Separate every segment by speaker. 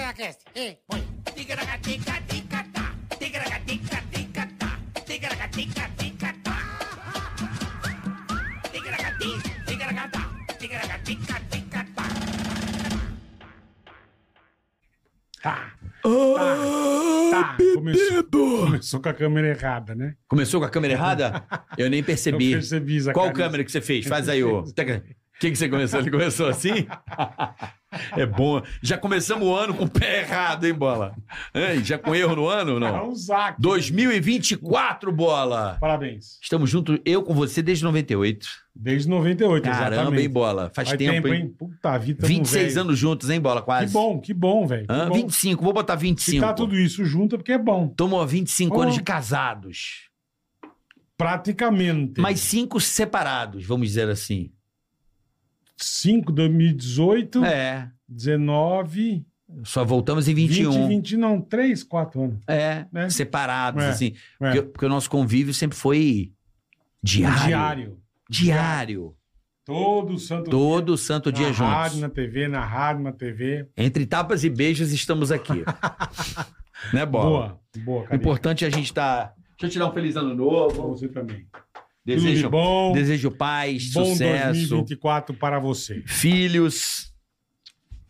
Speaker 1: podcast. Ei, põe. Ticaragatica-ticatá. Ticaragatica-ticatá. Ticaragatica-ticatá. Ticaragati, ticaragatá. Ticaragatica-ticatá. Tá. Tá, começou, começou com a câmera errada, né?
Speaker 2: Começou com a câmera errada? Eu nem percebi.
Speaker 1: Eu percebi,
Speaker 2: Qual
Speaker 1: Zacarias.
Speaker 2: câmera que você fez? Faz aí, ô. O que, que você começou? Ele começou assim? É bom. Já começamos o ano com o pé errado, hein, bola? Hein? Já com erro no ano,
Speaker 1: É
Speaker 2: não?
Speaker 1: um Zac.
Speaker 2: 2024, bola!
Speaker 1: Parabéns.
Speaker 2: Estamos juntos, eu com você, desde 98.
Speaker 1: Desde 98,
Speaker 2: Caramba,
Speaker 1: exatamente.
Speaker 2: hein, bola? Faz tempo, hein?
Speaker 1: Puta vida, tamo
Speaker 2: 26
Speaker 1: velho.
Speaker 2: anos juntos, hein, bola?
Speaker 1: Que
Speaker 2: Quase. Ah,
Speaker 1: bom, que bom, velho. Que
Speaker 2: Hã?
Speaker 1: bom.
Speaker 2: 25, vou botar 25.
Speaker 1: Ficar tudo isso junto é porque é bom.
Speaker 2: Tomou 25
Speaker 1: Bom.
Speaker 2: anos de casados.
Speaker 1: Praticamente.
Speaker 2: Mas cinco separados, vamos dizer assim.
Speaker 1: 5, 2018,
Speaker 2: É.
Speaker 1: 19,
Speaker 2: Só voltamos em
Speaker 1: 20,
Speaker 2: 21.
Speaker 1: 20, não, 3, 4 anos.
Speaker 2: É,
Speaker 1: Né?
Speaker 2: separados,
Speaker 1: É,
Speaker 2: assim.
Speaker 1: é.
Speaker 2: Porque, porque o nosso convívio sempre foi diário. Diário.
Speaker 1: Diário. Todo santo
Speaker 2: Todo santo dia
Speaker 1: na
Speaker 2: juntos.
Speaker 1: rádio, na TV, na rádio, na TV.
Speaker 2: Entre tapas e beijos estamos aqui. né, Bola?
Speaker 1: Boa, boa,
Speaker 2: O
Speaker 1: cara.
Speaker 2: importante é a gente estar... Deixa eu te dar um feliz ano novo.
Speaker 1: Você também. Tudo de
Speaker 2: Desejo,
Speaker 1: bom.
Speaker 2: desejo paz,
Speaker 1: bom
Speaker 2: sucesso,
Speaker 1: 2024 para você.
Speaker 2: filhos.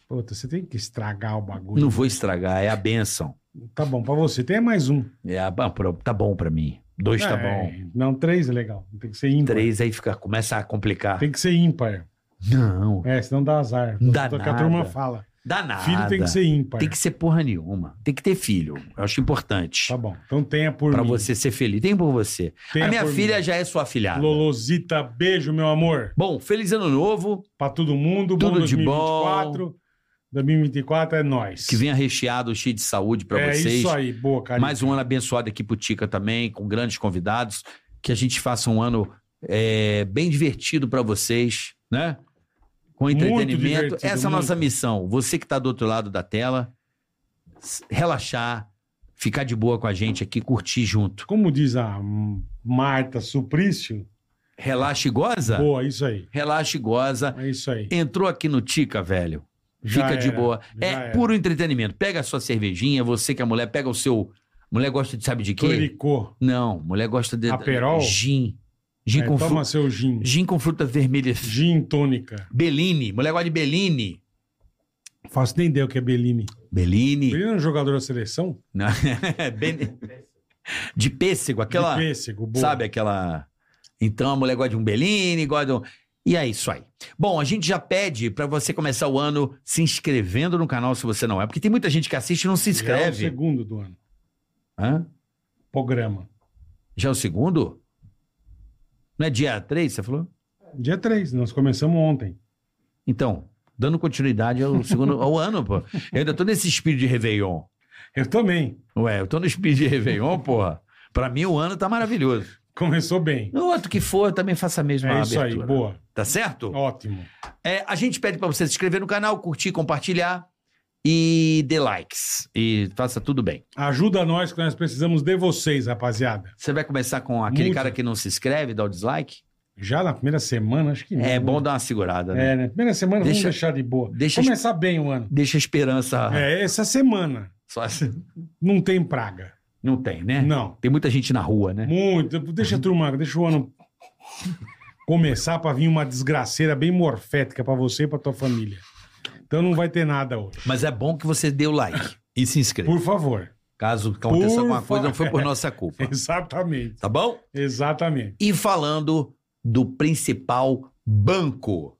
Speaker 1: Puta, você tem que estragar o bagulho.
Speaker 2: Não vou estragar, é a benção.
Speaker 1: Tá bom, para você. Tem mais um.
Speaker 2: É a- tá bom pra mim. Dois tá bom.
Speaker 1: É, Não, três é legal. Tem que ser ímpar.
Speaker 2: Três aí fica, começa a complicar.
Speaker 1: Tem que ser ímpar.
Speaker 2: Não,
Speaker 1: É, senão dá azar.
Speaker 2: Não dá
Speaker 1: Só que a
Speaker 2: nada.
Speaker 1: turma fala.
Speaker 2: dá nada.
Speaker 1: Filho tem que ser ímpar.
Speaker 2: Tem que ser porra nenhuma. Tem que ter filho. Eu acho importante.
Speaker 1: Tá bom. Então tenha por
Speaker 2: Pra
Speaker 1: mim.
Speaker 2: você ser feliz. Tem por você.
Speaker 1: Tenha
Speaker 2: a minha
Speaker 1: por
Speaker 2: filha
Speaker 1: mim.
Speaker 2: já é sua filhada.
Speaker 1: Lolosita, beijo, meu amor.
Speaker 2: Bom, feliz ano novo.
Speaker 1: Pra todo mundo.
Speaker 2: Tudo de bom.
Speaker 1: 2024 é nós.
Speaker 2: Que venha recheado, cheio de saúde pra
Speaker 1: é
Speaker 2: vocês.
Speaker 1: isso aí, boa, cara.
Speaker 2: Mais um ano abençoado aqui pro Tica também, com grandes convidados. Que a gente faça um ano é, bem divertido pra vocês, né? Com
Speaker 1: Muito
Speaker 2: entretenimento.
Speaker 1: divertido,
Speaker 2: Essa é a
Speaker 1: muito.
Speaker 2: nossa missão. Você que tá do outro lado da tela, s- relaxar, ficar de boa com a gente aqui, curtir junto.
Speaker 1: Como diz a hum, Marta Suplício,
Speaker 2: Relaxa e goza?
Speaker 1: boa, é isso aí.
Speaker 2: Relaxa e goza.
Speaker 1: É isso aí.
Speaker 2: Entrou aqui no Tica, velho.
Speaker 1: Já
Speaker 2: Fica de
Speaker 1: era,
Speaker 2: boa.
Speaker 1: já
Speaker 2: É
Speaker 1: era.
Speaker 2: puro entretenimento. Pega a sua cervejinha, você que é mulher, pega o seu. Mulher gosta de sabe de quê?
Speaker 1: Clericô.
Speaker 2: Não, mulher gosta de.
Speaker 1: Aperol?
Speaker 2: Gin. Gin,
Speaker 1: É,
Speaker 2: com
Speaker 1: toma
Speaker 2: fruta,
Speaker 1: seu gin.
Speaker 2: gin com fruta vermelha.
Speaker 1: Gin tônica.
Speaker 2: Bellini. Mulher gosta de Bellini.
Speaker 1: Faço nem ideia o que é Bellini.
Speaker 2: Bellini.
Speaker 1: Bellini é um jogador da seleção?
Speaker 2: Não, Bene- De pêssego, aquela.
Speaker 1: De pêssego, boa.
Speaker 2: Sabe aquela. Então a mulher gosta de um Bellini, gosta de um. E é isso aí. Bom, a gente já pede pra você começar o ano se inscrevendo no canal se você não é, porque tem muita gente que assiste e não se
Speaker 1: Já é o
Speaker 2: inscreve.
Speaker 1: segundo do ano.
Speaker 2: Hã?
Speaker 1: Programa.
Speaker 2: Já é o segundo? Não é dia 3, você falou?
Speaker 1: Dia 3, nós começamos ontem.
Speaker 2: Então, dando continuidade ao segundo ao ano, pô. Eu ainda tô nesse espírito de Réveillon.
Speaker 1: Eu também.
Speaker 2: Ué, eu tô no espírito de Réveillon, porra. Pra mim o ano tá maravilhoso.
Speaker 1: Começou bem.
Speaker 2: No outro que for, eu também faça a mesma
Speaker 1: é isso aí,
Speaker 2: abertura.
Speaker 1: boa.
Speaker 2: Tá certo?
Speaker 1: Ótimo.
Speaker 2: É, a gente pede pra você se inscrever no canal, curtir, compartilhar e dê likes. E faça tudo bem.
Speaker 1: Ajuda nós que nós precisamos de vocês, rapaziada.
Speaker 2: Você vai começar com aquele
Speaker 1: Muito.
Speaker 2: cara que não se inscreve, dá o dislike?
Speaker 1: Já na primeira semana, acho que não.
Speaker 2: É
Speaker 1: né?
Speaker 2: bom dar uma segurada, né?
Speaker 1: É, né? Primeira semana
Speaker 2: Deixa-
Speaker 1: vamos deixar de boa.
Speaker 2: deixa- Ah.
Speaker 1: Começar bem o ano.
Speaker 2: Deixa a esperança.
Speaker 1: É, essa semana
Speaker 2: Só assim.
Speaker 1: não tem praga.
Speaker 2: Não tem, né?
Speaker 1: Não.
Speaker 2: Tem muita gente na rua, né?
Speaker 1: Muito. Deixa a turma, deixa o ano começar pra vir uma desgraceira bem morfética pra você e pra tua família. Então não vai ter nada hoje.
Speaker 2: Mas é bom que você dê o like e se inscreva.
Speaker 1: Por favor.
Speaker 2: Caso aconteça
Speaker 1: Por
Speaker 2: alguma coisa, não foi por
Speaker 1: fa-
Speaker 2: nossa culpa.
Speaker 1: Exatamente.
Speaker 2: Tá bom?
Speaker 1: Exatamente.
Speaker 2: E falando do principal banco.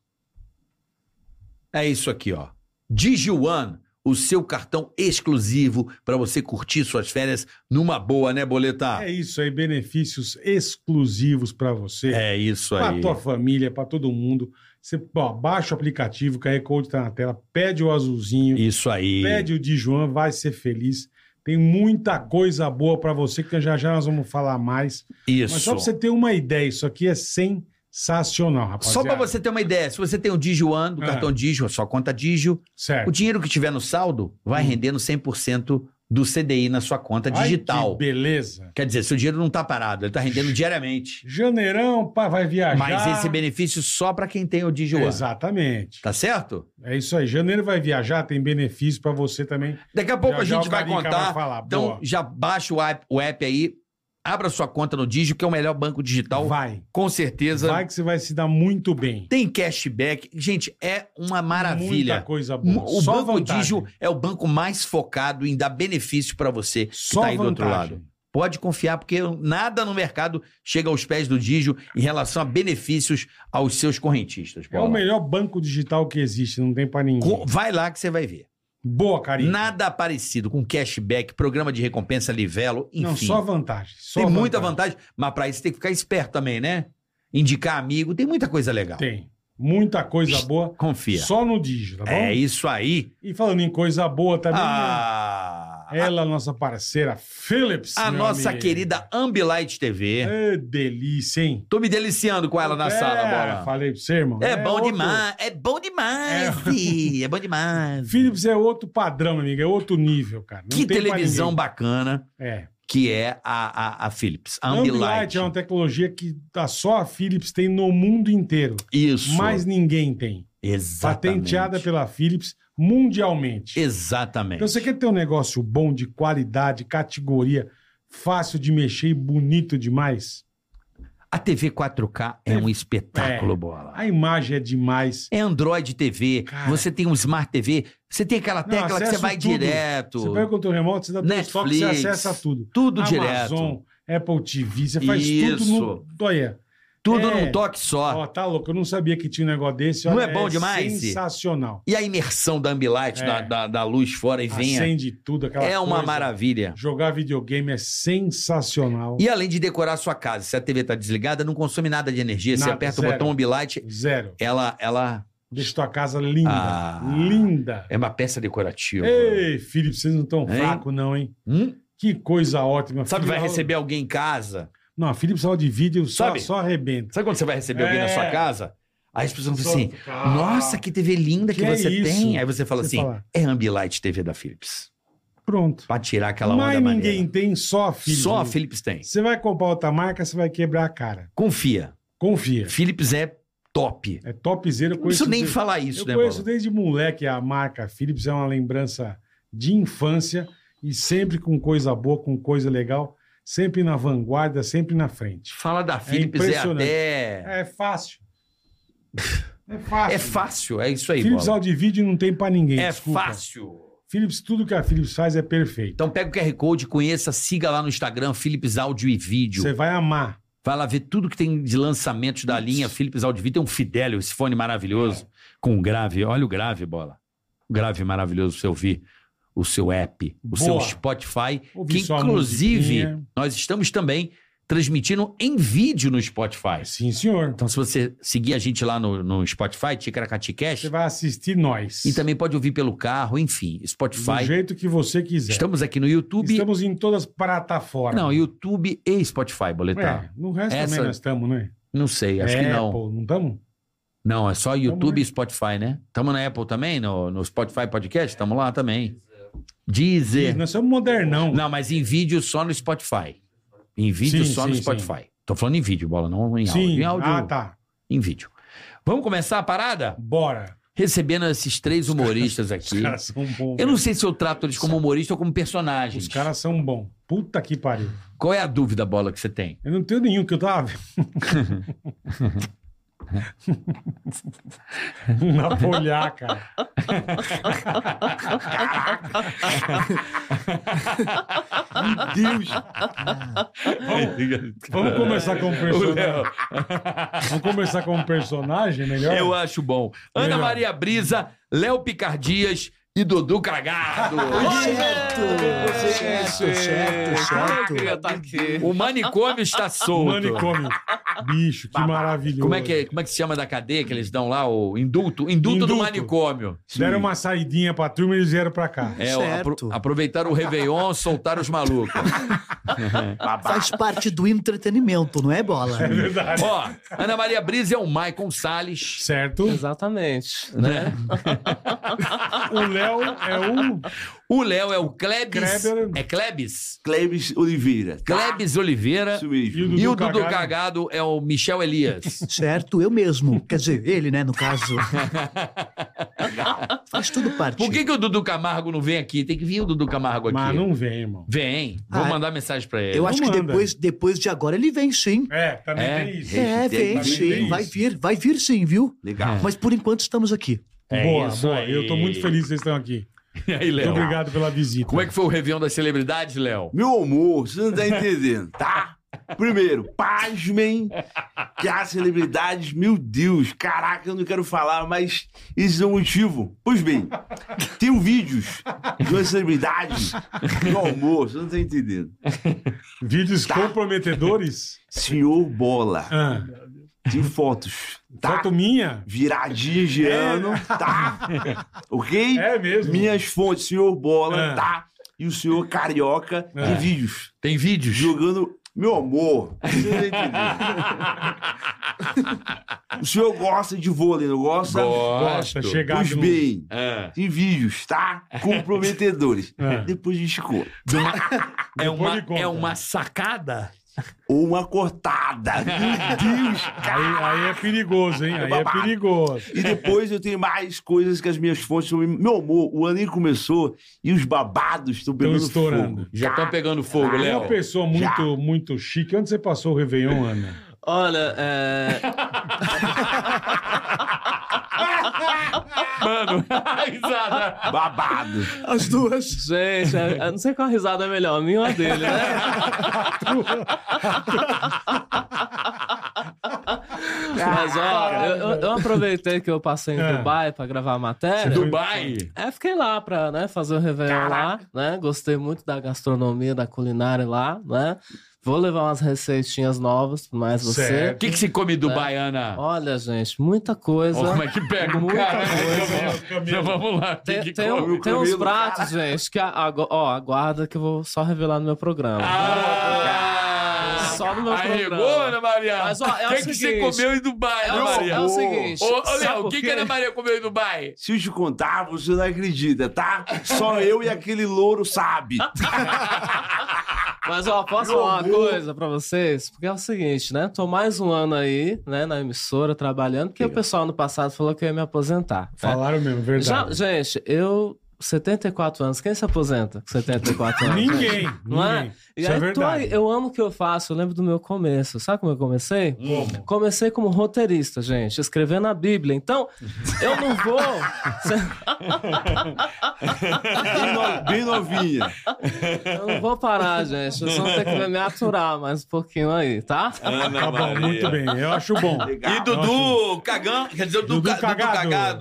Speaker 2: É isso aqui, ó. DigiOne, o seu cartão exclusivo para você curtir suas férias numa boa, né, Boleta?
Speaker 1: É isso aí, benefícios exclusivos pra você,
Speaker 2: É isso
Speaker 1: pra
Speaker 2: aí.
Speaker 1: tua família, pra todo mundo. Você ó, baixa o aplicativo, o QR Code tá na tela, pede o azulzinho,
Speaker 2: Isso aí.
Speaker 1: pede o de João, vai ser feliz. Tem muita coisa boa pra você que já já nós vamos falar mais.
Speaker 2: Isso.
Speaker 1: Mas só pra você ter uma ideia, isso aqui é sensacional, rapaziada.
Speaker 2: Só para você ter uma ideia, se você tem o DigiOne, do
Speaker 1: Ah.
Speaker 2: cartão Digio, a sua conta Digio,
Speaker 1: Certo.
Speaker 2: o dinheiro que tiver no saldo vai render no 100% do CDI na sua conta
Speaker 1: Hum. Ai,
Speaker 2: digital.
Speaker 1: que beleza.
Speaker 2: Quer dizer, seu dinheiro não está parado, ele está rendendo diariamente.
Speaker 1: Janeirão, pá, vai viajar.
Speaker 2: Mas esse benefício só para quem tem o DigiOne.
Speaker 1: Exatamente.
Speaker 2: Tá certo?
Speaker 1: É isso aí. Janeiro vai viajar, tem benefício pra você também.
Speaker 2: Daqui a pouco
Speaker 1: Já,
Speaker 2: a
Speaker 1: já
Speaker 2: gente
Speaker 1: o
Speaker 2: vai
Speaker 1: Carica
Speaker 2: contar.
Speaker 1: vai falar,
Speaker 2: Então
Speaker 1: boa.
Speaker 2: já baixa o app, o app aí, abra sua conta no Digio, que é o melhor banco digital.
Speaker 1: vai.
Speaker 2: Com certeza.
Speaker 1: Vai que você vai se dar muito bem.
Speaker 2: Tem cashback. Gente, é uma
Speaker 1: Muita
Speaker 2: maravilha.
Speaker 1: coisa boa.
Speaker 2: O
Speaker 1: Só
Speaker 2: Banco
Speaker 1: vantagem.
Speaker 2: Digio é o banco mais focado em dar benefício para você que
Speaker 1: Só
Speaker 2: está aí do outro
Speaker 1: vantagem.
Speaker 2: lado. Pode confiar, porque nada no mercado chega aos pés do Digio em relação a benefícios aos seus correntistas.
Speaker 1: É o
Speaker 2: Bola.
Speaker 1: melhor banco digital que existe, não tem pra ninguém.
Speaker 2: Co- Vai lá que você vai ver.
Speaker 1: Boa, carinho.
Speaker 2: Nada parecido com cashback, programa de recompensa Livelo, enfim.
Speaker 1: Não, só vantagem. só
Speaker 2: tem muita vantagem, mas pra isso tem que ficar esperto também, né? Indicar amigo, tem muita coisa legal.
Speaker 1: Tem. Muita coisa
Speaker 2: Psst,
Speaker 1: boa.
Speaker 2: Confia.
Speaker 1: Só no Digio, tá bom?
Speaker 2: É isso aí.
Speaker 1: E falando em coisa boa também, né?
Speaker 2: Ah, a-
Speaker 1: ela, nossa parceira Philips.
Speaker 2: a
Speaker 1: meu
Speaker 2: nossa
Speaker 1: amigo.
Speaker 2: querida Ambilight TV.
Speaker 1: É delícia, hein?
Speaker 2: Tô me deliciando com ela na
Speaker 1: É,
Speaker 2: sala, bola.
Speaker 1: Falei pra você, irmão.
Speaker 2: É, bom
Speaker 1: outro-
Speaker 2: demais, é bom demais, fi, é bom demais.
Speaker 1: Philips é outro padrão, meu amigo. É outro nível, cara. Não
Speaker 2: que
Speaker 1: tem pra
Speaker 2: televisão
Speaker 1: ninguém.
Speaker 2: bacana
Speaker 1: É.
Speaker 2: que é a, a, a Philips, a Ambilight.
Speaker 1: Ambilight é uma tecnologia que tá- só a Philips tem no mundo inteiro.
Speaker 2: Isso,
Speaker 1: Mas ninguém tem.
Speaker 2: exatamente.
Speaker 1: Patenteada pela Philips mundialmente.
Speaker 2: Exatamente.
Speaker 1: Então você quer ter um negócio bom, de qualidade, categoria, fácil de mexer e bonito demais?
Speaker 2: A TV 4K é um espetáculo,
Speaker 1: É.
Speaker 2: bola.
Speaker 1: A imagem é demais.
Speaker 2: É Android TV,
Speaker 1: Cara.
Speaker 2: você tem um Smart TV, você tem aquela
Speaker 1: Não,
Speaker 2: tecla que você
Speaker 1: acesso
Speaker 2: vai
Speaker 1: tudo.
Speaker 2: direto.
Speaker 1: Você pega o controle remoto, você dá dois
Speaker 2: Netflix,
Speaker 1: toques, você acessa tudo.
Speaker 2: Tudo direto.
Speaker 1: Amazon, Apple TV, você faz
Speaker 2: Isso.
Speaker 1: tudo no... Olha,
Speaker 2: Tudo
Speaker 1: É.
Speaker 2: num toque só.
Speaker 1: ó, tá louco, eu não sabia que tinha um negócio desse.
Speaker 2: Não
Speaker 1: olha,
Speaker 2: é bom demais?
Speaker 1: Sensacional.
Speaker 2: E a imersão da Ambilight,
Speaker 1: É.
Speaker 2: da, da- da luz fora e venha,
Speaker 1: Acende tudo, aquela
Speaker 2: é uma
Speaker 1: coisa.
Speaker 2: maravilha.
Speaker 1: Jogar videogame é sensacional.
Speaker 2: E além de decorar a sua casa, se a TV tá desligada, não consome nada de energia. você
Speaker 1: Nada,
Speaker 2: aperta o
Speaker 1: zero.
Speaker 2: botão Ambilight,
Speaker 1: Zero.
Speaker 2: ela, ela
Speaker 1: Deixa tua casa linda.
Speaker 2: Ah.
Speaker 1: Linda.
Speaker 2: é uma peça decorativa.
Speaker 1: Ei, Felipe, vocês não estão
Speaker 2: Hein?
Speaker 1: fracos não, hein?
Speaker 2: Hum?
Speaker 1: Que coisa ótima.
Speaker 2: Sabe, vai
Speaker 1: Philips-
Speaker 2: receber alguém em casa.
Speaker 1: Não, a Philips aula de vídeo só,
Speaker 2: Sabe?
Speaker 1: só arrebenta.
Speaker 2: Sabe quando você vai receber alguém na
Speaker 1: É.
Speaker 2: sua casa? Aí as pessoas falam
Speaker 1: Só-
Speaker 2: assim, Nossa, que TV linda que,
Speaker 1: Que é
Speaker 2: você
Speaker 1: isso?
Speaker 2: tem. Aí você fala
Speaker 1: Você
Speaker 2: assim:
Speaker 1: fala.
Speaker 2: é Ambilight TV da Philips.
Speaker 1: Pronto.
Speaker 2: Pra tirar aquela
Speaker 1: Mas
Speaker 2: onda
Speaker 1: ninguém
Speaker 2: maneira.
Speaker 1: tem, só a Philips.
Speaker 2: Só a Philips tem.
Speaker 1: Você vai comprar outra marca, você vai quebrar a cara.
Speaker 2: Confia.
Speaker 1: Confia.
Speaker 2: Philips é top.
Speaker 1: É topzera. eu
Speaker 2: Não preciso
Speaker 1: conheço
Speaker 2: nem
Speaker 1: desde-
Speaker 2: falar isso,
Speaker 1: Eu
Speaker 2: né,
Speaker 1: conheço
Speaker 2: Bola?
Speaker 1: desde moleque a marca Philips, é uma lembrança de infância e sempre com coisa boa, com coisa legal, sempre na vanguarda, sempre na frente.
Speaker 2: Fala da Philips é,
Speaker 1: impressionante.
Speaker 2: até.
Speaker 1: É fácil. É fácil.
Speaker 2: É fácil, é isso aí,
Speaker 1: Philips
Speaker 2: Bola.
Speaker 1: áudio e vídeo não tem pra ninguém,
Speaker 2: É
Speaker 1: desculpa.
Speaker 2: fácil.
Speaker 1: Philips, tudo que a Philips faz é perfeito.
Speaker 2: Então pega o QR Code, conheça, siga lá no Instagram, Philips Áudio e Vídeo.
Speaker 1: Você vai amar.
Speaker 2: Vai lá ver tudo que tem de lançamentos da linha Philips Audivit. Tem um Fidelio, esse fone
Speaker 1: É.
Speaker 2: maravilhoso, com grave. Olha o grave, bola. O grave maravilhoso, você ouvir o seu app, o seu
Speaker 1: Boa.
Speaker 2: Spotify,
Speaker 1: Ouvi
Speaker 2: que
Speaker 1: só a
Speaker 2: inclusive
Speaker 1: musiquinha.
Speaker 2: nós estamos também transmitindo em vídeo no Spotify.
Speaker 1: Sim, senhor.
Speaker 2: Então, se você seguir a gente lá no, no Spotify, Ticaracati
Speaker 1: Você
Speaker 2: Cash,
Speaker 1: vai assistir nós.
Speaker 2: e também pode ouvir pelo carro, enfim,
Speaker 1: do
Speaker 2: Spotify.
Speaker 1: jeito que você quiser.
Speaker 2: Estamos aqui no YouTube.
Speaker 1: Estamos em todas as plataformas.
Speaker 2: Não, YouTube e Spotify, boletar.
Speaker 1: É, no resto
Speaker 2: Essa-
Speaker 1: também nós estamos, né?
Speaker 2: Não sei, acho
Speaker 1: é,
Speaker 2: que não.
Speaker 1: Pô, não estamos?
Speaker 2: Não, é só
Speaker 1: Tamo
Speaker 2: YouTube
Speaker 1: aí.
Speaker 2: e Spotify, né? Tamo na Apple também, no, no Spotify Podcast, tamo lá também. Deezer.
Speaker 1: Nós somos modernão.
Speaker 2: Não, mas em vídeo só no Spotify. Em vídeo
Speaker 1: Sim,
Speaker 2: só no
Speaker 1: sim,
Speaker 2: Spotify. Tô falando em vídeo, bola, não em áudio.
Speaker 1: Sim.
Speaker 2: Em áudio,
Speaker 1: Ah, tá.
Speaker 2: em vídeo. Vamos começar a parada?
Speaker 1: Bora.
Speaker 2: Recebendo esses três humoristas
Speaker 1: Os
Speaker 2: aqui.
Speaker 1: caras são bons.
Speaker 2: Eu
Speaker 1: velho.
Speaker 2: não sei se eu trato eles como humorista ou como personagens.
Speaker 1: Os caras são bons. Puta que pariu.
Speaker 2: Qual é a dúvida, bola, que você tem?
Speaker 1: Eu não tenho nenhum que eu tava. Napolhar, cara. Meu Deus. Vamos começar com o personagem. Vamos começar com o personagem, melhor?
Speaker 2: Eu acho bom. Ana
Speaker 1: Melhor.
Speaker 2: Maria Brisa, Léo Picardias e Dudu Cragardo.
Speaker 3: Certo, é certo, certo. tá aqui.
Speaker 2: O manicômio está solto.
Speaker 1: Manicômio. Bicho, que maravilhoso.
Speaker 2: Como é que, como é que se chama da cadeia que eles dão lá? O indulto? Indulto, do
Speaker 1: Indulto.
Speaker 2: manicômio.
Speaker 1: Deram uma saidinha pra turma e eles vieram pra cá.
Speaker 2: É, o- apro-
Speaker 3: Certo.
Speaker 2: aproveitaram o Réveillon, soltaram os malucos.
Speaker 3: Faz parte do entretenimento, não é bola?
Speaker 1: É verdade.
Speaker 2: Ó, Ana Maria Brisa é o Maicon Salles.
Speaker 1: Certo?
Speaker 4: Exatamente.
Speaker 2: Né?
Speaker 1: O Léo é o.
Speaker 2: O Léo é o Klebs.
Speaker 1: Kleber.
Speaker 2: É Klebs?
Speaker 4: Cleves Oliveira.
Speaker 2: Klebs Oliveira.
Speaker 4: Isso mesmo.
Speaker 1: E o
Speaker 2: E o
Speaker 1: Dudu
Speaker 2: Dudu
Speaker 1: Cagado.
Speaker 2: Cagado é o Michel Elias.
Speaker 3: Certo, eu mesmo. Quer dizer, ele, né, no caso. Faz tudo parte.
Speaker 2: Por que, que o Dudu Camargo não vem aqui? Tem que vir o Dudu Camargo aqui.
Speaker 1: Mas não vem, irmão.
Speaker 2: Vem. Vou
Speaker 3: Ah,
Speaker 2: mandar mensagem pra ele.
Speaker 3: Eu acho que
Speaker 1: manda.
Speaker 3: depois, depois de agora ele vem, sim.
Speaker 1: É, também
Speaker 2: É.
Speaker 1: tem isso.
Speaker 3: É,
Speaker 4: Hashtag
Speaker 3: vem, É.
Speaker 1: também
Speaker 3: sim.
Speaker 1: tem
Speaker 3: Vai
Speaker 1: isso.
Speaker 3: vir, vai vir sim, viu?
Speaker 1: É.
Speaker 4: Legal.
Speaker 3: Mas por enquanto estamos aqui.
Speaker 2: É
Speaker 1: boa,
Speaker 2: isso
Speaker 1: boa.
Speaker 2: aí.
Speaker 1: Eu tô muito feliz que vocês estão aqui.
Speaker 2: E aí,
Speaker 1: Muito
Speaker 2: Léo?
Speaker 1: obrigado pela visita.
Speaker 2: Como é que foi o Réveillon das Celebridades, Léo?
Speaker 4: Meu amor, você não tá entendendo, tá? Primeiro, pasmem que as celebridades, meu Deus, caraca, eu não quero falar, mas esse é o motivo. Pois bem, tenho vídeos de uma celebridade. Meu amor, você não tá entendendo.
Speaker 1: Vídeos
Speaker 4: Tá.
Speaker 1: comprometedores?
Speaker 4: Senhor Bola,
Speaker 2: Tá.
Speaker 1: Ah,
Speaker 4: tem fotos, tá?
Speaker 1: Foto minha?
Speaker 4: Viradinhas de ano, tá? Ok?
Speaker 1: É mesmo.
Speaker 4: Minhas fontes, senhor Bola,
Speaker 1: É.
Speaker 4: tá? E o senhor Carioca, tem
Speaker 1: É.
Speaker 4: vídeos.
Speaker 2: Tem vídeos?
Speaker 4: jogando. Meu amor, você não entendeu. o senhor gosta de vôlei, não gosta?
Speaker 1: Gosta, chegado.
Speaker 4: Pois bem,
Speaker 2: É.
Speaker 4: tem vídeos, tá? Comprometedores.
Speaker 1: É.
Speaker 4: Depois a gente conta.
Speaker 2: É, uma,
Speaker 1: me conta.
Speaker 2: é uma sacada?
Speaker 4: Ou uma cortada. Meu Deus,
Speaker 1: Aí,
Speaker 4: cara.
Speaker 1: aí é perigoso, hein? Aí é
Speaker 4: Babado.
Speaker 1: perigoso.
Speaker 4: E depois eu tenho mais coisas que as minhas fontes estão me... Meu amor, o ano nem começou e os babados estão pegando
Speaker 1: estourando.
Speaker 4: fogo.
Speaker 2: Já estão
Speaker 4: Tá?
Speaker 2: pegando fogo,
Speaker 1: É
Speaker 2: Léo.
Speaker 1: uma pessoa muito, muito chique. Onde você passou o Réveillon, Ana?
Speaker 5: Olha, é,
Speaker 2: Mano, a risada.
Speaker 4: Babado.
Speaker 3: As duas.
Speaker 5: gente, é- eu não sei qual risada é melhor, a minha ou a dele, né? Mas ó, eu, eu- eu aproveitei que eu passei em
Speaker 1: É.
Speaker 5: Dubai pra gravar a matéria.
Speaker 2: Dubai.
Speaker 5: É, fiquei lá pra né, fazer o Réveillon lá, né? Gostei muito da gastronomia, da culinária lá, né? Vou levar umas receitinhas novas, mais você.
Speaker 1: Certo.
Speaker 2: O que, que se come em Dubai, Ana?
Speaker 5: Olha, gente, muita coisa.
Speaker 2: Ó, como é que pega o
Speaker 5: Muita
Speaker 2: cara?
Speaker 1: coisa.
Speaker 2: Então vamos lá. o que
Speaker 5: Tem,
Speaker 2: que
Speaker 5: tem, um
Speaker 2: come?
Speaker 4: o
Speaker 5: tem uns
Speaker 4: Camilo,
Speaker 5: pratos, gente, que. a- agu- ó, aguarda que eu vou só revelar no meu programa.
Speaker 2: Ah,
Speaker 5: Só no meu
Speaker 2: Arregou,
Speaker 5: programa.
Speaker 2: Ana Maria?
Speaker 5: Mas, ó, é
Speaker 2: o
Speaker 5: o
Speaker 2: que, que você
Speaker 5: seguinte.
Speaker 2: comeu em Dubai,
Speaker 5: É
Speaker 2: Ana
Speaker 5: o,
Speaker 2: Maria?
Speaker 5: é o seguinte.
Speaker 2: Ô, ô,
Speaker 5: sabe
Speaker 2: Léo, o
Speaker 5: por
Speaker 2: que, que
Speaker 5: quê?
Speaker 2: a Ana Maria comeu em Dubai?
Speaker 4: Se eu te contar, você não acredita, tá? Só eu e aquele louro sabe.
Speaker 5: Mas, ó, posso
Speaker 4: Meu
Speaker 5: falar uma
Speaker 4: amor.
Speaker 5: coisa pra vocês? Porque é o seguinte, né? Tô mais um ano aí, né, na emissora, trabalhando, porque o pessoal ano passado falou que eu ia me aposentar. né?
Speaker 1: Falaram mesmo,
Speaker 5: Já,
Speaker 1: verdade.
Speaker 5: gente, eu. 74 anos. Quem se aposenta com 74 anos?
Speaker 1: Ninguém.
Speaker 5: Não é?
Speaker 1: ninguém.
Speaker 5: E
Speaker 1: Isso é
Speaker 5: aí, tô
Speaker 1: verdade.
Speaker 5: aí, eu amo o que eu faço, eu lembro do meu começo. Sabe como eu comecei?
Speaker 1: Como?
Speaker 5: Comecei como roteirista, gente, escrevendo a Bíblia. Então, eu não vou.
Speaker 4: Bem, no- bem novinha.
Speaker 5: eu não vou parar, gente. Vocês vão ter que me aturar mais um pouquinho aí, tá?
Speaker 1: Tá bom, muito bem. Eu acho bom.
Speaker 4: Legal.
Speaker 2: E Dudu Cagão, quer dizer, Dudu,
Speaker 1: Dudu
Speaker 2: Ca- Dudu
Speaker 1: Cagado.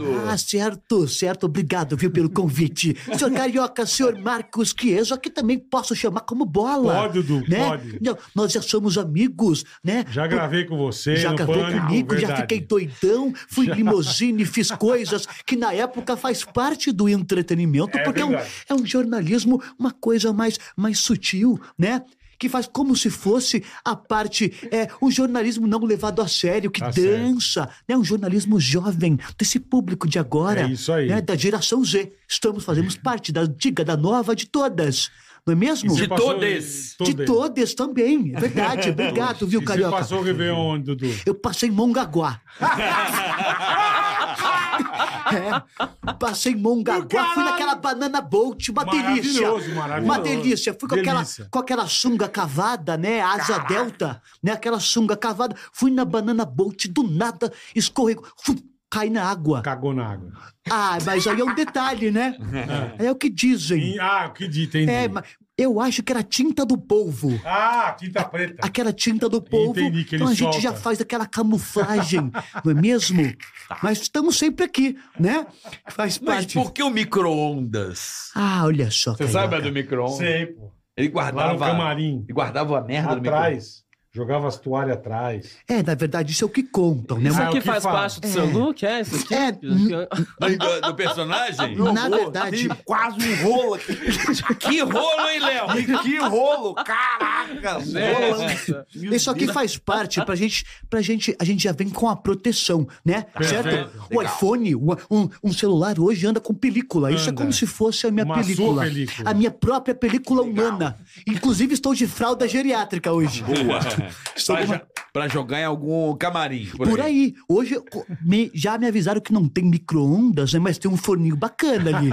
Speaker 2: Cagado.
Speaker 3: Ah, certo, certo. Obrigado, viu, pelo convite. Senhor Carioca, senhor Marcos Chiesa, que também posso chamar como bola.
Speaker 1: Pode, Dudu,
Speaker 3: né?
Speaker 1: pode.
Speaker 3: Não, nós já somos amigos, né?
Speaker 1: Já gravei com você,
Speaker 3: Já
Speaker 1: no
Speaker 3: gravei
Speaker 1: Pânico,
Speaker 3: comigo, já
Speaker 1: verdade.
Speaker 3: fiquei doidão, fui em limousine, fiz coisas que na época faz parte do entretenimento,
Speaker 1: É
Speaker 3: porque é um,
Speaker 1: verdade.
Speaker 3: é um jornalismo, uma coisa mais, mais sutil, né? Que faz como se fosse a parte, é, o jornalismo não levado a sério, que
Speaker 1: Tá
Speaker 3: dança, né? Um jornalismo jovem, desse público de agora.
Speaker 1: É isso aí.
Speaker 3: Né? Da geração Z. Estamos, fazemos parte da antiga, da nova, de todas. Não é
Speaker 1: E
Speaker 3: mesmo?
Speaker 1: você
Speaker 2: De
Speaker 1: passou-
Speaker 2: todas.
Speaker 3: De todas também, é verdade. Obrigado, viu,
Speaker 1: E
Speaker 3: Carioca?
Speaker 1: Você passou o Réveillon onde, Dudu?
Speaker 3: Eu passei em Mongaguá. é, passei em Mongaguá, fui naquela banana bolt, uma delícia.
Speaker 1: Maravilhoso, maravilhoso.
Speaker 3: Uma delícia. Fui com aquela,
Speaker 1: Delícia.
Speaker 3: com aquela sunga cavada, né? Asa delta, né? Aquela sunga cavada. Fui na banana bolt, do nada, escorregou. Fui, cai na água.
Speaker 1: Cagou na água.
Speaker 3: Ah, mas aí é um detalhe, né? É o que dizem.
Speaker 1: E- ah, que dita, entendi.
Speaker 3: É, mas eu acho que era tinta do polvo.
Speaker 1: Ah, tinta preta.
Speaker 3: aquela tinta do povo.
Speaker 1: Entendi, que ele
Speaker 3: então a gente
Speaker 1: solta. Tá.
Speaker 3: já faz aquela camuflagem, não é mesmo? Mas estamos sempre aqui, né? Faz
Speaker 2: Mas
Speaker 3: parte.
Speaker 2: por que o micro-ondas?
Speaker 3: Ah, olha só.
Speaker 2: Você
Speaker 3: Carioca.
Speaker 2: sabe a do micro-ondas?
Speaker 1: Sei, pô.
Speaker 2: Ele
Speaker 1: Lá no
Speaker 2: guardava.
Speaker 1: camarim.
Speaker 2: E guardava a merda do micro
Speaker 1: Atrás. Jogava as toalhas atrás.
Speaker 3: É, na verdade, isso é o que contam, né?
Speaker 1: Ah,
Speaker 5: Isso
Speaker 1: o que
Speaker 5: aqui faz
Speaker 1: fala?
Speaker 5: parte do seu
Speaker 3: É.
Speaker 5: look, é? Isso aqui?
Speaker 3: É,
Speaker 2: Do, do- do personagem?
Speaker 3: Não. Na
Speaker 4: Horror,
Speaker 3: verdade-
Speaker 4: tem quase um rolo aqui.
Speaker 2: Que rolo, hein, Léo?
Speaker 4: E que rolo! Caraca! Rolo.
Speaker 5: Nossa.
Speaker 4: Meu
Speaker 3: Isso aqui
Speaker 4: Deus.
Speaker 3: faz parte pra gente, pra gente, a gente já vem com a proteção, né?
Speaker 1: Perfeito.
Speaker 3: Certo? O
Speaker 4: Legal.
Speaker 3: iPhone, o- um, um celular hoje anda com película. Isso é
Speaker 1: Anda.
Speaker 3: como se fosse a minha
Speaker 1: Uma sua
Speaker 3: película.
Speaker 1: película.
Speaker 3: A minha própria película humana. Inclusive estou de fralda geriátrica hoje.
Speaker 4: Boa.
Speaker 3: Estou
Speaker 2: Pra,
Speaker 3: com uma-
Speaker 2: jo- pra jogar em algum camarim. Por,
Speaker 3: Por aí. Hoje co- me- já me avisaram que não tem micro-ondas, né? Mas tem um forninho bacana ali.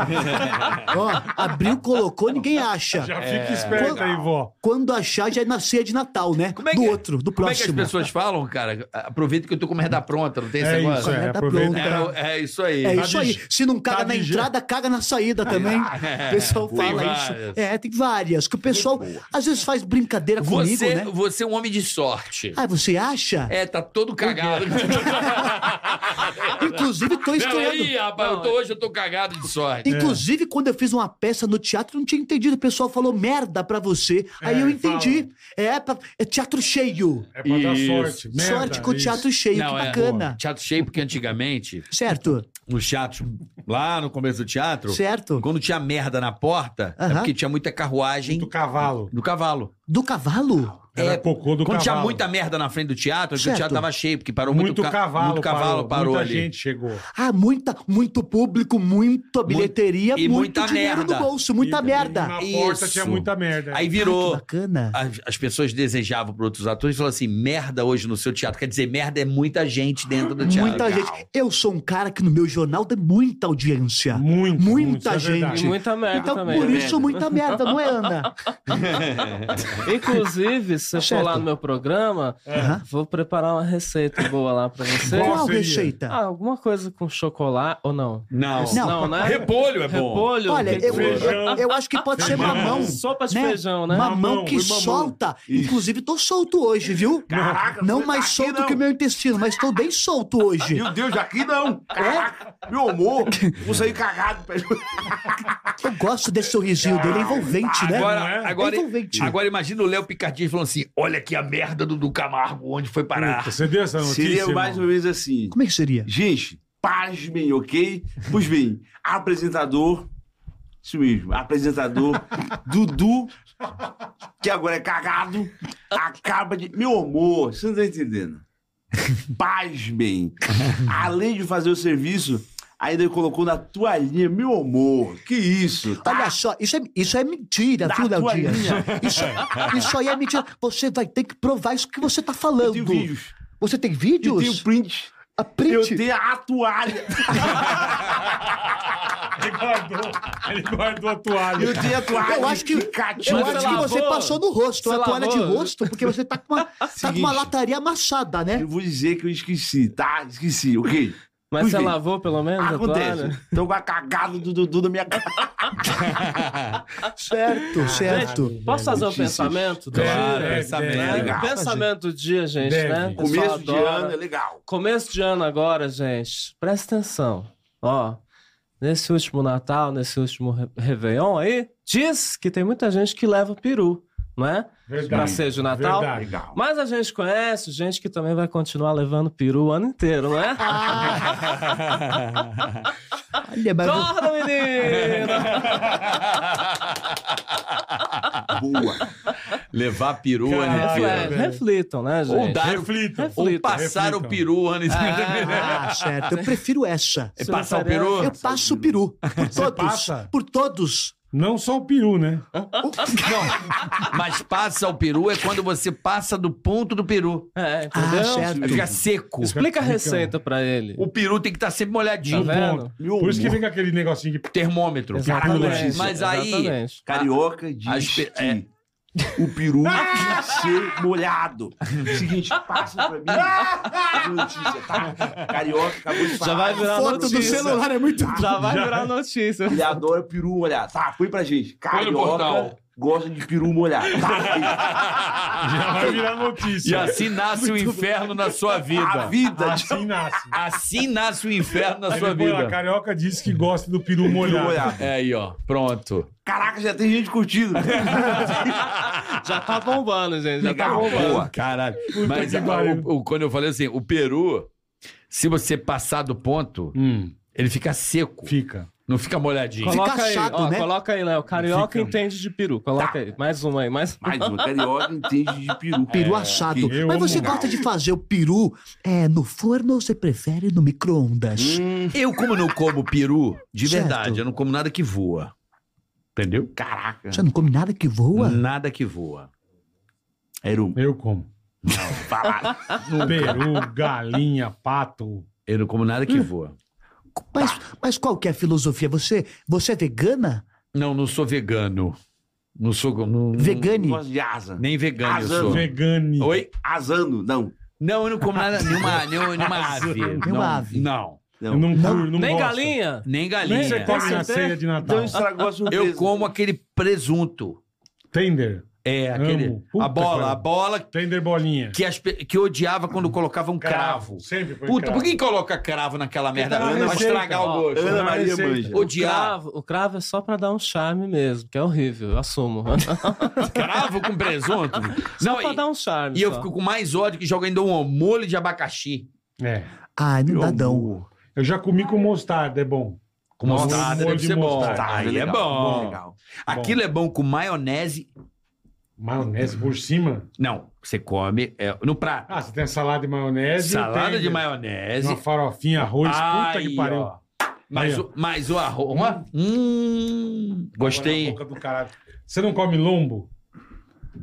Speaker 3: Ó, abriu, colocou, ninguém acha.
Speaker 1: Já fica esperto aí, vó.
Speaker 3: Quando achar, já é na ceia de Natal, né?
Speaker 2: Como é
Speaker 3: do
Speaker 2: que-
Speaker 3: outro, do
Speaker 2: Como é que as
Speaker 3: próximo.
Speaker 2: pessoas falam, cara? Aproveita que eu tô com merda pronta, não tem esse
Speaker 1: É
Speaker 2: negócio?
Speaker 1: isso, é.
Speaker 3: Tá
Speaker 1: Aproveita.
Speaker 3: pronto.
Speaker 2: É, o- é isso aí.
Speaker 3: É
Speaker 1: Tá
Speaker 3: isso aí.
Speaker 1: de-
Speaker 3: Se não caga
Speaker 1: tá
Speaker 3: na
Speaker 1: de je-
Speaker 3: entrada, caga na saída também. O pessoal
Speaker 2: É, Tem
Speaker 3: fala
Speaker 2: várias.
Speaker 3: isso. É, tem várias. Que o pessoal às vezes faz brincadeira comigo,
Speaker 2: você,
Speaker 3: né?
Speaker 2: você é um homem de sorte.
Speaker 3: Ah, você acha?
Speaker 2: É, tá todo cagado.
Speaker 3: Inclusive, tô estranhando.
Speaker 2: Peraí, rapaz, eu tô- hoje eu tô cagado de
Speaker 1: É.
Speaker 2: sorte.
Speaker 3: Inclusive, quando eu fiz uma peça no teatro, eu não tinha entendido. O pessoal falou merda pra você. Aí
Speaker 1: É,
Speaker 3: eu entendi. É, pra- é teatro cheio.
Speaker 1: É pra dar
Speaker 2: Isso.
Speaker 1: sorte. Merda,
Speaker 3: Sorte com o
Speaker 1: isso.
Speaker 3: teatro cheio. que
Speaker 2: é,
Speaker 3: bacana.
Speaker 2: teatro cheio, porque antigamente,
Speaker 3: Certo?
Speaker 2: nos teatros, lá no começo do teatro,
Speaker 3: Certo?
Speaker 2: quando tinha merda na porta, é
Speaker 3: Aham.
Speaker 2: porque tinha muita carruagem
Speaker 1: Do cavalo.
Speaker 2: do cavalo.
Speaker 3: Do cavalo?
Speaker 1: Era
Speaker 2: É,
Speaker 1: cocô do
Speaker 2: Quando
Speaker 1: cavalo.
Speaker 2: tinha muita merda na frente do teatro, é que o
Speaker 3: Certo.
Speaker 2: teatro tava cheio, porque parou muito,
Speaker 1: Muito
Speaker 2: ca-
Speaker 1: cavalo,
Speaker 2: muito cavalo parou
Speaker 1: muita
Speaker 2: ali.
Speaker 1: gente chegou.
Speaker 3: Ah, muita, muito público, muita bilheteria,
Speaker 2: e
Speaker 3: muito
Speaker 2: muita
Speaker 3: dinheiro
Speaker 2: merda.
Speaker 3: no bolso, muita
Speaker 1: E-
Speaker 3: merda.
Speaker 1: e Na porta
Speaker 2: Isso.
Speaker 1: tinha muita merda.
Speaker 2: Aí
Speaker 3: Ah,
Speaker 2: virou.
Speaker 3: que bacana.
Speaker 2: As, as pessoas desejavam para outros atores e falavam assim: merda hoje no seu teatro. Quer dizer, merda é muita gente dentro do teatro.
Speaker 3: Muita gente. Eu sou um cara que no meu jornal tem muita audiência.
Speaker 1: Muito,
Speaker 3: Muita
Speaker 1: muito, isso é
Speaker 3: gente.
Speaker 1: verdade.
Speaker 5: E muita merda
Speaker 3: Então,
Speaker 5: também.
Speaker 3: por
Speaker 5: né?
Speaker 3: isso, muita merda, não é, Ana?
Speaker 5: Inclusive, se você for
Speaker 3: Certo.
Speaker 5: lá no meu programa,
Speaker 3: Aham.
Speaker 5: vou preparar uma receita boa lá pra você.
Speaker 1: Qual
Speaker 3: Qual
Speaker 1: seria?
Speaker 3: receita?
Speaker 5: Ah, alguma coisa com chocolate ou não?
Speaker 2: Não.
Speaker 3: Não.
Speaker 5: né?
Speaker 2: Repolho é bom.
Speaker 5: Repolho.
Speaker 3: Olha, eu,
Speaker 1: Feijão.
Speaker 3: eu, eu acho que pode ser
Speaker 1: Feijão.
Speaker 3: mamão.
Speaker 5: Sopa de
Speaker 3: né?
Speaker 5: feijão, né?
Speaker 3: Mamão,
Speaker 1: Mamão,
Speaker 3: que
Speaker 1: foi mamão.
Speaker 3: solta. Inclusive, tô solto hoje, viu?
Speaker 4: Caraca,
Speaker 3: não
Speaker 4: foi
Speaker 3: mais
Speaker 4: aqui
Speaker 3: solto
Speaker 4: não.
Speaker 3: que o meu intestino, mas tô bem solto hoje.
Speaker 4: Meu Deus, aqui não!
Speaker 3: É?
Speaker 4: Caraca! Meu amor! Vou sair cagado.
Speaker 3: Eu gosto desse sorrisinho dele, é envolvente, né?
Speaker 2: Agora,
Speaker 1: Não é?
Speaker 2: agora,
Speaker 3: É envolvente.
Speaker 2: agora imagina o Léo Picardinho falando assim: olha aqui a merda do, do Camargo, onde foi parar.
Speaker 1: Puta, Você deu essa notícia?
Speaker 4: Seria mais
Speaker 1: irmão?
Speaker 4: ou menos assim.
Speaker 3: Como é que seria?
Speaker 4: Gente, pasmem, ok? Pois bem, apresentador. Isso mesmo, apresentador Dudu, que agora é cagado, acaba de. Meu amor, você não tá entendendo. Pasmem. Além de fazer o serviço, ainda colocou na toalhinha. Meu amor, que isso? tá?
Speaker 3: Olha só, isso é, isso é mentira,
Speaker 4: Da
Speaker 3: viu, Léo
Speaker 4: tua
Speaker 3: Dias?
Speaker 4: linha.
Speaker 3: Isso, isso aí é mentira. Você vai ter que provar isso que você tá
Speaker 4: Eu
Speaker 3: falando.
Speaker 4: tenho vídeos.
Speaker 3: Você tem
Speaker 4: Eu
Speaker 3: vídeos?
Speaker 4: tenho print.
Speaker 3: A
Speaker 4: Eu
Speaker 3: print?
Speaker 4: tenho a toalha.
Speaker 1: Ele guardou, ele guardou a toalha.
Speaker 4: Eu tenho a toalha.
Speaker 3: Eu acho que-
Speaker 4: Catinho.
Speaker 3: Eu
Speaker 5: Mas
Speaker 3: acho
Speaker 5: você
Speaker 3: que você
Speaker 5: lavou?
Speaker 3: passou no rosto,
Speaker 5: Você
Speaker 3: uma toalha de
Speaker 5: lavou?
Speaker 3: rosto, porque você tá com uma, tá com uma
Speaker 4: Seguinte.
Speaker 3: lataria amassada, né?
Speaker 4: Eu vou dizer que eu esqueci, tá? Esqueci, ok?
Speaker 5: Mas você
Speaker 4: Enfim.
Speaker 5: lavou pelo menos a toalha?
Speaker 4: Acontece. Tô com a cagada do Dudu na minha cara.
Speaker 3: Certo, certo.
Speaker 1: Caralho,
Speaker 5: Posso
Speaker 1: velho.
Speaker 5: fazer um
Speaker 4: notícias.
Speaker 5: pensamento? do
Speaker 1: Deve,
Speaker 5: dia?
Speaker 2: Claro,
Speaker 1: deve,
Speaker 2: essa
Speaker 1: deve.
Speaker 5: Né?
Speaker 2: merda.
Speaker 4: Legal.
Speaker 5: Pensamento do dia, gente,
Speaker 1: é, Deve.
Speaker 5: né? O pessoal
Speaker 4: Começo de
Speaker 5: adora.
Speaker 4: ano é legal.
Speaker 5: Começo de ano agora, gente. Presta atenção. Ó, nesse último Natal, nesse último Re- Réveillon aí, diz que tem muita gente que leva peru, não é? Pra
Speaker 1: Verdade.
Speaker 5: ser de Natal.
Speaker 1: Verdade.
Speaker 4: Legal.
Speaker 5: Mas a gente conhece gente que também vai continuar levando peru o ano inteiro, não é?
Speaker 3: Olha, mas eu-
Speaker 5: Acorda, menino!
Speaker 4: Boa.
Speaker 2: Levar peru,
Speaker 1: Caralho,
Speaker 2: né?
Speaker 1: velho.
Speaker 5: Refle- Reflitam, né, gente?
Speaker 2: Ou dar.
Speaker 1: Reflita.
Speaker 5: Reflita.
Speaker 2: Ou passar
Speaker 1: reflitam.
Speaker 2: o peru ano
Speaker 3: Ah, certo. Eu prefiro essa.
Speaker 2: É passar o
Speaker 5: prefere-
Speaker 2: peru?
Speaker 3: Eu passo o peru. Por todos.
Speaker 1: passa?
Speaker 3: Por todos.
Speaker 1: Não só o peru, né?
Speaker 2: Mas passa o peru é quando você passa do ponto do peru.
Speaker 5: É,
Speaker 3: Ah,
Speaker 5: entendeu?
Speaker 2: Aí
Speaker 3: certo.
Speaker 2: Fica um seco.
Speaker 5: Explica a
Speaker 1: Então.
Speaker 5: receita pra ele.
Speaker 2: O peru tem que estar sempre molhadinho.
Speaker 5: Tá vendo?
Speaker 4: Meu
Speaker 1: Por isso que
Speaker 4: amor.
Speaker 1: fica aquele negocinho que...
Speaker 2: Termômetro.
Speaker 1: Exatamente.
Speaker 2: Mas aí-
Speaker 5: Exatamente.
Speaker 4: Carioca diz
Speaker 2: As pe-
Speaker 4: que
Speaker 2: é.
Speaker 4: o peru tem que ser molhado. Seguinte, passa pra mim a notícia, tá? Carioca acabou de falar.
Speaker 5: Já vai virar
Speaker 3: Foto do
Speaker 5: notícia.
Speaker 3: celular é muito.
Speaker 5: Já vai virar notícia.
Speaker 4: Ele adora peru molhado. Tá, põe pra gente.
Speaker 2: Põe no
Speaker 4: Carioca
Speaker 2: portal.
Speaker 4: gosta de peru molhado. Tá?
Speaker 1: Já vai virar notícia.
Speaker 2: Ah. E assim nasce o inferno na sua
Speaker 4: A
Speaker 2: vida.
Speaker 4: vida de
Speaker 1: Assim nasce.
Speaker 2: Assim nasce o inferno na
Speaker 1: Aí
Speaker 2: sua
Speaker 1: depois A
Speaker 2: vida.
Speaker 1: carioca disse que gosta do peru
Speaker 4: peru
Speaker 1: molhado.
Speaker 4: molhado.
Speaker 2: É aí, ó. Pronto.
Speaker 4: Caraca, já tem gente curtindo.
Speaker 5: Já tá bombando, gente. Já tá
Speaker 4: Legal,
Speaker 5: bombando.
Speaker 4: boa.
Speaker 2: Caralho. Mas
Speaker 1: que
Speaker 2: a-
Speaker 1: pariu.
Speaker 2: o- o- quando eu falei assim, o peru, se você passar do ponto,
Speaker 1: Hum,
Speaker 2: ele fica seco.
Speaker 1: fica.
Speaker 2: Não fica molhadinho.
Speaker 5: Coloca aí,
Speaker 3: chato,
Speaker 5: ó,
Speaker 3: né?
Speaker 5: coloca aí, Léo. Carioca
Speaker 1: Fica.
Speaker 5: entende de peru. Coloca aí. Mais uma aí, mais
Speaker 4: Mais um carioca entende de peru.
Speaker 3: Peru
Speaker 4: É,
Speaker 3: assado.
Speaker 1: eu
Speaker 3: Mas você
Speaker 1: amo.
Speaker 3: gosta de fazer o peru é, no forno ou você prefere no micro-ondas?
Speaker 4: Hum,
Speaker 2: Eu, como não como peru, de
Speaker 3: Certo.
Speaker 2: verdade, eu não como nada que voa. Entendeu?
Speaker 4: caraca.
Speaker 3: Você não come nada que voa?
Speaker 2: Nada que voa.
Speaker 4: Era um
Speaker 1: Eu como.
Speaker 4: falado.
Speaker 1: Peru, galinha, pato.
Speaker 2: Eu não como nada que voa.
Speaker 3: Mas, mas qual que é a filosofia? Você, você é vegana?
Speaker 2: Não, não sou vegano. Não sou. Não, não-
Speaker 3: Vegane?
Speaker 4: Gosto de asa.
Speaker 2: Nem vegano eu
Speaker 4: Casando.
Speaker 2: sou.
Speaker 1: Vegane.
Speaker 2: Oi?
Speaker 4: Asando, não.
Speaker 2: Não, eu não como nada. Nenhuma, nenhuma, nenhuma ave. não,
Speaker 3: ave.
Speaker 2: Não.
Speaker 1: Eu não,
Speaker 3: Não.
Speaker 1: curto, não
Speaker 5: Nem
Speaker 1: gosto.
Speaker 5: galinha?
Speaker 2: Nem
Speaker 1: Nem
Speaker 2: galinha.
Speaker 1: você come na
Speaker 5: certeza.
Speaker 1: ceia de
Speaker 4: Então
Speaker 1: Natal.
Speaker 4: estragou a surpresa.
Speaker 2: Eu como aquele presunto.
Speaker 1: Tender.
Speaker 2: É, aquele.
Speaker 1: Amo. Puta
Speaker 2: a bola,
Speaker 1: coisa.
Speaker 2: a bola
Speaker 1: Tender bolinha.
Speaker 2: que, as, pe- que eu odiava quando colocava um cravo.
Speaker 1: Sempre foi
Speaker 2: Puta,
Speaker 1: cravo.
Speaker 2: por que coloca cravo naquela merda?
Speaker 1: tá na
Speaker 2: Vai
Speaker 1: receita,
Speaker 2: estragar
Speaker 5: ó.
Speaker 2: o gosto.
Speaker 4: Ana Maria
Speaker 1: Receita.
Speaker 4: Manja.
Speaker 2: O
Speaker 5: O
Speaker 2: diabo.
Speaker 5: cravo, o cravo é só pra dar um charme mesmo, que é horrível, eu assumo.
Speaker 2: Cravo com presunto? Não,
Speaker 5: só pra
Speaker 2: e,
Speaker 5: dar um charme.
Speaker 2: e eu
Speaker 5: só.
Speaker 2: fico com mais ódio que joga ainda um molho de abacaxi.
Speaker 1: É.
Speaker 3: Ah, não dá não.
Speaker 4: Amor.
Speaker 1: Eu já comi com mostarda, é bom.
Speaker 2: Com
Speaker 1: Nossa,
Speaker 2: mostarda,
Speaker 1: molho
Speaker 2: deve
Speaker 1: de
Speaker 2: ser bom.
Speaker 1: mostarda.
Speaker 4: Tá,
Speaker 2: Aí é
Speaker 4: legal,
Speaker 2: bom.
Speaker 4: legal.
Speaker 2: Aquilo é bom com maionese.
Speaker 1: Maionese por cima.
Speaker 2: Não, você come é, no prato.
Speaker 1: Ah, você tem a salada de maionese.
Speaker 2: Salada
Speaker 1: tem
Speaker 2: de maionese.
Speaker 1: Uma farofinha, arroz. puta
Speaker 2: Aí,
Speaker 1: que pariu.
Speaker 2: ó. Mas,
Speaker 1: Aí, ó.
Speaker 2: o, mas o arroz. ó. Hum,
Speaker 1: Na
Speaker 2: gostei.
Speaker 1: é boca do caralho. Você não come lombo?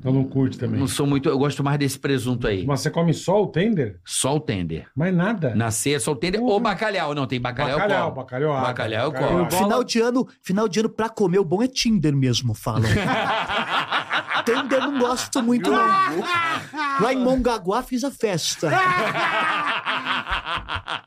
Speaker 1: Eu não curte também.
Speaker 2: Não sou muito. Eu gosto mais desse presunto aí.
Speaker 1: Mas você come só o tender?
Speaker 2: Só o tender.
Speaker 1: Mais nada.
Speaker 2: Na ceia, só o tender ou bacalhau. Não, tem bacalhau.
Speaker 1: bacalhau,
Speaker 2: como.
Speaker 1: bacalhau, água,
Speaker 2: Bacalhau eu
Speaker 1: bacalhau. ah.
Speaker 2: como.
Speaker 3: Final de ano, final de ano pra comer o bom é Tinder mesmo, falam. Tinder não gosto muito não. Lá em Mongaguá fiz a festa.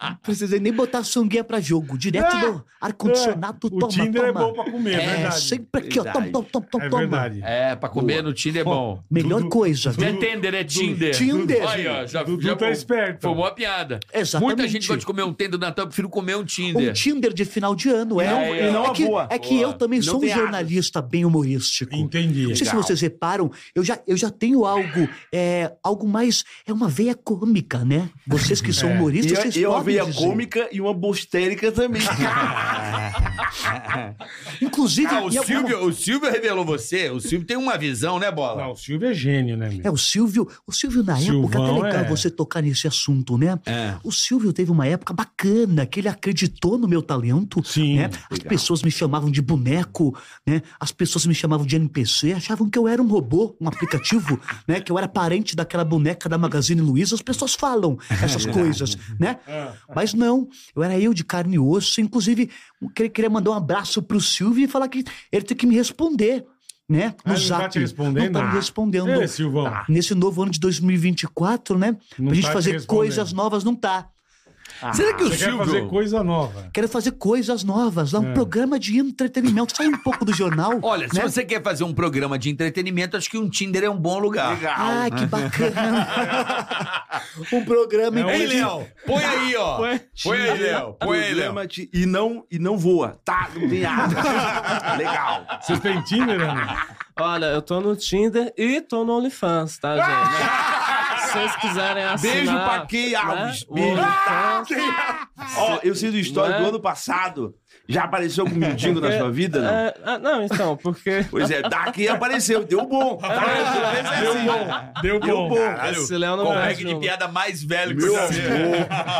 Speaker 3: Não precisei nem botar sunguinha pra jogo, direto no ar-condicionado,
Speaker 1: O
Speaker 3: toma,
Speaker 1: Tinder
Speaker 3: toma.
Speaker 1: é bom pra comer, é,
Speaker 3: É,
Speaker 1: verdade.
Speaker 3: sempre aqui, ó, tom,
Speaker 4: Verdade.
Speaker 3: tom, tom, tom,
Speaker 1: É
Speaker 3: toma.
Speaker 1: verdade.
Speaker 2: É, pra comer no Tinder é bom.
Speaker 3: Melhor
Speaker 1: Tudo-
Speaker 3: coisa, Né?
Speaker 2: Não
Speaker 3: viu?
Speaker 2: é Tender, é Tinder.
Speaker 3: Tinder.
Speaker 2: Olha, ó, já,
Speaker 1: Dudu
Speaker 2: já
Speaker 1: tá
Speaker 2: fom-
Speaker 1: esperto.
Speaker 2: Foi uma piada.
Speaker 3: Exatamente.
Speaker 2: Muita gente gosta de comer um Tender do Natal, eu prefiro comer um Tinder.
Speaker 3: Um Tinder de final de ano, é.
Speaker 2: não- e não
Speaker 3: é
Speaker 2: a
Speaker 3: que,
Speaker 4: boa.
Speaker 3: é que eu também
Speaker 4: Não
Speaker 3: sou um
Speaker 4: tem asa.
Speaker 3: jornalista bem humorístico.
Speaker 1: Entendi.
Speaker 3: Não sei se vocês reparam, eu já, eu já tenho algo, é, algo mais. É uma veia cômica, né? Vocês que são
Speaker 1: É.
Speaker 4: E
Speaker 3: humoristas,
Speaker 4: eu,
Speaker 3: vocês
Speaker 4: eu
Speaker 3: podem
Speaker 4: havia
Speaker 3: dizer.
Speaker 4: cômica e uma bostérica também.
Speaker 3: Inclusive,
Speaker 2: Ah, o,
Speaker 3: em algum-
Speaker 2: Silvio, o Silvio revelou você. O Silvio tem uma visão, né, Bola?
Speaker 1: Não, o Silvio é gênio, né, meu?
Speaker 3: É, o Silvio, o Silvio na
Speaker 1: Silvão,
Speaker 3: época, até legal
Speaker 1: é.
Speaker 3: você tocar nesse assunto, né?
Speaker 2: É.
Speaker 3: O Silvio teve uma época bacana, que ele acreditou no meu talento.
Speaker 1: Sim.
Speaker 3: né? As pessoas me chamavam de boneco, né? As pessoas me chamavam de NPC, achavam que eu era um robô, um aplicativo, né? Que eu era parente daquela boneca da Magazine Luiza. As pessoas falam essas
Speaker 1: É.
Speaker 3: coisas, né?
Speaker 1: Ah.
Speaker 3: Mas não, eu era eu de carne e osso. Inclusive, eu queria- queria mandar um abraço pro Silvio e falar que ele tem que me responder, né?
Speaker 1: Ah,
Speaker 3: No
Speaker 1: ele não tá
Speaker 3: zap.
Speaker 1: te respondendo?
Speaker 3: Não tá me
Speaker 1: Ah.
Speaker 3: respondendo.
Speaker 1: Ei, Silvão.
Speaker 3: Nesse novo ano de 2024, né?
Speaker 1: Tá. Não
Speaker 3: pra gente
Speaker 1: tá te
Speaker 3: fazer
Speaker 1: respondendo.
Speaker 3: coisas novas, não tá.
Speaker 2: Será que o
Speaker 1: Você quer
Speaker 2: Silvio.
Speaker 1: fazer coisa nova.
Speaker 3: Quero fazer coisas novas,
Speaker 1: É.
Speaker 3: lá um programa de entretenimento, sair um pouco do jornal.
Speaker 2: Olha, se
Speaker 3: né?
Speaker 2: você quer fazer um programa de entretenimento, acho que um Tinder é um bom lugar.
Speaker 5: tá
Speaker 4: Legal.
Speaker 3: Ah, que bacana. um programa
Speaker 1: É um
Speaker 3: em
Speaker 2: Ei,
Speaker 3: que...
Speaker 2: Léo, põe aí, ó. Põe aí, Léo. Põe aí, Léo.
Speaker 4: Programa de- E não, e não voa. Tá, não tem nada. Legal.
Speaker 1: Vocês têm Tinder, né, Ana?
Speaker 5: Olha, eu tô no Tinder e tô no OnlyFans, tá, gente? Se vocês quiserem assinar... né,
Speaker 4: Beijo pra Key Alves.
Speaker 5: O
Speaker 4: Beijo.
Speaker 5: OnlyFans.
Speaker 4: Ó, eu sei do histórico
Speaker 1: Né?
Speaker 5: Não é?
Speaker 4: do ano passado. Já apareceu com mendigo na sua vida, não?
Speaker 5: É, ah, não, então, porque...
Speaker 4: Pois é, daqui apareceu. Deu bom.
Speaker 2: É,
Speaker 1: Deu bom. Deu bom.
Speaker 2: Caralho,
Speaker 5: Esse Léo não
Speaker 2: qual
Speaker 5: merece
Speaker 2: é que de
Speaker 5: nenhuma.
Speaker 2: piada mais velho que você tá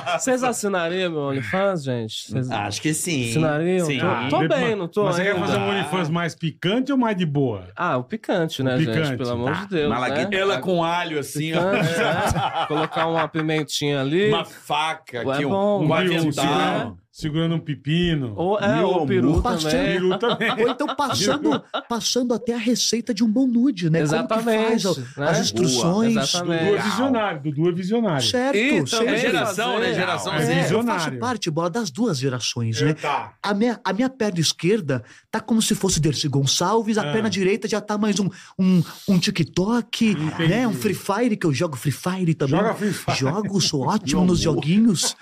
Speaker 2: viu?
Speaker 5: Vocês assinariam meu OnlyFans, gente? Vocês
Speaker 2: Acho que sim.
Speaker 5: assinariam?
Speaker 2: Sim.
Speaker 1: Tá.
Speaker 5: Tô, tô bem, não tô
Speaker 1: Mas você quer
Speaker 5: ainda.
Speaker 1: fazer um OnlyFans mais picante ou mais de boa?
Speaker 5: Ah, o picante, né,
Speaker 1: Picante,
Speaker 5: gente? Pelo amor
Speaker 4: tá.
Speaker 5: de Deus,
Speaker 4: Malagueta.
Speaker 5: né?
Speaker 2: Ela com alho, assim, ó.
Speaker 5: Picante, né? Colocar uma pimentinha ali.
Speaker 2: Uma faca
Speaker 5: Ué,
Speaker 2: aqui,
Speaker 5: é
Speaker 2: um, um
Speaker 5: bom. Um
Speaker 1: Viu?
Speaker 5: avental.
Speaker 1: Segura-
Speaker 2: avental.
Speaker 5: Silvio-
Speaker 1: segurando um pepino.
Speaker 5: Ou, é,
Speaker 4: Meu
Speaker 5: ou o peru
Speaker 4: amor.
Speaker 5: também.
Speaker 1: Peru também.
Speaker 3: Ou então passando, passando até a receita de um bom nude, né?
Speaker 5: Exatamente.
Speaker 3: Como que faz, ó,
Speaker 5: né?
Speaker 3: As instruções.
Speaker 5: Boa, exatamente.
Speaker 1: Dudu é
Speaker 5: Legal.
Speaker 1: visionário. Dudu é visionário.
Speaker 3: Certo.
Speaker 5: E
Speaker 3: certo.
Speaker 5: também
Speaker 2: É geração, né? Geração
Speaker 1: É
Speaker 4: assim,
Speaker 2: Z.
Speaker 3: eu faço
Speaker 1: Visionário.
Speaker 3: parte, bola, das duas gerações, né?
Speaker 1: Tá.
Speaker 3: A minha, a minha perna esquerda tá como se fosse Dercy Gonçalves, a
Speaker 1: Ah.
Speaker 3: perna direita já tá mais um, um, um TikTok,
Speaker 1: Entendi.
Speaker 3: né? Um Free Fire, que eu jogo Free Fire também.
Speaker 1: Joga Free Fire.
Speaker 3: Jogo, sou ótimo
Speaker 4: Meu
Speaker 3: nos
Speaker 4: amor.
Speaker 3: joguinhos.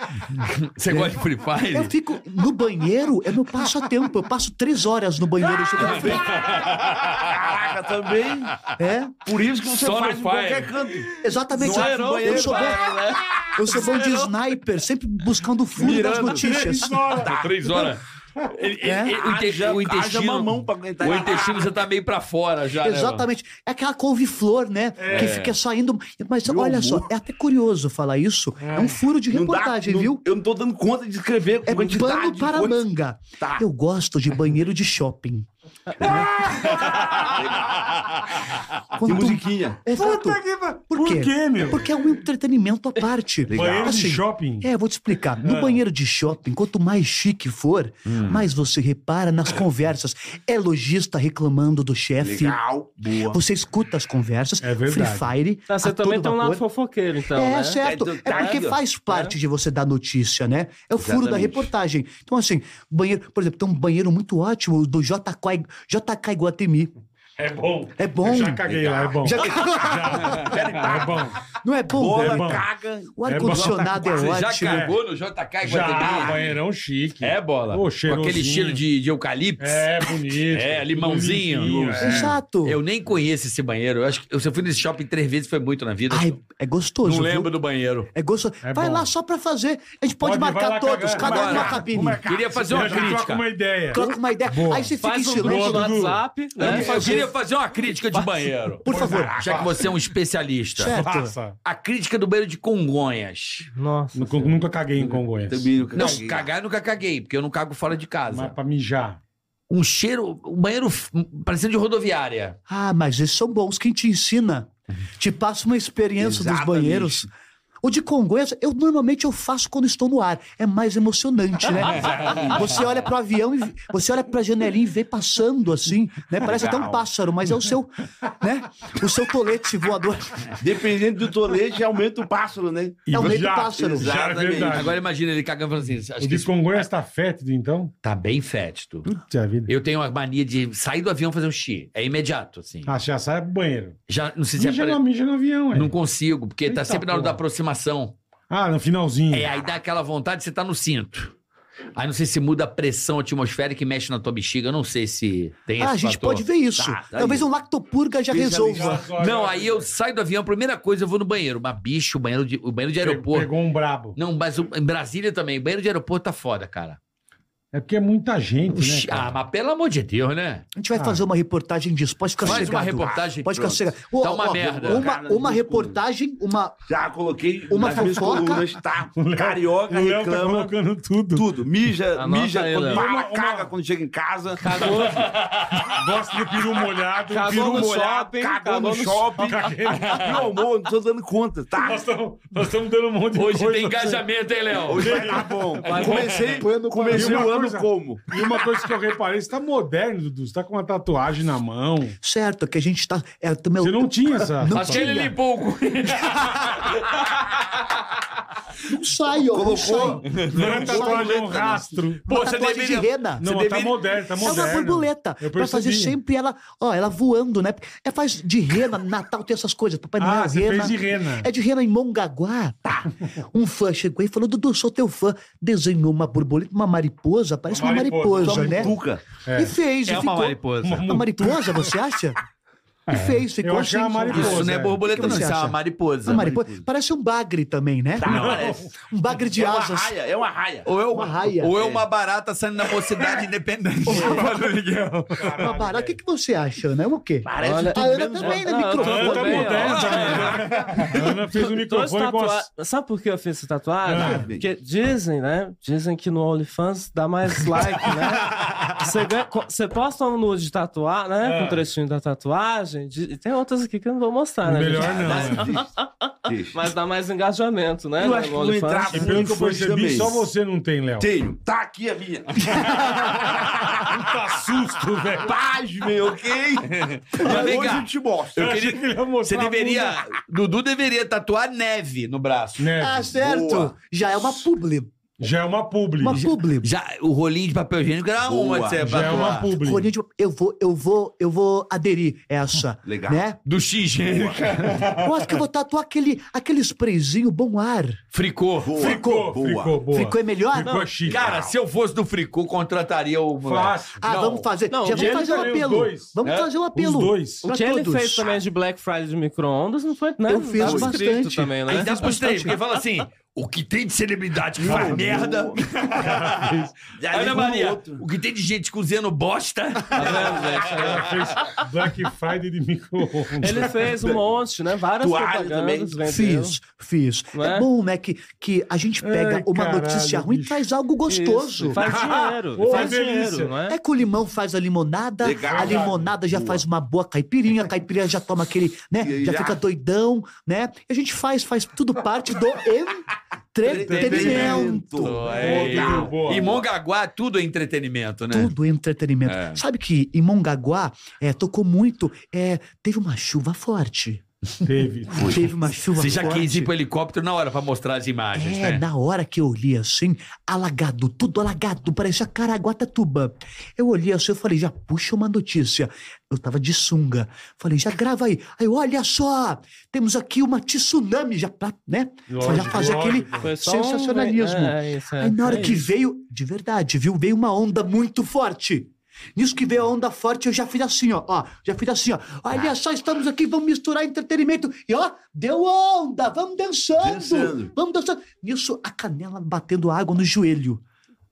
Speaker 2: Você gosta de Free
Speaker 3: Eu
Speaker 2: Fire?
Speaker 3: fico no banheiro, é meu passatempo. Eu passo três horas no banheiro
Speaker 1: Ah,
Speaker 3: jogando Free Fire.
Speaker 4: Caraca, também.
Speaker 3: É,
Speaker 4: Por isso que você
Speaker 2: Só no
Speaker 4: faz em
Speaker 2: fire.
Speaker 4: qualquer canto.
Speaker 3: exatamente.
Speaker 1: é
Speaker 4: Zoeirão,
Speaker 3: eu sou bom,
Speaker 4: zoeirão, né?
Speaker 3: eu sou bom de sniper, sempre buscando o fundo das
Speaker 4: Mirando.
Speaker 3: notícias.
Speaker 2: Tá, Três horas. Ele- ele-
Speaker 3: É.
Speaker 2: ele- o, inte-
Speaker 4: Haja-
Speaker 2: o intestino,
Speaker 4: haja mamão pra aguentar.
Speaker 2: o intestino já tá meio pra fora já, né, mano?
Speaker 3: Exatamente. É aquela couve-flor, né? Que fica saindo. Mas
Speaker 4: Meu
Speaker 3: olha só,
Speaker 4: amor.
Speaker 3: é até curioso falar isso. É, um furo de
Speaker 4: Não dá-
Speaker 3: reportagem,
Speaker 4: não-
Speaker 3: viu?
Speaker 4: Eu não tô dando conta de escrever com
Speaker 3: É
Speaker 4: quantidade.
Speaker 3: pano
Speaker 4: de
Speaker 3: para
Speaker 4: coisa.
Speaker 3: manga.
Speaker 4: Tá.
Speaker 3: Eu gosto de banheiro de shopping.
Speaker 4: E
Speaker 3: Quanto...
Speaker 4: musiquinha.
Speaker 3: Exato.
Speaker 1: Puta que pa-
Speaker 3: Por quê?
Speaker 1: Por quê, meu?
Speaker 3: Porque é um entretenimento à parte.
Speaker 1: Banheiro de
Speaker 3: Assim,
Speaker 1: shopping.
Speaker 3: É, vou te explicar. No banheiro de shopping, quanto mais chique for, mais você repara nas conversas. É lojista reclamando do chefe.
Speaker 4: Legal. Boa.
Speaker 3: É assim. Você escuta as conversas.
Speaker 1: É verdade.
Speaker 3: Free Fire.
Speaker 5: Tá, você
Speaker 3: a
Speaker 5: também
Speaker 3: todo
Speaker 5: tem um lado
Speaker 3: vapor.
Speaker 5: fofoqueiro, então,
Speaker 3: é,
Speaker 5: né?
Speaker 3: certo.
Speaker 4: É,
Speaker 3: É,
Speaker 4: tá
Speaker 3: porque
Speaker 4: ligado?
Speaker 1: né?
Speaker 3: faz parte de você dar notícia, né? É o furo da
Speaker 4: Exatamente.
Speaker 3: reportagem. Então, assim, banheiro, por exemplo, tem um banheiro muito ótimo o do JK, JK Iguatemi.
Speaker 1: É bom.
Speaker 3: É bom.
Speaker 1: Eu já caguei lá, é bom.
Speaker 3: Já-
Speaker 1: Já- É bom.
Speaker 3: Não é
Speaker 1: é
Speaker 3: bom?
Speaker 1: bom.
Speaker 4: Bola, caga.
Speaker 3: O
Speaker 1: É
Speaker 3: ar-condicionado é,
Speaker 2: Você já
Speaker 3: ótimo.
Speaker 2: carregou no JK e
Speaker 1: Já,
Speaker 2: Guatemi?
Speaker 1: banheirão chique.
Speaker 2: É, bola.
Speaker 1: Ô,
Speaker 2: Com aquele
Speaker 1: cheirosinho.
Speaker 2: estilo de, de eucalipto.
Speaker 1: É, bonito.
Speaker 2: É, limãozinho.
Speaker 1: Limpinho, é.
Speaker 3: Exato.
Speaker 2: Eu nem conheço esse banheiro. Eu acho que eu só fui nesse shopping três vezes, foi muito na vida.
Speaker 3: Ai, é gostoso.
Speaker 2: não
Speaker 3: viu?
Speaker 2: lembro do banheiro.
Speaker 3: É gostoso.
Speaker 1: É
Speaker 3: vai
Speaker 1: bom.
Speaker 3: lá só pra fazer. A gente
Speaker 1: Pode,
Speaker 3: pode,
Speaker 1: vai lá
Speaker 3: marcar todos,
Speaker 1: cagar.
Speaker 3: cada um
Speaker 2: Bora.
Speaker 3: numa cabine.
Speaker 2: Queria fazer
Speaker 1: Eu
Speaker 2: uma
Speaker 1: já troco
Speaker 2: crítica.
Speaker 1: uma ideia.
Speaker 3: Troca uma ideia.
Speaker 1: Boa.
Speaker 3: Aí você fica em
Speaker 5: Faz um grupo
Speaker 3: silêncio.
Speaker 5: no
Speaker 1: Dudu.
Speaker 5: WhatsApp, né?
Speaker 2: É, Eu queria fazer uma crítica de banheiro.
Speaker 3: Por favor.
Speaker 2: Já que você é um especialista.
Speaker 3: Certo.
Speaker 1: Passa.
Speaker 2: A crítica do banheiro de Congonhas.
Speaker 5: Nossa.
Speaker 1: Nunca, nunca caguei em Congonhas.
Speaker 4: Também nunca
Speaker 2: Não,
Speaker 4: caguei.
Speaker 2: cagar eu nunca caguei, porque eu não cago fora de
Speaker 1: Mas
Speaker 2: casa.
Speaker 1: pra mijar.
Speaker 2: Um cheiro, um banheiro f- parecendo de rodoviária.
Speaker 3: Ah, mas esses são bons. Quem te ensina? Te passa uma experiência
Speaker 4: Exatamente.
Speaker 3: dos banheiros. O de Congonhas, eu normalmente eu faço quando estou no ar. É mais emocionante, né? você olha pro avião e você olha pra janelinha e vê passando assim, né? Parece até um
Speaker 4: Legal.
Speaker 3: pássaro, mas é o seu, né? O seu tolete voador.
Speaker 4: Dependendo do tolete, aumenta o pássaro, né?
Speaker 3: É o meio
Speaker 1: já-
Speaker 3: do pássaro.
Speaker 1: Já é
Speaker 4: Exatamente.
Speaker 1: verdade.
Speaker 2: Agora imagina ele cagando falando assim.
Speaker 1: o
Speaker 2: Acho que
Speaker 1: de
Speaker 2: isso
Speaker 1: Congonhas tá fétido, então?
Speaker 2: tá bem fétido.
Speaker 1: Puta vida.
Speaker 2: Eu tenho a mania de sair do avião e fazer um xixi. É imediato, assim.
Speaker 1: Ah, já sai pro banheiro.
Speaker 2: Já, não sei se é
Speaker 1: Mija,
Speaker 2: pra-
Speaker 1: no, mija no avião, é.
Speaker 2: Não consigo, porque tá
Speaker 1: Eita
Speaker 2: sempre na hora
Speaker 1: porra.
Speaker 2: da aproximação.
Speaker 1: Ah, no finalzinho.
Speaker 2: É, aí dá aquela vontade, você tá no cinto. Aí não sei se muda a pressão atmosférica e mexe na tua bexiga. Eu não sei se tem
Speaker 3: Ah,
Speaker 2: esse
Speaker 3: a gente
Speaker 2: fator.
Speaker 3: pode ver isso.
Speaker 4: Tá, tá
Speaker 3: Talvez
Speaker 4: aí.
Speaker 3: um lactopurga já
Speaker 4: Veja
Speaker 3: resolva.
Speaker 2: Não, aí é eu saio do avião, a primeira coisa eu vou no banheiro. Mas bicho, o banheiro de, o banheiro de aeroporto.
Speaker 1: Pegou um brabo.
Speaker 2: Não, mas o- em Brasília também. Banheiro de aeroporto tá foda, cara.
Speaker 1: É porque é muita gente,
Speaker 2: Ux,
Speaker 1: né?
Speaker 2: ah,
Speaker 1: cara?
Speaker 2: mas pelo amor de Deus, né?
Speaker 3: A gente vai
Speaker 1: Ah.
Speaker 3: fazer uma reportagem disso. Pode ficar
Speaker 2: Faz uma
Speaker 3: sossegado.
Speaker 2: reportagem.
Speaker 3: Pode ficar
Speaker 4: Pronto.
Speaker 3: sossegado.
Speaker 2: Tá uma merda.
Speaker 3: Uma,
Speaker 4: Cara,
Speaker 3: uma
Speaker 4: loucura.
Speaker 3: reportagem, uma,
Speaker 4: Já coloquei
Speaker 3: Uma
Speaker 4: nas minhas
Speaker 3: fofoca?
Speaker 4: colunas, tá?
Speaker 1: Léo-
Speaker 4: Carioca
Speaker 1: O Léo tá
Speaker 4: reclama
Speaker 1: colocando tudo.
Speaker 4: tudo. Mija,
Speaker 5: Anota
Speaker 4: mija
Speaker 2: é,
Speaker 5: aí,
Speaker 2: né?
Speaker 4: quando
Speaker 5: Léo.
Speaker 4: fala,
Speaker 1: Uma- uma-
Speaker 4: caga quando chega em casa.
Speaker 5: Cagou,
Speaker 1: Gosto do peru molhado.
Speaker 5: Cagou
Speaker 1: peru
Speaker 5: no
Speaker 1: molhado.
Speaker 5: shopping,
Speaker 4: cagou
Speaker 5: cagou
Speaker 4: no
Speaker 5: no
Speaker 4: shopping.
Speaker 1: Caguei.
Speaker 4: Meu amor, não tô dando conta, tá?
Speaker 1: Nós estamos nós estamos dando um monte de
Speaker 2: Hoje
Speaker 1: coisa.
Speaker 2: tem engajamento, hein, Léo?
Speaker 4: Hoje vai dar bom.
Speaker 5: Vai-
Speaker 4: Comecei,
Speaker 3: Põe no-
Speaker 4: comecei
Speaker 1: E uma
Speaker 4: o ano
Speaker 1: coisa-
Speaker 4: como?
Speaker 1: E uma coisa que eu reparei, você tá moderno, Dudu. Você tá com uma tatuagem na mão.
Speaker 3: Certo, que a gente tá. É, também,
Speaker 1: Você não tinha essa.
Speaker 3: Não
Speaker 2: Acho que ele
Speaker 3: tinha.
Speaker 2: limpou o cu.
Speaker 3: não sai, ó. Não sai.
Speaker 4: Colocou.
Speaker 1: Não é tatuagem, é um rastro.
Speaker 2: Pô,
Speaker 3: um Uma
Speaker 2: você
Speaker 3: tatuagem
Speaker 2: deveria-
Speaker 3: de rena.
Speaker 1: Não, mas
Speaker 4: deveria-
Speaker 1: tá moderno, tá
Speaker 3: é
Speaker 1: moderno.
Speaker 3: uma borboleta.
Speaker 1: Eu
Speaker 3: Pra fazer
Speaker 1: percebi.
Speaker 3: sempre ela, ó, ela voando, né? É faz de rena, Natal tem essas coisas. Papai Noel,
Speaker 1: Ah, você
Speaker 3: rena.
Speaker 1: fez de rena.
Speaker 3: É de rena em Mongaguá. Tá. Um fã chegou aí e falou: Dudu, sou teu fã. Desenhou uma borboleta, uma mariposa, parece
Speaker 1: Uma
Speaker 3: uma
Speaker 1: mariposa,
Speaker 3: mariposa,
Speaker 1: só
Speaker 3: né?
Speaker 4: Tuca.
Speaker 1: É.
Speaker 3: E fez, e
Speaker 2: É uma
Speaker 3: ficou.
Speaker 2: mariposa.
Speaker 3: Uma mariposa, você acha? E fez, ficou
Speaker 1: É. Eu achei
Speaker 3: assim,
Speaker 1: uma mariposa.
Speaker 2: Isso não é
Speaker 1: é.
Speaker 2: borboleta,
Speaker 3: O que
Speaker 2: não.
Speaker 3: você
Speaker 2: Isso é uma
Speaker 3: acha?
Speaker 2: mariposa.
Speaker 3: Uma mariposa. Parece um bagre também, né?
Speaker 4: Tá,
Speaker 1: é
Speaker 4: parece.
Speaker 3: Um bagre de
Speaker 4: É uma
Speaker 3: asas.
Speaker 4: raia, é uma raia.
Speaker 2: Ou é
Speaker 3: Uma raia.
Speaker 2: Ou é uma barata saindo da mocidade independente.
Speaker 3: Uma barata. O que, que você acha, né? O quê?
Speaker 4: Parece
Speaker 5: Olha-
Speaker 4: tudo
Speaker 3: A Ana
Speaker 4: menos
Speaker 3: também, né? tá
Speaker 5: Não, É, eu tô-
Speaker 1: Ana tá
Speaker 5: Tudo bem, ó.
Speaker 1: moderna também. A Ana fez o
Speaker 5: Dois
Speaker 1: microfone com
Speaker 5: tatua-
Speaker 1: as...
Speaker 5: Sabe por que eu fiz essa tatuagem?
Speaker 1: Ah.
Speaker 5: Porque dizem, né? Dizem que no OnlyFans dá mais like, né? Você, ganha- co- você posta um nude de tatuagem, né? Com um trechinho da tatuagem. de- e Tem outras aqui que eu não vou mostrar, né?
Speaker 1: Melhor
Speaker 5: gente?
Speaker 1: não. né?
Speaker 4: Deixa.
Speaker 5: Mas dá mais engajamento, né?
Speaker 4: Eu
Speaker 5: no
Speaker 4: acho que vou
Speaker 5: OnlyFans.
Speaker 4: entrar
Speaker 1: E
Speaker 4: Nunca
Speaker 1: pelo que
Speaker 4: vou
Speaker 1: percebi,
Speaker 4: saber
Speaker 1: só
Speaker 4: isso.
Speaker 1: você não tem, Léo.
Speaker 4: Tenho. Tá aqui a minha.
Speaker 1: Tá susto, velho.
Speaker 4: Pasmem, ok? Mas
Speaker 2: vem
Speaker 4: hoje
Speaker 2: cá.
Speaker 4: eu te mostro.
Speaker 2: Eu
Speaker 1: achei
Speaker 2: queria...
Speaker 1: que ele ia mostrar
Speaker 2: Você
Speaker 1: a bunda.
Speaker 2: deveria. Dudu deveria tatuar neve no braço.
Speaker 1: Né?
Speaker 3: Ah, certo.
Speaker 4: Boa.
Speaker 3: Já é uma publi.
Speaker 1: Já é uma publi.
Speaker 3: Uma publi.
Speaker 2: Já, o rolinho de papel higiênico era
Speaker 4: Boa.
Speaker 2: uma de você
Speaker 1: Já é uma
Speaker 2: tatuar.
Speaker 1: publi.
Speaker 3: Rolinho de- Eu vou, eu vou, eu vou aderir essa.
Speaker 4: Legal.
Speaker 3: Né?
Speaker 2: Do X,
Speaker 3: Eu acho que eu vou tatuar aquele, aquele sprayzinho bom ar.
Speaker 2: Fricô.
Speaker 4: Boa.
Speaker 1: Ficou,
Speaker 4: Boa.
Speaker 1: ficou boa.
Speaker 3: Ficou é melhor?
Speaker 1: Ficou chique.
Speaker 2: Cara, se eu fosse do Fricô, contrataria o. moleque.
Speaker 1: Fácil.
Speaker 3: Ah,
Speaker 2: Não.
Speaker 3: vamos fazer.
Speaker 5: Não,
Speaker 3: já
Speaker 5: o
Speaker 3: vamos
Speaker 1: Jenny
Speaker 3: fazer um
Speaker 1: também, os
Speaker 3: apelo.
Speaker 1: dois.
Speaker 3: Vamos
Speaker 2: É?
Speaker 3: fazer um apelo.
Speaker 1: dois.
Speaker 5: O
Speaker 3: pra
Speaker 5: que ele
Speaker 3: todos.
Speaker 5: fez também de Black Friday de micro-ondas não foi nada.
Speaker 3: Eu fiz
Speaker 5: Tava
Speaker 3: bastante.
Speaker 5: escrito também, né?
Speaker 2: Aí dá pros três, porque fala assim: o que tem de celebridade que
Speaker 4: um
Speaker 2: faz merda.
Speaker 4: Já
Speaker 2: Ana
Speaker 4: levou
Speaker 2: Maria,
Speaker 4: outro.
Speaker 2: o que tem de gente cozinhando bosta.
Speaker 5: Tá vendo, gente?
Speaker 1: Ela fez Black Friday de micro-ondas.
Speaker 5: Ele fez um monte, né? Várias
Speaker 4: Toalha
Speaker 5: propagandas, vendeu.
Speaker 3: Fiz, fiz.
Speaker 5: né? Não
Speaker 3: é?
Speaker 5: é?
Speaker 3: bom, né, que, que a gente pega
Speaker 1: Ai,
Speaker 3: uma
Speaker 1: caralho,
Speaker 3: notícia ruim e
Speaker 1: bicho.
Speaker 3: traz algo gostoso.
Speaker 5: Isso, Faz dinheiro.
Speaker 1: Ô,
Speaker 5: faz
Speaker 1: delícia.
Speaker 5: dinheiro, não é?
Speaker 3: É que o limão faz a limonada,
Speaker 4: Legal,
Speaker 3: a limonada já
Speaker 4: Boa.
Speaker 3: faz uma boa caipirinha, a caipirinha já toma aquele,
Speaker 4: E
Speaker 3: né?
Speaker 4: aí
Speaker 3: Já
Speaker 4: já-
Speaker 3: fica doidão, né? E a gente faz, faz tudo parte do
Speaker 4: né?
Speaker 3: entretenimento.
Speaker 2: Aí.
Speaker 1: Boa, boa.
Speaker 2: E Mongaguá, tudo é entretenimento, né?
Speaker 3: Tudo é entretenimento.
Speaker 2: É.
Speaker 3: Sabe que em Mongaguá é, tocou muito, é, teve uma chuva forte.
Speaker 1: Teve.
Speaker 3: Teve uma chuva
Speaker 2: Você já
Speaker 3: forte.
Speaker 2: quis ir pro helicóptero na hora pra mostrar as imagens,
Speaker 3: É,
Speaker 2: né?
Speaker 3: na hora que eu olhei assim, alagado, tudo alagado, parecia Caraguatatuba. Eu olhei assim, eu falei, já puxa uma notícia. Eu tava de sunga. Falei, já grava aí. Aí, eu, olha só, temos aqui uma tsunami, já, pra, né?
Speaker 1: Lógico,
Speaker 3: já fazer
Speaker 1: lógico.
Speaker 3: aquele
Speaker 5: Foi só um-
Speaker 3: É sensacionalismo.
Speaker 5: É, é isso, é.
Speaker 3: Aí na hora
Speaker 5: É
Speaker 3: que
Speaker 5: isso.
Speaker 3: veio, de verdade, viu? Veio uma onda muito forte. Nisso que veio a onda forte, eu já fiz assim, ó. ó já fiz assim, ó. Olha só, estamos aqui, vamos misturar entretenimento. E ó, deu onda, vamos dançando.
Speaker 4: Dançando.
Speaker 3: Vamos dançando. Nisso, a canela batendo água no joelho.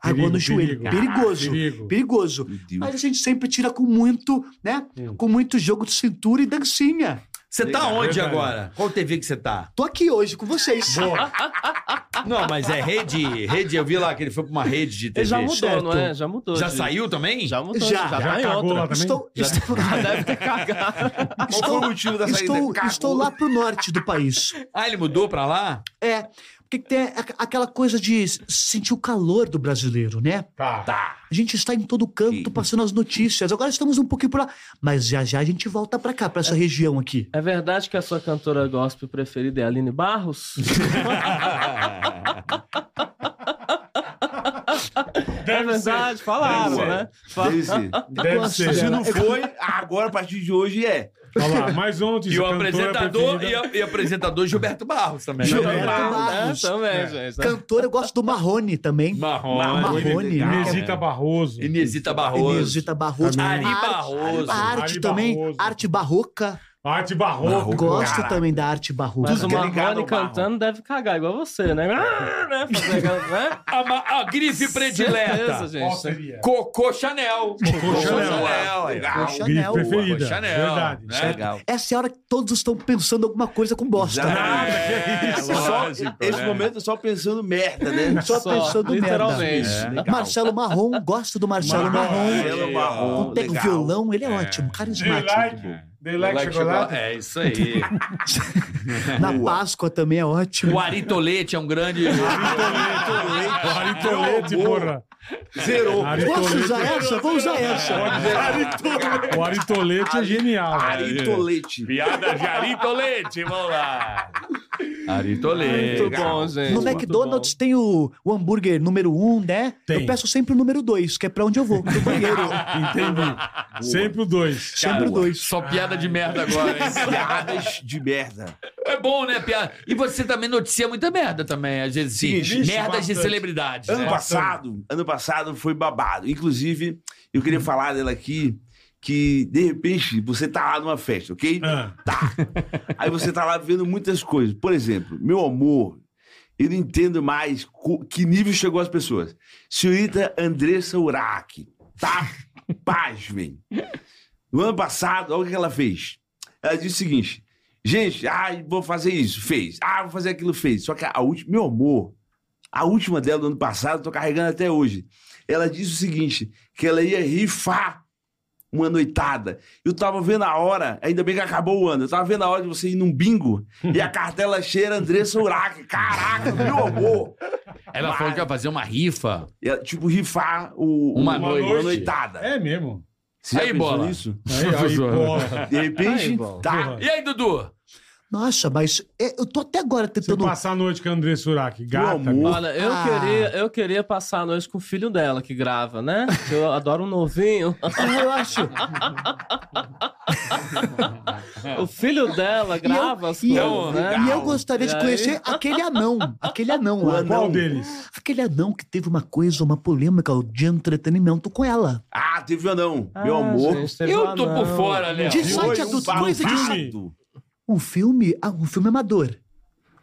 Speaker 3: Água
Speaker 1: Perigo,
Speaker 3: no joelho.
Speaker 1: perigo.
Speaker 3: Perigoso.
Speaker 1: Perigo.
Speaker 3: Perigoso.
Speaker 4: Meu Deus.
Speaker 3: Mas a gente sempre tira com muito, né?
Speaker 1: Hum.
Speaker 3: Com muito jogo de cintura e dancinha.
Speaker 2: Você tá
Speaker 4: Legal,
Speaker 2: onde
Speaker 1: verdade.
Speaker 2: agora? Qual TV que você tá?
Speaker 3: Tô aqui hoje com vocês.
Speaker 1: Boa.
Speaker 2: Não, mas é rede, rede. Eu vi lá que ele foi pra uma rede de TV.
Speaker 5: Ele já mudou,
Speaker 3: certo.
Speaker 5: não é? Já mudou.
Speaker 2: Já
Speaker 5: de-
Speaker 2: saiu também?
Speaker 5: Já mudou.
Speaker 3: Já. né?
Speaker 5: Já,
Speaker 1: Já
Speaker 5: tá em
Speaker 1: cagou
Speaker 5: outra.
Speaker 1: lá também?
Speaker 3: Estou, estou,
Speaker 5: Já deve ter cagado.
Speaker 4: Ah, Qual foi o motivo da saída?
Speaker 3: estou,
Speaker 4: Cagou.
Speaker 3: estou lá pro norte do país.
Speaker 2: Ah, ele mudou pra lá?
Speaker 3: É, porque tem a- aquela coisa de s- sentir o calor do brasileiro, né?
Speaker 1: Tá.
Speaker 3: A gente está em todo canto passando as notícias. Agora estamos um pouquinho por lá. Mas já já a gente volta pra cá, pra essa região aqui.
Speaker 5: É verdade que a sua cantora gospel preferida é Aline Barros? é verdade, falaram,
Speaker 4: Deve ser.
Speaker 5: né? Fa-
Speaker 4: Deve ser.
Speaker 1: Deve
Speaker 3: Nossa,
Speaker 1: ser.
Speaker 4: Se não foi, agora a partir de hoje é.
Speaker 1: Olha lá, mais uma notícia.
Speaker 2: E o
Speaker 1: Cantora
Speaker 2: apresentador,
Speaker 1: é preferida.
Speaker 2: e, a- e apresentador Gilberto Barros também. né?
Speaker 3: Gilberto
Speaker 5: Também,
Speaker 3: Barros.
Speaker 5: né? Também, gente.
Speaker 3: Cantor, eu gosto do Marrone também.
Speaker 2: Marrone.
Speaker 3: Marrone, né?
Speaker 1: Inesita Barroso.
Speaker 2: Inesita Barroso.
Speaker 3: Inesita Barroso.
Speaker 2: Ari
Speaker 3: A arte-
Speaker 2: Barroso.
Speaker 3: A arte
Speaker 1: Ari
Speaker 3: também,
Speaker 1: Barroso.
Speaker 3: arte barroca.
Speaker 1: Arte Barroso.
Speaker 4: Barroco.
Speaker 3: Gosto
Speaker 4: Caraca.
Speaker 3: também da arte barroca.
Speaker 5: Mas o
Speaker 4: Fica ligado
Speaker 5: Marrone
Speaker 4: ao barro.
Speaker 5: cantando deve cagar, igual você, né? Ah, né? Fazer aquela- né?
Speaker 2: A, ma- a grife predileta.
Speaker 5: Certeza,
Speaker 1: Qual
Speaker 5: gente. é
Speaker 1: seria?
Speaker 2: Cocô Chanel.
Speaker 1: Cocô Chanel.
Speaker 2: legal.
Speaker 1: Grife
Speaker 3: Chanel.
Speaker 1: preferida.
Speaker 2: Chanel.
Speaker 1: Verdade.
Speaker 2: né?
Speaker 4: Legal.
Speaker 3: Essa é a hora que todos estão pensando alguma coisa com bosta.
Speaker 4: Exato.
Speaker 2: É,
Speaker 4: É só- esse momento é só pensando merda, né?
Speaker 3: Só pensando merda.
Speaker 5: literalmente.
Speaker 3: Marcelo Marrom, gosto do Marcelo
Speaker 1: Marrom.
Speaker 3: Marrom.
Speaker 4: Marcelo Marrom,
Speaker 3: Pega o
Speaker 4: legal.
Speaker 3: violão, ele é, ótimo,
Speaker 1: They
Speaker 3: carismático.
Speaker 1: like, they like chocolate.
Speaker 2: É isso aí.
Speaker 3: Na Páscoa também é ótimo.
Speaker 2: O Aritolete é um grande.
Speaker 1: Aritolete, porra.
Speaker 4: Zerou.
Speaker 3: Posso
Speaker 1: Aritolete.
Speaker 3: usar essa? Vou usar
Speaker 5: É,
Speaker 3: essa.
Speaker 1: O Aritolete é genial. velho.
Speaker 4: Aritolete.
Speaker 2: Piada de Aritolete, vamos lá. Aritolete.
Speaker 5: Muito bom, gente.
Speaker 3: No
Speaker 5: muito
Speaker 3: McDonald's tem o, o hambúrguer número um, né?
Speaker 1: Tem.
Speaker 3: Eu peço sempre o número dois, que é pra onde eu vou, no banheiro.
Speaker 1: Entendi. Sempre o dois.
Speaker 3: sempre o dois.
Speaker 2: Só piada de merda agora, hein?
Speaker 4: Piadas de merda.
Speaker 2: É bom, né, piada? E você também noticia muita merda também, às vezes, sim.
Speaker 1: Sim, vixe,
Speaker 2: Merdas de
Speaker 1: bastante.
Speaker 2: celebridades.
Speaker 4: Ano
Speaker 2: né?
Speaker 4: passado, ano passado foi babado. Inclusive, eu queria falar dela aqui que, de repente, você tá lá numa festa, ok?
Speaker 1: Ah,
Speaker 4: Aí você tá lá vendo muitas coisas. Por exemplo, meu amor, eu não entendo mais co- que nível chegou as pessoas. Senhorita Andressa Urach, tá? Pasmem. No ano passado, olha o que ela fez. Ela disse o seguinte: gente, ai, vou fazer isso, fez. Ah, vou fazer aquilo, fez. Só que a última, meu amor, a última dela do ano passado, eu tô carregando até hoje. Ela disse o seguinte: que ela ia rifar uma noitada. Eu tava vendo a hora, ainda bem que acabou o ano, eu tava vendo a hora de você ir num bingo e a cartela cheira Andressa Urac. Caraca, meu amor!
Speaker 2: Ela
Speaker 4: Mas-
Speaker 2: falou que ia fazer uma rifa.
Speaker 4: É, tipo, rifar o,
Speaker 2: Uma noite.
Speaker 4: uma noitada.
Speaker 1: É mesmo.
Speaker 4: Você
Speaker 2: Aí,
Speaker 4: já pensou
Speaker 2: bola.
Speaker 4: nisso?
Speaker 1: Aí, aí, porra.
Speaker 4: De repente,
Speaker 5: Aí, bola.
Speaker 4: tá.
Speaker 2: E aí, Dudu?
Speaker 3: Nossa, mas é, eu tô até agora
Speaker 1: Você
Speaker 3: tentando.
Speaker 1: passar a noite com a André Surak, gata.
Speaker 4: Meu amor.
Speaker 5: Olha, eu,
Speaker 3: Ah.
Speaker 5: queria, eu queria passar a noite com o filho dela que grava, né? Que Eu adoro um novinho.
Speaker 3: Ah, eu acho.
Speaker 5: O filho dela grava as
Speaker 3: E
Speaker 5: coisas,
Speaker 3: eu,
Speaker 5: né?
Speaker 4: legal.
Speaker 3: e eu gostaria de
Speaker 5: E aí?
Speaker 3: conhecer aquele anão. Aquele anão
Speaker 4: O
Speaker 3: lá.
Speaker 4: anão.
Speaker 1: Qual deles?
Speaker 3: Aquele anão que teve uma coisa, uma polêmica de entretenimento com ela.
Speaker 4: Ah, teve um anão. meu
Speaker 5: Ah,
Speaker 4: amor.
Speaker 5: gente, teve
Speaker 2: Eu
Speaker 5: um
Speaker 2: tô por
Speaker 5: anão.
Speaker 2: fora, né?
Speaker 3: De
Speaker 4: Foi
Speaker 3: site
Speaker 4: um
Speaker 3: adulto, coisa de
Speaker 1: filme.
Speaker 3: site.
Speaker 4: babado.
Speaker 3: Um filme, ah, um filme amador.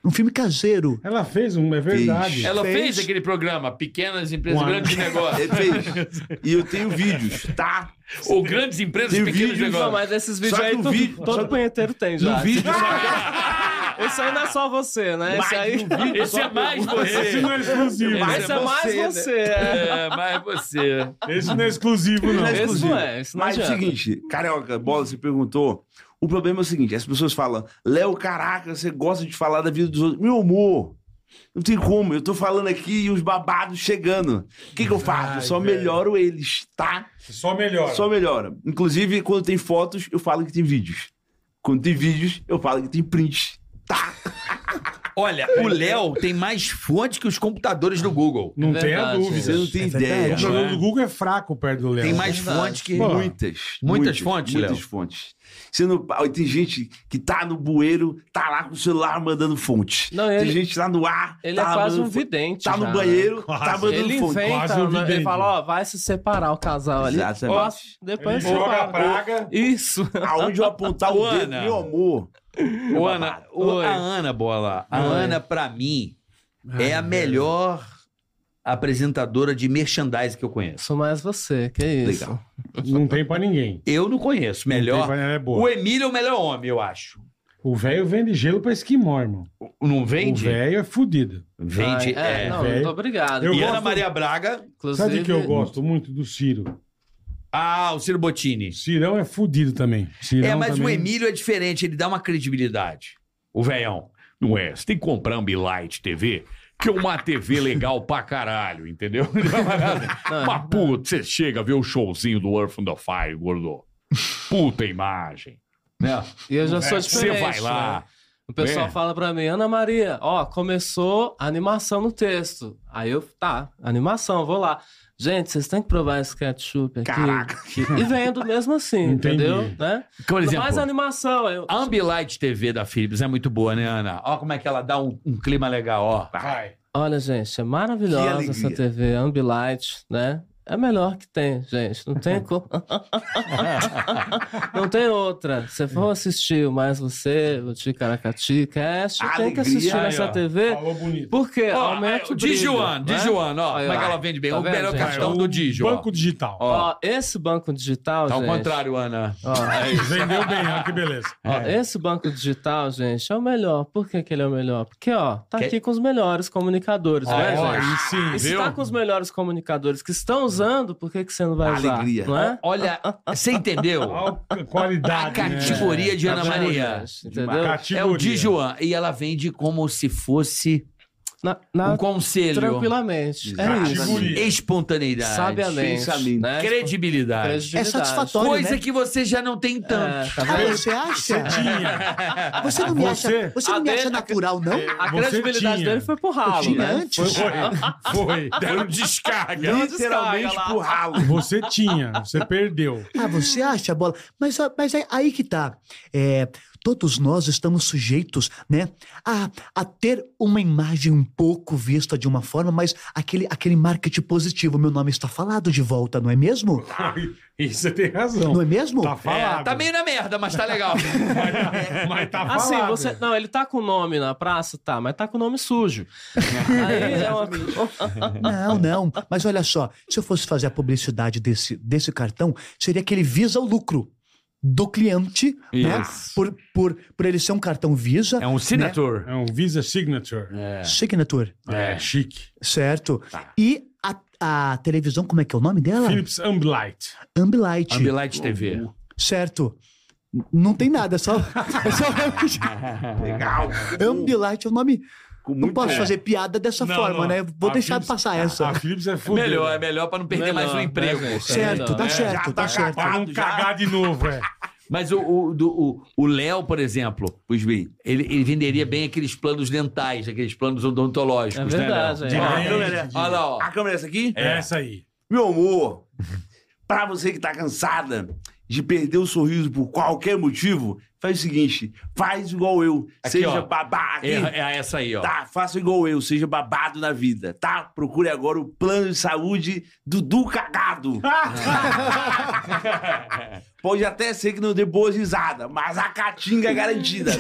Speaker 3: Um filme caseiro.
Speaker 1: Ela fez um, é verdade.
Speaker 2: Ela fez
Speaker 3: Fez.
Speaker 2: aquele programa, Pequenas Empresas,
Speaker 1: Um
Speaker 2: Grandes
Speaker 4: Ele
Speaker 2: Negócios.
Speaker 4: fez. E eu tenho vídeos, tá?
Speaker 2: Ou Grandes Empresas,
Speaker 4: Tem
Speaker 2: Pequenos
Speaker 4: vídeo,
Speaker 5: Não,
Speaker 2: Negócios.
Speaker 5: mas esses vídeos
Speaker 4: Só que
Speaker 5: aí
Speaker 4: no
Speaker 5: todo,
Speaker 4: vídeo-
Speaker 5: todo
Speaker 4: só-
Speaker 5: punheteiro tem já.
Speaker 4: No vídeo.
Speaker 5: Esse aí não é só você, né?
Speaker 4: Mas
Speaker 5: Esse aí.
Speaker 4: no vídeo
Speaker 2: Esse
Speaker 4: só
Speaker 2: é mais
Speaker 4: pergunta-
Speaker 1: Esse
Speaker 2: você.
Speaker 1: não é exclusivo.
Speaker 2: Mas-
Speaker 5: Esse é mais
Speaker 2: você, né?
Speaker 5: você. é.
Speaker 2: É, mais você.
Speaker 1: Esse não é exclusivo, não.
Speaker 4: Não é
Speaker 5: Esse
Speaker 4: exclusivo.
Speaker 5: não é, esse não
Speaker 4: Mas é o
Speaker 5: adianta.
Speaker 4: seguinte, Carioca, Bola, você perguntou. O problema é o seguinte, as pessoas falam, Léo, caraca, você gosta de falar da vida dos outros. Meu amor, não tem como, eu tô falando aqui e os babados chegando. O que que eu faço?
Speaker 1: Ai,
Speaker 4: eu só
Speaker 1: velho.
Speaker 4: melhoro eles, tá?
Speaker 1: Só melhor.
Speaker 4: Só melhora. Inclusive, quando tem fotos, eu falo que tem vídeos. Quando tem vídeos, eu falo que tem prints. Tá.
Speaker 2: Olha, o Léo tem mais fontes que os computadores do Google.
Speaker 1: Não
Speaker 5: É
Speaker 1: tem a
Speaker 5: verdade,
Speaker 1: dúvida.
Speaker 4: Você não tem
Speaker 3: É
Speaker 4: ideia.
Speaker 1: O
Speaker 3: verdade.
Speaker 1: programa do Google é fraco perto do Léo.
Speaker 2: Tem mais
Speaker 5: verdade.
Speaker 2: fontes que.
Speaker 1: Pô,
Speaker 4: Muitas,
Speaker 2: Muitas fontes,
Speaker 4: Muitas
Speaker 2: Léo.
Speaker 4: fontes. Você não... ah, Tem gente que tá no bueiro, tá lá com o celular mandando fonte.
Speaker 5: Não,
Speaker 4: Tem
Speaker 5: ele-
Speaker 4: gente lá no ar.
Speaker 5: Ele
Speaker 4: tá
Speaker 5: é
Speaker 4: lá
Speaker 5: quase um
Speaker 4: mandando fonte.
Speaker 5: vidente.
Speaker 4: Tá
Speaker 5: já,
Speaker 4: no
Speaker 5: né?
Speaker 4: banheiro, tá
Speaker 1: Quase.
Speaker 4: mandando
Speaker 5: Ele
Speaker 4: fonte.
Speaker 1: quase
Speaker 5: inventa,
Speaker 1: um
Speaker 5: né?
Speaker 1: vidente.
Speaker 5: ele fala, ó, vai se separar o casal ali.
Speaker 4: Exatamente.
Speaker 5: Ó, depois
Speaker 1: Ele joga
Speaker 5: separa.
Speaker 1: a praga.
Speaker 5: Isso.
Speaker 4: Aonde eu apontar o dedo,
Speaker 2: Ana.
Speaker 4: meu amor.
Speaker 2: Ô, Ana, ô,
Speaker 5: Oi.
Speaker 2: a Ana Bola. A
Speaker 5: Oi.
Speaker 2: Ana, pra mim, é a melhor apresentadora de merchandising que eu conheço.
Speaker 5: Sou mais você, que é isso.
Speaker 4: Legal.
Speaker 1: Não tem pra ninguém.
Speaker 2: Eu não conheço.
Speaker 1: Não tem
Speaker 2: Melhor.
Speaker 1: pra- ela é boa.
Speaker 2: O Emílio é o melhor homem, eu acho.
Speaker 1: O velho vende gelo pra esquimó, irmão.
Speaker 2: Não
Speaker 1: O
Speaker 2: vende?
Speaker 1: velho é fudido.
Speaker 2: Vende.
Speaker 5: Ai, é,
Speaker 2: é.
Speaker 5: não,
Speaker 1: velho.
Speaker 5: muito obrigado.
Speaker 1: Eu
Speaker 2: E Ana
Speaker 1: gosto-
Speaker 2: Maria Braga.
Speaker 5: Inclusive,
Speaker 1: Sabe de que eu gosto muito? Do Ciro.
Speaker 2: Ah, o Ciro Bottini.
Speaker 1: Cirão é fudido também. Cirão
Speaker 2: É, mas o
Speaker 1: também-
Speaker 2: Emílio é diferente, ele dá uma credibilidade. O velhão. Não é? Você tem que comprar um Ambilight TV, que é uma TV legal pra caralho, entendeu? Mas, puta, você chega a ver o showzinho do Earth on the Fire, gordo. Puta imagem. Né?
Speaker 5: E eu já sou
Speaker 2: Você
Speaker 5: diferente.
Speaker 2: vai lá.
Speaker 5: né? O pessoal
Speaker 2: É.
Speaker 5: fala pra mim, Ana Maria, ó, começou a animação no texto. Aí eu, tá, animação, vou lá. Gente, vocês têm que provar esse ketchup aqui.
Speaker 4: Caraca.
Speaker 5: Que- E vendo mesmo assim,
Speaker 1: Entendi.
Speaker 5: entendeu? Né?
Speaker 2: Por exemplo,
Speaker 5: Mais animação. Eu...
Speaker 2: a Ambilight TV da Philips é muito boa, né, Ana? Ó como é que ela dá um, um clima legal, ó.
Speaker 1: Vai.
Speaker 5: Olha, gente, é
Speaker 4: Que
Speaker 5: maravilhosa
Speaker 4: alegria.
Speaker 5: essa TV, Ambilight, né? É a melhor que tem, gente. Não tem como. não tem outra. Se for assistir o Mais Você, o Ticaracati Cast,
Speaker 4: Alegria.
Speaker 5: tem que assistir
Speaker 2: Aí,
Speaker 5: nessa
Speaker 2: ó.
Speaker 5: TV.
Speaker 1: Falou bonito.
Speaker 5: Porque
Speaker 2: Ó, é,
Speaker 5: aumenta o
Speaker 2: de
Speaker 5: brilho,
Speaker 2: Joan, de
Speaker 5: né?
Speaker 2: Joan, ó.
Speaker 5: Aí,
Speaker 2: como é que
Speaker 5: ó.
Speaker 2: ela vende bem?
Speaker 5: Tá
Speaker 2: o
Speaker 5: vendo,
Speaker 2: melhor
Speaker 5: gente?
Speaker 2: cartão
Speaker 1: o
Speaker 2: do Digio. ó.
Speaker 1: Banco digital.
Speaker 2: Ó,
Speaker 5: Ó, esse banco digital,
Speaker 2: tá ao
Speaker 5: gente...
Speaker 2: contrário, Ana.
Speaker 5: Ó,
Speaker 1: Vendeu bem, olha que beleza. É.
Speaker 5: ó,
Speaker 2: É.
Speaker 5: Esse banco digital, gente, é o melhor. Por que, que ele é o melhor? Porque, ó, tá
Speaker 2: Que-
Speaker 5: aqui com os melhores comunicadores,
Speaker 2: Ó,
Speaker 5: né,
Speaker 2: ó,
Speaker 5: gente?
Speaker 1: Aí sim,
Speaker 5: E se
Speaker 1: viu?
Speaker 5: tá com os melhores comunicadores que estão usando, por que, que você não vai usar?
Speaker 4: Alegria.
Speaker 5: Não é?
Speaker 2: Olha, você entendeu?
Speaker 1: Olha a qualidade.
Speaker 2: A categoria de Ana
Speaker 5: Tá vendo,
Speaker 2: Maria.
Speaker 5: gente?
Speaker 1: né?
Speaker 5: Entendeu?
Speaker 2: É o
Speaker 1: Categoria.
Speaker 2: Dijuan. E ela vende como se fosse
Speaker 5: Na, na-
Speaker 2: um conselho.
Speaker 5: tranquilamente. É
Speaker 4: Exato.
Speaker 5: isso.
Speaker 1: Categoria.
Speaker 2: Espontaneidade.
Speaker 5: Sabiamente.
Speaker 4: pensamento,
Speaker 5: Né?
Speaker 2: Credibilidade.
Speaker 5: Credibilidade.
Speaker 3: É satisfatório.
Speaker 2: Coisa
Speaker 3: né?
Speaker 2: que você já não tem tanto.
Speaker 5: É, tá
Speaker 3: Ah,
Speaker 5: vendo?
Speaker 3: você acha?
Speaker 1: Tinha.
Speaker 3: Você não me
Speaker 1: Você-
Speaker 3: acha, você não me
Speaker 5: A
Speaker 3: acha
Speaker 5: dele-
Speaker 3: natural, não?
Speaker 5: A
Speaker 1: Você
Speaker 5: credibilidade
Speaker 1: tinha.
Speaker 5: dele foi pro
Speaker 3: Eu
Speaker 5: ralo,
Speaker 3: tinha
Speaker 5: né?
Speaker 1: Foi,
Speaker 3: antes.
Speaker 1: foi. um
Speaker 2: Deram
Speaker 1: É
Speaker 2: descarga.
Speaker 4: Literalmente
Speaker 5: descarga lá.
Speaker 4: pro ralo.
Speaker 1: Você tinha, você perdeu.
Speaker 3: Ah, você acha, bola? Mas, ah, mas é aí que tá. É, todos nós estamos sujeitos, né, a, a ter uma imagem um pouco vista de uma forma, mas aquele, aquele marketing positivo. Meu nome está falado de volta, não é mesmo?
Speaker 1: Isso você tem razão.
Speaker 3: Não é mesmo?
Speaker 1: Tá falado.
Speaker 2: É, tá meio na merda, mas tá legal.
Speaker 1: Mas tá falado.
Speaker 5: Assim, você. Não, ele tá com o nome na praça, tá, mas tá com o nome sujo. Aí é uma...
Speaker 3: Não, não. Mas olha só, se eu fosse fazer a publicidade desse, desse cartão, seria que ele visa o lucro do cliente, né?
Speaker 2: Isso.
Speaker 3: Por, por, por ele ser um cartão Visa,
Speaker 2: É um signature.
Speaker 1: É um Visa Signature.
Speaker 3: signature,
Speaker 2: É.
Speaker 1: chique.
Speaker 3: certo? E a- a televisão, como é que é o nome dela?
Speaker 1: Philips Ambilight.
Speaker 3: Ambilight.
Speaker 2: Ambilight TV.
Speaker 3: Certo. N- Não tem nada, é só. é só-
Speaker 4: Legal.
Speaker 3: Ambilight é o nome.
Speaker 4: Com
Speaker 3: Não
Speaker 4: muito-
Speaker 3: posso fazer piada dessa
Speaker 1: Não,
Speaker 3: forma,
Speaker 1: não.
Speaker 3: né? Vou
Speaker 1: A
Speaker 3: deixar
Speaker 1: Philips-
Speaker 3: passar
Speaker 1: A
Speaker 3: essa.
Speaker 1: Philips é
Speaker 2: É
Speaker 1: fudeu.
Speaker 2: melhor, é melhor pra não perder
Speaker 5: Melhor,
Speaker 2: mais um
Speaker 5: né,
Speaker 2: emprego.
Speaker 5: gente?
Speaker 3: Certo, tá
Speaker 5: É,
Speaker 3: certo, tá certo.
Speaker 1: Pra não um
Speaker 4: já.
Speaker 1: cagar de novo, é.
Speaker 2: Mas o- o do- o- o Léo, por exemplo,
Speaker 4: Pois bem.
Speaker 2: ele, ele venderia bem aqueles planos dentais, aqueles planos
Speaker 5: É
Speaker 2: odontológicos. né,
Speaker 5: verdade,
Speaker 2: Léo?
Speaker 1: De
Speaker 5: é.
Speaker 4: Ó, a
Speaker 1: lente,
Speaker 4: câmera-
Speaker 1: de-
Speaker 2: Olha lá, ó.
Speaker 4: A câmera é essa aqui?
Speaker 1: É essa aí.
Speaker 4: Meu amor, pra você que tá cansada de perder o sorriso por qualquer motivo, faz o seguinte, faz igual eu,
Speaker 2: Aqui,
Speaker 4: seja
Speaker 2: ó.
Speaker 4: babá
Speaker 2: É,
Speaker 4: aqui,
Speaker 2: é essa aí, ó.
Speaker 4: tá? Faça igual eu, seja babado na vida, tá? Procure agora o plano de saúde Dudu Cagado. Pode até ser que não dê boas risadas, mas a catinga é garantida.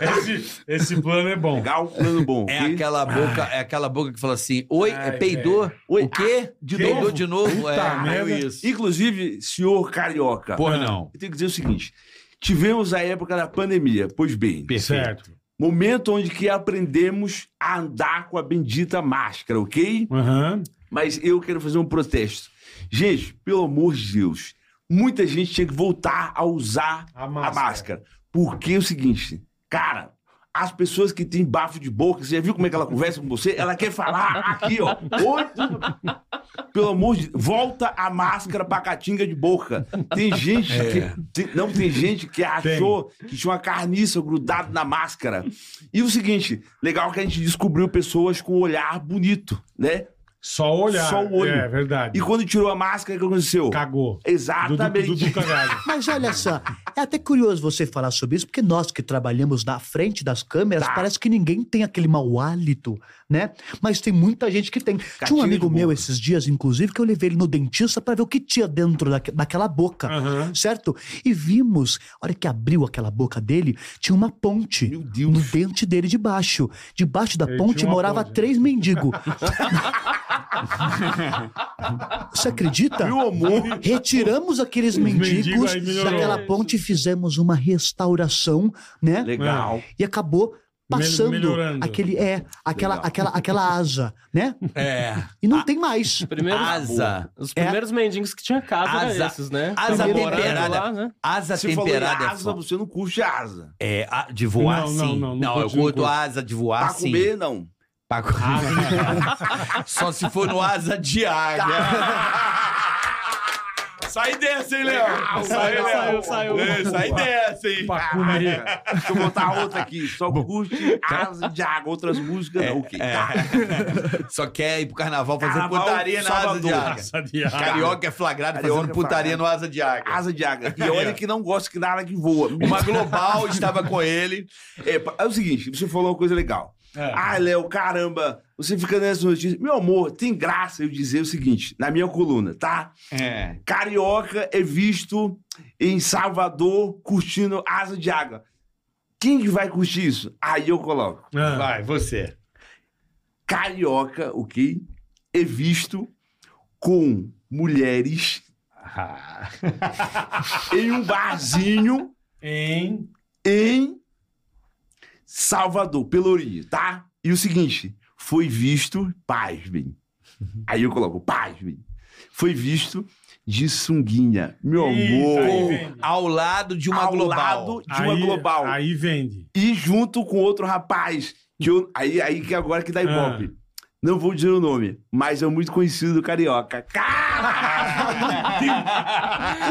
Speaker 1: Esse, esse plano é bom.
Speaker 4: Legal, um plano bom.
Speaker 2: É
Speaker 4: ok?
Speaker 2: aquela boca, é aquela boca que fala assim: Oi, é
Speaker 1: Ai,
Speaker 2: peidor?
Speaker 4: Oi, ah,
Speaker 2: O quê? De
Speaker 1: que
Speaker 2: peidor
Speaker 1: novo?
Speaker 2: de novo?
Speaker 1: Puta
Speaker 2: é,
Speaker 1: merda.
Speaker 2: isso.
Speaker 4: Inclusive, senhor carioca,
Speaker 2: Porra, não.
Speaker 4: eu tenho que dizer o seguinte: tivemos a época da pandemia, pois bem,
Speaker 1: Certo.
Speaker 4: momento onde que aprendemos a andar com a bendita máscara, ok?
Speaker 1: Aham.
Speaker 4: Mas eu quero fazer um protesto. Gente, pelo amor de Deus, muita gente tinha que voltar a usar
Speaker 1: A
Speaker 4: a
Speaker 1: máscara.
Speaker 4: máscara. Porque é o seguinte, cara, as pessoas que têm bafo de boca, você já viu como é que ela conversa com você? Ela quer falar aqui, ó. Oi, tudo- Pelo amor de volta a máscara pra catinga de boca. Tem gente
Speaker 1: É.
Speaker 4: que. tem- não, tem gente que achou que tinha uma carniça grudada na máscara. E o seguinte, legal que a gente descobriu pessoas com olhar bonito, né?
Speaker 1: Só olhar.
Speaker 4: Só o olho.
Speaker 1: É verdade.
Speaker 4: E quando tirou a máscara, o que aconteceu?
Speaker 1: Cagou.
Speaker 4: Exatamente.
Speaker 1: Dudu, Dudu cagado.
Speaker 3: Mas olha só, é até curioso você falar sobre isso, porque nós que trabalhamos na frente das câmeras,
Speaker 4: Tá.
Speaker 3: parece que ninguém tem aquele mau hálito, né? Mas tem muita gente que tem. Tinha um
Speaker 4: de
Speaker 3: amigo meu
Speaker 4: boca.
Speaker 3: esses dias, inclusive, que eu levei ele no dentista pra ver o que tinha dentro daque- daquela boca.
Speaker 1: Aham.
Speaker 3: Certo? E vimos, a hora que abriu aquela boca dele, tinha uma ponte
Speaker 4: Meu Deus.
Speaker 3: no dente dele de baixo. Debaixo da
Speaker 1: Ele
Speaker 3: ponte
Speaker 1: É, tinha uma
Speaker 3: morava
Speaker 1: ponte.
Speaker 3: três mendigos. Você acredita?
Speaker 4: Meu amor.
Speaker 3: Retiramos aqueles
Speaker 1: mendigos
Speaker 3: mendigos
Speaker 1: aí melhorou.
Speaker 3: daquela ponte e fizemos uma restauração, né?
Speaker 4: Legal.
Speaker 3: E acabou passando
Speaker 1: melhorando.
Speaker 3: aquele é aquela
Speaker 4: Legal. Ah.
Speaker 3: aquela aquela asa, né?
Speaker 2: É.
Speaker 3: E não tem mais.
Speaker 5: Primeiro,
Speaker 2: Asa.
Speaker 5: Os primeiros mendigos que tinha casa
Speaker 2: Asa-
Speaker 5: eram esses, né?
Speaker 2: asa
Speaker 5: Tão morando
Speaker 2: temperada.
Speaker 5: lá, né?
Speaker 2: Asa
Speaker 4: Se falou em
Speaker 2: temperada é
Speaker 4: asa,
Speaker 2: foda.
Speaker 4: você não curte asa.
Speaker 2: é a- de voar,
Speaker 1: Não,
Speaker 2: sim.
Speaker 1: não, não,
Speaker 2: Não,
Speaker 1: não
Speaker 2: eu
Speaker 1: curto, não
Speaker 2: curto
Speaker 1: curto.
Speaker 2: asa de voar,
Speaker 4: Pra
Speaker 2: Ah, sim.
Speaker 4: comer, não.
Speaker 2: Pra comer. Só se for no asa de né? águia. Sai dessa, hein, Léo? Sai,
Speaker 5: Saiu,
Speaker 2: Léo.
Speaker 5: saiu, saiu.
Speaker 2: É, Sai dessa, hein?
Speaker 1: Pra comer.
Speaker 4: Deixa eu botar outra aqui. Só curte asa de água. Outras músicas, não. Ok. Tá.
Speaker 2: É. Só quer ir pro É. carnaval fazer
Speaker 4: Carnaval,
Speaker 2: putaria na asa de
Speaker 4: Salvador.
Speaker 2: águia.
Speaker 1: Asa de água.
Speaker 2: Carioca é flagrado
Speaker 4: Carioca
Speaker 2: fazendo
Speaker 4: é
Speaker 2: putaria
Speaker 4: flagrado.
Speaker 2: no asa de águia.
Speaker 4: Asa de água. E olha que não gosto que nada que voa.
Speaker 2: Uma global estava com ele.
Speaker 4: É, pa- é o seguinte, você falou uma coisa legal.
Speaker 1: É.
Speaker 4: Ah, Léo, caramba, você fica nessa notícia. Meu amor, tem graça eu dizer o seguinte, na minha coluna, tá?
Speaker 2: É.
Speaker 4: Carioca é visto em Salvador curtindo asa de água. Quem que vai curtir isso? Aí eu coloco.
Speaker 1: Ah,
Speaker 2: Vai, você.
Speaker 4: Carioca, ok? É visto com mulheres
Speaker 2: Ah.
Speaker 4: em um barzinho
Speaker 1: Em.
Speaker 4: em Salvador, Pelourinho, tá? E o seguinte, foi visto, pasmem. Aí eu coloco, pasmem. Foi visto de sunguinha. Meu
Speaker 1: Eita, aí
Speaker 4: amor.
Speaker 1: vem.
Speaker 2: Ao lado de uma
Speaker 4: ao
Speaker 2: global.
Speaker 4: lado de uma
Speaker 1: aí-
Speaker 4: global.
Speaker 1: Aí vende.
Speaker 4: E junto com outro rapaz. Que eu, aí, aí que agora
Speaker 1: Ah.
Speaker 4: que dá ibope. Não vou dizer o nome, mas é muito conhecido do carioca. Cara!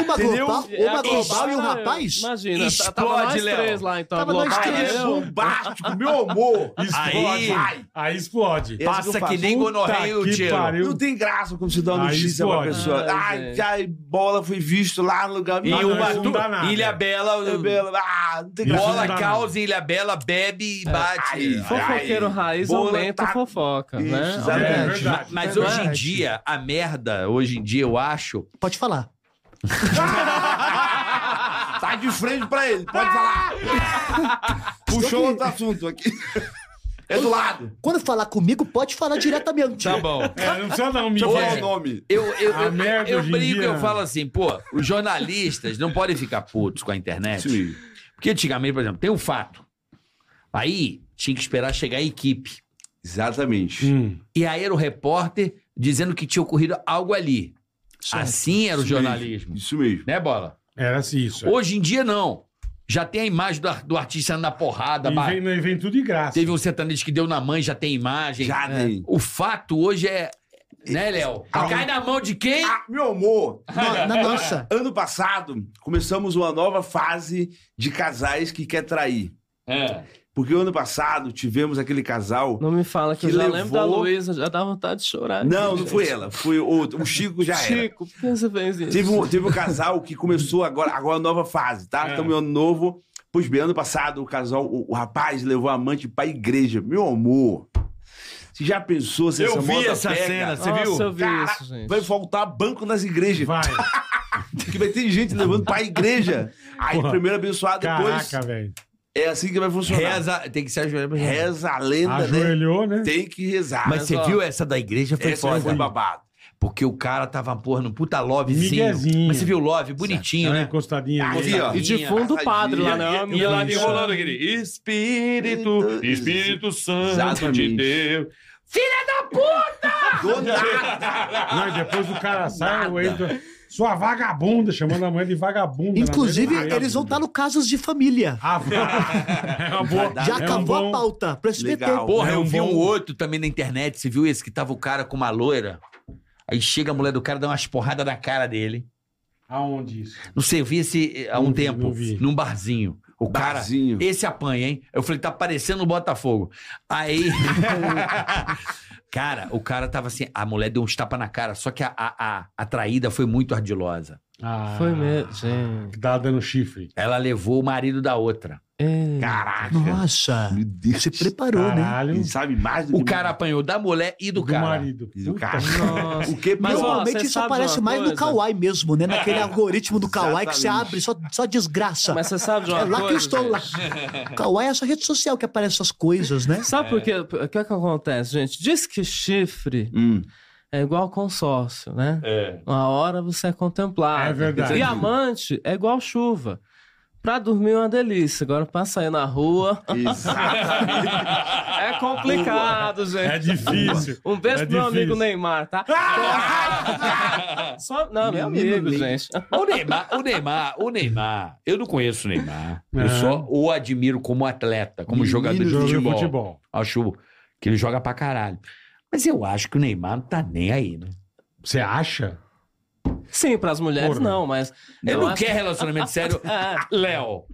Speaker 3: Uma
Speaker 4: Entendeu?
Speaker 3: global,
Speaker 5: É,
Speaker 3: uma
Speaker 5: a
Speaker 3: global e um
Speaker 5: era-
Speaker 3: rapaz.
Speaker 5: Imagina,
Speaker 2: Explode,
Speaker 5: tá- tava nós
Speaker 2: Léo.
Speaker 5: três lá, então. a
Speaker 3: Tava nós
Speaker 5: Global,
Speaker 3: três.
Speaker 4: é
Speaker 5: entendeu?
Speaker 4: bombástico, meu amor!
Speaker 1: Explode. Aí, explode.
Speaker 4: É, Essa que
Speaker 2: Passa
Speaker 4: eu
Speaker 2: que,
Speaker 4: faço.
Speaker 2: nem
Speaker 1: Puta
Speaker 2: gonorreia o
Speaker 1: que
Speaker 2: tiro.
Speaker 1: pariu.
Speaker 4: Não tem graça quando você dá uma
Speaker 1: Aí
Speaker 4: notícia pra
Speaker 1: explode.
Speaker 4: pessoa.
Speaker 5: Ah,
Speaker 4: Ai,
Speaker 5: gente.
Speaker 4: ai, bola foi visto lá no lugar.
Speaker 2: E
Speaker 1: Mas
Speaker 4: Não,
Speaker 2: uma
Speaker 1: isso
Speaker 4: não,
Speaker 1: não dá nada.
Speaker 2: Ilha Bela.
Speaker 4: não, não, Ah, não tem
Speaker 1: Isso
Speaker 4: graça.
Speaker 1: não
Speaker 2: Bola
Speaker 1: dá
Speaker 2: causa em Ilha Bela, bebe e bate.
Speaker 4: É. Ai,
Speaker 5: Fofoqueiro raiz
Speaker 4: Bola
Speaker 5: aumenta
Speaker 4: tá-
Speaker 5: a fofoca,
Speaker 4: Isso,
Speaker 5: né?
Speaker 1: É,
Speaker 4: exatamente.
Speaker 5: Aumenta.
Speaker 1: verdade.
Speaker 2: Mas
Speaker 5: É
Speaker 2: hoje em
Speaker 5: verdade.
Speaker 2: dia, a merda, hoje em dia, eu acho.
Speaker 3: Pode falar.
Speaker 4: Tá de frente pra ele, pode falar. Puxou outro assunto aqui. É do lado.
Speaker 3: Quando falar comigo, pode falar diretamente.
Speaker 2: Tá bom.
Speaker 1: É, não precisa dar um
Speaker 4: Deixa eu falar
Speaker 1: migué.
Speaker 4: o nome.
Speaker 2: Eu, eu,
Speaker 1: A
Speaker 2: eu,
Speaker 1: merda
Speaker 2: eu
Speaker 1: hoje em
Speaker 2: brinco,
Speaker 1: dia-
Speaker 2: eu falo assim, pô, os jornalistas não podem ficar putos com a internet.
Speaker 4: Sim.
Speaker 2: Porque antigamente, por exemplo, tem um fato. Aí tinha que esperar chegar a equipe.
Speaker 4: Exatamente.
Speaker 1: Hum.
Speaker 2: E aí era o repórter dizendo que tinha ocorrido algo ali. Assim era o
Speaker 4: Isso mesmo,
Speaker 2: jornalismo.
Speaker 4: Isso mesmo.
Speaker 2: Né, Bola?
Speaker 1: Era assim, isso. é.
Speaker 2: Hoje em dia, não. Já tem a imagem do, ar- do artista na porrada.
Speaker 1: E
Speaker 2: ba-
Speaker 1: vem, e vem tudo de graça.
Speaker 2: Teve um sertanejo que deu na mãe, já tem imagem.
Speaker 4: Já tem.
Speaker 2: O fato hoje é... Né, Léo?
Speaker 4: Ah,
Speaker 2: Cai na mão de quem?
Speaker 4: Ah, meu amor,
Speaker 3: Na, na nossa.
Speaker 4: ano passado começamos uma nova fase de casais que quer trair.
Speaker 2: É.
Speaker 4: Porque ano passado tivemos aquele casal.
Speaker 5: Não me fala que,
Speaker 4: Que
Speaker 5: eu já
Speaker 4: levou-
Speaker 5: lembro da Luísa, já dá vontade de chorar.
Speaker 4: Não,
Speaker 5: aqui,
Speaker 4: não foi
Speaker 5: gente.
Speaker 4: ela, foi outro. O Chico já era.
Speaker 5: Chico, por que você fez isso?
Speaker 4: Teve um, teve um casal que começou agora, agora a nova fase, tá?
Speaker 1: É.
Speaker 4: Estamos em ano novo. Pois bem, ano passado o casal, o, o rapaz levou a amante pra igreja. Meu amor, você já pensou se essa moda pega?
Speaker 5: Nossa, eu vi
Speaker 4: Cara,
Speaker 5: isso, gente.
Speaker 4: Vai faltar banco nas igrejas.
Speaker 1: Vai.
Speaker 4: Porque vai ter gente levando pra igreja. Aí
Speaker 1: Porra.
Speaker 4: primeiro abençoado, depois
Speaker 1: Caraca, velho.
Speaker 4: é assim que vai funcionar. Reza,
Speaker 2: Reza, tem que ser ajoelhado.
Speaker 4: a lenda, né?
Speaker 1: Ajoelhou, né?
Speaker 4: Tem que rezar.
Speaker 2: Mas
Speaker 5: Mas,
Speaker 2: você
Speaker 5: ó,
Speaker 2: viu essa da igreja? Foi
Speaker 4: Essa
Speaker 2: foda.
Speaker 4: foi babado.
Speaker 2: Porque o cara tava, porra, num puta lovezinho.
Speaker 1: Miguezinho.
Speaker 2: Mas você viu o love? Bonitinho,
Speaker 1: Uma
Speaker 2: né?
Speaker 1: encostadinha ali.
Speaker 4: Aqui, ó.
Speaker 5: E de fundo o padre lá, né?
Speaker 4: E-
Speaker 6: E ela
Speaker 5: Isso.
Speaker 6: enrolando aquele Espírito, Espírito Santo
Speaker 4: Exatamente.
Speaker 6: de Deus.
Speaker 4: Do nada.
Speaker 1: Não, e depois o cara sai, o Edson, sua vagabunda, chamando a mãe de vagabunda.
Speaker 3: Inclusive,
Speaker 1: na mãe do-
Speaker 3: eles vão estar no Casas de Família.
Speaker 1: Ah, vai. é uma boa.
Speaker 4: dar-
Speaker 3: Já
Speaker 1: é um
Speaker 3: acabou
Speaker 1: bom-
Speaker 3: a pauta. Pra SBT.
Speaker 4: Legal.
Speaker 2: Porra,
Speaker 1: É
Speaker 2: eu
Speaker 1: um
Speaker 2: vi
Speaker 1: bom-
Speaker 2: um outro também na internet. Você viu esse que tava o cara com uma loira? Aí chega a mulher do cara, dá umas porradas na cara dele.
Speaker 1: Aonde isso?
Speaker 2: Não sei, eu vi esse eh, há um
Speaker 1: Não vi,
Speaker 2: tempo,
Speaker 1: não vi.
Speaker 2: num barzinho. O cara,
Speaker 4: Barzinho.
Speaker 2: esse apanha, hein? Eu falei, tá parecendo o Botafogo. Aí. cara, o cara tava assim, a mulher deu uns tapas na cara, só que a, a, a, a traída foi muito ardilosa.
Speaker 1: Ah,
Speaker 5: Foi mesmo, gente.
Speaker 1: Dá dando chifre.
Speaker 2: Ela levou o marido da outra.
Speaker 5: Ei.
Speaker 4: Caraca.
Speaker 3: Nossa.
Speaker 4: Meu Deus.
Speaker 3: Se preparou, né?
Speaker 1: Caralho.
Speaker 4: Ele sabe mais do
Speaker 2: é O
Speaker 4: que
Speaker 2: cara apanhou da mulher e do,
Speaker 1: Do
Speaker 2: cara.
Speaker 1: marido.
Speaker 4: E do
Speaker 1: Puta
Speaker 4: cara.
Speaker 1: merda.
Speaker 5: Nossa.
Speaker 4: O que
Speaker 5: Mas,
Speaker 4: pior?
Speaker 5: ó,
Speaker 3: Normalmente
Speaker 5: cê
Speaker 3: isso
Speaker 5: sabe
Speaker 3: aparece
Speaker 5: uma
Speaker 3: mais no
Speaker 5: coisa?
Speaker 3: Kawaii mesmo, né? Naquele algoritmo do Kawaii que você
Speaker 4: Exatamente.
Speaker 3: abre, só, só desgraça.
Speaker 5: Mas você sabe de uma
Speaker 3: É lá
Speaker 5: coisa,
Speaker 3: que eu estou
Speaker 5: gente?
Speaker 3: lá. Kawaii é a sua rede social que aparece essas coisas, né?
Speaker 5: Sabe por quê? O que, é que acontece, gente? Diz que chifre
Speaker 4: Hum.
Speaker 5: é igual consórcio, né?
Speaker 6: É.
Speaker 5: Uma hora você é contemplado.
Speaker 1: É verdade.
Speaker 5: E amante é igual chuva. Pra dormir é uma delícia. Agora pra sair na rua
Speaker 4: Exatamente.
Speaker 5: é complicado, gente.
Speaker 1: É difícil.
Speaker 5: Um beijo
Speaker 1: É
Speaker 5: pro meu amigo
Speaker 1: difícil. Ah!
Speaker 5: Neymar, tá? Só... Não, meu
Speaker 3: Menino
Speaker 5: amigo,
Speaker 3: Ney.
Speaker 5: gente.
Speaker 2: O Neymar, o Neymar, o Neymar. Eu não conheço o Neymar.
Speaker 1: Ah.
Speaker 2: Eu só o admiro como atleta, como
Speaker 4: Menino
Speaker 2: jogador de
Speaker 1: Jogo de
Speaker 2: futebol.
Speaker 1: futebol.
Speaker 2: Acho que ele joga pra caralho. Mas eu acho que o Neymar não tá nem aí, né?
Speaker 1: Você acha?
Speaker 5: Sim, pras mulheres
Speaker 1: Porra.
Speaker 5: não, mas.
Speaker 2: Ele
Speaker 5: eu
Speaker 2: não é
Speaker 5: acho-
Speaker 2: quer relacionamento sério.
Speaker 5: É.
Speaker 2: Léo.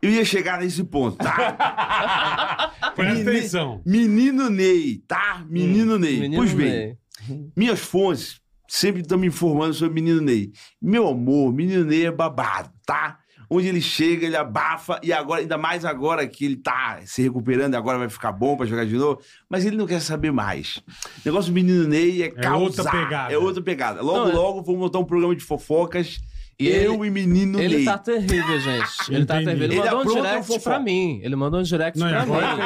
Speaker 4: Eu ia chegar nesse ponto, tá?
Speaker 1: Presta
Speaker 5: Tá
Speaker 4: Menino-
Speaker 5: né?
Speaker 1: atenção.
Speaker 4: Menino Ney, tá? Menino Ney.
Speaker 5: Menino
Speaker 4: pois bem,
Speaker 5: Ney.
Speaker 4: minhas fontes sempre estão me informando sobre Menino Ney. Meu amor, Menino Ney é babado, tá? Onde ele chega, ele abafa, e agora, ainda mais agora que ele tá se recuperando, agora vai ficar bom pra jogar de novo, mas ele não quer saber mais. O negócio do Menino Ney é causar.
Speaker 1: outra pegada.
Speaker 4: É outra pegada. Logo,
Speaker 5: Não, é-
Speaker 4: logo, vou montar um programa de fofocas,
Speaker 2: E
Speaker 4: eu e Menino
Speaker 5: Ele
Speaker 4: Ney.
Speaker 5: tá terrível, gente. Ele tá
Speaker 1: Entendi.
Speaker 5: terrível. Ele,
Speaker 4: Ele
Speaker 5: mandou um
Speaker 4: apronta um
Speaker 5: direct
Speaker 4: fofão.
Speaker 5: pra mim. Ele mandou um direct
Speaker 1: Não, e
Speaker 5: pra
Speaker 1: agora
Speaker 5: mim.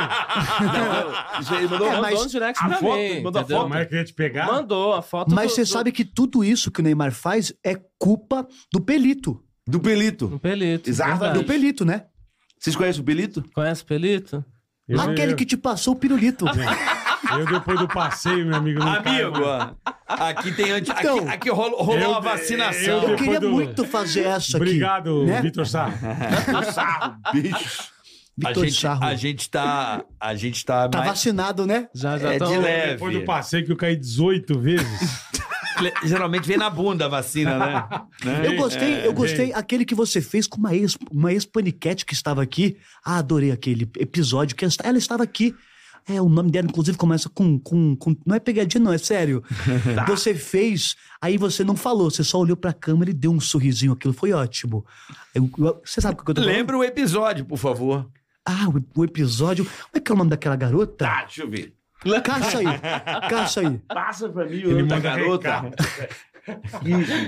Speaker 4: Isso aí, mandou-
Speaker 5: Mandou
Speaker 3: É, mas
Speaker 5: um direct
Speaker 4: a
Speaker 5: pra
Speaker 4: foto,
Speaker 5: mim.
Speaker 4: mandou a
Speaker 5: entendeu?
Speaker 1: Como é que queria te pegar?
Speaker 5: Mandou a foto
Speaker 3: Mas
Speaker 5: do-
Speaker 3: você
Speaker 5: do-
Speaker 3: sabe que tudo isso que o Neymar faz é culpa do Pelito.
Speaker 4: Do
Speaker 5: do
Speaker 4: Pelito.
Speaker 5: um Pelito.
Speaker 4: Exatamente.
Speaker 5: verdade.
Speaker 3: Do Pelito, né?
Speaker 4: Vocês conhecem o Pelito?
Speaker 5: Conhece o Pelito?
Speaker 1: Eu-
Speaker 3: Aquele
Speaker 1: eu-
Speaker 3: que te passou o pirulito.
Speaker 1: Eu depois do passeio, meu amigo. não caio,
Speaker 2: Amigo,
Speaker 1: não.
Speaker 2: aqui tem anti.
Speaker 3: Então,
Speaker 2: aqui, aqui rolou, rolou
Speaker 1: eu-
Speaker 2: uma vacinação.
Speaker 1: eu-
Speaker 3: Eu
Speaker 1: Depois
Speaker 3: queria
Speaker 1: do-
Speaker 3: muito fazer essa aqui.
Speaker 1: Obrigado,
Speaker 3: né?
Speaker 1: Vitor Sá.
Speaker 4: Sarro, bicho.
Speaker 2: a,
Speaker 3: Vitor
Speaker 2: gente,
Speaker 3: Sarro.
Speaker 2: a gente tá. A gente tá.
Speaker 3: Tá
Speaker 2: mais-
Speaker 3: vacinado, né?
Speaker 5: Já, já
Speaker 2: É
Speaker 5: tão-
Speaker 2: de leve.
Speaker 1: Depois do passeio que eu caí 18 vezes.
Speaker 2: Geralmente vem na bunda a vacina, né?
Speaker 3: Eu
Speaker 2: é,
Speaker 3: gostei, eu gostei aquele que você fez com uma ex, uma ex-paniquete que estava aqui. Ah, adorei aquele episódio que ela, ela estava aqui. É, o nome dela, inclusive, começa com. com, com- não é pegadinha, não, é sério. Você fez, aí você não falou, você só olhou pra câmera e deu um sorrisinho, aquilo foi ótimo. Eu- eu- você sabe o que eu tô falando?
Speaker 2: Lembra o episódio, por favor.
Speaker 3: Ah, o, o episódio. Como é que é o nome daquela garota?
Speaker 4: Tá, deixa eu ver.
Speaker 3: Caça aí, caça aí.
Speaker 4: Passa pra mim o
Speaker 1: Ele
Speaker 4: nome da
Speaker 1: manda
Speaker 4: garota.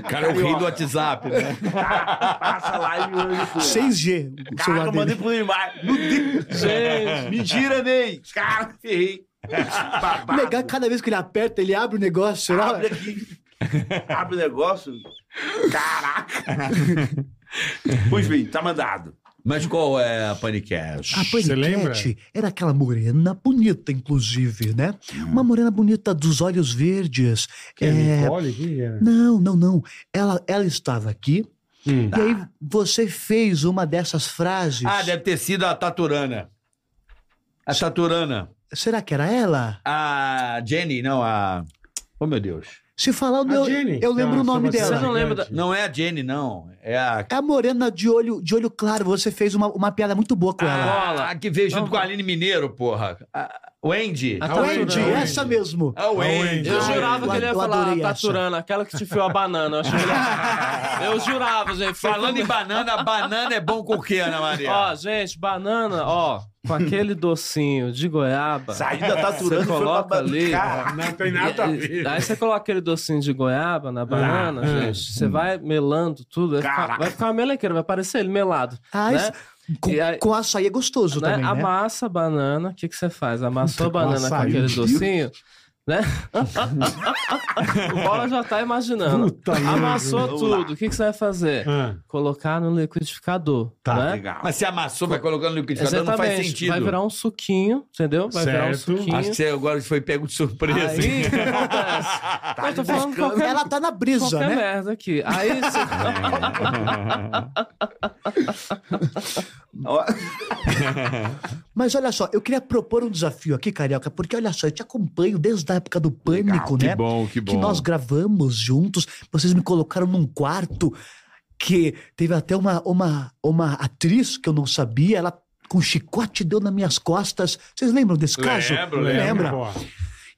Speaker 2: Cara, eu ri do WhatsApp, né?
Speaker 4: Tá, passa lá e me manda depois.
Speaker 3: 6G, o
Speaker 4: Caraca,
Speaker 3: celular
Speaker 4: eu
Speaker 3: dele.
Speaker 4: mandei pro Neymar. No dedo.
Speaker 5: Gente.
Speaker 4: Mentira, Ney. Cara, ferrei. Babado.
Speaker 3: Legal, cada vez que ele aperta, ele abre o negócio lá.
Speaker 4: Abre aqui. Abre o negócio. Caraca. Pois bem, tá mandado.
Speaker 2: Mas qual é a Panicast?
Speaker 3: A
Speaker 1: Você
Speaker 3: Paniquete é, era aquela morena bonita, inclusive, né? Uma morena bonita dos olhos verdes.
Speaker 1: Que é
Speaker 3: É,
Speaker 1: Nicole? Quem era?
Speaker 3: Não, não, não. Ela, ela estava aqui
Speaker 1: Hum.
Speaker 3: e aí você fez uma dessas frases.
Speaker 2: Ah, deve ter sido a Taturana. A Taturana.
Speaker 3: Será que era ela?
Speaker 2: A Jenny, não, a. Oh, meu Deus.
Speaker 3: Se falar,
Speaker 1: A
Speaker 3: eu,
Speaker 1: Jenny,
Speaker 3: eu lembro
Speaker 1: tá,
Speaker 3: o nome
Speaker 1: Sebastião
Speaker 3: dela.
Speaker 5: Você não lembra da-
Speaker 1: Gigante.
Speaker 2: Não é a Jenny, não. É a.
Speaker 3: É a morena de olho, de olho claro. Você fez uma, uma piada muito boa
Speaker 2: Ah,
Speaker 3: com ela.
Speaker 5: Ah, Bola.
Speaker 2: A que veio junto
Speaker 5: Não,
Speaker 2: com a Aline Mineiro, porra. A... O É Andy.
Speaker 5: A
Speaker 1: Ah, o Wendy,
Speaker 3: Wendy,
Speaker 5: Taturana.
Speaker 3: essa mesmo.
Speaker 2: A
Speaker 1: Wendy.
Speaker 5: Eu
Speaker 1: Ah,
Speaker 5: jurava
Speaker 3: eu
Speaker 5: que ele ia
Speaker 3: adorei
Speaker 5: falar
Speaker 3: essa.
Speaker 5: Taturana, aquela que te fiou a banana. Eu, achei que ele- eu jurava, gente.
Speaker 2: Falando em banana, banana é bom com o quê, Ana Maria?
Speaker 5: Ó, gente, banana, ó, com aquele docinho de goiaba.
Speaker 4: Saiu da taturana
Speaker 5: Você
Speaker 4: e foi pra
Speaker 5: coloca ali. né?
Speaker 4: Cara,
Speaker 1: Não tem nada a ver.
Speaker 5: Aí você coloca aquele docinho de goiaba na banana,
Speaker 1: Ah,
Speaker 5: gente. Você vai melando tudo. Vai ficar,
Speaker 4: Caraca.
Speaker 5: vai ficar uma melequeira, vai parecer ele melado.
Speaker 3: Ah,
Speaker 5: né?
Speaker 3: isso- com,
Speaker 5: E aí-
Speaker 3: com açaí é gostoso
Speaker 5: né?
Speaker 3: também, né?
Speaker 5: Amassa a banana. O que, que você faz? Amassou a
Speaker 1: Puta, com
Speaker 5: banana com
Speaker 1: açaí,
Speaker 5: aquele
Speaker 1: viu?
Speaker 5: docinho, né? o Bola já tá imaginando.
Speaker 1: Puta
Speaker 5: Amassou
Speaker 4: merda.
Speaker 5: tudo. O que, que você vai fazer?
Speaker 1: Ah,
Speaker 5: Colocar no liquidificador,
Speaker 1: Tá,
Speaker 5: né?
Speaker 4: legal.
Speaker 2: Mas se amassou, vai colocando no liquidificador, não faz
Speaker 5: Exatamente.
Speaker 2: sentido.
Speaker 5: Vai virar um suquinho, entendeu? Vai virar um
Speaker 1: Certo.
Speaker 5: suquinho.
Speaker 2: Acho que assim. você agora foi pego de surpresa.
Speaker 5: Aí,
Speaker 2: hein?
Speaker 5: o que acontece? Eu tô falando qualquer,
Speaker 3: Ela tá na brisa,
Speaker 5: qualquer
Speaker 3: né?
Speaker 5: merda aqui. Aí você...
Speaker 4: Ó,
Speaker 3: Mas olha só, eu queria propor um desafio aqui, Carioca, porque olha só, eu te acompanho desde a época do Pânico, né?
Speaker 6: bom,
Speaker 3: que nós gravamos juntos, vocês me colocaram num quarto que teve até uma, uma, uma atriz que eu não sabia, ela com chicote deu nas minhas costas. Vocês lembram desse caso?
Speaker 6: Lembro,
Speaker 3: Lembra?
Speaker 1: pô.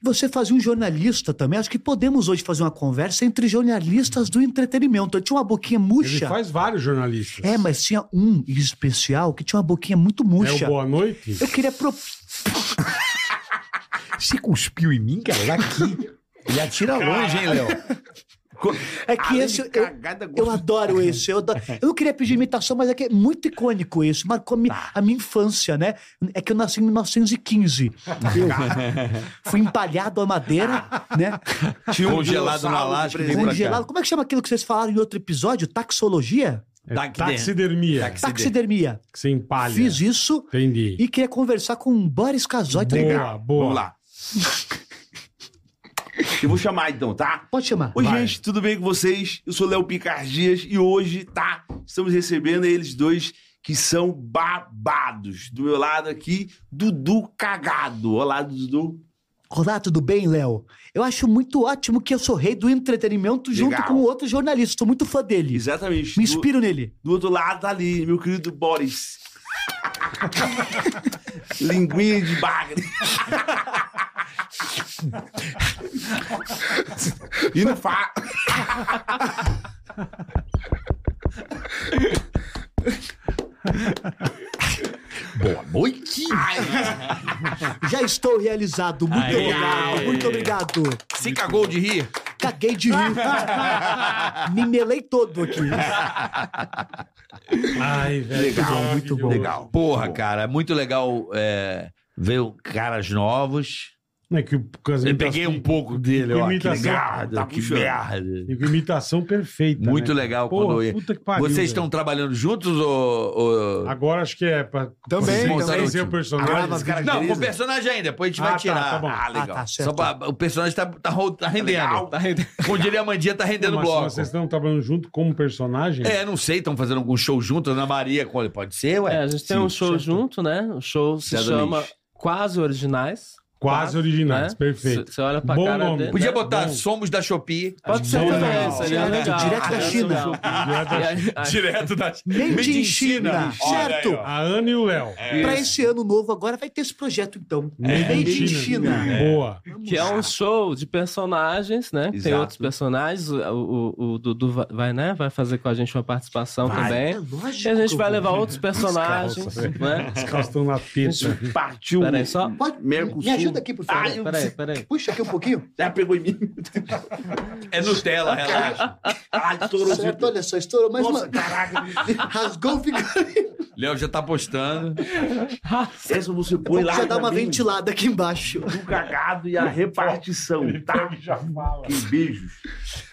Speaker 3: Você fazia um jornalista também. Acho que podemos hoje fazer uma conversa entre jornalistas do entretenimento. Eu tinha uma boquinha
Speaker 1: Ele
Speaker 3: murcha.
Speaker 1: faz vários jornalistas.
Speaker 3: É, mas tinha um em especial que tinha uma boquinha muito
Speaker 1: É
Speaker 3: murcha.
Speaker 1: o Boa Noite?
Speaker 3: Eu queria pro...
Speaker 2: Você cuspiu em mim, cara? Já aqui. Já tira longe, hein, Léo?
Speaker 3: É que
Speaker 4: além
Speaker 3: esse
Speaker 4: de
Speaker 3: eu,
Speaker 4: cagada,
Speaker 3: Eu
Speaker 4: gosto.
Speaker 3: adoro isso. Eu, adoro- eu não queria pedir imitação, mas é que é muito icônico isso. Marcou a mi- a minha infância, né? É que eu nasci em 1915. Eu fui empalhado à madeira, né?
Speaker 4: Tinha
Speaker 2: Congelado na
Speaker 4: dinossauro
Speaker 2: laje,
Speaker 4: de
Speaker 2: Vem pra cá.
Speaker 3: Congelado. Como é que chama aquilo que vocês falaram em outro episódio? Taxologia?
Speaker 1: É
Speaker 2: Taxider-
Speaker 1: taxidermia.
Speaker 2: Taxi-
Speaker 3: Taxidermia.
Speaker 1: Que você empalha.
Speaker 3: Fiz isso
Speaker 1: Entendi.
Speaker 3: e queria conversar com o Boris Casotti.
Speaker 1: Boa, boa.
Speaker 4: Vamos lá. Eu vou chamar então, tá?
Speaker 3: Pode chamar.
Speaker 4: Oi,
Speaker 1: Vai.
Speaker 4: gente, tudo bem com vocês? Eu sou Léo Picardias e hoje, tá? Estamos recebendo eles dois que são babados. Do meu lado aqui, Dudu Cagado. Olá, Dudu.
Speaker 3: Olá, tudo bem, Léo? Eu acho muito ótimo que eu sou rei do entretenimento junto
Speaker 4: Legal.
Speaker 3: com outro jornalista. Sou muito fã dele.
Speaker 4: Exatamente.
Speaker 3: Me
Speaker 4: Do-
Speaker 3: inspiro nele.
Speaker 4: Do outro lado tá ali, meu querido Boris. Linguinha de bagre. e não fa...
Speaker 2: Boa noite.
Speaker 3: Já estou realizado. Muito
Speaker 2: Aê.
Speaker 3: obrigado. Muito obrigado.
Speaker 2: Se cagou de rir.
Speaker 3: Caguei de rir. Me melei todo aqui.
Speaker 1: Ai, velho.
Speaker 4: Legal,
Speaker 1: que
Speaker 4: muito
Speaker 1: maravilhoso.
Speaker 3: bom.
Speaker 4: Legal.
Speaker 2: Porra, cara, muito legal é, ver caras novos.
Speaker 1: É que o- com as
Speaker 2: Eu
Speaker 1: imitações-
Speaker 2: peguei um pouco dele, ó. Que
Speaker 1: Imitação.
Speaker 2: merda,
Speaker 4: Tá
Speaker 2: que
Speaker 4: puxando.
Speaker 2: merda.
Speaker 1: E com imitação perfeita.
Speaker 2: Muito
Speaker 1: né?
Speaker 2: legal
Speaker 1: Porra,
Speaker 2: quando eu-
Speaker 1: puta que pariu,
Speaker 2: Vocês
Speaker 1: velho.
Speaker 2: estão trabalhando juntos ou... ou-
Speaker 1: Agora acho que é pra
Speaker 3: Também,
Speaker 1: pra
Speaker 2: também.
Speaker 1: ser o personagem.
Speaker 4: Grava as características.
Speaker 2: Não, com o personagem ainda, depois a gente
Speaker 1: Ah,
Speaker 2: vai
Speaker 1: tá,
Speaker 2: tirar.
Speaker 1: tá bom.
Speaker 2: Ah, legal.
Speaker 3: Ah, tá, certo.
Speaker 2: Só pra- o personagem tá, tá, ro- tá rendendo.
Speaker 4: Legal.
Speaker 2: Tá rendendo. Como diria a Mandinha, tá rendendo
Speaker 1: Mas
Speaker 2: bloco.
Speaker 1: assim? Vocês estão trabalhando junto como personagem?
Speaker 2: É, não sei, estão fazendo algum show junto, Ana Maria, com- pode ser, ué?
Speaker 5: É, a gente tem
Speaker 2: Sim,
Speaker 5: um show junto, né? O show se
Speaker 2: Zé do
Speaker 5: chama
Speaker 2: Lixo.
Speaker 5: Quase Originais. né?
Speaker 1: Quase
Speaker 2: É?
Speaker 1: originais, perfeito.
Speaker 5: Você olha pra
Speaker 1: Bom
Speaker 5: cara
Speaker 1: nome.
Speaker 5: dele.
Speaker 2: Podia
Speaker 5: né?
Speaker 2: botar
Speaker 1: Bom.
Speaker 2: Somos da Shopee.
Speaker 5: Pode ser
Speaker 1: Bom
Speaker 5: também,
Speaker 1: nome.
Speaker 5: seria
Speaker 3: Direto-
Speaker 5: legal.
Speaker 3: direto da China.
Speaker 1: Direto da
Speaker 5: E aí- aí-
Speaker 6: Direto da China.
Speaker 3: Made in China.
Speaker 6: Olha aí,
Speaker 3: Certo.
Speaker 6: ó.
Speaker 1: A Ana e o
Speaker 2: É.
Speaker 1: Léo.
Speaker 3: Pra esse ano novo agora vai ter esse projeto, então.
Speaker 1: É.
Speaker 3: Made in China.
Speaker 1: Boa.
Speaker 5: Que é um show de personagens, né? Tem
Speaker 4: Exato.
Speaker 5: outros personagens. O, o- o Dudu vai- vai, né? vai fazer com a gente uma participação
Speaker 4: Vai.
Speaker 3: É
Speaker 5: também. E
Speaker 3: lógico.
Speaker 5: a gente vai levar outros personagens,
Speaker 1: Descalça,
Speaker 5: né?
Speaker 1: Os caras estão na teta.
Speaker 4: Partiu.
Speaker 5: Peraí, só.
Speaker 3: Pode...
Speaker 4: Mercosul.
Speaker 3: Me ajuda aqui, por favor.
Speaker 4: Ai, eu-
Speaker 5: Peraí, peraí.
Speaker 3: Puxa aqui um pouquinho.
Speaker 4: Já pegou em mim.
Speaker 2: É Nutella, relaxa.
Speaker 4: Ai, estourou.
Speaker 3: Certo, olha só, estourou mais
Speaker 4: Nossa,
Speaker 3: uma.
Speaker 4: caraca.
Speaker 3: Rasgou o figurino.
Speaker 2: Léo já tá postando.
Speaker 4: Essa você põe lá
Speaker 3: Já dá uma
Speaker 4: também,
Speaker 3: ventilada aqui embaixo.
Speaker 4: Do cagado e a repartição, tá?
Speaker 1: já fala.
Speaker 4: Que beijos.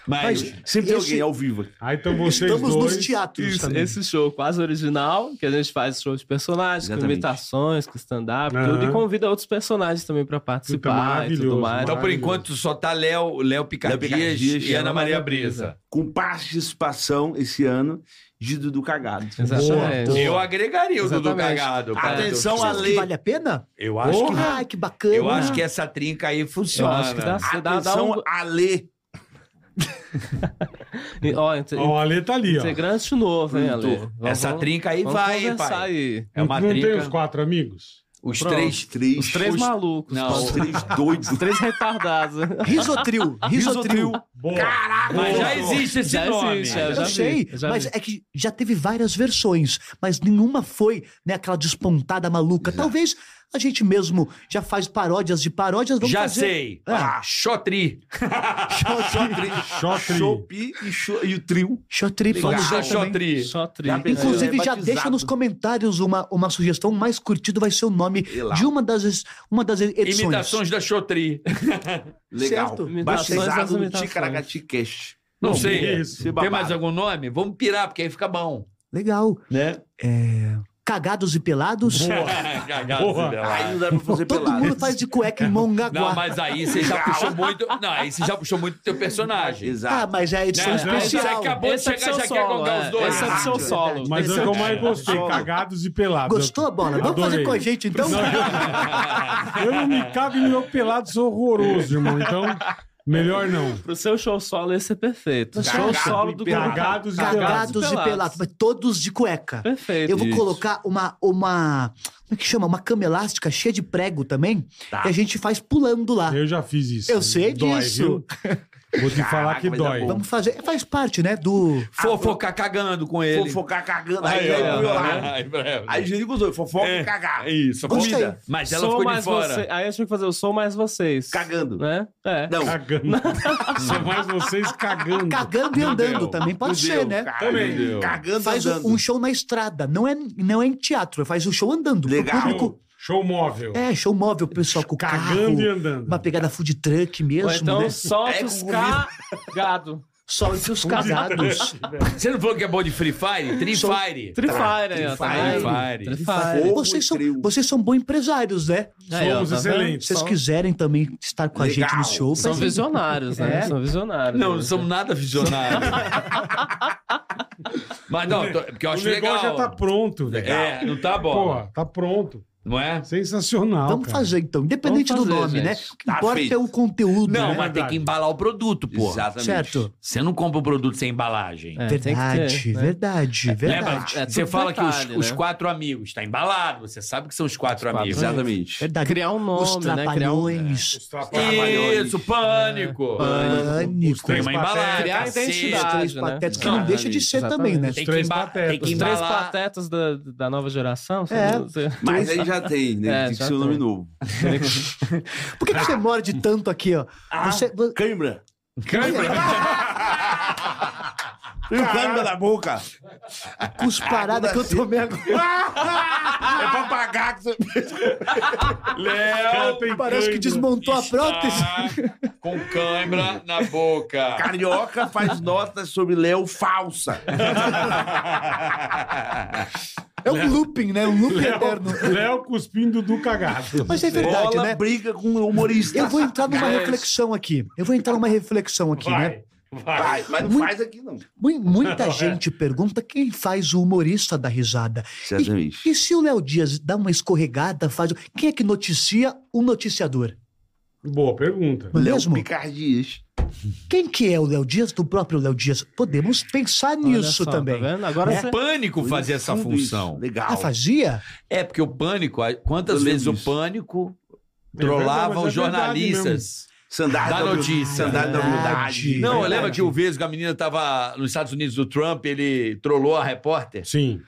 Speaker 2: Mas,
Speaker 4: Mas sempre tem
Speaker 3: esse-
Speaker 4: alguém ao vivo. aqui.
Speaker 1: Aí estão Ah, então vocês
Speaker 3: Estamos
Speaker 1: dois.
Speaker 3: nos teatros
Speaker 5: Isso,
Speaker 3: também.
Speaker 5: esse show quase original, que a gente faz show de personagens, com
Speaker 4: Exatamente.
Speaker 5: imitações, com stand-up,
Speaker 1: Aham.
Speaker 5: tudo, e convida outros personagens também pra participar e
Speaker 1: maravilhoso,
Speaker 5: tudo mais.
Speaker 2: então, por
Speaker 1: maravilhoso.
Speaker 2: enquanto, só tá Léo, Léo Picardias,
Speaker 4: Léo Picardias
Speaker 2: e Ana Maria Brisa.
Speaker 4: Com participação esse ano de Dudu Cagado.
Speaker 5: Exatamente.
Speaker 2: Eu agregaria o Dudu
Speaker 5: Exatamente.
Speaker 2: Cagado. cara.
Speaker 4: Atenção,
Speaker 3: Vocês acham que
Speaker 4: Ale.
Speaker 3: vale a pena?
Speaker 2: Eu acho que
Speaker 3: Ai, que bacana.
Speaker 2: Eu acho que é essa trinca aí
Speaker 5: Né? Eu
Speaker 2: funciona.
Speaker 5: acho que dá, dá, dá
Speaker 4: Atenção,
Speaker 5: um.
Speaker 4: Ale.
Speaker 5: E, Ó, inte-
Speaker 1: Ó, o Ale tá ali, ó.
Speaker 2: é
Speaker 5: integrante novo, hein, né, Ale? Vamos-
Speaker 2: Essa trinca aí
Speaker 5: vamos
Speaker 2: vai, hein,
Speaker 5: conversar
Speaker 2: pai.
Speaker 5: aí.
Speaker 2: É uma
Speaker 1: não
Speaker 2: trinca.
Speaker 1: tem os quatro amigos?
Speaker 2: Os
Speaker 5: Pronto.
Speaker 2: três.
Speaker 4: Três.
Speaker 5: Os três
Speaker 4: Os-
Speaker 5: malucos.
Speaker 2: Não.
Speaker 5: Os
Speaker 4: Os
Speaker 5: três-
Speaker 4: três doidos.
Speaker 5: os três retardados.
Speaker 3: Risotril, Risotril.
Speaker 1: Boa.
Speaker 2: Mas
Speaker 1: Boa.
Speaker 2: já existe esse
Speaker 5: Já
Speaker 2: nome.
Speaker 5: existe, é.
Speaker 3: Eu,
Speaker 5: já vi,
Speaker 3: sei,
Speaker 5: eu já
Speaker 3: mas
Speaker 5: vi.
Speaker 3: é que já teve várias versões, mas nenhuma foi né, aquela despontada maluca. Talvez a gente mesmo já faz paródias de paródias. Vamos
Speaker 2: Já
Speaker 3: fazer...
Speaker 2: sei.
Speaker 5: É.
Speaker 3: Ah.
Speaker 2: Xotri.
Speaker 1: Xotri.
Speaker 4: Chopi e, cho- e o trio.
Speaker 3: Shotri,
Speaker 2: Vamos
Speaker 3: vamos
Speaker 2: usar
Speaker 3: usar também.
Speaker 2: Xotri.
Speaker 5: Só tri.
Speaker 4: Já pensou?
Speaker 3: Inclusive,
Speaker 4: É
Speaker 3: já
Speaker 4: batizado.
Speaker 3: deixa nos comentários uma, uma sugestão. O mais curtido vai ser o nome
Speaker 4: lá.
Speaker 3: de uma das, uma das edições.
Speaker 2: Imitações da Xotri.
Speaker 4: Legal.
Speaker 3: Certo.
Speaker 5: Imitações,
Speaker 4: Batizado no
Speaker 5: imitações.
Speaker 4: Ticaracati Cast.
Speaker 2: Não
Speaker 1: Bom,
Speaker 2: sei.
Speaker 1: isso.
Speaker 4: Esse
Speaker 2: Tem
Speaker 4: babado.
Speaker 2: mais algum nome? Vamos pirar, porque aí fica bom.
Speaker 3: Legal. É,
Speaker 2: Né?
Speaker 3: Cagados e pelados.
Speaker 1: Boa.
Speaker 4: Aí não dá pra fazer
Speaker 3: Todo
Speaker 4: pelado.
Speaker 3: mundo faz de cueca em Mongaguá.
Speaker 2: Não, mas aí você já puxou muito. Não, aí você já puxou muito teu personagem.
Speaker 3: Ah,
Speaker 4: Exato.
Speaker 3: mas é a edição
Speaker 2: Né? Você
Speaker 3: especial.
Speaker 2: acabou de
Speaker 5: Esse é
Speaker 2: chegar,
Speaker 5: seu
Speaker 2: já quer
Speaker 5: solo.
Speaker 2: colocar os
Speaker 5: é.
Speaker 2: dois.
Speaker 5: Esse é do seu solo.
Speaker 1: Mas é o que eu mais gostei, cagados e pelados.
Speaker 3: Gostou, Bola? Vamos fazer
Speaker 1: Adorei.
Speaker 3: com a gente, então?
Speaker 1: Eu não me cago e meu pelado sou horroroso, irmão. Então, melhor não.
Speaker 5: Pro seu show solo, esse é perfeito.
Speaker 1: Cagado
Speaker 5: show solo do
Speaker 1: e cagados e
Speaker 5: Cagados
Speaker 3: Cagados e
Speaker 5: pelados.
Speaker 3: pelados. Mas todos de
Speaker 2: é
Speaker 3: cueca.
Speaker 5: Perfeito.
Speaker 3: Eu vou
Speaker 5: Isso.
Speaker 3: colocar uma, uma. Como é que chama? Uma cama elástica cheia de prego também.
Speaker 4: Tá.
Speaker 3: E a gente faz pulando lá.
Speaker 1: Eu já fiz isso.
Speaker 3: Eu sei
Speaker 1: Dói,
Speaker 3: disso.
Speaker 1: viu? Vou te falar
Speaker 4: Caraca,
Speaker 1: que
Speaker 4: mas é
Speaker 1: dói.
Speaker 4: bom.
Speaker 3: Vamos fazer. Faz parte, né? Do.
Speaker 2: Fofocar cagando com
Speaker 4: Vou
Speaker 2: ele.
Speaker 4: Fofocar cagando. Aí,
Speaker 2: Aí,
Speaker 4: aí,
Speaker 2: ó,
Speaker 4: aí, aí,
Speaker 3: É.
Speaker 2: né? Aí, pra ela.
Speaker 4: aí Jerico usou. Fofoca
Speaker 2: É.
Speaker 4: e cagar.
Speaker 2: É Isso,
Speaker 3: Gostei.
Speaker 2: comida. Mas ela
Speaker 5: Sou
Speaker 2: ficou de
Speaker 5: mais
Speaker 2: fora.
Speaker 5: você- Aí eu tinha que fazer o sou mais vocês.
Speaker 4: Cagando.
Speaker 5: Né? É.
Speaker 4: Não.
Speaker 1: Cagando. São mais vocês cagando.
Speaker 3: Cagando e andando
Speaker 2: deu.
Speaker 3: também pode ser, né?
Speaker 4: Também. Cagando
Speaker 3: Faz um-
Speaker 4: andando.
Speaker 3: um show na estrada. Não é, não é em teatro, faz um show andando. pro
Speaker 4: Legal.
Speaker 3: público.
Speaker 1: Show móvel.
Speaker 3: É, show móvel, pessoal, com
Speaker 1: Cagando e
Speaker 3: carro.
Speaker 1: andando.
Speaker 3: Uma pegada food truck mesmo,
Speaker 5: Ou então
Speaker 3: né?
Speaker 5: solta
Speaker 4: É
Speaker 5: os
Speaker 4: comida.
Speaker 5: cagados.
Speaker 3: Só entre os cagados.
Speaker 2: Você não falou que é bom de Free Fire? Free
Speaker 3: Sou-
Speaker 2: Fire.
Speaker 5: Free Fire aí, ó. tá
Speaker 4: Free
Speaker 5: vendo?
Speaker 2: Fire.
Speaker 5: Free
Speaker 4: Fogo
Speaker 3: Vocês
Speaker 4: e
Speaker 3: são,
Speaker 4: trio.
Speaker 3: vocês são bons empresários, né?
Speaker 5: Aí, ó,
Speaker 1: Somos
Speaker 5: tá vendo?
Speaker 1: excelentes.
Speaker 3: Se vocês
Speaker 5: São-
Speaker 3: quiserem também estar com a
Speaker 4: Legal.
Speaker 3: gente no show,
Speaker 5: São
Speaker 3: fazem-
Speaker 5: visionários, né?
Speaker 3: É.
Speaker 5: São visionários.
Speaker 2: Não,
Speaker 5: né?
Speaker 2: não somos nada visionários. Mas não, tô- porque eu
Speaker 1: O
Speaker 2: acho
Speaker 1: negócio
Speaker 2: legal.
Speaker 1: já tá pronto, velho.
Speaker 2: É, não tá bom.
Speaker 1: Porra, tá pronto.
Speaker 2: Não é?
Speaker 1: Sensacional.
Speaker 3: Vamos
Speaker 1: cara.
Speaker 3: fazer então, independente
Speaker 5: Vamos
Speaker 3: do
Speaker 5: fazer,
Speaker 3: nome,
Speaker 5: gente.
Speaker 3: né? O que
Speaker 4: Tá
Speaker 3: importa
Speaker 4: feito.
Speaker 3: é o conteúdo,
Speaker 2: Não,
Speaker 3: né?
Speaker 2: mas tem que embalar o produto, pô.
Speaker 4: Exatamente.
Speaker 3: Certo.
Speaker 2: Você não compra o produto sem embalagem.
Speaker 5: É, tem que ter,
Speaker 3: Verdade,
Speaker 5: né?
Speaker 3: verdade, verdade.
Speaker 5: É, é
Speaker 2: você
Speaker 5: tudo
Speaker 2: fala que
Speaker 5: detalhe,
Speaker 2: os, os
Speaker 5: né?
Speaker 2: quatro amigos, tá embalado, você sabe que são os quatro amigos.
Speaker 4: Exatamente.
Speaker 3: Verdade.
Speaker 5: Criar um nome,
Speaker 3: Os
Speaker 5: né? Criar um-
Speaker 3: trapalhões.
Speaker 1: Os trapalhões.
Speaker 4: Trabalhões.
Speaker 2: Isso, pânico.
Speaker 3: Pânico.
Speaker 2: Tem uma embalagem.
Speaker 5: Criar a
Speaker 2: cacete.
Speaker 5: identidade.
Speaker 3: três
Speaker 5: né?
Speaker 3: patetas, que não
Speaker 5: Ah,
Speaker 3: deixa de ser
Speaker 5: exatamente.
Speaker 3: também, né?
Speaker 2: Tem que,
Speaker 1: três
Speaker 2: emba
Speaker 1: patetas.
Speaker 2: tem que
Speaker 5: Os três
Speaker 2: embalar.
Speaker 5: patetas da, da nova geração?
Speaker 3: É.
Speaker 5: sabe?
Speaker 4: Mas aí já tem, né?
Speaker 5: É,
Speaker 4: tem que
Speaker 5: já
Speaker 4: ser um nome
Speaker 5: tem.
Speaker 4: novo.
Speaker 3: Por que, que você morde tanto aqui, ó? Você- vo-
Speaker 4: Câimbra.
Speaker 1: Câimbra.
Speaker 4: Tem câimbra na boca.
Speaker 3: Os paradas que eu tomei agora.
Speaker 4: É pra pagar que você...
Speaker 1: Cara,
Speaker 2: Léo
Speaker 1: Ah, tem
Speaker 3: Parece
Speaker 1: câimbra.
Speaker 3: que desmontou a prótese.
Speaker 2: Ah, está com câimbra na boca.
Speaker 4: Carioca faz notas sobre Léo falsa.
Speaker 3: É um looping, né? Um looping eterno.
Speaker 1: Léo, Léo cuspindo do cagado.
Speaker 3: Mas é verdade,
Speaker 4: Bola
Speaker 3: né?
Speaker 4: briga com o humorista.
Speaker 3: Eu vou entrar numa reflexão aqui. Eu vou entrar numa reflexão aqui, né?
Speaker 1: Vai, vai.
Speaker 4: Vai, mas não faz aqui, não.
Speaker 3: Mu-
Speaker 2: É.
Speaker 3: Muita gente pergunta quem faz o humorista da risada.
Speaker 4: Exatamente.
Speaker 3: E se o Léo Dias dá uma escorregada, faz. o- Quem é que noticia o noticiador?
Speaker 1: Boa pergunta.
Speaker 3: Não é
Speaker 4: Léo
Speaker 3: mesmo?
Speaker 4: Picardias.
Speaker 3: Quem que é o Léo Dias do próprio Léo Dias? Podemos pensar
Speaker 5: Olha
Speaker 3: nisso
Speaker 5: só, tá
Speaker 3: também.
Speaker 5: vendo? Agora
Speaker 3: Né?
Speaker 5: você...
Speaker 2: O É pânico fazia essa
Speaker 4: Tudo
Speaker 2: função.
Speaker 4: é isso. Legal.
Speaker 3: ah, fazia?
Speaker 2: É, porque o pânico, a- quantas
Speaker 4: Eu lembro
Speaker 2: vezes o
Speaker 4: disso.
Speaker 2: pânico
Speaker 1: É verdade,
Speaker 2: trollava
Speaker 1: mas
Speaker 2: os
Speaker 1: é verdade
Speaker 2: jornalistas.
Speaker 4: Sandália
Speaker 2: Da
Speaker 4: da,
Speaker 2: notícia.
Speaker 4: Sandália da humildade.
Speaker 3: Verdade.
Speaker 2: Não,
Speaker 3: Verdade.
Speaker 2: lembra que o Vesgo, a menina estava nos Estados Unidos do Trump, ele trollou a repórter?
Speaker 1: Sim.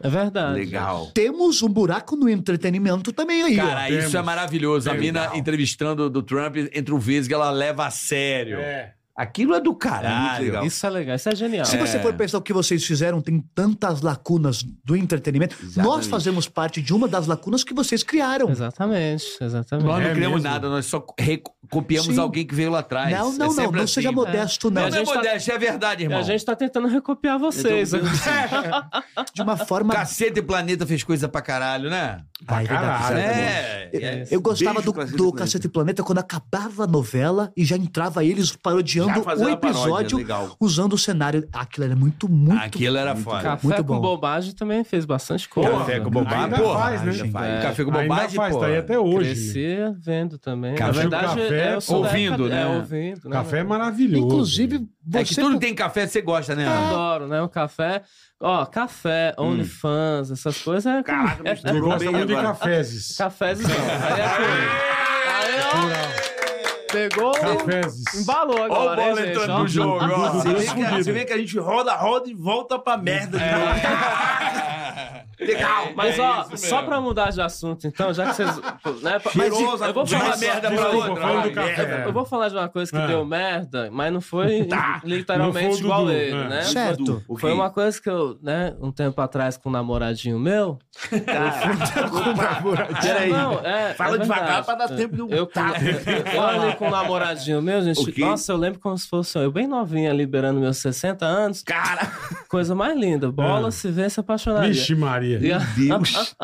Speaker 5: É verdade.
Speaker 4: Legal.
Speaker 3: Temos um buraco no entretenimento também aí, ó.
Speaker 2: Cara,
Speaker 1: temos.
Speaker 2: isso é maravilhoso. A
Speaker 1: Temos.
Speaker 2: mina entrevistando do Trump, entre o Vesgo, ela leva a sério.
Speaker 1: É.
Speaker 2: Aquilo é do
Speaker 4: É muito
Speaker 2: caralho.
Speaker 4: legal.
Speaker 5: Isso é legal, isso é genial.
Speaker 3: Se você
Speaker 2: É.
Speaker 3: for pensar o que vocês fizeram, tem tantas lacunas do entretenimento. Nós
Speaker 4: Exatamente.
Speaker 3: fazemos parte de uma das lacunas que vocês criaram.
Speaker 5: Exatamente, exatamente.
Speaker 2: nós não
Speaker 1: É
Speaker 2: criamos
Speaker 1: mesmo.
Speaker 2: nada, nós só re- copiamos
Speaker 3: Sim.
Speaker 2: alguém que veio lá atrás.
Speaker 3: Não,
Speaker 2: É
Speaker 3: não, não.
Speaker 2: sempre
Speaker 3: Não
Speaker 2: assim.
Speaker 3: seja modesto, não.
Speaker 5: É.
Speaker 2: Não, não é
Speaker 5: gente tá-
Speaker 2: modéstia, é verdade,
Speaker 5: E
Speaker 2: irmão.
Speaker 5: A gente tá tentando recopiar vocês.
Speaker 4: Eu tô
Speaker 3: De tá uma forma.
Speaker 2: Cacete Planeta fez coisa pra caralho, né?
Speaker 3: Ai, verdade.
Speaker 1: caralho.
Speaker 2: É, é.
Speaker 3: Eu gostava do,
Speaker 4: Beijo, Cacete
Speaker 3: do
Speaker 4: Planeta.
Speaker 3: Cacete Planeta quando acabava a novela e já entrava eles parodiando
Speaker 4: Já fazendo
Speaker 3: o
Speaker 4: a paródia,
Speaker 3: episódio
Speaker 4: legal.
Speaker 3: usando o cenário. Aquilo era muito, muito.
Speaker 2: né? Aquilo era foda.
Speaker 5: Café
Speaker 3: Muito
Speaker 5: com
Speaker 3: bom.
Speaker 5: bobagem também fez bastante coisa.
Speaker 2: Café com bobagem,
Speaker 1: Ainda
Speaker 2: porra.
Speaker 1: faz, né?
Speaker 2: Ainda faz.
Speaker 5: É.
Speaker 2: Café com
Speaker 1: Ainda
Speaker 2: bobagem,
Speaker 1: faz,
Speaker 2: porra.
Speaker 1: tá aí até hoje. né?
Speaker 5: Crescer vendo também.
Speaker 2: Café
Speaker 5: Na
Speaker 2: com
Speaker 5: verdade,
Speaker 1: café,
Speaker 5: é, eu sou da
Speaker 2: ouvindo,
Speaker 5: época-
Speaker 2: né?
Speaker 5: É, ouvindo. né?
Speaker 1: Café é maravilhoso.
Speaker 3: Inclusive, você.
Speaker 2: É que tudo tem café, você gosta, né?
Speaker 5: Eu Adoro, né? O café. Ó, café, OnlyFans, essas coisas. É,
Speaker 4: Caraca,
Speaker 5: é,
Speaker 4: misturou
Speaker 1: Nós
Speaker 5: é-
Speaker 4: bem
Speaker 1: estamos de
Speaker 4: agora.
Speaker 1: cafezes.
Speaker 5: Cafés não. Aí é comigo. Aí, ó. Pegou. um
Speaker 1: Cafezes.
Speaker 5: Embalou
Speaker 2: Ó o
Speaker 5: agora. hein,
Speaker 2: bola
Speaker 5: gente,
Speaker 2: entrando
Speaker 5: ó.
Speaker 2: no jogo, ó.
Speaker 4: Você vê, que, você vê que a gente roda, roda e volta pra merda. de novo. Legal.
Speaker 5: Mas,
Speaker 6: É
Speaker 5: ó,
Speaker 6: isso
Speaker 5: só
Speaker 6: mesmo.
Speaker 5: pra mudar de assunto, então, já que vocês. né, pra-
Speaker 4: Tirou
Speaker 5: Mas
Speaker 4: os-
Speaker 5: eu vou
Speaker 4: de uma
Speaker 5: falar
Speaker 2: merda pra
Speaker 1: Desculpa,
Speaker 2: outra,
Speaker 1: falando do
Speaker 2: vai,
Speaker 1: café.
Speaker 5: Eu vou falar de uma coisa que
Speaker 1: É. Ah. Tá.
Speaker 5: deu merda, mas não foi literalmente
Speaker 1: Não foi o
Speaker 5: igual
Speaker 1: Dudu,
Speaker 5: ele,
Speaker 1: é.
Speaker 5: né?
Speaker 3: Certo.
Speaker 4: Ok.
Speaker 5: Foi uma coisa que eu, né, um tempo atrás com um namoradinho meu.
Speaker 4: Peraí.
Speaker 5: Não, é,
Speaker 4: Fala
Speaker 5: é
Speaker 4: devagar
Speaker 5: verdade.
Speaker 4: pra dar tempo de um
Speaker 5: Eu,
Speaker 4: tapa.
Speaker 5: eu ali com um namoradinho meu, gente.
Speaker 4: Ok.
Speaker 5: Nossa, eu lembro como se fosse um, eu, bem novinha, liberando meus 60 anos.
Speaker 4: Cara,
Speaker 5: Coisa mais linda. Bola, se vê, se apaixonaria.
Speaker 1: É. Vixe, Maria.
Speaker 5: E, a-
Speaker 4: Deus.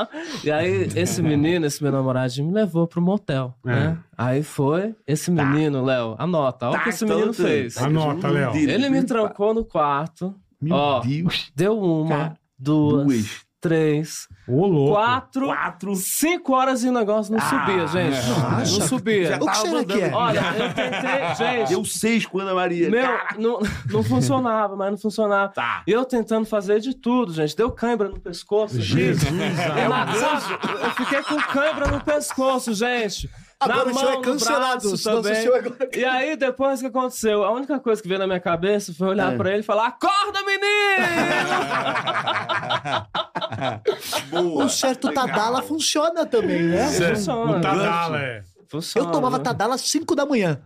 Speaker 5: e aí, esse menino, esse meu namoradinho, me levou pro motel,
Speaker 1: É.
Speaker 5: né? Aí foi esse menino, Léo, anota, olha o
Speaker 4: Tá,
Speaker 5: que esse
Speaker 4: então,
Speaker 5: menino
Speaker 4: tudo.
Speaker 5: fez.
Speaker 1: Anota, Léo.
Speaker 5: Ele me trancou no quarto,
Speaker 4: Meu
Speaker 5: Ó.
Speaker 4: Deus.
Speaker 5: deu uma,
Speaker 4: Cara,
Speaker 5: duas,
Speaker 4: Duas,
Speaker 5: três,
Speaker 1: Ô, louco.
Speaker 5: quatro,
Speaker 4: quatro.
Speaker 5: cinco horas e o negócio não
Speaker 4: Ah,
Speaker 5: subia, gente.
Speaker 3: nossa.
Speaker 5: Não subia.
Speaker 4: Já
Speaker 3: O que um
Speaker 4: tava
Speaker 3: será que é?
Speaker 4: mandando-
Speaker 5: Olha, eu tentei, gente,
Speaker 4: Deu seis com a Ana Maria.
Speaker 5: meu,
Speaker 4: Cara,
Speaker 5: não, não funcionava, mas não funcionava.
Speaker 4: Tá.
Speaker 5: Eu tentando fazer de tudo, gente. Deu cãibra no pescoço.
Speaker 1: Jesus.
Speaker 5: gente.
Speaker 3: É um
Speaker 1: amado.
Speaker 5: Na- sabe? Eu fiquei com cãibra no pescoço, gente.
Speaker 3: Agora
Speaker 5: na
Speaker 3: o
Speaker 5: mão,
Speaker 3: show é
Speaker 5: no
Speaker 3: cancelado.
Speaker 5: braço
Speaker 3: senão
Speaker 5: também.
Speaker 3: o show é-
Speaker 5: E aí, depois que aconteceu, a única coisa que veio na minha cabeça foi olhar
Speaker 3: É.
Speaker 5: pra ele e falar: Acorda, menino!
Speaker 4: Boa.
Speaker 3: Um certo Tadala funciona também, né?
Speaker 5: Funciona.
Speaker 1: É, O Tadala, é.
Speaker 5: Funciona. né?
Speaker 3: Eu tomava Tadala às 5 da manhã.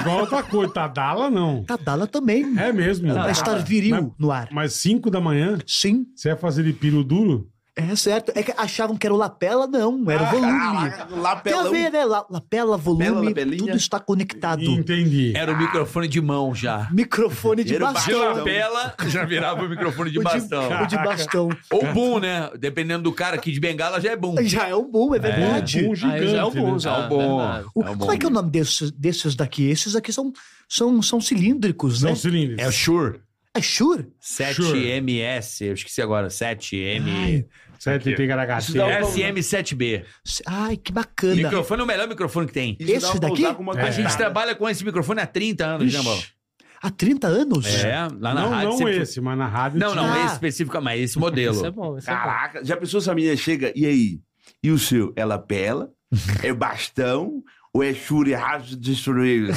Speaker 1: Igual outra coisa. Tadala, não.
Speaker 3: Tadala também.
Speaker 1: É mesmo.
Speaker 3: Pra estar tá viril no ar.
Speaker 1: Mas 5 da manhã,
Speaker 3: Sim,
Speaker 1: você ia fazer de piro duro?
Speaker 3: é certo. É que achavam que era o lapela, não. Era o volume.
Speaker 4: Ah, Caraca,
Speaker 3: Tem a
Speaker 4: lapelão.
Speaker 3: ver, né? La- Lapela, volume,
Speaker 4: Lapela, lapelinha.
Speaker 3: tudo está conectado.
Speaker 1: Entendi.
Speaker 2: Era o microfone de mão já.
Speaker 3: Microfone de
Speaker 4: Era o
Speaker 2: De
Speaker 3: bastão.
Speaker 4: Então-
Speaker 2: lapela, já virava o microfone de
Speaker 3: O de-
Speaker 2: bastão.
Speaker 3: O de bastão.
Speaker 2: Ou boom, né? Dependendo do cara, aqui de bengala já é boom.
Speaker 3: Já é um bom, é verdade.
Speaker 1: Um
Speaker 5: Aí já é o
Speaker 1: gigante,
Speaker 5: bom,
Speaker 1: né?
Speaker 5: já.
Speaker 2: É o bom.
Speaker 5: verdade.
Speaker 3: O-
Speaker 2: É um
Speaker 3: como é
Speaker 2: bom.
Speaker 3: que é o nome desses, desses daqui? Esses aqui são, são, são cilíndricos, né?
Speaker 1: São cilindros.
Speaker 2: É o Shure.
Speaker 3: É Shure?
Speaker 2: 7MS, eu esqueci agora, 7M.
Speaker 3: então
Speaker 1: Sete
Speaker 5: Dá
Speaker 1: pegaragateira.
Speaker 5: um-
Speaker 2: SM7B.
Speaker 3: Ai, que bacana.
Speaker 2: Microfone é o melhor microfone que tem.
Speaker 4: Isso dá
Speaker 3: Esse
Speaker 4: pra
Speaker 3: daqui?
Speaker 4: usar com uma
Speaker 1: É.
Speaker 2: A gente
Speaker 4: coitada.
Speaker 2: trabalha com esse microfone há 30 anos, né, Bola?
Speaker 3: Há 30 anos?
Speaker 2: É, lá na
Speaker 1: Não,
Speaker 2: rádio.
Speaker 1: não
Speaker 2: sempre foi-
Speaker 1: esse, mas na rádio.
Speaker 2: Não, não,
Speaker 1: tinha.
Speaker 3: Ah.
Speaker 2: esse específico, mas esse modelo.
Speaker 5: Isso é bom, isso é bom.
Speaker 4: Caraca, já pensou se a menina chega, e aí? E o seu? É lapela? é bastão? Ou é Shure Rádio de Shure?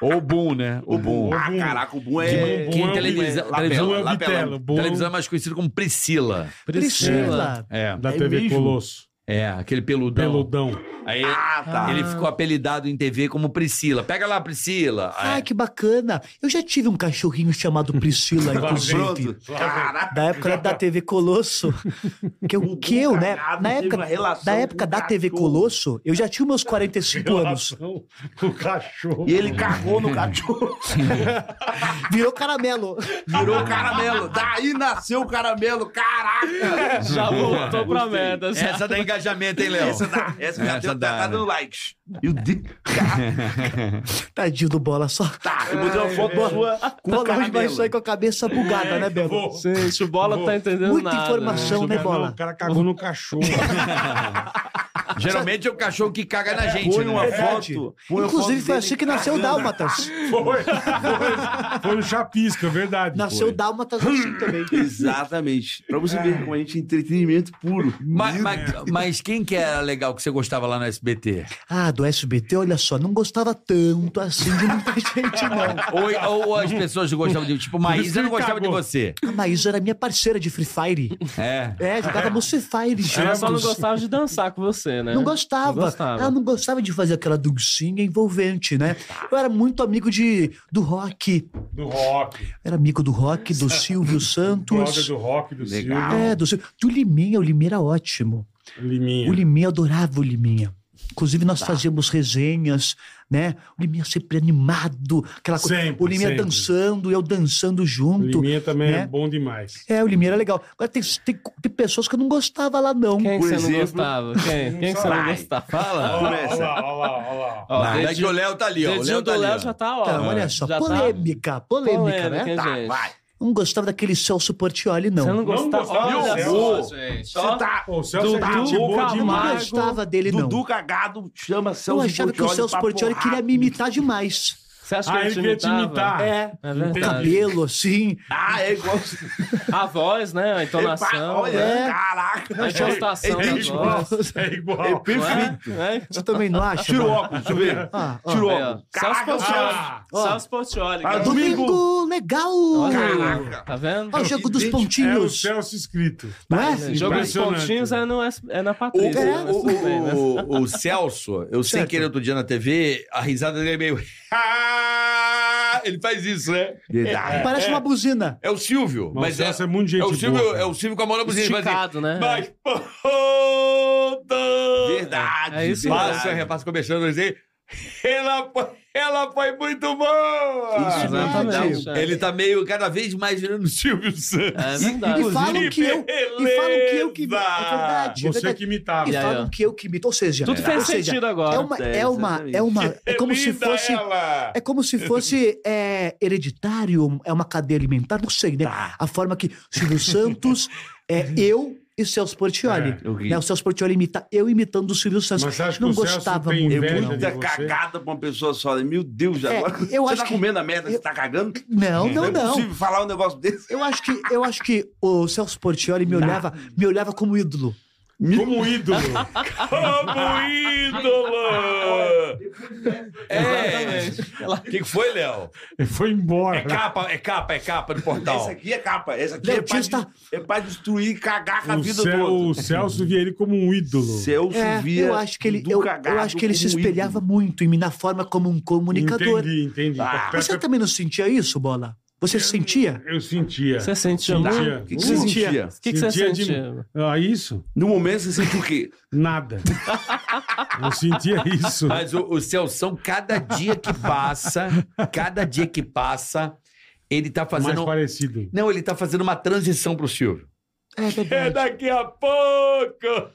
Speaker 2: Ou boom, né? O boom.
Speaker 1: Ou
Speaker 4: Ah,
Speaker 1: Bum.
Speaker 4: caraca, o Bum
Speaker 1: Que
Speaker 4: é...
Speaker 1: bom,
Speaker 2: Que
Speaker 1: bom é o
Speaker 2: televisão-
Speaker 1: Bum.
Speaker 2: televisão-
Speaker 1: Bum é o
Speaker 4: lapelão.
Speaker 1: Bitelo, Bum
Speaker 2: Televisão é mais conhecida como Priscila.
Speaker 5: Priscila.
Speaker 3: Priscila.
Speaker 2: É.
Speaker 1: da
Speaker 4: É
Speaker 1: TV
Speaker 4: mesmo?
Speaker 1: Colosso.
Speaker 2: É, aquele peludão.
Speaker 1: Peludão.
Speaker 2: Aí
Speaker 4: Ah, tá.
Speaker 2: ele ficou apelidado em TV como Priscila. Pega lá, Priscila.
Speaker 3: Ai,
Speaker 2: É.
Speaker 3: Ah, que bacana. Eu já tive um cachorrinho chamado Priscila, inclusive.
Speaker 4: Pronto. Caraca.
Speaker 3: Da época da TV Colosso. Que o que eu, né?
Speaker 4: cagado
Speaker 3: Na
Speaker 4: teve
Speaker 3: época,
Speaker 4: uma relação
Speaker 3: na época
Speaker 4: com
Speaker 3: da
Speaker 4: o
Speaker 3: TV
Speaker 4: cachorro.
Speaker 3: Colosso, eu já tinha meus 45 anos.
Speaker 1: Relação do cachorro.
Speaker 4: E ele cagou no cachorro.
Speaker 3: Virou caramelo.
Speaker 4: Virou caramelo. Daí nasceu o caramelo. Caraca.
Speaker 5: Já voltou pra merda. já.
Speaker 2: Essa dá engajamento, hein, Léo?
Speaker 4: Essa dá. Essa, já
Speaker 2: Essa
Speaker 4: deu-
Speaker 2: dá,
Speaker 4: tá, tá
Speaker 2: né?
Speaker 4: dando likes. Meu Deus. Cara,
Speaker 3: Tadinho do bola só.
Speaker 4: Tá, eu botei uma foto sua com
Speaker 3: Bola hoje vai
Speaker 4: caramelo.
Speaker 3: sair com a cabeça bugada, né, Belo?
Speaker 1: Vou.
Speaker 5: Gente, o Bola
Speaker 1: Bom,
Speaker 5: tá entendendo
Speaker 3: muita
Speaker 5: nada.
Speaker 3: informação,
Speaker 5: gente.
Speaker 3: né,
Speaker 1: Não,
Speaker 3: Bola?
Speaker 1: o cara cagou no cachorro.
Speaker 2: Geralmente é o cachorro que caga na gente,
Speaker 4: Põe uma
Speaker 2: né?
Speaker 3: Verdade.
Speaker 4: foto. põe uma
Speaker 3: Inclusive,
Speaker 4: foto
Speaker 3: foi
Speaker 4: dele
Speaker 3: assim que nasceu o
Speaker 4: cagando.
Speaker 3: Dálmatas.
Speaker 1: Foi. Foi, foi no chapisco, é verdade.
Speaker 3: Nasceu o
Speaker 1: Foi.
Speaker 3: Dálmatas assim também.
Speaker 4: Exatamente. Pra você ver como a gente é entretenimento puro.
Speaker 2: Mas, mas- mas quem que era legal que você gostava lá no SBT?
Speaker 3: Ah, do SBT, olha só, não gostava tanto assim de muita gente, não.
Speaker 2: Ou, ou- ou as pessoas gostavam de. Tipo,
Speaker 1: Por isso que
Speaker 2: Maísa
Speaker 1: ele
Speaker 2: não gostava de
Speaker 1: cagou.
Speaker 2: você.
Speaker 3: A Maísa Ah, era minha parceira de Free Fire.
Speaker 2: É.
Speaker 3: É, jogava no Free Fire
Speaker 5: Ela só não
Speaker 3: juntos.
Speaker 5: gostava de dançar com você, né? né?
Speaker 3: Não gostava.
Speaker 5: Não gostava.
Speaker 3: Ela não gostava de fazer aquela dancinha envolvente, né? Eu era muito amigo de, do rock.
Speaker 1: Do rock.
Speaker 3: Era amigo do rock, do Silvio
Speaker 1: Droga
Speaker 3: Santos.
Speaker 1: do rock, do Silvio.
Speaker 4: Legal.
Speaker 3: É, do Silvio. Do Liminha, o Liminha era ótimo.
Speaker 1: Liminha.
Speaker 3: O Liminha eu adorava o Liminha. Inclusive, nós fazíamos resenhas, né? O Liminha sempre animado, aquela coisa.
Speaker 1: Sempre,
Speaker 3: O Liminha
Speaker 1: sempre.
Speaker 3: dançando, eu dançando
Speaker 1: O
Speaker 3: junto.
Speaker 1: Liminha também é
Speaker 3: né?
Speaker 1: bom demais.
Speaker 3: É, o Liminha era legal. Agora tem, tem, tem pessoas que eu não gostava lá, não.
Speaker 5: Quem que
Speaker 4: Por
Speaker 5: você não
Speaker 4: exemplo-
Speaker 5: gostava? Quem, Quem que você não
Speaker 4: Vai.
Speaker 5: gostava?
Speaker 3: Ah,
Speaker 2: Fala.
Speaker 1: Olha
Speaker 4: Começa.
Speaker 1: lá, olha lá, olha lá.
Speaker 5: Ó,
Speaker 2: Não, é que
Speaker 5: dedinho-
Speaker 2: o Léo tá ali, ó. O
Speaker 5: dedinho
Speaker 2: Léo
Speaker 5: do
Speaker 2: tá ali.
Speaker 5: Léo
Speaker 2: ó.
Speaker 5: já tá, ó.
Speaker 3: Cara, Então, olha só,
Speaker 5: Já tá-
Speaker 3: polêmica, né? polêmica,
Speaker 5: Polêmica,
Speaker 3: né?
Speaker 5: hein, gente?
Speaker 4: vai.
Speaker 3: Não gostava daquele Celso Portioli, não.
Speaker 5: Você não gostava?
Speaker 1: gostava
Speaker 5: Olha
Speaker 1: do
Speaker 5: só,
Speaker 4: Celso?
Speaker 5: gente.
Speaker 4: Você tá...
Speaker 1: Pô, o Celso
Speaker 5: Dudu,
Speaker 1: é gente boa
Speaker 5: Carlos
Speaker 1: demais.
Speaker 5: Maia.
Speaker 3: não gostava dele, não.
Speaker 4: Dudu cagado chama Celso
Speaker 3: eu achava que o
Speaker 4: Portiolli
Speaker 3: Celso
Speaker 4: pra
Speaker 3: Portioli
Speaker 4: porrada.
Speaker 3: queria me imitar demais.
Speaker 5: Você acha que
Speaker 1: Ah, ele queria te imitar.
Speaker 3: É.
Speaker 5: É
Speaker 1: Entendi.
Speaker 5: verdade.
Speaker 3: Cabelo, assim.
Speaker 4: Ah, é igual...
Speaker 5: A voz, né? A
Speaker 4: Epa,
Speaker 5: entonação.
Speaker 4: olha,
Speaker 5: né?
Speaker 3: é.
Speaker 4: caraca.
Speaker 5: A entonação
Speaker 4: É, é
Speaker 5: da
Speaker 4: igual.
Speaker 5: voz.
Speaker 1: É
Speaker 4: É
Speaker 1: igual.
Speaker 4: perfeito.
Speaker 5: Não é?
Speaker 3: Você também não acha?
Speaker 4: Tira o
Speaker 3: mano?
Speaker 4: óculos, deixa eu ver.
Speaker 3: Ah, ó.
Speaker 4: Tira o
Speaker 5: Aí, ó.
Speaker 4: óculos. Caraca,
Speaker 5: Celso
Speaker 4: Celso.
Speaker 1: Ah,
Speaker 3: Ó. Tá
Speaker 5: Celso Portioli.
Speaker 4: Ah,
Speaker 5: cara.
Speaker 4: do-
Speaker 3: Domingo,
Speaker 4: Domingo.
Speaker 3: legal!
Speaker 5: né? Olha aí, Tá vendo?
Speaker 3: Olha o jogo dos
Speaker 1: é o
Speaker 3: pontinhos,
Speaker 1: Celso escrito.
Speaker 3: não é?
Speaker 5: O Jogo dos
Speaker 1: Impressionante. né?
Speaker 5: pontinhos é, no, é na
Speaker 2: O,
Speaker 5: Patrícia. né?
Speaker 2: o,
Speaker 5: Tudo bem, né?
Speaker 2: o- o- o Celso, eu sei
Speaker 3: Certo.
Speaker 2: que ele é outro dia na TV, a risada dele é meio. ele faz isso, né?
Speaker 4: Verdade.
Speaker 3: Parece uma buzina.
Speaker 2: É o Silvio.
Speaker 1: Mas
Speaker 2: Mas,
Speaker 1: o
Speaker 2: é,
Speaker 1: Celso é, muito gente
Speaker 2: é o Silvio,
Speaker 1: boa.
Speaker 2: é o Silvio com a mão na buzina. ele faz assim,
Speaker 5: Esticado, né?
Speaker 2: Mas puta!
Speaker 4: Verdade.
Speaker 5: É isso
Speaker 4: verdade.
Speaker 2: Passa, repassa começando assim. Ela foi, ela foi muito boa!
Speaker 4: Isso,
Speaker 5: Exatamente. é.
Speaker 2: Ele tá meio cada vez mais virando Silvio Santos.
Speaker 5: É
Speaker 3: E
Speaker 5: verdade.
Speaker 3: falam que eu. E falam que eu que. É verdade. é
Speaker 1: Você
Speaker 3: verdade.
Speaker 1: que imitava.
Speaker 3: E
Speaker 5: Ah, aí, ó.
Speaker 3: falam que eu que imito. Ou seja,
Speaker 5: Tudo fez
Speaker 3: ou seja,
Speaker 5: sentido
Speaker 3: É
Speaker 5: agora.
Speaker 3: uma,
Speaker 4: É,
Speaker 3: é uma, é uma, é como se
Speaker 2: Linda
Speaker 3: fosse,
Speaker 2: ela!
Speaker 3: é como se fosse é, hereditário, é uma cadeia alimentar, não sei, né?
Speaker 1: Tá.
Speaker 3: A forma que Silvio Santos é eu e Celso Portioli.
Speaker 4: Eu ri.
Speaker 3: né? O Celso Portioli imita eu imitando o Silvio Santos.
Speaker 1: É. Mas você acha que
Speaker 3: não
Speaker 1: o Celso
Speaker 3: gostava
Speaker 1: tem
Speaker 3: muito,
Speaker 1: inveja
Speaker 3: não.
Speaker 1: de-
Speaker 4: Muita
Speaker 1: você?
Speaker 4: cagada pra uma pessoa só. né? Meu Deus,
Speaker 3: É,
Speaker 4: agora.
Speaker 3: eu
Speaker 4: Você
Speaker 3: acho
Speaker 4: tá
Speaker 3: que-
Speaker 4: comendo a merda que
Speaker 3: eu-
Speaker 4: você tá cagando?
Speaker 3: Não,
Speaker 4: Não
Speaker 3: não,
Speaker 4: é
Speaker 3: não.
Speaker 4: possível falar um negócio desse.
Speaker 3: Eu acho que eu acho que o Celso Portioli me olhava, me olhava como ídolo.
Speaker 1: Como um ídolo.
Speaker 2: Como ídolo! É. O que que foi, Léo?
Speaker 1: Ele foi embora.
Speaker 2: É capa, é capa, é capa do portal.
Speaker 4: Essa aqui é capa. Essa aqui
Speaker 3: Não,
Speaker 4: é pra,
Speaker 3: tio, tá-
Speaker 4: de- é pra destruir e cagar com a
Speaker 2: Um
Speaker 1: o,
Speaker 4: vida
Speaker 1: Cel-
Speaker 4: do
Speaker 1: o
Speaker 4: outro.
Speaker 1: Celso via ele como um ídolo.
Speaker 4: Celso
Speaker 3: É,
Speaker 4: via
Speaker 3: eu acho que ele,
Speaker 4: Dudu
Speaker 3: eu, eu
Speaker 4: cagado
Speaker 3: acho que ele se
Speaker 4: como um ídolo.
Speaker 3: espelhava muito em mim na forma como um comunicador.
Speaker 1: Entendi, entendi.
Speaker 4: Ah,
Speaker 1: Pe-
Speaker 3: Você tá-
Speaker 1: pe-
Speaker 3: também não sentia isso, bola? Você sentia?
Speaker 1: Eu sentia.
Speaker 5: Você sentiu muito?
Speaker 1: sentia.
Speaker 4: O que, que você
Speaker 1: sentia?
Speaker 4: sentia?
Speaker 5: O que, que você
Speaker 1: Sentia de-
Speaker 5: sentiu?
Speaker 1: Ah, isso?
Speaker 4: No momento você sentiu o quê?
Speaker 1: Nada. eu sentia isso.
Speaker 2: Mas o, o Celção, cada dia que passa, cada dia que passa, ele tá
Speaker 1: É Mais
Speaker 2: fazendo.
Speaker 1: parecido.
Speaker 2: Não, ele tá fazendo uma transição pro Silvio.
Speaker 3: É
Speaker 2: É
Speaker 3: verdade.
Speaker 2: daqui a pouco!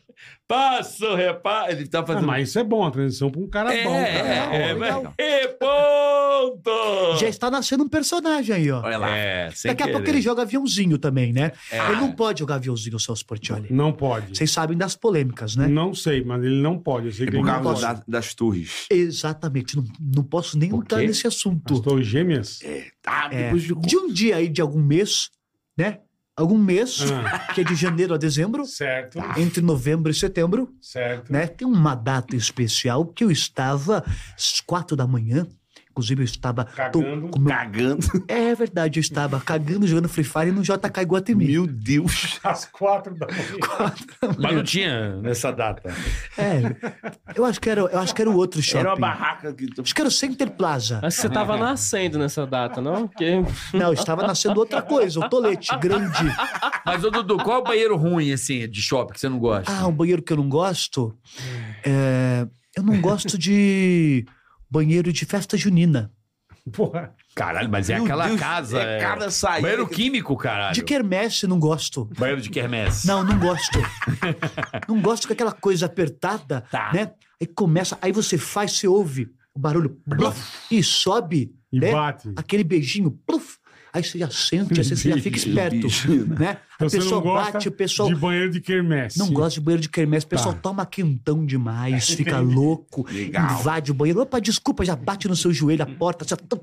Speaker 2: Passa o reparo. Ele tá
Speaker 1: Ah,
Speaker 2: fazendo.
Speaker 1: mas isso é bom, a transição pra um cara
Speaker 2: é,
Speaker 1: bom, cara.
Speaker 2: é, é,
Speaker 3: Legal, legal.
Speaker 2: é, ponto!
Speaker 3: Já está nascendo um personagem aí, ó.
Speaker 4: Olha lá.
Speaker 2: É, sem
Speaker 3: Daqui a
Speaker 2: querer.
Speaker 3: pouco ele joga aviãozinho também, né?
Speaker 2: É.
Speaker 3: Ele não pode jogar aviãozinho, o Celso Portioli.
Speaker 1: Não pode.
Speaker 3: Vocês sabem das polêmicas, né?
Speaker 1: Não sei, mas ele não pode. Eu sei
Speaker 4: É
Speaker 1: que
Speaker 4: por
Speaker 1: ele não
Speaker 4: causa
Speaker 1: pode.
Speaker 4: da- das torres.
Speaker 3: Exatamente. Não, não posso nem
Speaker 2: Por
Speaker 3: entrar
Speaker 2: quê?
Speaker 3: nesse assunto.
Speaker 1: As torres gêmeas?
Speaker 4: Ah,
Speaker 3: É,
Speaker 4: depois de...
Speaker 3: de um dia aí, de algum mês, né? Algum mês,
Speaker 1: Ah,
Speaker 3: que é de janeiro a dezembro,
Speaker 1: certo,
Speaker 3: entre novembro e setembro,
Speaker 1: certo.
Speaker 3: Ah. né? Tem uma data especial que eu estava às quatro da manhã. Inclusive, eu estava. tô-
Speaker 1: Cagando.
Speaker 3: com meu-
Speaker 4: Cagando.
Speaker 3: É verdade, eu estava cagando, jogando Free Fire no JK Iguatemi.
Speaker 4: Meu Deus.
Speaker 1: Às quatro da manhã.
Speaker 2: Mas não tinha nessa data.
Speaker 3: É, eu acho que era, eu acho que era o outro shopping.
Speaker 4: Era uma barraca que...
Speaker 3: Acho que era o Center Plaza.
Speaker 5: Acho que você
Speaker 1: Uhum.
Speaker 5: tava nascendo nessa data, não? Porque
Speaker 3: Não, estava nascendo outra coisa, o tolete grande.
Speaker 2: Mas, ô Dudu, qual é o banheiro ruim, assim, de shopping que você não gosta?
Speaker 3: Ah, um banheiro que eu não gosto. é, eu não gosto de banheiro de festa junina.
Speaker 1: Porra.
Speaker 2: Caralho, mas é
Speaker 4: Meu
Speaker 2: aquela
Speaker 4: Deus,
Speaker 2: casa.
Speaker 4: É
Speaker 2: é-
Speaker 4: cada saída.
Speaker 2: Banheiro
Speaker 4: que-
Speaker 2: químico, caralho.
Speaker 3: De quermesse, não gosto.
Speaker 2: Banheiro de quermesse.
Speaker 3: Não, não gosto. Não gosto com aquela coisa apertada,
Speaker 2: Tá.
Speaker 3: né? Aí começa, aí você faz, você ouve o barulho pluf, e sobe,
Speaker 1: E
Speaker 3: né?
Speaker 1: bate.
Speaker 3: Aquele beijinho, pluf, aí você já sente, aí você já fica esperto, né? A
Speaker 1: Então, Você
Speaker 3: pessoa
Speaker 1: não gosta
Speaker 3: bate, o pessoal
Speaker 1: de banheiro de quermesse.
Speaker 3: Não gosta de banheiro de quermesse. O pessoal
Speaker 1: Tá.
Speaker 3: toma quentão demais, fica louco,
Speaker 4: Legal.
Speaker 3: invade o banheiro. Opa, desculpa, já bate no seu joelho, a porta. Já, tum.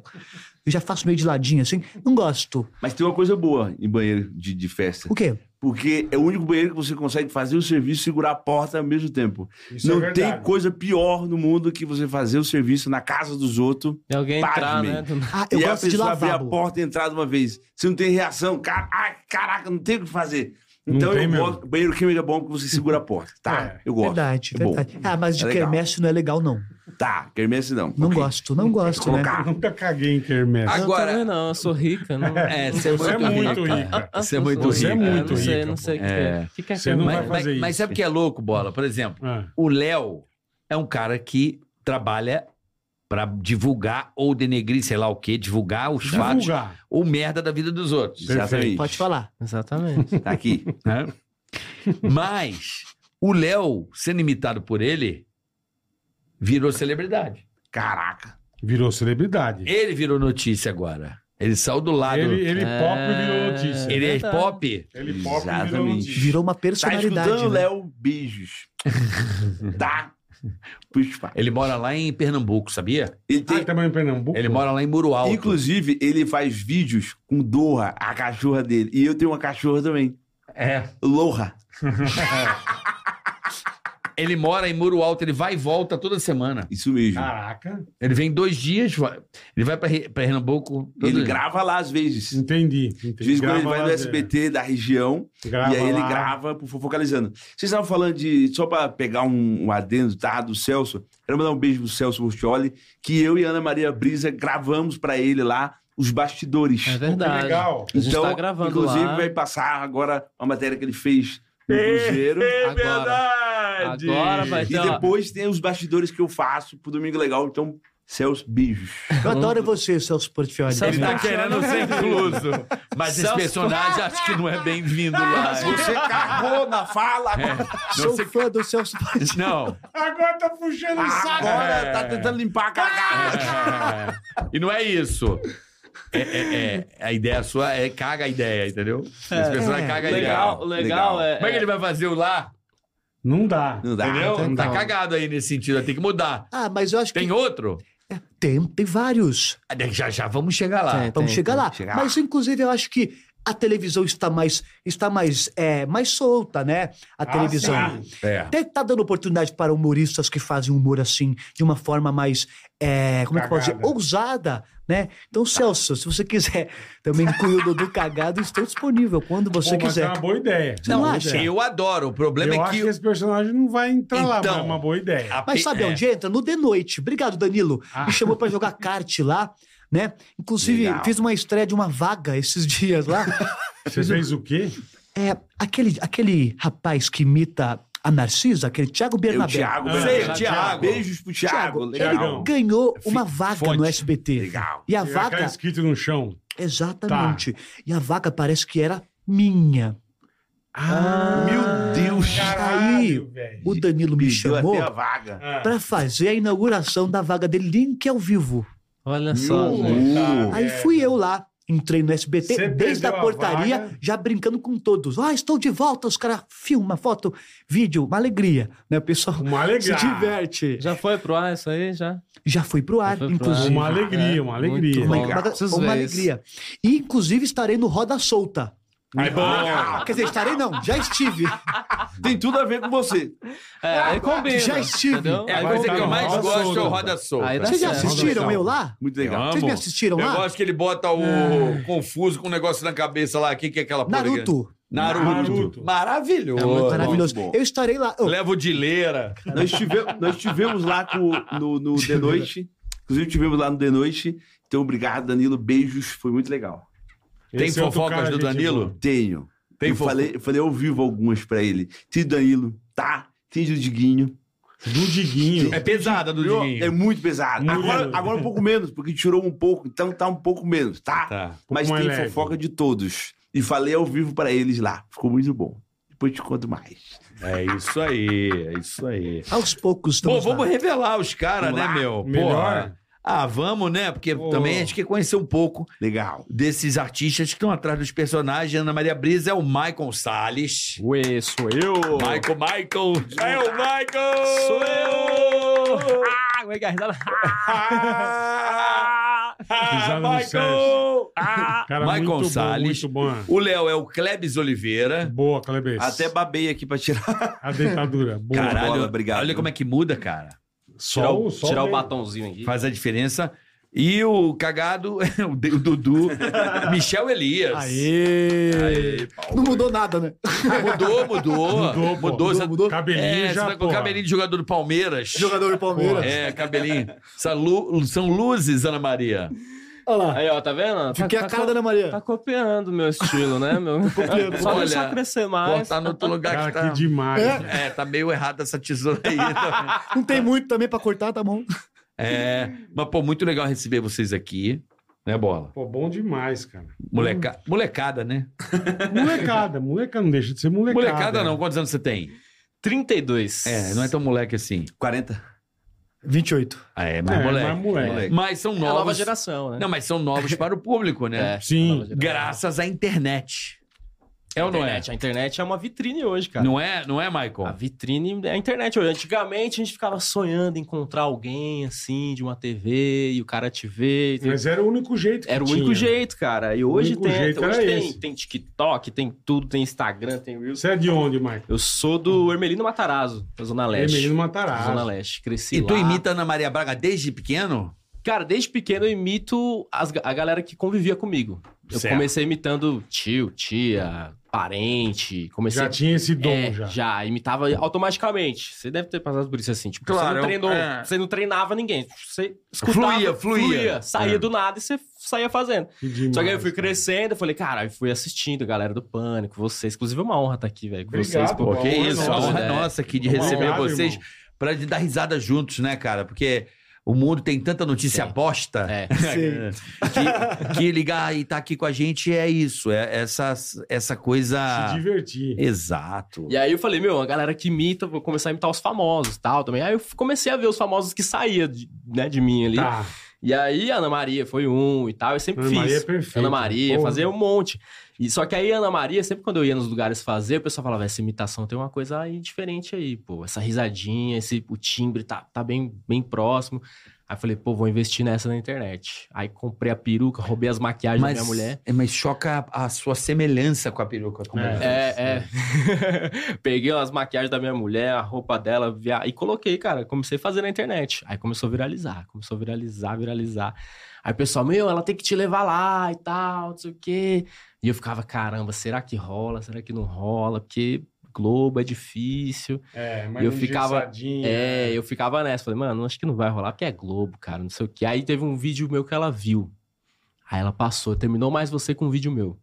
Speaker 3: eu já faço meio de ladinho assim. Não gosto.
Speaker 4: Mas tem uma coisa boa em banheiro de, de festa.
Speaker 3: O quê?
Speaker 4: Porque é o único banheiro que você consegue fazer o serviço e segurar a porta ao mesmo tempo.
Speaker 1: Isso
Speaker 4: Não
Speaker 1: é verdade.
Speaker 4: tem coisa pior no mundo que você fazer o serviço na casa dos outros
Speaker 5: de alguém entrar,
Speaker 4: Pasmem.
Speaker 5: né? Do-
Speaker 3: Ah, eu
Speaker 4: e a
Speaker 3: gosto de
Speaker 4: pessoa abrir a
Speaker 3: lavabo.
Speaker 4: porta e entrar de uma vez. Você não tem reação. Cara, ai, caraca, não tem o que fazer.
Speaker 1: Não
Speaker 4: Então
Speaker 1: tem
Speaker 4: eu
Speaker 1: mesmo.
Speaker 4: gosto. Banheiro químico é bom porque você segura a porta. Tá,
Speaker 1: É.
Speaker 4: eu gosto.
Speaker 3: Verdade,
Speaker 4: é bom.
Speaker 3: verdade. Ah, mas de
Speaker 4: É legal.
Speaker 3: quermesse não é legal, não.
Speaker 4: Tá, quermesse não.
Speaker 3: Não
Speaker 4: Ok.
Speaker 3: gosto, não gosto, né?
Speaker 4: Colocar.
Speaker 1: Nunca caguei em quermesse.
Speaker 2: Ah,
Speaker 5: Eu
Speaker 2: Agora-
Speaker 5: também não, eu sou rica. Não... Ah,
Speaker 2: É, você é
Speaker 1: Você é
Speaker 2: muito
Speaker 1: muito
Speaker 2: rica.
Speaker 1: rica.
Speaker 2: Você é
Speaker 5: eu sou
Speaker 2: muito
Speaker 5: rica,
Speaker 2: rica,
Speaker 5: é,
Speaker 1: muito
Speaker 5: Não sei,
Speaker 1: rica,
Speaker 5: não sei o que
Speaker 2: É.
Speaker 5: é. O que que é
Speaker 1: Você não
Speaker 5: que é?
Speaker 1: vai
Speaker 2: Mas, mas-
Speaker 1: fazer
Speaker 2: mas
Speaker 1: isso.
Speaker 2: sabe o que é louco, Bola? Por exemplo,
Speaker 1: Ah,
Speaker 2: o Léo é um cara que trabalha pra divulgar ou denegrir, sei lá o quê, divulgar os fatos
Speaker 1: divulgar.
Speaker 2: ou merda da vida dos outros.
Speaker 4: Exatamente.
Speaker 3: Pode falar.
Speaker 5: Exatamente.
Speaker 4: Tá aqui.
Speaker 2: né? Mas o Léo, sendo imitado por ele, virou celebridade.
Speaker 4: Caraca. Tá
Speaker 1: Virou celebridade.
Speaker 2: Ele virou notícia agora. Ele saiu do lado.
Speaker 1: Ele,
Speaker 2: Ele,
Speaker 1: ele
Speaker 5: É.
Speaker 1: pop virou notícia.
Speaker 5: Ele-
Speaker 2: é
Speaker 5: Verdade.
Speaker 2: pop.
Speaker 1: Ele pop virou
Speaker 4: Exatamente.
Speaker 1: notícia.
Speaker 3: Virou uma
Speaker 4: Tá
Speaker 3: personalidade.
Speaker 4: escutando,
Speaker 3: né?
Speaker 4: Léo? Beijos. tá? Puxa, pá.
Speaker 2: Ele mora lá em Pernambuco, sabia?
Speaker 4: ele
Speaker 1: Ah, ele
Speaker 4: tem,
Speaker 1: tá morando em Pernambuco?
Speaker 2: Ele mora lá em Muro Alto.
Speaker 4: inclusive, ele faz vídeos com Doha, a cachorra dele. E eu tenho uma cachorra também.
Speaker 2: É.
Speaker 4: Loha.
Speaker 2: Ele mora em Muro Alto, ele vai e volta toda semana.
Speaker 4: Isso mesmo.
Speaker 5: Ah,
Speaker 1: Caraca,
Speaker 2: Ele vem dois dias, vai- ele vai pra Re- pra Pernambuco. todo
Speaker 4: ele
Speaker 2: dia.
Speaker 4: grava lá às vezes.
Speaker 1: entendi.
Speaker 4: Às
Speaker 1: entendi.
Speaker 4: vezes, quando ele
Speaker 1: Grava
Speaker 4: vai
Speaker 1: lá,
Speaker 4: no
Speaker 1: né?
Speaker 5: é.
Speaker 4: SBT da região,
Speaker 1: Grava
Speaker 4: e aí ele
Speaker 1: lá.
Speaker 4: grava pro fofocalizando. Vocês estavam falando de. Só pra pegar um, um adendo, tá? Do Celso. Quero mandar um beijo pro Celso Burtioli, que eu e Ana Maria Brisa gravamos pra ele lá os bastidores. Então,
Speaker 5: É
Speaker 1: Pô, Que
Speaker 5: verdade.
Speaker 1: legal.
Speaker 5: A gente tá gravando
Speaker 4: inclusive,
Speaker 5: lá.
Speaker 4: vai passar agora uma matéria que ele fez no Cruzeiro.
Speaker 5: Agora, agora vai
Speaker 4: e
Speaker 5: ter. ó,
Speaker 4: depois tem os bastidores que eu faço pro Domingo Legal. Então, Celso, beijos.
Speaker 3: Eu adoro você, Celso Portioli.
Speaker 5: Celso
Speaker 2: Ele tá
Speaker 5: Portioli.
Speaker 2: querendo ser incluso. Mas esse
Speaker 5: Celso-
Speaker 2: personagem acho que não é bem-vindo lá.
Speaker 4: Você cagou na fala.
Speaker 3: Sou fã do Celso Portioli.
Speaker 2: Não.
Speaker 1: Agora tá puxando o saco.
Speaker 4: Agora tá tentando limpar a cagada.
Speaker 2: É. E não é isso. É, é, é. A ideia sua é caga a ideia, entendeu? Esse personagem
Speaker 3: É.
Speaker 2: caga a
Speaker 5: Legal,
Speaker 2: ideia.
Speaker 5: legal,
Speaker 4: Legal.
Speaker 5: é.
Speaker 2: Como é que ele vai fazer o lá?
Speaker 1: Não dá. Ah,
Speaker 4: Não dá.
Speaker 2: Entendeu?
Speaker 1: não
Speaker 2: tá
Speaker 1: dá.
Speaker 2: cagado aí nesse sentido, tem que mudar.
Speaker 3: Ah, mas eu acho que É,
Speaker 2: Tem outro?
Speaker 3: tem, tem vários. Ah,
Speaker 2: Já já vamos chegar lá.
Speaker 5: Tem,
Speaker 3: Vamos
Speaker 5: É, tem,
Speaker 3: chegar
Speaker 5: tem.
Speaker 3: lá.
Speaker 4: chegar
Speaker 3: Mas, inclusive, eu acho que a televisão está mais, está mais, é, mais solta, né? A
Speaker 1: Ah,
Speaker 3: televisão.
Speaker 1: sim.
Speaker 2: É.
Speaker 3: Tem- Tá dando oportunidade para humoristas que fazem humor assim, de uma forma mais, é, como é que eu posso dizer,
Speaker 1: Cagada.
Speaker 3: ousada, né? Então, Celso, se você quiser também incluir o Dudu Cagado, estou disponível quando você
Speaker 1: Pô, mas é
Speaker 3: quiser.
Speaker 1: uma boa ideia.
Speaker 3: Não,
Speaker 1: Boa
Speaker 3: acho.
Speaker 1: ideia.
Speaker 2: Eu adoro. O
Speaker 1: Eu
Speaker 2: problema é
Speaker 1: acho
Speaker 2: que.
Speaker 1: que esse personagem não vai entrar lá, mas é
Speaker 2: Então.
Speaker 1: uma boa ideia.
Speaker 2: a pe-
Speaker 3: Mas sabe
Speaker 2: é.
Speaker 3: onde entra? No The Noite. Obrigado, Danilo.
Speaker 1: Ah.
Speaker 3: Me chamou pra jogar kart lá, né? Inclusive,
Speaker 4: Legal.
Speaker 3: fiz uma estreia de uma vaga esses dias lá.
Speaker 1: Você fez o quê?
Speaker 3: É, aquele, aquele rapaz que imita a Narcisa, aquele Thiago
Speaker 4: Eu,
Speaker 3: Bernabé.
Speaker 4: Thiago,
Speaker 1: Ah,
Speaker 4: Bernabé.
Speaker 2: sei, Thiago.
Speaker 4: Beijos pro Thiago.
Speaker 3: Thiago,
Speaker 4: legal.
Speaker 1: Thiagão.
Speaker 3: ele um ganhou uma vaga no
Speaker 2: fonte.
Speaker 3: SBT.
Speaker 4: Legal.
Speaker 3: E a
Speaker 1: Ficar
Speaker 3: vaga,
Speaker 1: escrito no chão.
Speaker 3: exatamente.
Speaker 1: Tá.
Speaker 3: E a vaga parece que era minha. Ah.
Speaker 4: Meu Deus.
Speaker 1: Caralho, velho.
Speaker 3: O Danilo me
Speaker 4: Pediu
Speaker 3: chamou
Speaker 4: até a vaga.
Speaker 1: Ah,
Speaker 3: pra fazer a inauguração da vaga dele, link ao vivo.
Speaker 5: Olha só,
Speaker 4: Meu
Speaker 5: gente.
Speaker 4: Deus.
Speaker 3: Aí
Speaker 1: É.
Speaker 3: fui eu lá. Entrei no SBT,
Speaker 1: Você
Speaker 3: desde
Speaker 1: perdeu
Speaker 3: a
Speaker 1: a
Speaker 3: portaria,
Speaker 1: vaga.
Speaker 3: já brincando com todos. Ah, estou de volta, os caras filma, foto, vídeo, uma alegria, né? O pessoal
Speaker 1: Uma alegria.
Speaker 3: se diverte.
Speaker 5: Já foi pro ar isso aí? Já?
Speaker 3: Já fui pro ar,
Speaker 5: Já foi pro
Speaker 3: inclusive.
Speaker 1: Uma alegria, uma alegria.
Speaker 5: É, Muito
Speaker 3: Uma,
Speaker 5: bom.
Speaker 3: uma-
Speaker 5: Preciso
Speaker 3: uma
Speaker 5: ver
Speaker 3: alegria. E, inclusive, estarei no Roda Solta.
Speaker 1: Aí, bom.
Speaker 3: Quer dizer, estarei não, já estive.
Speaker 4: Tem tudo a ver com você.
Speaker 5: É, aí combina.
Speaker 3: Já estive.
Speaker 5: entendeu?
Speaker 2: É, a
Speaker 5: Aí
Speaker 2: coisa
Speaker 5: combina.
Speaker 2: que eu mais
Speaker 1: Roda
Speaker 2: gosto é o
Speaker 1: solta.
Speaker 2: Roda Solta.
Speaker 5: Aí dá
Speaker 3: Vocês já
Speaker 5: certo.
Speaker 3: assistiram eu lá?
Speaker 4: Muito
Speaker 2: Eu
Speaker 4: legal.
Speaker 2: amo.
Speaker 3: Vocês me assistiram
Speaker 2: Eu
Speaker 3: lá?
Speaker 2: gosto que ele bota o confuso com um negócio na cabeça lá. O que, que é aquela porra?
Speaker 3: Naruto.
Speaker 2: Naruto.
Speaker 1: Naruto.
Speaker 2: Maravilhoso.
Speaker 5: É muito
Speaker 3: Maravilhoso.
Speaker 4: bom.
Speaker 3: Eu estarei lá. Oh,
Speaker 2: Leva o de leira.
Speaker 4: Nós, tive- nós tivemos lá com- no, no The Noite. Inclusive, tivemos lá no The Noite. Então, obrigado, Danilo. Beijos. Foi muito legal.
Speaker 2: Tem
Speaker 1: Esse é outro
Speaker 2: fofocas
Speaker 1: cara,
Speaker 2: do
Speaker 1: gente
Speaker 2: Danilo?
Speaker 1: boa.
Speaker 4: Tenho.
Speaker 2: Tem
Speaker 4: eu,
Speaker 2: fofo-
Speaker 4: falei, eu falei ao vivo algumas pra ele. Tem do Danilo, tá? Tem do Diguinho.
Speaker 1: Do Diguinho.
Speaker 2: É pesada do
Speaker 4: É
Speaker 2: Diguinho.
Speaker 4: muito pesado.
Speaker 1: Muito.
Speaker 4: Agora, agora um pouco menos, porque tirou um pouco. Então, tá um pouco menos, tá?
Speaker 2: Tá.
Speaker 4: Mas
Speaker 1: mais
Speaker 4: tem
Speaker 1: leve.
Speaker 4: fofoca de todos. E falei ao vivo pra eles lá. Ficou muito bom. Depois te conto mais.
Speaker 2: É isso aí, é isso aí.
Speaker 3: Aos poucos
Speaker 2: Pô,
Speaker 3: estamos
Speaker 2: vamos
Speaker 3: Então lá.
Speaker 2: revelar os caras,
Speaker 4: Vamos
Speaker 2: né,
Speaker 4: lá.
Speaker 2: meu?
Speaker 1: Melhor.
Speaker 2: Porra. Ah, vamos, né? Porque
Speaker 1: Pô.
Speaker 2: também a gente quer conhecer um pouco
Speaker 4: Legal.
Speaker 2: desses artistas que estão atrás dos personagens. Ana Maria Brisa é o Michael Salles.
Speaker 5: Ué, sou eu.
Speaker 2: Michael, Michael. É o Michael!
Speaker 5: Sou eu. Ah, como é que é a risada?
Speaker 2: Ah,
Speaker 1: Risada no
Speaker 2: Michael!
Speaker 1: Ah, Cara,
Speaker 2: Michael
Speaker 1: muito
Speaker 2: Salles.
Speaker 1: Bom, muito
Speaker 2: O Léo é o Klebs Oliveira.
Speaker 1: bom. Boa, Cleber.
Speaker 4: Até babei aqui pra tirar.
Speaker 1: A dentadura. Boa.
Speaker 2: Caralho,
Speaker 4: bola, obrigado.
Speaker 2: olha como é que muda, cara.
Speaker 1: Sol, sol
Speaker 5: Tirar o
Speaker 1: mesmo.
Speaker 5: batomzinho aqui.
Speaker 2: Faz a diferença. E o cagado, o D- o Dudu, Michel Elias.
Speaker 3: Aê!
Speaker 2: Aê, pau.
Speaker 3: Não mudou nada, né?
Speaker 2: Mudou, mudou. Mudou,
Speaker 1: Mudou, pô.
Speaker 2: essa-
Speaker 1: Cabelinho
Speaker 2: É,
Speaker 1: já,
Speaker 2: essa- o
Speaker 1: porra.
Speaker 2: cabelinho de jogador do Palmeiras.
Speaker 3: Jogador do Palmeiras.
Speaker 2: É, cabelinho. Essa lu- São luzes, Ana Maria.
Speaker 3: Olha lá.
Speaker 5: Aí, ó, tá vendo? Tá-
Speaker 3: Fiquei
Speaker 5: tá
Speaker 3: a cara
Speaker 5: co-
Speaker 3: da Ana Maria.
Speaker 5: Tá copiando o meu estilo, né? Meu... Só
Speaker 2: Olha,
Speaker 5: deixar crescer mais.
Speaker 2: Botar no outro lugar
Speaker 1: Cara,
Speaker 2: que
Speaker 1: que
Speaker 2: tá...
Speaker 1: demais.
Speaker 3: É?
Speaker 1: velho.
Speaker 2: É, tá meio errada essa tesoura aí. então. também.
Speaker 3: Não tem muito também pra cortar, tá bom.
Speaker 2: É, mas pô, muito legal receber vocês aqui. Né, Bola?
Speaker 1: Pô, bom demais, cara.
Speaker 2: Moleca...
Speaker 5: Hum.
Speaker 2: Molecada, né?
Speaker 1: Molecada, moleca não deixa de ser molecada.
Speaker 2: Molecada não, quantos anos você tem?
Speaker 5: 32.
Speaker 2: É, não é tão moleque assim.
Speaker 4: 40.
Speaker 3: 28.
Speaker 2: Ah, é,
Speaker 1: É,
Speaker 2: mais moleque.
Speaker 1: mais moleque.
Speaker 2: Mas são
Speaker 5: É a nova
Speaker 2: novos.
Speaker 5: geração, né?
Speaker 2: não, mas são novos para o público, né?
Speaker 5: É,
Speaker 1: Sim.
Speaker 5: a nova geração.
Speaker 2: Graças à internet. É
Speaker 5: A
Speaker 2: ou não é?
Speaker 5: internet, A internet é uma vitrine hoje, cara.
Speaker 2: Não é, não é,
Speaker 5: A
Speaker 2: Michael?
Speaker 5: vitrine é a internet. hoje. Antigamente a gente ficava sonhando em encontrar alguém assim, de uma TV, e o cara te vê. e tem-
Speaker 1: Mas era o único jeito que
Speaker 5: Era o
Speaker 1: tinha.
Speaker 5: único jeito, cara. E hoje
Speaker 1: único
Speaker 5: tem,
Speaker 1: jeito
Speaker 5: hoje
Speaker 1: era
Speaker 5: tem,
Speaker 1: esse.
Speaker 5: tem TikTok, tem tudo, tem Instagram, tem Reels.
Speaker 1: Você é de onde, Mike?
Speaker 5: Eu sou do Hermelino Matarazzo, da Zona Leste.
Speaker 1: Feminino
Speaker 5: Zona
Speaker 1: Uhum. Matarazzo.
Speaker 5: Leste. Cresci
Speaker 2: E
Speaker 5: lá.
Speaker 2: tu imita Ana Maria Braga desde pequeno?
Speaker 5: Cara, desde pequeno eu imito as ga- a galera que convivia comigo. Eu
Speaker 2: Certo.
Speaker 5: comecei imitando tio, tia, parente. Comecei
Speaker 1: Já tinha esse dom,
Speaker 5: É,
Speaker 1: já.
Speaker 5: imitava automaticamente. Você deve ter passado por isso assim. Tipo,
Speaker 2: Claro,
Speaker 5: você, não
Speaker 2: eu-
Speaker 5: treinou,
Speaker 2: é.
Speaker 5: você não treinava ninguém. Tipo, Você escutava,
Speaker 2: Fluía, fluía.
Speaker 5: saía
Speaker 2: É.
Speaker 5: do nada e você saía fazendo.
Speaker 1: Que demais,
Speaker 5: Só que aí eu fui
Speaker 1: cara.
Speaker 5: crescendo, eu falei, cara, eu fui assistindo a galera do Pânico, vocês. Inclusive, é uma honra estar aqui, velho, com vocês.
Speaker 1: Obrigado,
Speaker 5: pô.
Speaker 1: Pô,
Speaker 2: Pô, que
Speaker 1: a honra
Speaker 2: isso,
Speaker 1: é
Speaker 2: a
Speaker 1: nossa,
Speaker 2: honra é
Speaker 5: né?
Speaker 2: nossa aqui de
Speaker 5: Uma
Speaker 2: receber
Speaker 1: honra,
Speaker 2: vocês
Speaker 1: um irmão.
Speaker 2: pra gente dar risada juntos, né, cara? Porque o mundo tem tanta notícia
Speaker 5: Tem.
Speaker 2: bosta
Speaker 5: É.
Speaker 3: Sim.
Speaker 2: É, que, que ligar e estar aqui com a gente é isso, é essa, essa coisa.
Speaker 5: Ah.
Speaker 1: Se divertir.
Speaker 2: Exato.
Speaker 5: E aí eu falei, meu, a galera que imita, vou começar a imitar os famosos e tal também. Aí eu comecei a ver os famosos que saía de, né, de mim ali.
Speaker 1: Tá.
Speaker 5: E aí Ana Maria foi um e tal, eu sempre
Speaker 1: Ana
Speaker 5: fiz.
Speaker 1: Maria é perfeita.
Speaker 5: Ana Maria,
Speaker 1: Porra.
Speaker 5: fazia um monte. E, só que aí, Ana Maria, sempre quando eu ia nos lugares fazer, o pessoal falava: essa imitação tem uma coisa aí diferente aí, pô. Essa risadinha, esse, o timbre tá, tá bem, bem próximo. Aí eu falei, pô, vou investir nessa na internet. Aí comprei a peruca, roubei as maquiagens da minha mulher.
Speaker 2: é, mas choca a, a sua semelhança com a peruca. Como
Speaker 1: É.
Speaker 5: É, é. Peguei umas maquiagens da minha mulher, a roupa dela, via- e coloquei, cara. Comecei a fazer na internet. Aí começou a viralizar, começou a viralizar, viralizar. Aí o pessoal, meu, ela tem que te levar lá e tal, não sei o quê. E eu ficava, caramba, será que rola? Será que não rola? Porque Globo é difícil.
Speaker 1: É,
Speaker 5: E
Speaker 1: mas
Speaker 5: eu
Speaker 1: um
Speaker 5: ficava-
Speaker 1: engessadinho,
Speaker 5: É,
Speaker 1: né?
Speaker 5: eu ficava nessa. Falei, mano, acho que não vai rolar porque é Globo, cara, não sei o quê. Aí teve um vídeo meu que ela viu. Aí ela passou, terminou mais você com um vídeo meu.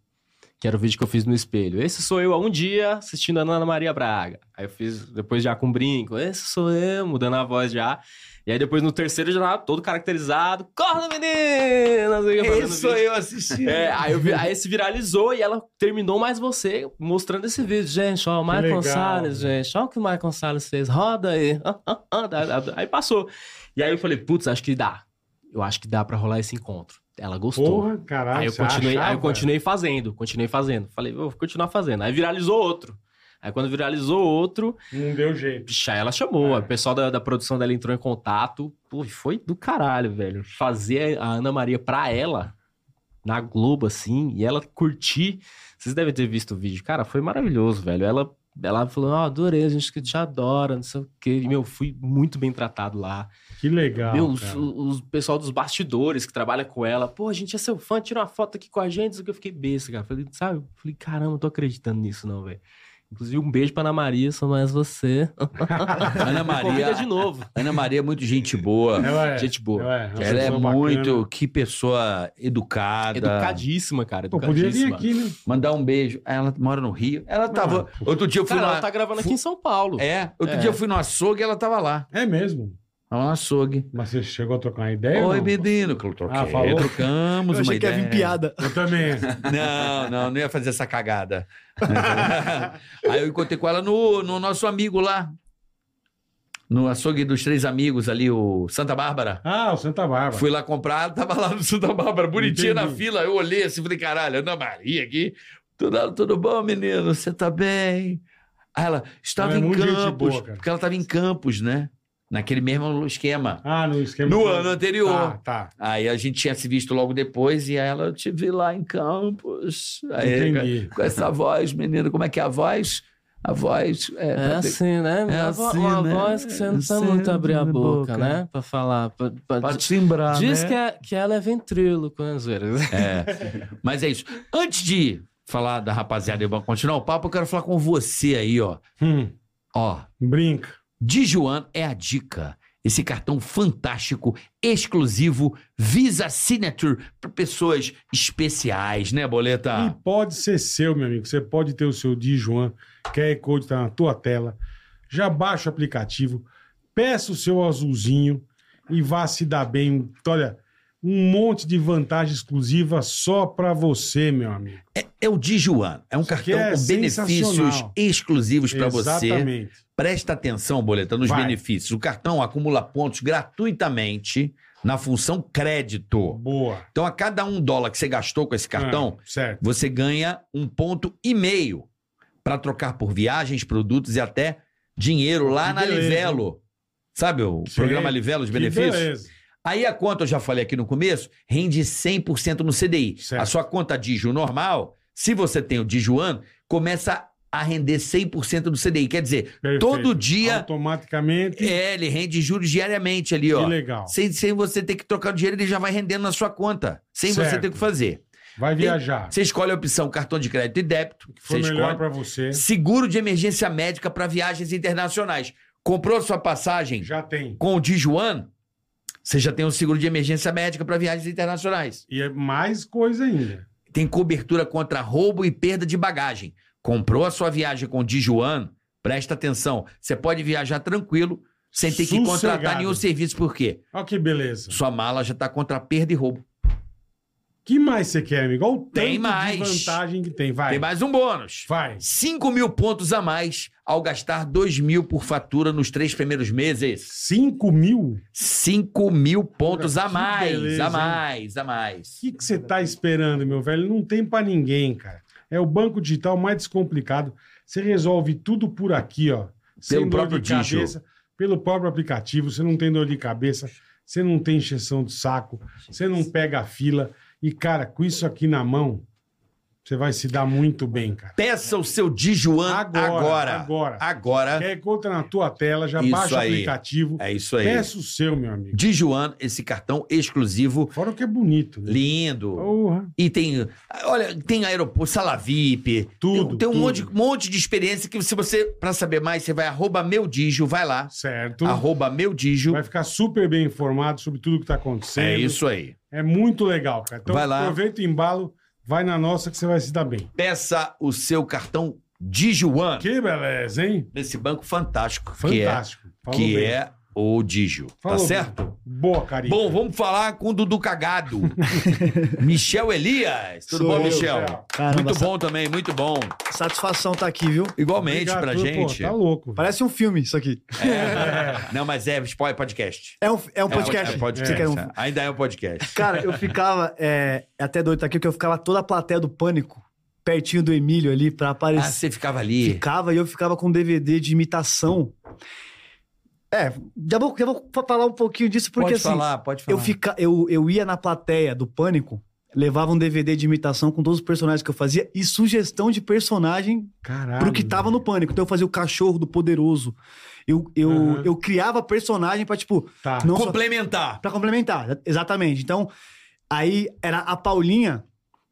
Speaker 5: Que era o vídeo que eu fiz no espelho. Esse sou eu há um dia assistindo a Ana Maria Braga. Aí eu fiz depois já com um brinco. Esse sou eu, mudando a voz já. E aí depois no terceiro já tava todo caracterizado. Corta, meninas! Eu ia fazendo
Speaker 2: Isso
Speaker 5: vídeo.
Speaker 2: eu assisti.
Speaker 5: É, aí, eu vi- aí esse viralizou e ela terminou mais você mostrando esse vídeo. Gente, ó, o
Speaker 1: Que
Speaker 5: Michael
Speaker 1: legal.
Speaker 5: Salles, gente, ó o que o Michael Salles fez. Roda aí. Ah, ah, ah, dá, dá, dá. Aí passou. E aí eu falei, putz, acho que dá. Eu acho que dá pra rolar esse encontro. Ela gostou.
Speaker 1: Porra, caralho.
Speaker 5: Aí eu,
Speaker 1: você
Speaker 5: continuei, aí eu
Speaker 1: achava?
Speaker 5: continuei fazendo, continuei fazendo. Falei, vou continuar fazendo. Aí viralizou outro. Aí quando viralizou outro,
Speaker 1: Não deu jeito.
Speaker 5: Bicha, ela chamou.
Speaker 1: É.
Speaker 5: O pessoal da, da produção dela entrou em contato. Pô, e foi do caralho, velho. Fazer a Ana Maria pra ela, na Globo, assim, e ela curtir. Vocês devem ter visto o vídeo. Cara, foi maravilhoso, velho. Ela, ela falou, ó, adorei, a gente que te adora, não sei o quê. E, meu, fui muito bem tratado lá.
Speaker 1: Que legal.
Speaker 5: meu, os,
Speaker 1: cara.
Speaker 5: os- o pessoal dos bastidores que trabalha com ela. Pô, a gente é seu fã, tira uma foto aqui com a gente. Isso que eu fiquei besta, cara. Falei, sabe? Falei, caramba, não tô acreditando nisso não, velho. Inclusive, um beijo pra Ana Maria, sou mais você.
Speaker 2: Ana Maria.
Speaker 5: Convida de novo.
Speaker 2: Ana Maria é muito gente boa.
Speaker 1: Ela é.
Speaker 5: Gente boa.
Speaker 1: Ela é, uma
Speaker 2: Ela é
Speaker 1: pessoa bacana.
Speaker 2: muito. Que pessoa educada.
Speaker 5: É. Educadíssima, cara.
Speaker 1: Pô, podia
Speaker 5: Educadíssima.
Speaker 1: vir aqui, né?
Speaker 2: Mandar um beijo. Ela mora no Rio. Ela tava. Outro dia eu fui
Speaker 5: Cara,
Speaker 2: lá.
Speaker 5: ela tá gravando aqui em São Paulo.
Speaker 2: É, outro
Speaker 5: É.
Speaker 2: dia eu fui no açougue e ela tava lá.
Speaker 1: É mesmo.
Speaker 2: Tava no açougue.
Speaker 1: Mas você chegou a trocar uma ideia? ou
Speaker 2: Oi,
Speaker 1: não?
Speaker 2: menino. Que eu troquei.
Speaker 1: Ah, falou?
Speaker 2: Trocamos
Speaker 3: Eu
Speaker 2: uma
Speaker 3: achei que ia
Speaker 2: ideia.
Speaker 3: vir piada.
Speaker 1: Eu também.
Speaker 2: Não, não, não ia fazer essa cagada.
Speaker 1: Uhum.
Speaker 2: Aí eu encontrei com ela no, no nosso amigo lá. No açougue dos três amigos ali, o Santa Bárbara.
Speaker 1: Ah, o Santa Bárbara.
Speaker 2: Fui lá comprar, ela tava lá no Santa Bárbara, bonitinha na
Speaker 1: Entendi.
Speaker 2: fila. Eu olhei assim, falei, caralho, Ana Maria aqui. Tudo, tudo bom, menino? Você tá bem? Aí ela estava
Speaker 1: Ela é
Speaker 2: em
Speaker 1: muito gente
Speaker 2: Campos,
Speaker 1: boa, cara.
Speaker 2: porque ela estava em Campos, né? Naquele mesmo esquema.
Speaker 1: Ah, no esquema.
Speaker 2: No ano anterior.
Speaker 1: Tá, tá.
Speaker 2: Aí a gente tinha se visto logo depois e ela, eu te vi lá em Campos. Aí,
Speaker 1: Entendi.
Speaker 2: com essa voz, menino, como é que é a voz? A voz. É,
Speaker 5: É
Speaker 2: pra ter-
Speaker 5: assim, né?
Speaker 2: É
Speaker 5: Uma vo-
Speaker 2: assim,
Speaker 5: uma
Speaker 2: né?
Speaker 5: voz que você não precisa
Speaker 2: Você
Speaker 5: muito abrir a
Speaker 2: abre a
Speaker 5: boca,
Speaker 2: boca.
Speaker 5: né? Pra falar. pra- pra-
Speaker 2: pra timbrar.
Speaker 5: diz
Speaker 2: né?
Speaker 5: que, é- que ela é ventríloco, né, zoeira?
Speaker 2: É, mas é isso. Antes de falar da rapaziada e vamos continuar o papo, eu quero falar com você aí, ó.
Speaker 1: Hum,
Speaker 2: Ó,
Speaker 1: brinca.
Speaker 2: Dijuan é a dica. Esse cartão fantástico, exclusivo, Visa Signature, para pessoas especiais, né,
Speaker 1: E
Speaker 2: Boleta?
Speaker 1: pode ser seu, meu amigo. Você pode ter o seu Dijuan. QR Code tá na tua tela. Já baixa o aplicativo. Peça o seu azulzinho e vá se dar bem. Olha, um monte de vantagem exclusiva só pra você, meu amigo.
Speaker 2: É o Dijuan. É um
Speaker 1: Isso aqui
Speaker 2: cartão
Speaker 1: é
Speaker 2: com benefícios
Speaker 1: sensacional.
Speaker 2: exclusivos para você.
Speaker 1: Exatamente.
Speaker 2: Presta atenção, Boleta, nos
Speaker 1: Vai.
Speaker 2: benefícios. O cartão acumula pontos gratuitamente na função crédito.
Speaker 1: Boa.
Speaker 2: Então, a cada um dólar que você gastou com esse cartão,
Speaker 1: Ah, certo.
Speaker 2: você ganha um ponto e meio para trocar por viagens, produtos e até dinheiro lá
Speaker 1: Que
Speaker 2: na
Speaker 1: beleza,
Speaker 2: Livelo. Sabe o
Speaker 1: Sim.
Speaker 2: programa Livelo, os
Speaker 1: Que
Speaker 2: benefícios?
Speaker 1: beleza.
Speaker 2: Aí a conta, eu já falei aqui no começo, rende 100% no CDI.
Speaker 1: Certo.
Speaker 2: A sua conta Digio normal, se você tem o Dijuan, começa a render 100% do CDI. Quer dizer,
Speaker 1: Perfeito.
Speaker 2: todo dia
Speaker 1: Automaticamente.
Speaker 2: é, ele rende juros diariamente ali,
Speaker 1: Que
Speaker 2: ó.
Speaker 1: legal.
Speaker 2: Sem, sem você ter que trocar o dinheiro, ele já vai rendendo na sua conta. Sem você
Speaker 1: Certo.
Speaker 2: ter que fazer.
Speaker 1: Vai viajar.
Speaker 2: Você escolhe a opção cartão de crédito e débito.
Speaker 1: Que foi
Speaker 2: você
Speaker 1: melhor
Speaker 2: escolhe.
Speaker 1: pra você.
Speaker 2: Seguro de emergência médica para viagens internacionais. Comprou sua passagem
Speaker 1: Já tem.
Speaker 2: com o Dijuan? Você já tem um seguro de emergência médica para viagens internacionais.
Speaker 1: E é mais coisa ainda.
Speaker 2: Tem cobertura contra roubo e perda de bagagem. Comprou a sua viagem com o Dijuan? Presta atenção. Você pode viajar tranquilo, sem ter que contratar
Speaker 1: Sossegado.
Speaker 2: nenhum serviço. Por quê?
Speaker 1: Olha que beleza.
Speaker 2: Sua mala já está contra perda e roubo.
Speaker 1: que mais você quer, amigo? Olha o tanto
Speaker 2: Tem mais.
Speaker 1: de vantagem que tem. Vai.
Speaker 2: Tem mais um bônus.
Speaker 1: Vai.
Speaker 2: 5 mil pontos a mais ao gastar 2 mil por fatura nos três primeiros meses.
Speaker 1: 5 mil?
Speaker 2: 5 mil pontos a
Speaker 1: Que
Speaker 2: mais,
Speaker 1: beleza,
Speaker 2: a
Speaker 1: hein?
Speaker 2: mais, a mais.
Speaker 1: O que que você tá esperando, meu velho? Não tem pra ninguém, cara. É o banco digital mais descomplicado. Você resolve tudo por aqui, ó.
Speaker 2: Pelo próprio Digio.
Speaker 1: cabeça, pelo próprio aplicativo. Você não tem dor de cabeça, você não tem encheção de saco, você não pega a fila. E, cara, com isso aqui na mão, você vai se dar muito bem, cara.
Speaker 2: Peça o seu Dijuan
Speaker 1: Agora,
Speaker 2: agora.
Speaker 1: agora.
Speaker 2: Agora.
Speaker 1: Quer conta na tua tela, já
Speaker 2: Isso
Speaker 1: baixa
Speaker 2: aí.
Speaker 1: o aplicativo.
Speaker 2: É isso aí.
Speaker 1: Peça o seu, meu amigo.
Speaker 2: Dijuan, esse cartão exclusivo,
Speaker 1: Fora o que é bonito. Né?
Speaker 2: lindo.
Speaker 1: Porra.
Speaker 2: E tem, olha, tem aeroporto, sala VIP,
Speaker 1: Tudo,
Speaker 2: tem, tem um
Speaker 1: tudo.
Speaker 2: monte, monte de experiência que se você, pra saber mais, você vai arroba meu Digio, vai lá,
Speaker 1: Certo.
Speaker 2: arroba meu Digio,
Speaker 1: Vai ficar super bem informado sobre tudo que tá acontecendo.
Speaker 2: é isso aí.
Speaker 1: É muito legal, cara. Então
Speaker 2: Vai lá.
Speaker 1: aproveita o embalo, vai na nossa que você vai se dar bem.
Speaker 2: peça o seu cartão Dijuan
Speaker 1: Que beleza, hein?
Speaker 2: nesse banco fantástico,
Speaker 1: Fantástico.
Speaker 2: que é
Speaker 1: Falou
Speaker 2: que
Speaker 1: bem.
Speaker 2: é o Digio,
Speaker 1: Falou
Speaker 2: tá
Speaker 1: bem.
Speaker 2: certo?
Speaker 1: Boa, carinho.
Speaker 2: Bom, vamos falar com o Dudu Cagado. Michel Elias, tudo
Speaker 3: Sou
Speaker 2: bom,
Speaker 3: eu,
Speaker 2: Michel?
Speaker 1: Michel.
Speaker 3: Caramba,
Speaker 2: muito
Speaker 3: sa-
Speaker 2: bom também, muito bom.
Speaker 3: satisfação tá aqui, viu?
Speaker 2: Igualmente pra gente.
Speaker 1: Pô, tá louco.
Speaker 3: Parece um filme isso aqui.
Speaker 2: É. Não, mas é spoiler podcast.
Speaker 3: É um, é um podcast.
Speaker 2: É, é
Speaker 3: Você
Speaker 2: podcast.
Speaker 3: quer um-
Speaker 2: é. Ainda é um podcast.
Speaker 3: Cara, eu ficava. É, é até doido tá aqui, porque eu ficava toda a plateia do pânico, pertinho do Emílio ali, pra
Speaker 2: Ah,
Speaker 3: aparecer.
Speaker 2: você ficava ali.
Speaker 3: Ficava e eu ficava com DVD de imitação. É, já vou, já vou fa- falar um pouquinho disso, porque
Speaker 2: pode
Speaker 3: assim.
Speaker 2: falar, pode falar.
Speaker 3: Eu, fica, eu, eu ia na plateia do Pânico, levava um DVD de imitação com todos os personagens que eu fazia e sugestão de personagem
Speaker 1: Caralho.
Speaker 3: pro que tava no Pânico. Então eu fazia o cachorro do poderoso. Eu, eu,
Speaker 1: Aham.
Speaker 3: eu criava personagem pra, tipo,
Speaker 1: Tá.
Speaker 2: Ah,
Speaker 3: não só-
Speaker 2: Complementar.
Speaker 3: pra complementar, exatamente. Então, aí era a Paulinha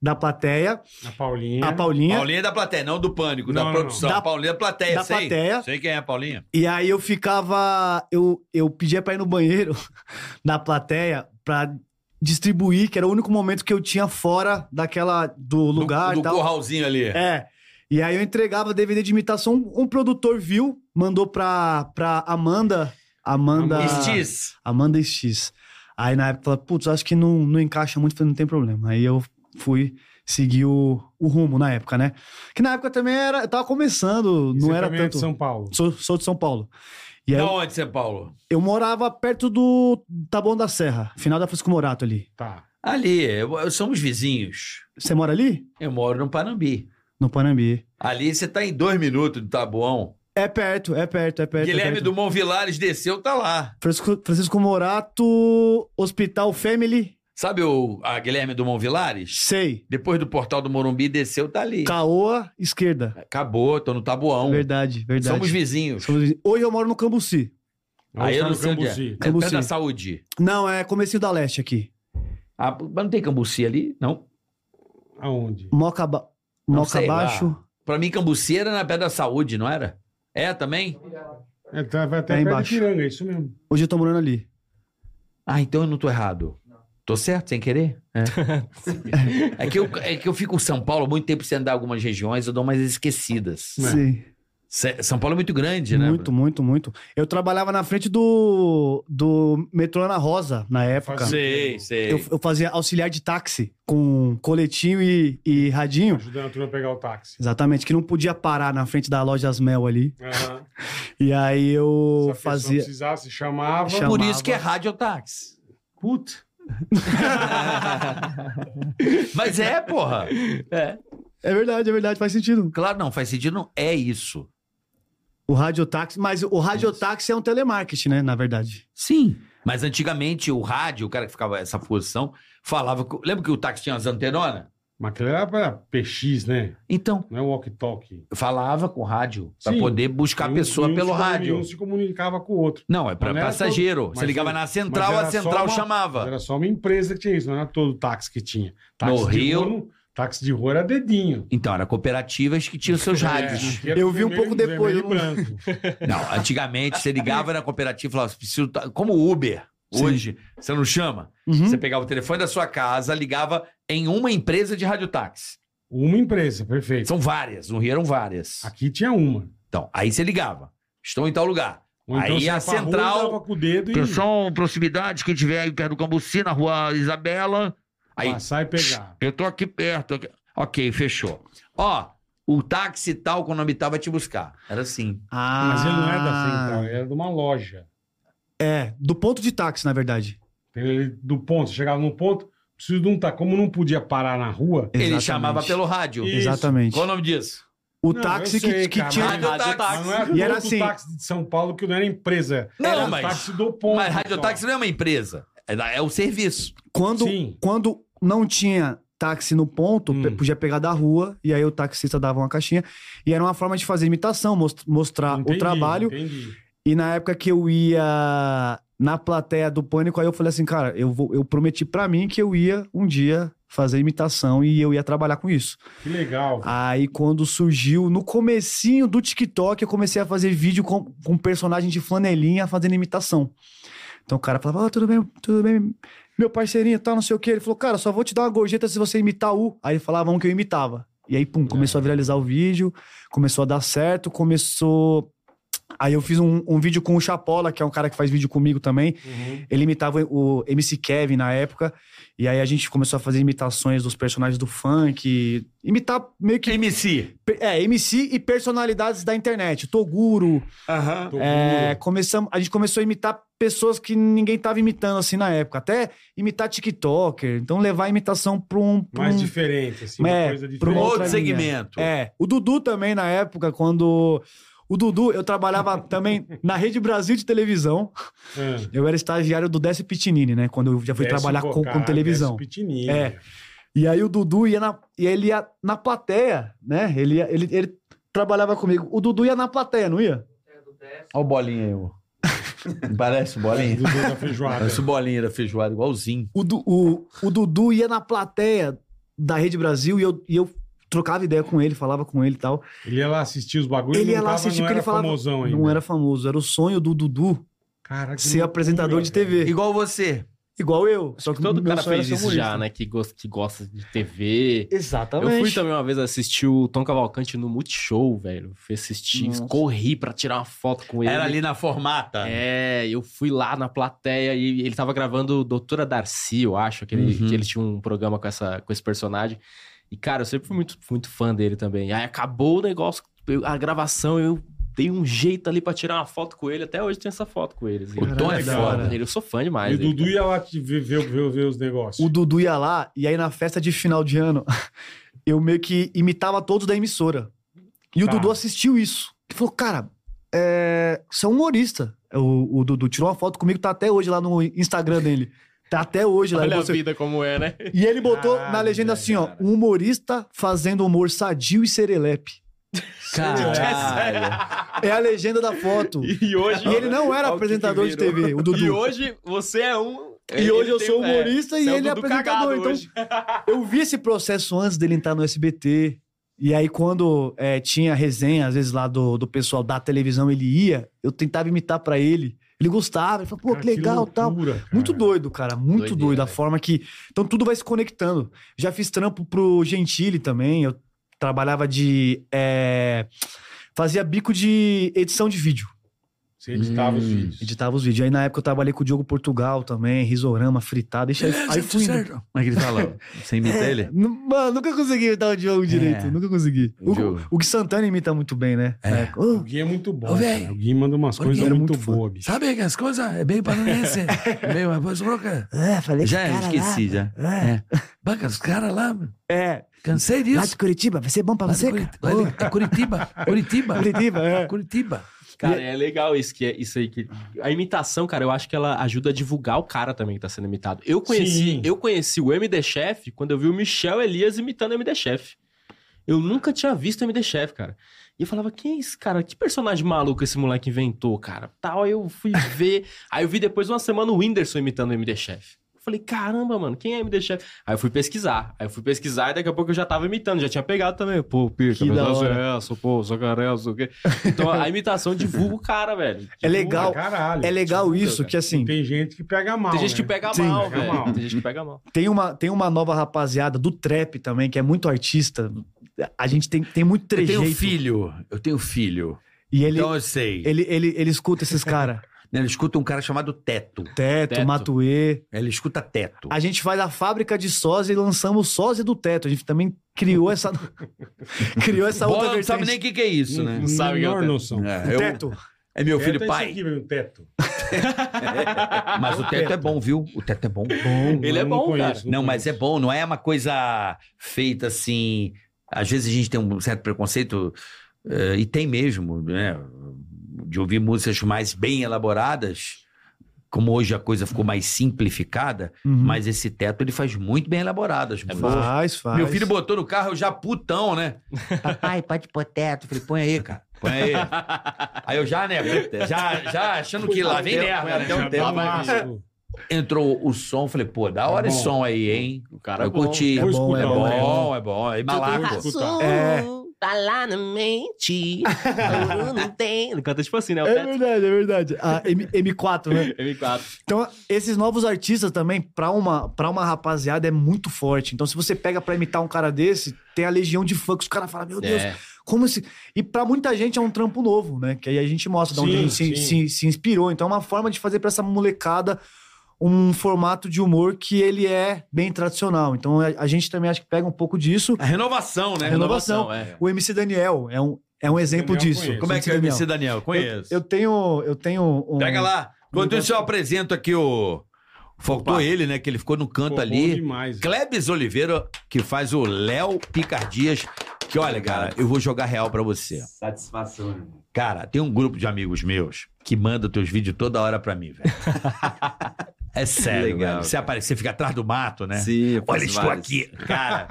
Speaker 3: da plateia,
Speaker 1: A Paulinha.
Speaker 3: a Paulinha,
Speaker 2: é? Paulinha da plateia, não do pânico,
Speaker 1: Não,
Speaker 2: da
Speaker 1: não,
Speaker 2: produção.
Speaker 3: não. Da-
Speaker 2: Paulinha da plateia,
Speaker 3: da
Speaker 2: sei.
Speaker 3: plateia.
Speaker 2: Sei quem é a Paulinha.
Speaker 3: E aí eu ficava. Eu, eu pedia pra ir no banheiro na plateia pra distribuir, que era o único momento que eu tinha fora daquela do
Speaker 2: do,
Speaker 3: lugar e
Speaker 2: do
Speaker 3: tal.
Speaker 2: curralzinho ali.
Speaker 3: É. E aí eu entregava DVD de imitação. Um, um produtor viu, mandou pra, pra Amanda. Amanda.
Speaker 2: Estis.
Speaker 3: Amanda X. Aí na época eu falei, putz, acho que não, não encaixa muito, falei, não tem problema. Aí eu fui seguir o, o rumo na época, né? Que na época também era. Eu tava começando,
Speaker 1: E
Speaker 3: não
Speaker 1: você
Speaker 3: era
Speaker 1: também é de
Speaker 3: tanto.
Speaker 1: São Paulo.
Speaker 3: Sou, sou de São Paulo. E aí
Speaker 2: Da
Speaker 3: eu,
Speaker 2: onde, São Paulo?
Speaker 3: eu morava perto do Taboão da Serra, final da Francisco Morato ali.
Speaker 1: Tá.
Speaker 2: Ali, eu- eu- somos vizinhos.
Speaker 3: Você mora ali?
Speaker 2: Eu moro no Panambi.
Speaker 3: No Panambi.
Speaker 2: Ali você tá em dois minutos do Tabuão.
Speaker 3: É perto, é perto, é perto. é
Speaker 2: Guilherme
Speaker 3: perto.
Speaker 2: Dumont Vilares desceu, tá lá.
Speaker 3: Francisco, Francisco Morato, Hospital Family.
Speaker 2: Sabe o a Guilherme Dumont Vilares?
Speaker 3: Sei.
Speaker 2: Depois do portal do Morumbi, desceu, tá ali.
Speaker 3: Caoa, esquerda.
Speaker 2: Acabou, tô no tabuão.
Speaker 3: Verdade, verdade.
Speaker 2: É Somos vizinhos.
Speaker 3: Somos- Hoje eu moro no Cambuci.
Speaker 2: Aí
Speaker 1: tá
Speaker 2: eu não
Speaker 1: no
Speaker 2: sei onde é.
Speaker 1: Cambuci.
Speaker 2: É perto
Speaker 3: Cambuci.
Speaker 2: da saúde.
Speaker 3: Não, é comecinho da leste aqui.
Speaker 2: Ah, mas não tem cambuci ali? Não.
Speaker 1: Aonde?
Speaker 3: Moca, ba...
Speaker 2: Não
Speaker 3: Moca
Speaker 2: sei lá.
Speaker 3: abaixo.
Speaker 2: Pra mim, cambuci era na perto da saúde, não era? É também?
Speaker 1: É, tá, vai até
Speaker 3: Lá
Speaker 1: perto de
Speaker 3: embaixo.
Speaker 1: Tiranga, é isso mesmo.
Speaker 3: Hoje eu tô morando ali.
Speaker 2: Ah, então eu não tô errado. Tô certo, sem querer? É, É que, eu, é que eu fico em São Paulo há muito tempo sem andar em algumas regiões, eu dou umas esquecidas.
Speaker 3: Sim.
Speaker 2: Se- São Paulo é muito grande, né?
Speaker 3: muito, muito, muito. Eu trabalhava na frente do, do metrô Ana Rosa, na época.
Speaker 1: Fazia-
Speaker 2: Sei, sei.
Speaker 3: Eu, eu fazia auxiliar de táxi com coletinho e, e radinho.
Speaker 1: Ajudando a turma a pegar o táxi.
Speaker 3: Exatamente, que não podia parar na frente da loja Asmel ali.
Speaker 1: Aham.
Speaker 3: E aí
Speaker 1: Se
Speaker 3: eu
Speaker 1: a pessoa
Speaker 3: fazia.
Speaker 1: precisasse, chamava.
Speaker 3: Chama-
Speaker 2: Por
Speaker 3: chamava.
Speaker 2: isso que é radiotáxi.
Speaker 1: Puta.
Speaker 2: Mas é, porra.
Speaker 1: um
Speaker 3: É verdade, é verdade, faz sentido.
Speaker 2: Claro, não, faz sentido, não. É isso.
Speaker 3: O radiotáxi, mas o radiotáxi é um telemarketing, né, na verdade.
Speaker 2: Sim. Mas antigamente o rádio, o cara que ficava nessa posição, falava. que- Lembra que o táxi tinha as antenas?
Speaker 1: Mas aquilo era pra PX, né?
Speaker 2: Então,
Speaker 1: Não é walkie-talkie.
Speaker 2: falava com o rádio pra
Speaker 1: Sim.
Speaker 2: poder buscar a
Speaker 1: E um-
Speaker 2: pessoa
Speaker 1: e um
Speaker 2: pelo
Speaker 1: se comu-
Speaker 2: rádio.
Speaker 1: e Um se comunicava com o outro.
Speaker 2: Não, é pra
Speaker 1: Mas não era
Speaker 2: passageiro.
Speaker 1: todo-
Speaker 2: Você
Speaker 1: mas
Speaker 2: ligava
Speaker 1: era-
Speaker 2: na central,
Speaker 1: mas
Speaker 2: a
Speaker 1: era só
Speaker 2: central
Speaker 1: uma-
Speaker 2: chamava.
Speaker 1: Era só uma empresa que tinha isso, não era todo táxi que tinha. Táxi
Speaker 2: No
Speaker 1: de
Speaker 2: Rio-
Speaker 1: Rua, não- táxi de rua era dedinho.
Speaker 2: Então, era cooperativas que tinham seus rádios.
Speaker 1: É, não tinha
Speaker 3: Eu vi um pouco
Speaker 1: vermelho
Speaker 3: depois,
Speaker 1: e
Speaker 3: eu não-
Speaker 1: branco.
Speaker 2: Não, antigamente você ligava na cooperativa e falava, preciso. tá- Como o Uber,
Speaker 3: Sim.
Speaker 2: hoje, você não chama?
Speaker 3: Uhum.
Speaker 2: Você pegava o telefone da sua casa, ligava em uma empresa de radiotáxi.
Speaker 1: Uma empresa, perfeito.
Speaker 2: São várias, no Rio eram várias.
Speaker 1: Aqui tinha uma.
Speaker 2: Então, aí você ligava. Estou em tal lugar. Aí
Speaker 1: você
Speaker 2: a
Speaker 1: ia pra rua,
Speaker 2: central-
Speaker 1: dava com o dedo e
Speaker 2: Atenção, proximidade, quem tiver aí perto do Cambuci, na rua Isabela. Aí,
Speaker 1: passar e pegar.
Speaker 2: eu tô aqui perto. aqui. Ok, fechou. Ó, o táxi tal, com o nome tal, vai te buscar. Era assim.
Speaker 3: Ah,
Speaker 1: Mas ele não é da central, ele era de uma loja.
Speaker 3: É, do ponto de táxi, na verdade.
Speaker 1: Ele, do ponto, chegava no ponto, preciso de um táxi. Como não podia parar na rua,
Speaker 2: Ele
Speaker 3: Exatamente.
Speaker 2: chamava pelo rádio.
Speaker 1: E-
Speaker 3: Exatamente.
Speaker 2: Qual o nome disso?
Speaker 3: O
Speaker 1: Não,
Speaker 3: táxi
Speaker 1: eu sei,
Speaker 3: que, que
Speaker 1: cara,
Speaker 3: tinha.
Speaker 1: mas- mas não é
Speaker 2: Radiotáxi.
Speaker 1: era
Speaker 3: E era
Speaker 1: todo
Speaker 3: assim-
Speaker 1: táxi de São Paulo que não era empresa.
Speaker 2: Não,
Speaker 1: era
Speaker 2: mas-
Speaker 1: táxi do ponto.
Speaker 2: Mas radiotáxi
Speaker 1: só.
Speaker 2: não é uma empresa. É, da- é o serviço.
Speaker 3: Quando,
Speaker 1: Sim.
Speaker 3: quando não tinha táxi no ponto,
Speaker 1: Hum.
Speaker 3: pe- podia pegar da rua, e aí o taxista dava uma caixinha. E era uma forma de fazer imitação, mos- mostrar
Speaker 1: Entendi,
Speaker 3: Ah, o trabalho.
Speaker 1: Entendi.
Speaker 3: E na época que eu ia na plateia do Pânico, aí eu falei assim, cara, eu, vou, eu prometi pra mim que eu ia um dia fazer imitação e eu ia trabalhar com isso.
Speaker 1: Que legal.
Speaker 3: Aí quando surgiu, no comecinho do TikTok, eu comecei a fazer vídeo com, com personagem de flanelinha fazendo imitação. Então o cara falava, ah, tudo bem, tudo bem, meu parceirinho e tal, não sei o quê. Ele falou, cara, só vou te dar uma gorjeta se você imitar o. Aí ele falava um que eu imitava. E aí, pum, começou a viralizar o vídeo, começou a dar certo, começou... Aí eu fiz um, um vídeo com o Chapola, que é um cara que faz vídeo comigo também.
Speaker 1: Uhum.
Speaker 3: Ele imitava o MC Kevin na época. E aí a gente começou a fazer imitações dos personagens do funk. Imitar meio que
Speaker 2: MC.
Speaker 3: Pe- É, MC e personalidades da internet. Toguro.
Speaker 1: Tô com-
Speaker 3: é, começamos, a gente começou a imitar pessoas que ninguém tava imitando assim na época. Até imitar TikToker. Então levar a imitação pra um. pra
Speaker 1: mais
Speaker 3: um-
Speaker 1: diferente, assim,
Speaker 3: É,
Speaker 1: uma coisa
Speaker 3: pra
Speaker 1: diferente.
Speaker 3: um
Speaker 2: Outro
Speaker 3: outra linha.
Speaker 2: segmento.
Speaker 3: É. O Dudu também na época, quando. O Dudu, eu trabalhava também na Rede Brasil de televisão.
Speaker 1: Ah.
Speaker 3: Eu era estagiário do Décio Pitinini, né? Quando eu já fui
Speaker 1: Desce,
Speaker 3: trabalhar
Speaker 1: pô,
Speaker 3: com, com
Speaker 1: caralho,
Speaker 3: televisão.
Speaker 1: desce pequenininho.
Speaker 3: É. E aí o Dudu ia na, e ele ia na plateia, né? Ele, ia- ele, ele trabalhava comigo. O Dudu ia na plateia, não ia?
Speaker 2: Olha o bolinha aí, ó. Parece o bolinha.
Speaker 1: Do dono da feijoada.
Speaker 2: Parece o bolinha da feijoada, igualzinho.
Speaker 3: O, Du- o, o Dudu ia na plateia da Rede Brasil e eu, e eu trocava ideia com ele, falava com ele e tal.
Speaker 1: Ele ia lá assistir os bagulhos
Speaker 3: Ele
Speaker 1: não
Speaker 3: ia lá
Speaker 1: tava-
Speaker 3: assistir
Speaker 1: não
Speaker 3: porque
Speaker 1: era
Speaker 3: ele falava-
Speaker 1: famosão ainda.
Speaker 5: né?
Speaker 3: Não era famoso, era o sonho do Dudu
Speaker 1: Cara, que
Speaker 3: ser
Speaker 1: loucura,
Speaker 3: apresentador de
Speaker 1: velho.
Speaker 3: TV.
Speaker 2: Igual você.
Speaker 3: Igual eu. Só que
Speaker 5: né? Todo
Speaker 3: meu
Speaker 5: cara
Speaker 3: sonho era
Speaker 5: fez
Speaker 3: ser
Speaker 5: isso
Speaker 3: humorista.
Speaker 5: já, né? Que gosta, que gosta de TV.
Speaker 3: Exatamente.
Speaker 5: Eu fui também uma vez assistir o Tom Cavalcante no Multishow, velho. Fui assistir,
Speaker 3: Nossa.
Speaker 5: corri pra tirar uma foto com ele.
Speaker 2: Era ali na formata.
Speaker 5: É, eu fui lá na plateia e ele tava gravando Doutora Darcy, eu acho, que ele,
Speaker 2: Uhum.
Speaker 5: que ele tinha um programa com, essa, com esse personagem. E, cara, eu sempre fui muito, muito fã dele também. Aí acabou o negócio, eu- a gravação, eu dei um jeito ali pra tirar uma foto com ele. Até hoje tem essa foto com ele. assim.
Speaker 2: O Tom é
Speaker 1: Caralho,
Speaker 2: foda.
Speaker 1: cara.
Speaker 5: Ele, eu sou fã demais.
Speaker 1: E o
Speaker 5: dele,
Speaker 1: Dudu
Speaker 5: cara.
Speaker 1: ia lá te ver, ver, ver, ver os negócios.
Speaker 3: O Dudu ia lá, e aí na festa de final de ano, eu meio que imitava todos da emissora. E o
Speaker 1: Tá.
Speaker 3: Dudu assistiu isso. Ele falou, cara, é... você é um humorista. O, o Dudu tirou uma foto comigo, tá até hoje lá no Instagram dele. Tá até hoje lá.
Speaker 5: Olha
Speaker 3: Ele
Speaker 5: a
Speaker 3: botou-
Speaker 5: vida como é, né?
Speaker 3: E ele botou na
Speaker 1: Caralho,
Speaker 3: legenda
Speaker 1: velho,
Speaker 3: assim, ó.
Speaker 1: cara.
Speaker 3: Um humorista fazendo humor sadio e serelepe.
Speaker 2: Caralho.
Speaker 3: É a legenda da foto. E
Speaker 5: E hoje.
Speaker 3: ele não era
Speaker 5: Olha o que que
Speaker 3: apresentador de
Speaker 5: virou.
Speaker 3: TV, o Dudu.
Speaker 5: E hoje você é um.
Speaker 3: E hoje
Speaker 5: Ele
Speaker 3: eu
Speaker 5: tem-
Speaker 3: sou
Speaker 5: é,
Speaker 3: humorista e
Speaker 5: você é o
Speaker 3: ele é
Speaker 5: Dudu
Speaker 3: apresentador.
Speaker 5: cagado
Speaker 3: Então,
Speaker 5: hoje.
Speaker 3: eu vi esse processo antes dele entrar no SBT. E aí, quando é, tinha resenha, às vezes, lá do, do pessoal da televisão, ele ia, eu tentava imitar pra ele. Ele gostava, ele falava, pô,
Speaker 1: Cara,
Speaker 3: que legal
Speaker 1: loucura,
Speaker 3: tal.
Speaker 1: cara.
Speaker 3: Muito doido, cara. Muito
Speaker 5: Doideira,
Speaker 3: doido. A
Speaker 5: velho.
Speaker 3: forma que. Então tudo vai se conectando. Já fiz trampo pro Gentili também. Eu trabalhava de. é, Fazia bico de edição de vídeo.
Speaker 1: Você editava os
Speaker 2: Hum,
Speaker 1: vídeos.
Speaker 3: Editava os vídeos. Aí na época eu trabalhei com o Diogo Portugal também, risorama, fritado. Deixa aí. aí fui. indo.
Speaker 2: Como é que ele fala? Você imita ele?
Speaker 3: N- Mano, nunca consegui dar o Diogo direito. Nunca consegui. O,
Speaker 2: É. Diogo.
Speaker 3: o Gui Santana imita muito bem, né? Na
Speaker 2: É.
Speaker 3: época.
Speaker 1: O
Speaker 3: Oh,
Speaker 1: Gui é muito bom.
Speaker 2: Ô,
Speaker 1: cara.
Speaker 2: véi,
Speaker 1: O Gui manda umas
Speaker 2: o
Speaker 1: coisas
Speaker 2: Gui
Speaker 3: era
Speaker 1: muito
Speaker 3: muito fã.
Speaker 1: boas, bicho.
Speaker 2: Sabe que as coisas é bem panonense. meio uma coisa louca.
Speaker 3: é, falei
Speaker 2: Já
Speaker 3: esse cara
Speaker 2: esqueci, já.
Speaker 3: lá. É.
Speaker 2: Banca, os caras lá,
Speaker 3: É.
Speaker 2: cansei
Speaker 3: Lá de
Speaker 2: disso.
Speaker 3: Curitiba, vai ser bom pra
Speaker 2: Lá de
Speaker 3: você,
Speaker 2: Curit-
Speaker 3: cara.
Speaker 2: lá de- é Curitiba,
Speaker 3: Ô,
Speaker 2: Curitiba,
Speaker 3: Curitiba, é.
Speaker 2: Curitiba.
Speaker 5: Cara, é legal isso, que é, isso aí. Que... A imitação, cara, eu acho que ela ajuda a divulgar o cara também que tá sendo imitado. Eu
Speaker 1: Sim.
Speaker 5: conheci, eu conheci o MD Chef quando eu vi o Michel Elias imitando o MD Chef. Eu nunca tinha visto o MD Chef, cara. E eu falava, quem é esse cara? Que personagem maluco esse moleque inventou, cara? Tal, aí eu fui ver. aí eu vi depois uma semana o Whindersson imitando o MD Chef. Eu Falei, caramba, mano, quem é MD Chef? Aí eu fui pesquisar. Aí eu fui pesquisar e daqui a pouco eu já tava imitando, já tinha pegado também. Pô, Pirca,
Speaker 3: Que
Speaker 5: meu
Speaker 3: da
Speaker 5: Deus,
Speaker 3: hora.
Speaker 5: é essa, pô, Zacarel, não sei o quê. Então a imitação divulga o cara, velho.
Speaker 3: É legal.
Speaker 1: Pra caralho.
Speaker 3: É legal isso, que assim,
Speaker 1: Tem gente que pega mal.
Speaker 5: Tem gente que
Speaker 1: né?
Speaker 5: pega
Speaker 3: Sim.
Speaker 5: mal,
Speaker 1: Pega
Speaker 5: velho.
Speaker 1: mal.
Speaker 5: Tem gente que pega mal.
Speaker 3: tem uma, tem uma nova rapaziada do trap também, que é muito artista. A gente tem, tem muito
Speaker 2: Eu
Speaker 3: trejeito.
Speaker 2: tenho um filho, eu tenho um filho.
Speaker 3: E ele,
Speaker 2: Então eu sei.
Speaker 3: ele, ele, ele escuta esses caras.
Speaker 2: Ele escuta um cara chamado Teto.
Speaker 3: Teto,
Speaker 5: Teto.
Speaker 3: Matuê.
Speaker 2: Ele escuta Teto.
Speaker 3: A gente faz a fábrica de sósia e lançamos o sósia do Teto. A gente também criou essa... criou essa
Speaker 2: Bola
Speaker 3: outra
Speaker 2: não sabe nem o
Speaker 3: vertente.
Speaker 2: que, que é isso, né?
Speaker 1: Não
Speaker 5: Sabe
Speaker 1: sabe
Speaker 5: que é o
Speaker 1: menor
Speaker 5: teto.
Speaker 1: noção.
Speaker 2: É,
Speaker 3: O
Speaker 2: eu-
Speaker 3: Teto.
Speaker 2: é meu
Speaker 1: Teto
Speaker 2: filho
Speaker 1: é
Speaker 2: pai.
Speaker 1: Isso aqui, velho, teto.
Speaker 2: Mas o teto é bom, viu? O teto é bom.
Speaker 1: Bom,
Speaker 5: Ele é
Speaker 1: eu não
Speaker 5: bom,
Speaker 1: conheço,
Speaker 5: cara.
Speaker 2: Não, mas é
Speaker 1: conheço.
Speaker 2: bom, não é uma coisa feita assim. Às vezes a gente tem um certo preconceito, eh, e tem mesmo, né? De ouvir músicas mais bem elaboradas, como hoje a coisa ficou mais simplificada,
Speaker 3: Uhum.
Speaker 2: mas esse teto ele faz muito bem elaboradas. músicas.
Speaker 3: Faz, faz.
Speaker 2: Meu filho botou no carro, eu já putão, né? Papai, pode pôr teto. Eu Falei, põe aí, cara. Põe aí. Aí eu já, né? Já, já achando que lá vem merda, né?
Speaker 1: Já dá um asco.
Speaker 2: Entrou o som, falei, pô, da hora
Speaker 1: É
Speaker 2: esse
Speaker 1: bom.
Speaker 2: som aí, hein?
Speaker 5: O cara
Speaker 2: eu curti.
Speaker 1: Vou escutar,
Speaker 2: É
Speaker 1: Não, é
Speaker 2: bom, é bom. É malaco.
Speaker 1: Escutar.
Speaker 3: É.
Speaker 5: Tá lá na mente. Não tem. Ele Canta tipo assim, né? O
Speaker 3: É
Speaker 5: teto.
Speaker 3: verdade, é verdade. A M, M4, né?
Speaker 5: M4.
Speaker 3: Então, esses novos artistas também, pra uma, pra uma rapaziada, é muito forte. Então, se você pega pra imitar um cara desse, tem a legião de fã que os caras falam, meu Deus,
Speaker 5: É.
Speaker 3: como esse... E pra muita gente é um trampo novo, né? Que aí a gente mostra de onde
Speaker 1: Sim,
Speaker 3: a gente se,
Speaker 1: sim.
Speaker 3: se, se inspirou. Então, é uma forma de fazer pra essa molecada um formato de humor que ele é bem tradicional. Então, a, a gente também acho que pega um pouco disso.
Speaker 2: A renovação, né?
Speaker 3: Renovação.
Speaker 5: é.
Speaker 3: O MC Daniel é um, é um exemplo
Speaker 1: Daniel
Speaker 3: disso.
Speaker 1: conheço.
Speaker 2: Como é que é o MC Daniel?
Speaker 3: Eu,
Speaker 2: Conheço.
Speaker 3: eu tenho... Eu tenho um...
Speaker 2: Pega lá. Enquanto isso, eu apresento aqui o. Faltou
Speaker 5: Opa.
Speaker 2: ele, né? Que ele ficou no canto
Speaker 1: Pô, bom
Speaker 2: ali.
Speaker 1: demais.
Speaker 2: Klebs Oliveira, que faz o Léo Picardias. Que olha, cara, eu vou jogar real pra você.
Speaker 4: Satisfação, irmão.
Speaker 2: Cara, tem um grupo de amigos meus que manda teus vídeos toda hora pra mim, velho. É sério,
Speaker 4: Legal,
Speaker 2: velho. Você
Speaker 4: cara.
Speaker 2: aparece, você fica atrás do mato, né?
Speaker 4: Sim, eu
Speaker 2: Olha,
Speaker 4: faço
Speaker 2: estou
Speaker 4: vários.
Speaker 2: aqui, cara.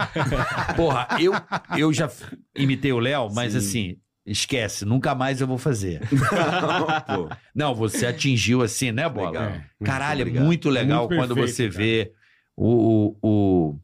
Speaker 2: Porra, eu, eu já f- imitei o Léo, mas
Speaker 4: Sim.
Speaker 2: assim, esquece, nunca mais eu vou fazer.
Speaker 4: Pô,
Speaker 2: Não, você atingiu assim, né, Bola?
Speaker 4: Legal.
Speaker 2: Caralho, é
Speaker 1: Uhum. Obrigado.
Speaker 2: muito legal
Speaker 1: Muito
Speaker 2: quando
Speaker 1: perfeito,
Speaker 2: você
Speaker 1: cara.
Speaker 2: vê o, o, o-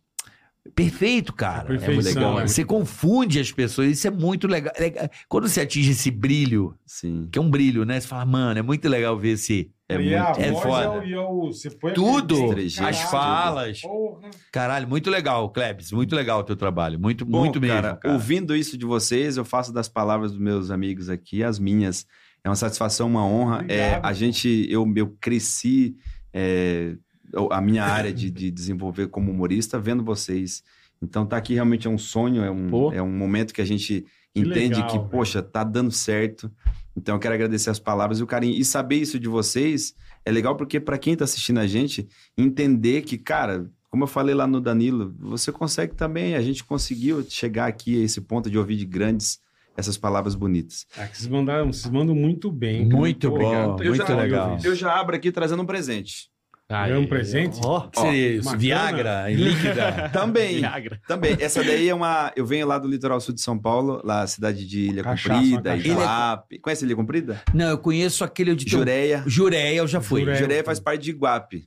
Speaker 2: Perfeito, cara.
Speaker 1: A
Speaker 2: É muito
Speaker 1: perfeição,
Speaker 2: legal.
Speaker 1: é muito
Speaker 2: Você confunde as pessoas, isso é muito legal. É legal. Quando você atinge esse brilho,
Speaker 4: sim.
Speaker 2: que é um brilho, né? Você fala, mano, é muito legal ver esse.
Speaker 4: É
Speaker 1: E a
Speaker 4: muito.
Speaker 2: é
Speaker 1: voz
Speaker 2: foda.
Speaker 1: o- e o- você põe aquele-
Speaker 2: Tudo,
Speaker 4: Estratégia,
Speaker 2: as
Speaker 1: Caralho.
Speaker 2: falas.
Speaker 1: Porra.
Speaker 2: Caralho, muito legal, Klebs. Muito legal o teu trabalho. Muito,
Speaker 4: Bom,
Speaker 2: muito mesmo.
Speaker 4: cara,
Speaker 2: cara.
Speaker 4: Ouvindo isso de vocês, eu faço das palavras dos meus amigos aqui as minhas. É uma satisfação, uma honra. É,
Speaker 1: Obrigado.
Speaker 4: a gente, eu, eu cresci é, eu- a minha área de, de desenvolver como humorista vendo vocês. Então tá aqui realmente é um sonho, é um,
Speaker 5: Pô.
Speaker 4: é um momento que a gente
Speaker 1: Que
Speaker 4: entende
Speaker 1: legal,
Speaker 4: que,
Speaker 1: velho.
Speaker 4: poxa, tá dando certo. Então eu quero agradecer as palavras e o carinho. E saber isso de vocês é legal porque para quem tá assistindo a gente, entender que, cara, como eu falei lá no Danilo, você consegue também, a gente conseguiu chegar aqui a esse ponto de ouvir de grandes essas palavras bonitas.
Speaker 1: Ah, que vocês mandaram, vocês mandam muito bem. cara.
Speaker 2: Muito
Speaker 1: Pô,
Speaker 2: bom,
Speaker 1: obrigado.
Speaker 2: muito
Speaker 1: já-
Speaker 2: legal.
Speaker 4: Eu já abro aqui trazendo um presente.
Speaker 1: Ganhou um presente?
Speaker 3: Ó,
Speaker 2: que seria isso?
Speaker 1: bacana.
Speaker 2: Viagra em líquida.
Speaker 4: Também,
Speaker 5: Viagra.
Speaker 4: também. Essa daí é uma. Eu venho lá do litoral sul de São Paulo, lá cidade de Ilha
Speaker 1: Cachaça,
Speaker 4: Comprida,
Speaker 1: uma cachaça.
Speaker 4: Iguape. Conhece Ilha Comprida?
Speaker 2: Não, eu conheço aquele de
Speaker 4: Jureia.
Speaker 2: Jureia, eu já fui.
Speaker 1: Jureia.
Speaker 4: Jureia faz parte de Iguape.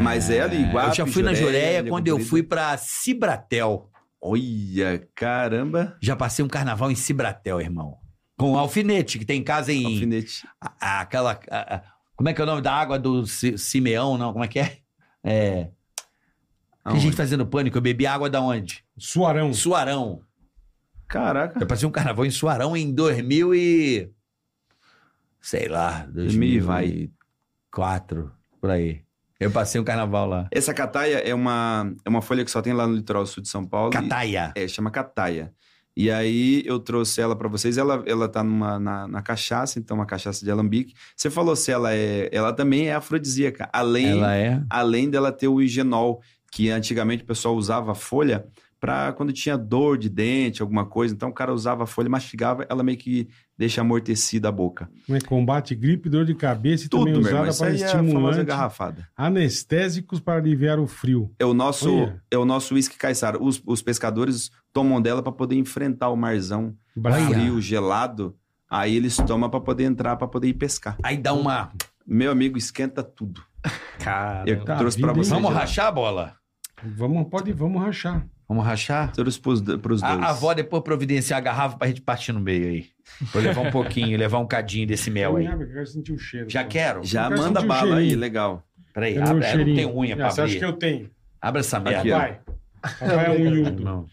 Speaker 4: Mas ela e Iguape.
Speaker 2: É. eu já fui na Jureia
Speaker 4: Ilha
Speaker 2: quando eu
Speaker 4: Comprida.
Speaker 2: fui pra Cibratel.
Speaker 4: Olha, caramba.
Speaker 2: Já passei um carnaval em Cibratel, irmão. Com o alfinete, que tem em casa em.
Speaker 4: Alfinete.
Speaker 2: a- a- aquela. a- a- como é que é o nome da água do Si- Simeão? Não, como é que é? É. Tem gente
Speaker 4: Aonde? Hum.
Speaker 2: fazendo pânico. Eu bebi água da onde?
Speaker 1: Suarão.
Speaker 2: Suarão.
Speaker 4: Caraca.
Speaker 2: Eu passei um carnaval em Suarão em 2000 e... Sei lá,
Speaker 4: 2000 e vai.
Speaker 2: 2004, por aí. Eu passei um carnaval lá.
Speaker 4: Essa cataia é uma, é uma folha que só tem lá no litoral sul de São Paulo. e-
Speaker 2: Cataia.
Speaker 4: É, chama Cataia. E aí eu trouxe ela pra vocês. Ela, ela tá numa, na, na cachaça, então uma cachaça de alambique. Você falou se ela é. Ela também é afrodisíaca. Além,
Speaker 2: Ela é...
Speaker 4: além dela ter o higenol, que antigamente o pessoal usava a folha pra quando tinha dor de dente, alguma coisa. Então o cara usava a folha, mastigava, ela meio que deixa amortecida a boca.
Speaker 1: Como é que combate gripe, dor de cabeça e
Speaker 4: Tudo,
Speaker 1: também
Speaker 4: meu irmão.
Speaker 1: usada
Speaker 4: Isso
Speaker 1: para
Speaker 4: aí é a famosa
Speaker 1: estimulante,
Speaker 4: garrafada.
Speaker 1: anestésicos para aliviar o frio.
Speaker 4: É o nosso,
Speaker 1: Olha.
Speaker 4: é o nosso uísque caiçara. Os, os pescadores tomam dela pra poder enfrentar o marzão
Speaker 1: Bravo.
Speaker 2: Olha.
Speaker 4: frio, gelado. Aí eles tomam pra poder entrar, pra poder ir pescar.
Speaker 2: Aí dá uma...
Speaker 4: Meu amigo, esquenta tudo.
Speaker 5: Cara.
Speaker 4: Eu
Speaker 1: tá
Speaker 4: trouxe pra
Speaker 1: vindo, hein?
Speaker 4: vocês.
Speaker 2: Vamos
Speaker 4: lá.
Speaker 2: rachar a bola?
Speaker 1: Vamos, pode, vamos rachar.
Speaker 2: Vamos rachar?
Speaker 4: Trouxe pros, do- pros dois.
Speaker 2: A, a avó depois providenciar a garrafa pra gente partir no meio aí. Vou levar um pouquinho, levar um cadinho desse mel aí.
Speaker 1: Abre, que eu quero sentir o cheiro.
Speaker 2: Já
Speaker 1: Pô.
Speaker 2: quero?
Speaker 4: Já
Speaker 1: Eu quero
Speaker 4: manda
Speaker 1: sentir o
Speaker 4: bala aí,
Speaker 1: cheirinho.
Speaker 4: legal.
Speaker 2: Peraí,
Speaker 1: Quero ver o
Speaker 2: abre, eu não
Speaker 1: um cheirinho.
Speaker 2: tenho unha pra
Speaker 1: Ah, Você acha
Speaker 2: abrir.
Speaker 1: que eu tenho?
Speaker 2: Abre essa
Speaker 4: Aqui,
Speaker 2: merda.
Speaker 4: ó.
Speaker 1: Vai. Vai um miúdo.
Speaker 2: Não.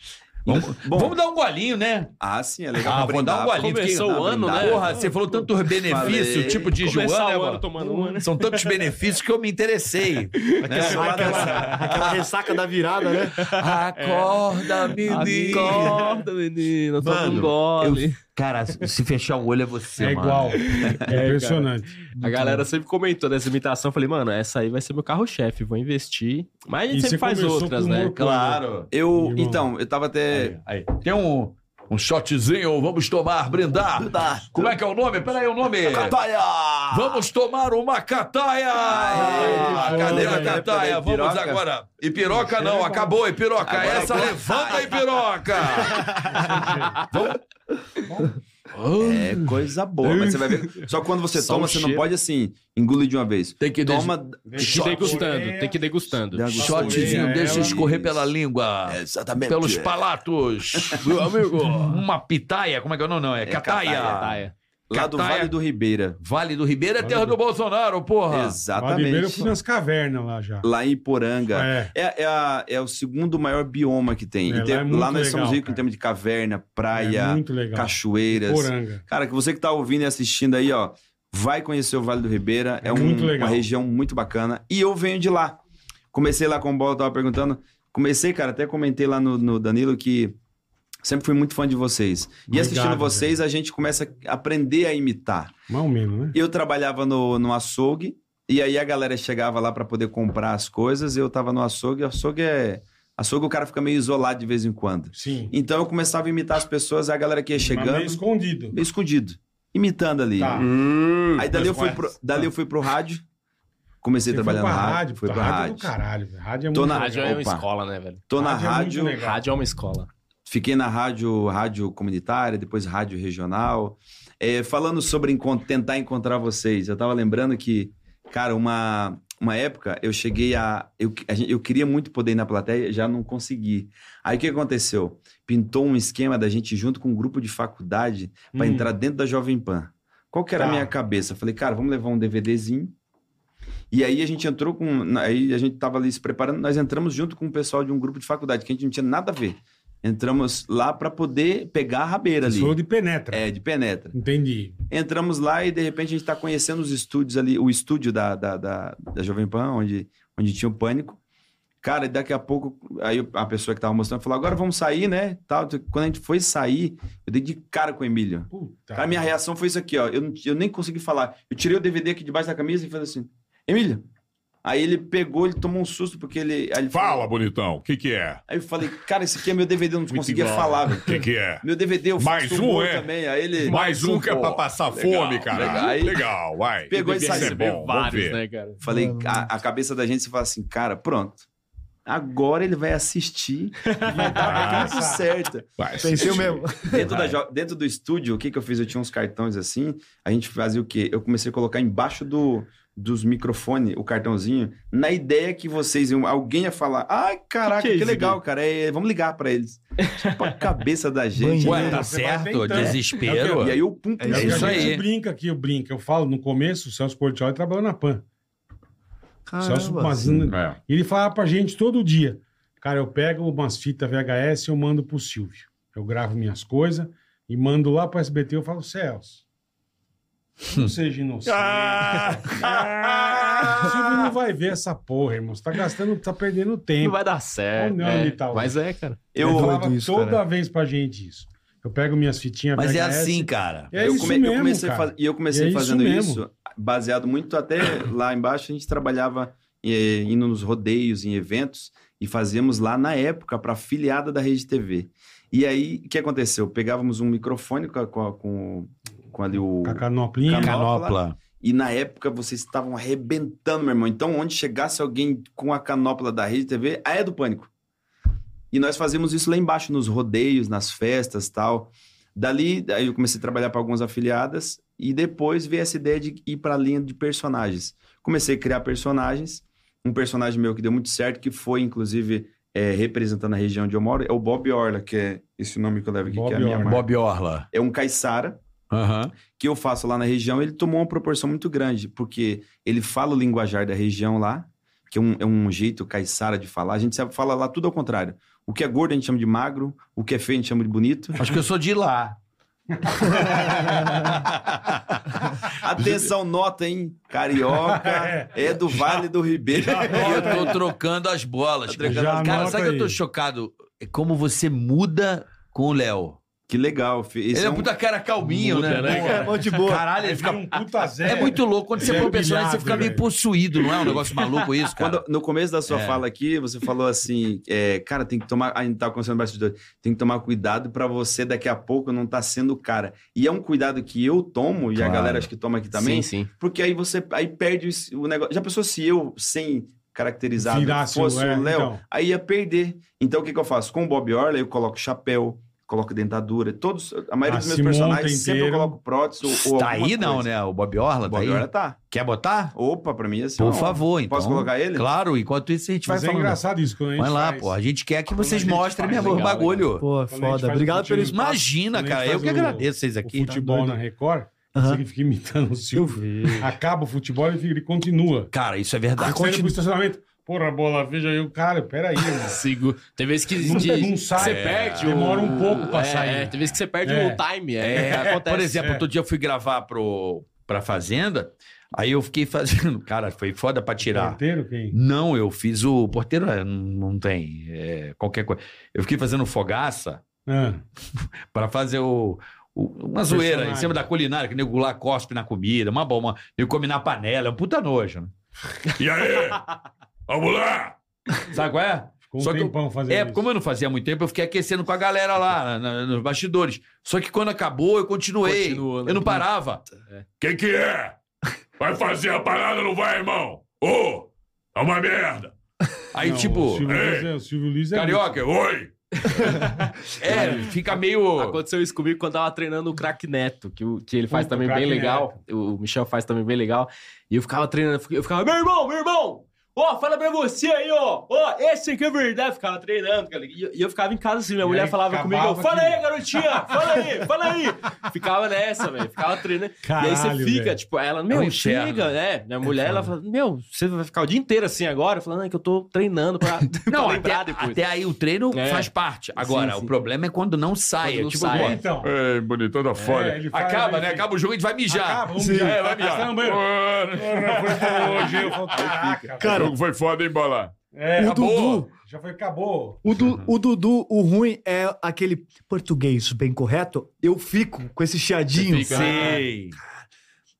Speaker 2: Vamos,
Speaker 4: Bom.
Speaker 2: vamos dar um golinho, né?
Speaker 4: Ah, sim, é legal.
Speaker 2: Ah,
Speaker 4: pra
Speaker 2: vou dar
Speaker 4: brindar,
Speaker 2: um golinho.
Speaker 4: pra-
Speaker 5: Começou
Speaker 4: brindar,
Speaker 5: o ano,
Speaker 4: brindar.
Speaker 5: né?
Speaker 2: Porra, você falou tanto benefício,
Speaker 4: Falei.
Speaker 2: tipo de
Speaker 5: Começar
Speaker 2: Joana,
Speaker 5: o ano
Speaker 2: mano.
Speaker 5: tomando uma, né?
Speaker 2: São tantos benefícios que eu me interessei. Né?
Speaker 3: aquela, aquela ressaca da virada, né?
Speaker 4: É.
Speaker 2: Acorda, menino.
Speaker 5: Acorda, menina. Toma
Speaker 2: Mano,
Speaker 5: um gole.
Speaker 2: Cara, se fechar o olho é você,
Speaker 1: É
Speaker 2: mano.
Speaker 1: igual. É impressionante.
Speaker 5: A galera sempre comentou dessa imitação. Eu falei, mano, essa aí vai ser meu carro-chefe, vou investir. Mas a gente
Speaker 1: E você
Speaker 5: sempre faz
Speaker 1: começou
Speaker 5: outras,
Speaker 1: com
Speaker 5: né?
Speaker 1: uma-
Speaker 2: Claro.
Speaker 4: Eu,
Speaker 1: Irmão.
Speaker 4: então, eu tava até...
Speaker 2: Aí, aí. Tem um, um shotzinho, vamos tomar, brindar. Como é que é o nome? Peraí, o nome.
Speaker 4: É Cataia!
Speaker 2: É. Vamos tomar uma cataia!
Speaker 1: Aê,
Speaker 2: Cadê
Speaker 1: foi.
Speaker 2: a cataia?
Speaker 4: Cadê a
Speaker 2: Vamos
Speaker 4: piroca?
Speaker 2: agora. E piroca não, acabou, e piroca.
Speaker 4: Agora
Speaker 2: Essa
Speaker 4: agora
Speaker 2: levanta, e piroca!
Speaker 4: É coisa boa, mas você vai ver. Só que quando você
Speaker 5: Só
Speaker 4: toma,
Speaker 5: o
Speaker 4: você não
Speaker 5: cheiro.
Speaker 4: pode assim, engolir de uma vez.
Speaker 2: Tem que um
Speaker 4: Toma.
Speaker 1: Tem
Speaker 5: Tem que ir degustando, tem que ir degustando.
Speaker 4: Dá-
Speaker 2: Shotzinho,
Speaker 1: Ela-
Speaker 2: deixa escorrer
Speaker 4: É
Speaker 2: pela língua.
Speaker 4: Exatamente. É.
Speaker 2: Pelos palatos. Meu amigo. Uma pitaia, como é que é? Não, não, é cataia.
Speaker 5: Cataia.
Speaker 4: Lá do
Speaker 2: Cataia.
Speaker 4: Vale do Ribeira.
Speaker 2: Vale do Ribeiro é
Speaker 1: Vale
Speaker 2: terra
Speaker 1: do-
Speaker 2: do Bolsonaro, porra.
Speaker 1: Primeiro eu
Speaker 4: Exatamente.
Speaker 1: fui nas cavernas lá já.
Speaker 4: Lá em Iporanga.
Speaker 1: É.
Speaker 4: É, é, a- é o segundo maior bioma que tem.
Speaker 1: É,
Speaker 4: E tem-
Speaker 1: lá
Speaker 4: lá,
Speaker 1: é muito
Speaker 4: nós somos
Speaker 1: legal,
Speaker 4: ricos
Speaker 1: cara.
Speaker 4: em termos de caverna,
Speaker 1: é
Speaker 4: praia,
Speaker 1: muito legal.
Speaker 4: cachoeiras.
Speaker 1: Poranga.
Speaker 4: Cara, que você que tá ouvindo e assistindo aí, ó, vai conhecer o Vale do Ribeira. É,
Speaker 1: É
Speaker 4: um-
Speaker 1: muito legal.
Speaker 4: uma região muito bacana. E eu venho de lá. Comecei lá com o Bola, tava perguntando. Comecei, cara, até comentei lá no, no Danilo que sempre fui muito fã de vocês. E
Speaker 1: Obrigado,
Speaker 4: assistindo vocês, a gente começa a aprender a imitar.
Speaker 1: Mais ou menos, né?
Speaker 4: Eu trabalhava no, no açougue, e aí a galera chegava lá pra poder comprar as coisas, e eu tava no açougue, e açougue é. Açougue o cara fica meio isolado de vez em quando.
Speaker 1: Sim.
Speaker 4: Então eu começava a imitar as pessoas, a galera que ia
Speaker 1: Mas meio
Speaker 4: chegando,
Speaker 1: escondido.
Speaker 4: meio escondido, imitando ali.
Speaker 1: Tá.
Speaker 4: Aí dali eu, fui
Speaker 1: Mas
Speaker 4: pro,
Speaker 1: quase.
Speaker 4: dali eu fui pro rádio, comecei a
Speaker 1: Você
Speaker 4: trabalhar
Speaker 1: foi
Speaker 4: na
Speaker 1: pra
Speaker 4: rádio, fui
Speaker 1: puta,
Speaker 4: pra
Speaker 1: rádio. é
Speaker 4: rádio.
Speaker 1: do caralho, velho. Rádio é
Speaker 4: Tô
Speaker 1: muito
Speaker 4: na
Speaker 1: legal.
Speaker 5: Rádio é uma
Speaker 4: Opa.
Speaker 5: escola, né, velho?
Speaker 4: Tô na
Speaker 1: Rádio é
Speaker 4: rádio,
Speaker 1: muito legal.
Speaker 5: Rádio é uma escola.
Speaker 4: Fiquei na rádio, rádio comunitária, depois rádio regional. É, falando sobre encon- tentar encontrar vocês, eu tava lembrando que, cara, uma, uma época eu cheguei a eu, a gen- eu queria muito poder ir na plateia, já não consegui. Aí o que aconteceu? Pintou um esquema da gente junto com um grupo de faculdade pra
Speaker 1: Hum.
Speaker 4: entrar dentro da Jovem Pan. Qual que era
Speaker 1: Tá.
Speaker 4: a minha cabeça? Eu Falei, cara, vamos levar um DVDzinho. E aí a gente entrou com. na- Aí a gente tava ali se preparando, nós entramos junto com o pessoal de um grupo de faculdade, que a gente não tinha nada a ver. Entramos lá pra poder pegar a rabeira ali.
Speaker 1: Sou de penetra.
Speaker 4: É, de penetra.
Speaker 1: Entendi.
Speaker 4: Entramos lá e de repente a gente tá conhecendo os estúdios ali, o estúdio da, da, da, da Jovem Pan, onde, onde tinha o pânico. Cara, e daqui a pouco, aí a pessoa que tava mostrando falou: agora vamos sair, né? Tal. Quando a gente foi sair, eu dei de cara com o Emílio.
Speaker 6: Tá.
Speaker 1: Puta.
Speaker 4: Cara, minha reação foi isso aqui, ó. Eu, não- eu nem consegui falar. Eu tirei o DVD aqui debaixo da camisa e falei assim: Emílio, Aí ele pegou, ele tomou um susto, porque ele. aí ele falou-
Speaker 6: Fala, bonitão, o que que é?
Speaker 4: Aí eu falei, cara, esse aqui é meu DVD, eu não
Speaker 6: Muito
Speaker 4: conseguia
Speaker 6: igual. né?
Speaker 4: falar,
Speaker 6: O que
Speaker 4: velho.
Speaker 6: que é?
Speaker 4: Meu DVD eu
Speaker 6: Mais
Speaker 4: faço
Speaker 6: um,
Speaker 4: humor
Speaker 6: é?
Speaker 4: também. Aí ele.
Speaker 6: Mais um que é pra
Speaker 4: pô.
Speaker 6: passar
Speaker 4: legal,
Speaker 6: fome, cara.
Speaker 4: legal.
Speaker 6: Legal,
Speaker 4: Aí-
Speaker 6: vai.
Speaker 4: Pegou e
Speaker 6: Isso
Speaker 4: saiu.
Speaker 6: é bom, vamos
Speaker 5: vários,
Speaker 6: ver.
Speaker 5: né, cara?
Speaker 4: Falei, a, a cabeça da gente, você fala assim, cara, pronto. Agora ele vai assistir e vai dar tudo certo.
Speaker 6: Vai,
Speaker 7: Pensei
Speaker 6: assiste.
Speaker 7: mesmo.
Speaker 4: Dentro, da jo- dentro do estúdio, o que, que eu fiz? Eu tinha uns cartões assim, a gente fazia o quê? Eu comecei a colocar embaixo do, dos microfones o cartãozinho, na ideia que vocês iam. Alguém ia falar: ai, caraca,
Speaker 5: Que
Speaker 4: que,
Speaker 5: que é isso,
Speaker 4: legal, cara. é, vamos ligar pra eles. Tipo, a cabeça da gente.
Speaker 7: Banheiro.
Speaker 2: Ué,
Speaker 7: Não,
Speaker 2: tá
Speaker 1: você vai
Speaker 2: certo?
Speaker 1: tentando.
Speaker 2: Desespero.
Speaker 4: E aí eu pum,
Speaker 7: É
Speaker 4: pum,
Speaker 1: o que
Speaker 2: isso
Speaker 1: a
Speaker 2: aí.
Speaker 1: gente brinca aqui, eu brinco. Eu falo, no começo, o Celso Portioli trabalhou na PAN. Celso,
Speaker 7: Caramba.
Speaker 1: mas, e
Speaker 6: É.
Speaker 1: ele falava pra gente todo dia. Cara, eu pego umas fitas VHS e eu mando pro Silvio. Eu gravo minhas coisas e mando lá pro SBT. Eu falo, Celso, não seja inocente.
Speaker 2: Ah!
Speaker 1: O Silvio não vai ver essa porra, irmão. Você tá gastando, tá perdendo
Speaker 5: Não
Speaker 1: tempo.
Speaker 5: vai dar certo.
Speaker 1: Olha
Speaker 5: é.
Speaker 1: onde tá o-
Speaker 5: Mas é, cara.
Speaker 1: Eu
Speaker 4: Eu,
Speaker 1: falava
Speaker 7: isso,
Speaker 1: toda
Speaker 7: cara.
Speaker 1: vez pra gente isso. Eu pego minhas fitinhas
Speaker 2: Mas
Speaker 1: VHS.
Speaker 2: é assim, cara.
Speaker 1: É
Speaker 4: eu
Speaker 1: isso
Speaker 4: come- eu
Speaker 1: mesmo,
Speaker 4: comecei
Speaker 1: cara.
Speaker 4: a faz- E eu comecei
Speaker 1: É isso
Speaker 4: fazendo
Speaker 1: mesmo.
Speaker 4: isso, baseado muito até lá embaixo, a gente trabalhava eh, indo nos rodeios, em eventos, e fazíamos lá na época para filiada da Rede TV. E aí, o que aconteceu? Pegávamos um microfone com, a- com, a- com- com ali o.
Speaker 1: Com a canoplinha.
Speaker 4: Cano-
Speaker 2: Canopla.
Speaker 4: E na época vocês estavam arrebentando, meu irmão. Então, onde chegasse alguém com a canopla da Rede TV, aí é do pânico. E nós fazíamos isso lá embaixo, nos rodeios, nas festas tal. Dali, aí eu comecei a trabalhar para algumas afiliadas e depois veio essa ideia de ir para a linha de personagens. Comecei a criar personagens. Um personagem meu que deu muito certo, que foi, inclusive, é, representando a região onde eu moro, é o Bob Orla, que é esse nome que eu levo aqui,
Speaker 1: Bob
Speaker 4: que é a minha
Speaker 1: Orla.
Speaker 4: marca.
Speaker 2: Bob Orla.
Speaker 4: É um caiçara
Speaker 2: Aham.
Speaker 4: que eu faço lá na região, ele tomou uma proporção muito grande, porque ele fala o linguajar da região lá, que é um, é um jeito caiçara de falar. A gente sabe- fala lá tudo ao contrário. O que é gordo a gente chama de magro, o que é feio a gente chama de bonito.
Speaker 2: Acho que eu sou de lá.
Speaker 4: Atenção, nota, hein? Carioca é do Vale do Ribeiro.
Speaker 2: É. Eu tô trocando as bolas.
Speaker 4: Tá trocando
Speaker 2: cara.
Speaker 1: as bolas.
Speaker 2: Cara, sabe que eu tô
Speaker 1: Aí.
Speaker 2: chocado? É como você muda com o Léo.
Speaker 4: Que legal. fi- Esse
Speaker 2: Ele é
Speaker 4: é um-
Speaker 2: puta cara calminho, né?
Speaker 5: Muda, né,
Speaker 2: Pô,
Speaker 7: É, mó de boa.
Speaker 2: Caralho, ele fica...
Speaker 1: um puta zero.
Speaker 2: É muito louco. Quando você
Speaker 1: Ele é
Speaker 2: põe o personagem, você
Speaker 1: humilhado,
Speaker 2: fica meio
Speaker 1: velho.
Speaker 2: possuído, não é? Um negócio maluco isso, cara.
Speaker 4: Quando- no começo da sua
Speaker 2: É.
Speaker 4: fala aqui, você falou assim, é, cara, tem que tomar. A gente tava conversando no bastidor, tem que tomar cuidado pra você daqui a pouco não tá sendo o cara. E é um cuidado que eu tomo, e
Speaker 2: Claro.
Speaker 4: a galera acho que toma aqui também,
Speaker 5: Sim, sim.
Speaker 4: porque aí você aí perde o- o negócio. Já pensou se eu, sem caracterizado,
Speaker 1: Virasse o-
Speaker 4: fosse
Speaker 1: é,
Speaker 4: o Léo,
Speaker 1: então.
Speaker 4: aí ia perder. Então o que, que eu faço? Com o Bob Orla, eu coloco chapéu, coloco dentadura, todos, a maioria
Speaker 1: Ah,
Speaker 4: dos meus
Speaker 1: se monta
Speaker 4: personagens sempre eu
Speaker 1: inteiro.
Speaker 4: coloco prótese ou, ou
Speaker 2: tá
Speaker 4: alguma
Speaker 2: aí não,
Speaker 4: coisa.
Speaker 2: né? O Bob Orla tá
Speaker 4: O Bob
Speaker 2: aí.
Speaker 4: Orla tá.
Speaker 2: Quer botar?
Speaker 4: Opa, pra mim assim.
Speaker 2: Por
Speaker 4: ó,
Speaker 2: favor, então.
Speaker 4: Posso colocar ele?
Speaker 2: Claro, enquanto isso a gente vai
Speaker 1: Mas é
Speaker 2: falando.
Speaker 1: engraçado isso. Quando a gente
Speaker 2: Vai lá,
Speaker 1: faz-
Speaker 2: pô. A gente quer que vocês
Speaker 1: a gente
Speaker 2: mostrem
Speaker 1: faz, é né?
Speaker 2: mesmo o
Speaker 5: legal,
Speaker 7: Pô,
Speaker 2: bagulho.
Speaker 1: Quando a gente
Speaker 7: foda.
Speaker 1: faz um
Speaker 7: Obrigado
Speaker 1: o
Speaker 7: pelo
Speaker 1: time-
Speaker 7: espaço.
Speaker 2: Imagina,
Speaker 1: Quando a
Speaker 2: cara.
Speaker 1: gente
Speaker 2: Eu que
Speaker 1: faz o-
Speaker 2: agradeço vocês
Speaker 1: O
Speaker 2: tá aqui.
Speaker 1: futebol né? na Record,
Speaker 7: Aham.
Speaker 1: você que fica imitando o
Speaker 7: Eu
Speaker 1: Silvio.
Speaker 7: vi.
Speaker 1: Acaba o futebol e ele continua.
Speaker 2: Cara, isso é
Speaker 1: Ah,
Speaker 2: verdade.
Speaker 1: você olha pro estacionamento. Porra, bola, veja aí o cara. Peraí, irmão.
Speaker 5: Sigo. Tem vezes que,
Speaker 1: Não-
Speaker 5: de-
Speaker 1: não sai.
Speaker 5: você
Speaker 1: É,
Speaker 5: perde.
Speaker 1: demora
Speaker 5: o-
Speaker 1: um pouco pra
Speaker 5: é,
Speaker 1: sair.
Speaker 5: É, tem vezes que você perde
Speaker 1: É.
Speaker 5: o time. É,
Speaker 2: É,
Speaker 5: acontece.
Speaker 2: Por exemplo, outro dia eu fui gravar pro, pra Fazenda, aí eu fiquei fazendo. Cara, foi foda pra tirar.
Speaker 1: Porteiro, Tá quem?
Speaker 2: Não, eu fiz o. Porteiro é, não não tem. é, qualquer coisa. Eu fiquei fazendo fogaça
Speaker 1: Ah,
Speaker 2: pra fazer o. o- Uma zoeira em
Speaker 1: personagem.
Speaker 2: cima da culinária, que o nego lá cospe na comida, uma bomba, eu come na panela, é um puta nojo. Né?
Speaker 6: E aí? Vamos lá!
Speaker 2: Sabe qual é?
Speaker 1: ficou um
Speaker 2: Só que eu-
Speaker 1: tempão fazendo
Speaker 2: É,
Speaker 1: isso.
Speaker 2: como eu não fazia há muito tempo, eu fiquei aquecendo com a galera lá, na- nos bastidores. Só que quando acabou, eu continuei.
Speaker 5: Continuou, né?
Speaker 2: Eu não parava.
Speaker 6: Quem que é? Vai fazer a parada ou não vai, irmão? Ô! é uma merda!
Speaker 2: Aí,
Speaker 1: Não,
Speaker 2: tipo,
Speaker 1: O Silvio,
Speaker 6: ei,
Speaker 1: Luiz é, o Silvio Luiz é
Speaker 2: carioca,
Speaker 6: Oi!
Speaker 2: é, fica meio.
Speaker 5: Aconteceu isso comigo quando tava treinando o Crack Neto, que, o- que ele faz
Speaker 1: Puta,
Speaker 5: também
Speaker 1: Craque
Speaker 5: bem legal. O Michel faz também bem legal. E eu ficava treinando, eu ficava, meu irmão, meu irmão! Ó, fala pra você aí, ó! Ó, esse aqui é verdade, eu ficava treinando, cara. E eu- e eu ficava em casa assim, minha
Speaker 1: E
Speaker 5: mulher
Speaker 1: aí
Speaker 5: falava comigo, eu,
Speaker 1: acabava
Speaker 5: fala
Speaker 1: que-
Speaker 5: aí, garotinha! Fala aí, fala aí! Ficava nessa, velho. Ficava treinando. e aí você
Speaker 1: Caralho,
Speaker 5: fica,
Speaker 1: velho.
Speaker 5: tipo, ela, meu,
Speaker 2: um inferno.
Speaker 5: chega, né? Minha mulher, ela fala, meu, você vai ficar o dia inteiro assim agora? Eu falando, que eu tô treinando pra, pra
Speaker 2: Não, até,
Speaker 5: lembrar depois.
Speaker 2: até aí o treino
Speaker 5: É.
Speaker 2: faz parte. Agora,
Speaker 5: Sim, sim.
Speaker 2: o problema é quando não sai.
Speaker 5: Quando
Speaker 2: é
Speaker 5: não
Speaker 2: tipo,
Speaker 5: sai.
Speaker 2: pô, tá
Speaker 1: Isso. Então,
Speaker 6: Ei, bonitão da
Speaker 1: É,
Speaker 6: folha.
Speaker 1: ele faz,
Speaker 2: acaba,
Speaker 1: ele-
Speaker 2: né? Acaba o jogo, a gente vai mijar.
Speaker 1: Acaba, vamos
Speaker 2: Sim.
Speaker 1: mijar.
Speaker 2: É, vai mijar.
Speaker 1: Tá no banheiro.
Speaker 6: Mano,
Speaker 1: hoje eu falo, caraca.
Speaker 6: o
Speaker 7: Cara,
Speaker 6: jogo foi foda, hein, bola?
Speaker 1: É,
Speaker 7: o
Speaker 1: acabou.
Speaker 7: Dudu,
Speaker 1: Já foi, acabou.
Speaker 7: o, Du- o Dudu, o ruim é aquele português bem correto. Eu fico com esse chiadinho.
Speaker 2: Sei.
Speaker 5: né?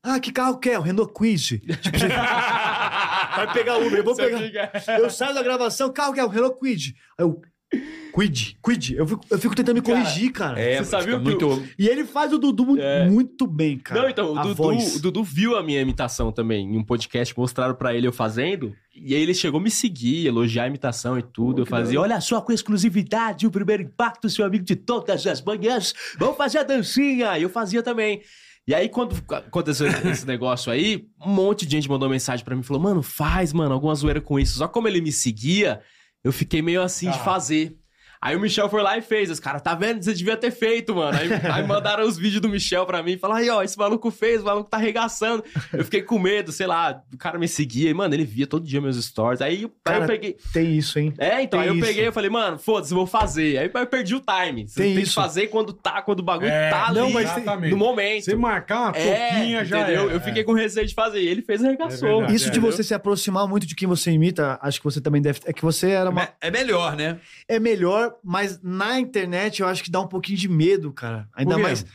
Speaker 7: Ah, que carro que é? O Renault Quiz. Tipo, você-
Speaker 3: Vai pegar Uber, eu vou pegar. Eu saio da gravação, carro que é o Hello Quid. Aí eu. Quid, Quid. Eu fico, eu fico tentando me corrigir, cara.
Speaker 2: É,
Speaker 5: Você sabia
Speaker 2: fica
Speaker 5: que
Speaker 2: muito.
Speaker 3: E ele faz o Dudu mu-
Speaker 5: É.
Speaker 3: muito bem, cara.
Speaker 5: não, então, o
Speaker 3: a
Speaker 5: Dudu,
Speaker 3: voz.
Speaker 5: o Dudu viu a minha imitação também em um podcast, mostraram pra ele eu fazendo, e aí ele chegou me seguir, elogiar a imitação e tudo. eu fazia, olha só com exclusividade, o primeiro impacto, seu amigo de todas as manhãs, vamos fazer a dancinha! E eu fazia também. E aí, quando aconteceu esse negócio aí, um monte de gente mandou mensagem pra mim falou: Mano, faz, mano, alguma zoeira com isso. Só como ele me seguia, eu fiquei meio assim
Speaker 3: Ah.
Speaker 5: de fazer. Aí o Michel foi lá e fez. Os caras, tá vendo? Você devia ter feito, mano. Aí, aí mandaram os vídeos do Michel pra mim. Falaram, aí, ó, esse maluco fez, o maluco tá arregaçando. Eu fiquei com medo, sei lá. O cara me seguia. E, mano, ele via todo dia meus stories. Aí, eu- aí
Speaker 3: Cara,
Speaker 5: eu peguei...
Speaker 3: Tem isso, hein?
Speaker 5: É,
Speaker 3: tem
Speaker 5: então, aí eu
Speaker 3: isso.
Speaker 5: peguei e falei, mano, foda-se, vou fazer. Aí eu perdi o time. Você
Speaker 3: Tem
Speaker 5: tem,
Speaker 3: isso. É.
Speaker 5: que fazer quando tá, quando o bagulho tá ali.
Speaker 1: não, mas tem-
Speaker 5: No momento.
Speaker 1: Você marcar uma toquinha já
Speaker 5: entendeu?
Speaker 1: era,
Speaker 5: Eu
Speaker 1: é.
Speaker 5: fiquei com receio de fazer. E ele fez e
Speaker 1: É
Speaker 5: arregaçou.
Speaker 1: verdade,
Speaker 3: Isso de
Speaker 1: entendeu?
Speaker 3: você se aproximar muito de quem você imita, acho que você também deve. É que você era uma.
Speaker 2: É melhor, né?
Speaker 3: É melhor, mas na internet eu acho que dá um pouquinho de medo, cara. Ainda
Speaker 1: Por quê?
Speaker 3: mais.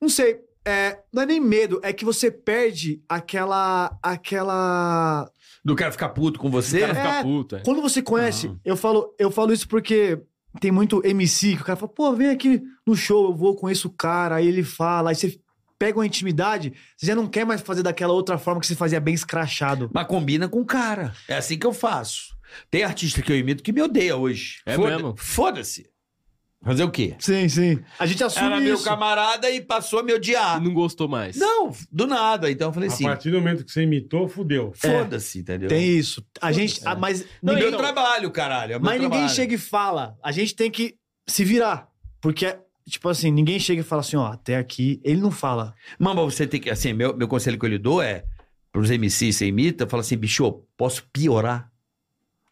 Speaker 3: Não sei. é, não é nem medo, é que você perde aquela. aquela.
Speaker 2: Do cara ficar puto com você.
Speaker 3: É,
Speaker 5: Fica puto, é.
Speaker 3: Quando você conhece, eu falo, eu falo isso porque tem muito MC que o cara fala, pô, vem aqui no show, eu vou, conheço o cara, aí ele fala, aí você pega uma intimidade, você já não quer mais fazer daquela outra forma que você fazia bem escrachado.
Speaker 2: Mas combina com o cara. É assim que eu faço. Tem artista que eu imito que me odeia hoje.
Speaker 5: É
Speaker 2: Foda-
Speaker 5: mesmo?
Speaker 2: Foda-se. Fazer o quê?
Speaker 3: Sim, sim. A gente assume
Speaker 2: Era meu
Speaker 3: isso.
Speaker 2: camarada e passou a me
Speaker 5: E
Speaker 2: odiar.
Speaker 5: não gostou mais.
Speaker 2: Não, do nada. Então eu falei
Speaker 1: A
Speaker 2: assim,
Speaker 1: partir do momento que você imitou, fudeu.
Speaker 2: foda-se, entendeu?
Speaker 3: Tem isso. A gente, ah, mas
Speaker 2: Não, é
Speaker 3: ninguém,
Speaker 2: meu trabalho, caralho. é meu
Speaker 3: mas ninguém
Speaker 2: trabalho.
Speaker 3: chega e fala. A gente tem que se virar, porque tipo assim, ninguém chega e fala assim, ó, até aqui, ele não fala.
Speaker 2: Mas você tem que, assim, meu, meu conselho que eu lhe dou é, pros MCs você imita, fala assim, bicho, posso piorar?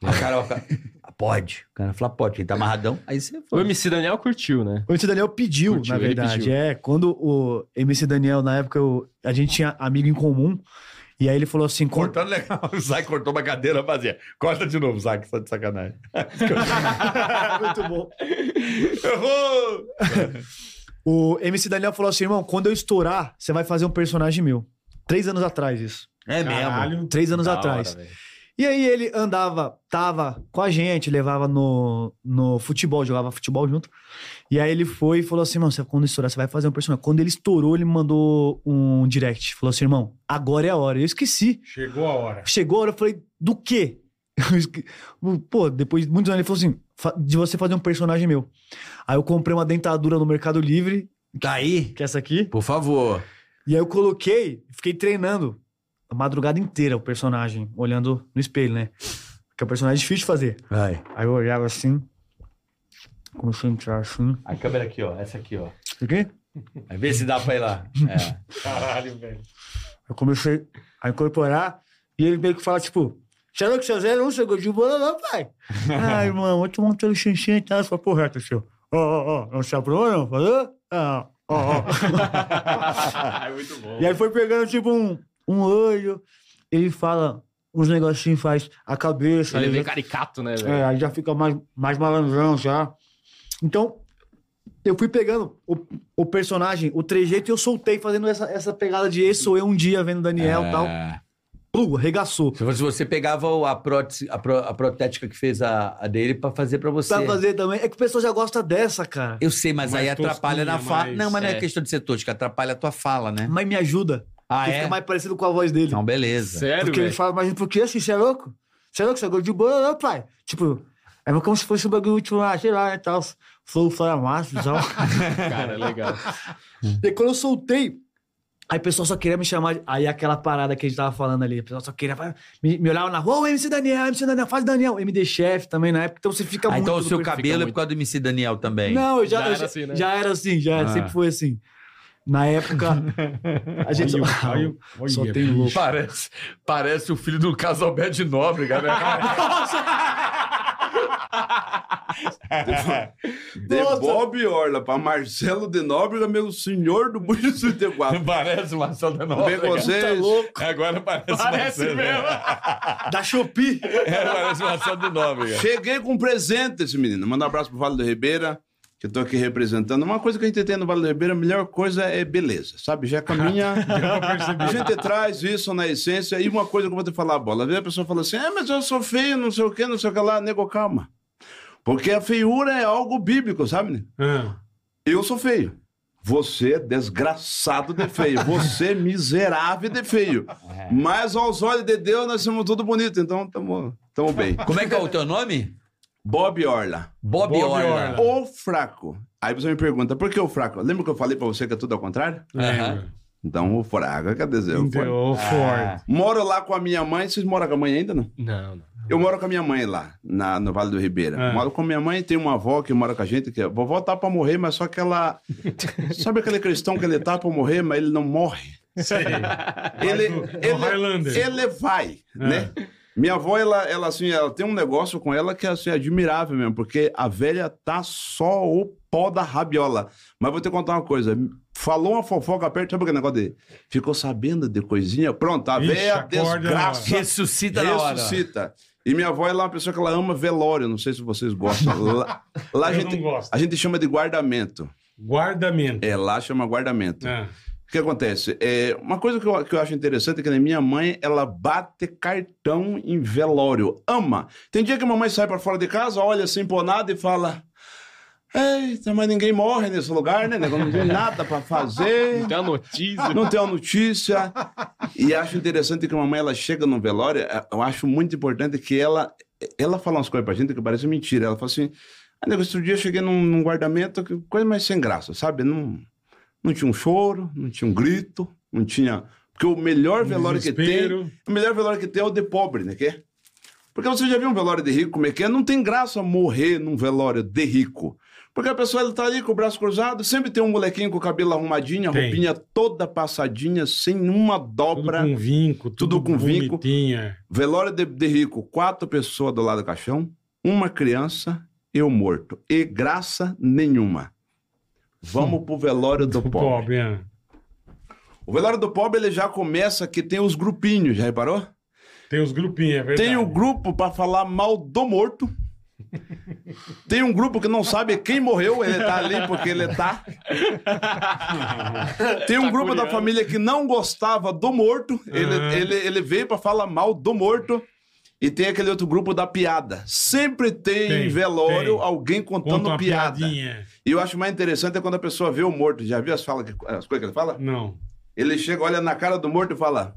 Speaker 2: Aí o cara, fala, "Ah, pode. O cara fala, pode, ele tá amarradão. Aí você
Speaker 5: O
Speaker 2: fala.
Speaker 5: MC Daniel curtiu, né?
Speaker 3: O MC Daniel pediu,
Speaker 5: Curtiu,
Speaker 3: na
Speaker 5: ele
Speaker 3: verdade.
Speaker 5: pediu.
Speaker 3: É, quando o MC Daniel, na época, eu- a gente tinha amigo em comum. E aí ele falou assim: "Con-
Speaker 2: Cortando legal. O Zac cortou uma cadeira vazia. Corta de novo, Zac, só de sacanagem.
Speaker 3: Muito bom.
Speaker 2: Errou!
Speaker 3: O MC Daniel falou assim: irmão, quando eu estourar, você vai fazer um personagem meu. Três anos atrás, isso.
Speaker 2: É mesmo.
Speaker 1: Caralho.
Speaker 3: Três anos
Speaker 5: Da hora,
Speaker 3: atrás.
Speaker 5: velho.
Speaker 3: E aí ele andava, tava com a gente, levava no, no futebol, jogava futebol junto. E aí ele foi e falou assim, irmão, você- quando estourar, você vai fazer um personagem. Quando ele estourou, ele me mandou um direct. Falou assim, irmão, agora é a hora. Eu esqueci.
Speaker 1: Chegou a hora.
Speaker 3: Chegou a hora, eu falei, do quê? Eu esque- Pô, depois de muitos anos, ele falou assim, "Fa- de você fazer um personagem meu. Aí eu comprei uma dentadura no Mercado Livre,
Speaker 2: Tá aí?
Speaker 3: que é essa aqui.
Speaker 2: Por favor.
Speaker 3: E aí eu coloquei, fiquei treinando a madrugada inteira o personagem, olhando no espelho, né? Porque o personagem é difícil de fazer.
Speaker 2: Vai.
Speaker 3: Aí eu olhava assim, começou a entrar assim.
Speaker 2: A câmera aqui, ó. Essa aqui, ó.
Speaker 3: O quê?
Speaker 2: Vai ver se dá pra ir lá. É.
Speaker 1: Caralho, velho.
Speaker 3: Eu comecei a incorporar e ele meio que fala, tipo, será que seu Zé não chegou de bola não, pai? Ai, irmão, vou tomar um teu xixi e tal, sua porreta, tá seu. Ó, ó, ó, não se aprovou não, falou? Ah, ó, ó.
Speaker 5: é muito bom.
Speaker 3: E aí foi pegando, tipo, um, um olho, ele fala, uns negocinhos faz a cabeça.
Speaker 5: Ele é
Speaker 3: aí
Speaker 5: bem
Speaker 3: já-
Speaker 5: caricato, né, velho?
Speaker 3: É, aí já fica mais, mais malandrão já. Então, eu fui pegando o, o personagem, o trejeito, e eu soltei fazendo essa, essa pegada de esse sou eu um dia vendo Daniel e tal.
Speaker 2: É.
Speaker 3: Plu, arregaçou.
Speaker 2: Se fosse você, pegava o- a, prótese, a, pró- a protética que fez a, a dele pra fazer pra você.
Speaker 3: Pra fazer também. É que o pessoal já gosta dessa, cara.
Speaker 2: Eu sei, mas
Speaker 1: Mais
Speaker 2: aí atrapalha na
Speaker 1: tosquinha,
Speaker 2: fala.
Speaker 1: mais-
Speaker 2: Não, mas não é,
Speaker 5: É.
Speaker 2: questão de ser tosca, atrapalha a tua fala, né?
Speaker 3: Mas me ajuda.
Speaker 2: Ah,
Speaker 3: Porque
Speaker 2: é?
Speaker 3: fica mais parecido com a voz dele.
Speaker 2: Então, beleza.
Speaker 5: Sério,
Speaker 3: porque ele
Speaker 5: velho?
Speaker 3: fala, mas por que assim? Você é louco? Você é louco? Você é gordo de boa, não, pai? Tipo, é como se fosse um bagulho tipo, ah, sei lá, né, tal. Flow fora macho e tal.
Speaker 5: Cara, é legal.
Speaker 3: E aí, quando eu soltei, aí o pessoal só queria me chamar. de- Aí aquela parada que a gente tava falando ali, o pessoal só queria. Me, me olhava na rua, ô MC Daniel, MC Daniel, faz Daniel. MD Chef também na época, então você fica
Speaker 2: Ah,
Speaker 3: muito.
Speaker 2: então o
Speaker 3: no
Speaker 2: seu
Speaker 3: perfil.
Speaker 2: cabelo é
Speaker 5: muito.
Speaker 2: por causa do MC Daniel também.
Speaker 3: Não, eu já,
Speaker 5: Já
Speaker 3: eu
Speaker 5: era
Speaker 3: já-
Speaker 5: assim, né?
Speaker 3: já era assim, já era,
Speaker 2: Ah.
Speaker 3: sempre foi assim. Na época, a gente só,
Speaker 1: Olha o- olha o-
Speaker 3: só
Speaker 1: olha,
Speaker 3: tem
Speaker 1: bicho.
Speaker 3: louco.
Speaker 8: Parece, parece o filho do Casalbé de Nóbrega, né?
Speaker 4: De Bob Orla pra Marcelo de Nóbrega, meu senhor do Bujo 34.
Speaker 8: parece o Marcelo de
Speaker 4: Bem com
Speaker 8: Nóbrega.
Speaker 2: tá
Speaker 4: vocês?
Speaker 8: Agora parece,
Speaker 5: Parece
Speaker 2: né?
Speaker 8: o Marcelo.
Speaker 5: mesmo.
Speaker 3: Da Shopee.
Speaker 8: É, parece o Marcelo de Nóbrega.
Speaker 4: Cheguei com um presente esse menino. Manda um abraço pro Vale do Ribeira. que eu tô aqui representando. Uma coisa que a gente tem no Vale do Ribeiro, a melhor coisa é beleza, sabe? Já caminha. a gente traz isso na essência. E uma coisa que eu vou te falar, bola. Às vezes a pessoa fala assim: é, mas eu sou feio, não sei o quê, não sei o que lá. Nego, calma. Porque a feiura é algo bíblico, sabe? né?
Speaker 1: Ah,
Speaker 4: Eu sou feio. Você é desgraçado de feio. Você é miserável de feio. Mas aos olhos de Deus, nós somos tudo bonito. Então, tamo, tamo bem.
Speaker 2: Como é que é o teu nome?
Speaker 4: Bob Orla.
Speaker 2: Bob,
Speaker 1: Bob
Speaker 2: Orla.
Speaker 1: Orla.
Speaker 4: O fraco. Aí você me pergunta, por que o fraco? Lembra que eu falei pra você que é tudo ao contrário?
Speaker 1: lembra.
Speaker 4: Então, o fraco, quer dizer, o fraco.
Speaker 1: Entendeu? Ford.
Speaker 4: Moro lá com a minha mãe. Vocês moram com a mãe ainda, não?
Speaker 5: Não, não.
Speaker 4: Eu moro com a minha mãe lá, na, no Vale do Ribeira.
Speaker 1: Ah.
Speaker 4: Moro com a minha mãe, tem uma avó que mora com a gente, que a vovó tá pra morrer, mas só que ela... Sabe aquele cristão que ele tá pra morrer, mas ele não morre?
Speaker 1: Sei.
Speaker 4: Ele,
Speaker 1: do- do é Highlander. É.
Speaker 4: ele, ele vai, né? Minha avó, ela, ela, assim, ela tem um negócio com ela que assim, é admirável mesmo, porque a velha tá só o pó da rabiola. Mas vou te contar uma coisa. Falou uma fofoca perto, sabe aquele negócio de... Ficou sabendo de coisinha? Pronto, a
Speaker 1: Ixi,
Speaker 4: velha
Speaker 1: acorda né? na
Speaker 4: desgraça
Speaker 2: Ressuscita na hora.
Speaker 4: ressuscita. E minha avó ela é uma pessoa que ela ama velório, não sei se vocês gostam. Lá, lá a,
Speaker 1: Eu
Speaker 4: gente,
Speaker 1: não gosto.
Speaker 4: a gente chama de guardamento.
Speaker 1: Guardamento.
Speaker 4: É, lá chama guardamento.
Speaker 1: Ah,
Speaker 4: O que acontece? É, uma coisa que eu, que eu acho interessante é que né, minha mãe, ela bate cartão em velório. Ama. Tem dia que a mamãe sai para fora de casa, olha assim emponada e fala... Eita, mas ninguém morre nesse lugar, né? nego? Não tem nada para fazer.
Speaker 5: Tem uma notícia.
Speaker 4: Não tem uma notícia. E acho interessante que a mamãe ela chega no velório. é, Eu acho muito importante que ela ela fala umas coisas pra gente que parece mentira. Ela fala assim: ah, nego, outro dia eu cheguei num, num guardamento, que coisa mais sem graça, sabe? Não, não tinha um choro, não tinha um grito, não tinha. Porque o melhor velório É que tem.
Speaker 1: desespero.
Speaker 4: O melhor velório que tem é o de pobre, né? Que é? Porque você já viu um velório de rico, como é que é? Não tem graça morrer num velório de rico. Porque a pessoa ela tá ali com o braço cruzado, sempre tem um molequinho com o cabelo arrumadinho, a
Speaker 1: Tem.
Speaker 4: roupinha toda passadinha, sem uma
Speaker 1: Tudo
Speaker 4: dobra.
Speaker 1: com vinco, tudo,
Speaker 4: tudo com vinco.
Speaker 1: bonitinha.
Speaker 4: Velório de, de rico, quatro pessoas do lado do caixão, uma criança, eu morto. E graça nenhuma. Vamos pro velório do
Speaker 1: O
Speaker 4: pobre.
Speaker 1: pobre, é.
Speaker 4: O velório do pobre ele já começa que tem os grupinhos, já reparou?
Speaker 1: Tem os grupinhos, é verdade.
Speaker 4: Tem um grupo pra falar mal do morto. Tem um grupo que não sabe quem morreu, ele tá ali porque ele tá. Tem um
Speaker 1: Tá
Speaker 4: grupo da família que não gostava do morto, ele,
Speaker 1: Aham.
Speaker 4: ele, ele veio pra falar mal do morto. E tem aquele outro grupo da piada. Sempre tem,
Speaker 1: Tem,
Speaker 4: em velório
Speaker 1: tem.
Speaker 4: alguém contando
Speaker 1: Conta uma
Speaker 4: piada.
Speaker 1: piadinha.
Speaker 4: E eu acho mais interessante é quando a pessoa vê o morto. Já viu as, fala, que- as coisas que ele fala?
Speaker 1: Não.
Speaker 4: Ele chega, olha na cara do morto e fala: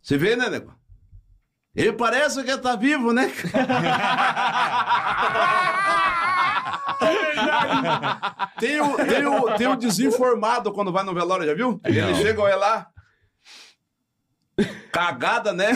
Speaker 4: Você vê, né, nego? Ele parece que tá vivo, né? tem, o, tem, o, tem o desinformado quando vai no velório, já viu? Ele chega, olha lá. Cagada, né?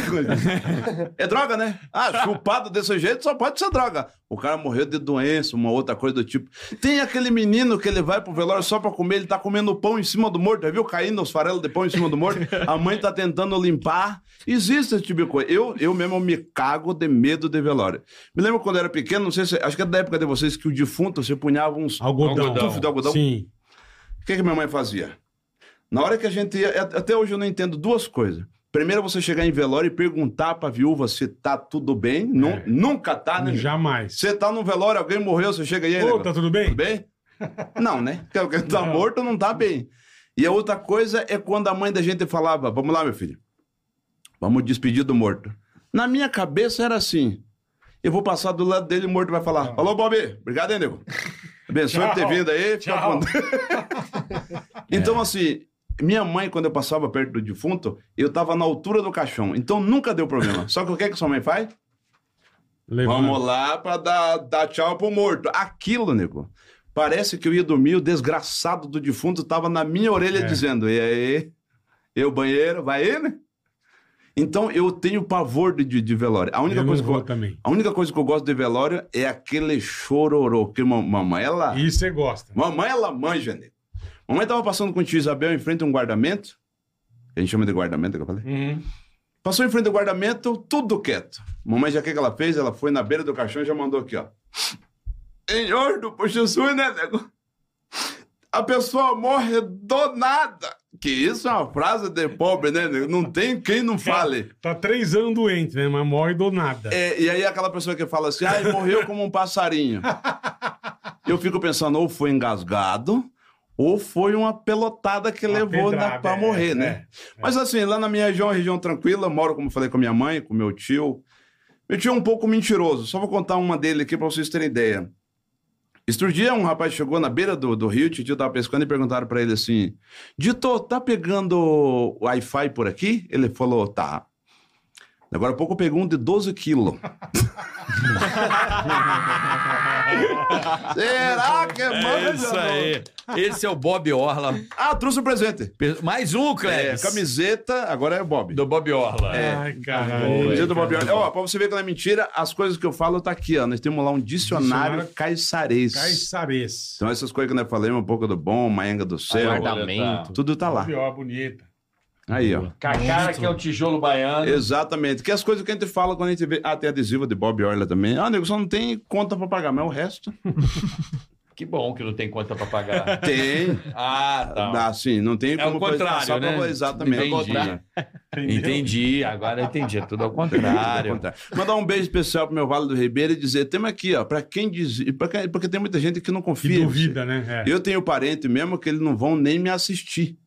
Speaker 4: É droga, né? Ah, chupado desse jeito só pode ser droga. O cara morreu de doença, uma outra coisa do tipo. Tem aquele menino que ele vai pro velório só pra comer, ele tá comendo pão em cima do morto, já viu? Caindo os farelos de pão em cima do morto. A mãe tá tentando limpar. Existe esse tipo de coisa. Eu, eu mesmo me cago de medo de velório. Me lembro quando eu era pequeno, não sei se. Acho que é da época de vocês que o defunto você punhava uns.
Speaker 1: Algodão.
Speaker 4: Um tufo de algodão.
Speaker 1: Sim.
Speaker 4: O que, que minha mãe fazia? Na hora que a gente ia. at- Até hoje eu não entendo duas coisas. Primeiro, você chegar em velório e perguntar pra viúva se tá tudo bem. Nu-
Speaker 1: É.
Speaker 4: Nunca tá, né?
Speaker 1: Jamais.
Speaker 4: Você tá num velório, alguém morreu, você chega aí.
Speaker 1: Ô,
Speaker 4: nego,
Speaker 1: tá tudo bem?
Speaker 4: tudo bem? Não, né? Porque alguém tá
Speaker 1: Não.
Speaker 4: morto não tá bem. E a outra coisa é quando a mãe da gente falava: Vamos lá, meu filho. Vamos despedir do morto. Na minha cabeça era assim. Eu vou passar do lado dele, o morto vai falar: Alô, Bob, obrigado, hein, nego? Abençoe por ter
Speaker 1: Tchau.
Speaker 4: vindo aí. fica
Speaker 1: Tchau. É.
Speaker 4: com Deus." então, assim, minha mãe, quando eu passava perto do defunto, eu tava na altura do caixão. Então nunca deu problema. Só que o que, que sua mãe faz?
Speaker 1: Levanta.
Speaker 4: Vamos lá pra dar, dar tchau pro morto. Aquilo, nego. Parece que eu ia dormir, o desgraçado do defunto tava na minha orelha
Speaker 1: É.
Speaker 4: dizendo: e aí? Eu, banheiro, vai ele? Né? Então eu tenho pavor de, de, de velório. A única,
Speaker 1: Eu
Speaker 4: coisa
Speaker 1: não
Speaker 4: que eu,
Speaker 1: vou também.
Speaker 4: a única coisa que eu gosto de velório é aquele chororô. Que ma- mamãe, ela.
Speaker 1: E você gosta.
Speaker 4: Mamãe, ela manja, nego. Mamãe tava passando com o tio Isabel em frente a um guardamento. A gente chama de guardamento, é o que eu falei?
Speaker 1: Uhum.
Speaker 4: Passou em frente ao guardamento, tudo quieto. Mamãe já o que que ela fez? Ela foi na beira do caixão e já mandou aqui, ó. Em ordem pro Jesus, né, nego? A pessoa morre do nada. Que isso é uma frase de pobre, né, nego? Não tem quem não fale.
Speaker 1: Tá três anos doente, né? Mas morre do nada.
Speaker 4: É, e aí aquela pessoa que fala assim, ah, morreu como um passarinho. Eu fico pensando, ou foi engasgado, ou foi uma pelotada que
Speaker 1: Uma
Speaker 4: levou na-
Speaker 1: pedrada,
Speaker 4: pra
Speaker 1: é,
Speaker 4: morrer,
Speaker 1: é,
Speaker 4: né? Mas assim, lá na minha região, uma região tranquila, moro, como eu falei, com minha mãe, com meu tio. Meu tio é um pouco mentiroso, só vou contar uma dele aqui pra vocês terem ideia. Este dia, um rapaz chegou na beira do, do rio, o tio tava pescando e perguntaram pra ele assim: Dito, tá pegando Wi-Fi por aqui? Ele falou: tá. Agora há pouco eu peguei um de 12 quilos. Será que é, mano?
Speaker 2: Isso aí. Esse é o Bob Orla.
Speaker 4: Ah, trouxe o presente.
Speaker 2: Pe- Mais um,
Speaker 4: É,
Speaker 2: Clebs.
Speaker 4: camiseta, agora é Bob.
Speaker 2: Do Bob Orla.
Speaker 4: É.
Speaker 1: Ai, caralho.
Speaker 4: Camiseta do Bob Orla. Ó, pra você ver que não é mentira, as coisas que eu falo tá aqui, ó. Nós temos lá um dicionário,
Speaker 1: Dicionário
Speaker 4: caiçarês.
Speaker 1: Caissarês.
Speaker 4: Então essas coisas que nós falamos, um pouco do bom, maenga do céu,
Speaker 5: Guardamento.
Speaker 4: tudo tá lá.
Speaker 1: Pior, bonita.
Speaker 4: Aí, ó.
Speaker 9: Cacara, que é o tijolo baiano.
Speaker 4: Exatamente. Que é as coisas que a gente fala quando a gente vê. Ah, tem adesivo de Bob Orla também. Ah, nego, só não tem conta pra pagar, mas o resto.
Speaker 9: Que bom que não tem conta pra pagar.
Speaker 4: Tem.
Speaker 9: Ah, tá.
Speaker 4: Ah, sim, não tem
Speaker 9: É o contrário,
Speaker 4: passar pra-
Speaker 9: né?
Speaker 4: Exatamente.
Speaker 9: Entendi.
Speaker 4: É o contrário.
Speaker 9: Entendi, agora eu entendi. É tudo ao
Speaker 4: Ao
Speaker 9: contrário.
Speaker 4: contrário. Mandar um beijo especial pro meu Vale do Ribeiro e dizer, temos aqui, ó, pra quem diz, e pra quem- porque tem muita gente que não
Speaker 1: Que
Speaker 4: confia. em você.
Speaker 1: duvida, né? É.
Speaker 4: Eu tenho parente mesmo que eles não vão nem me assistir.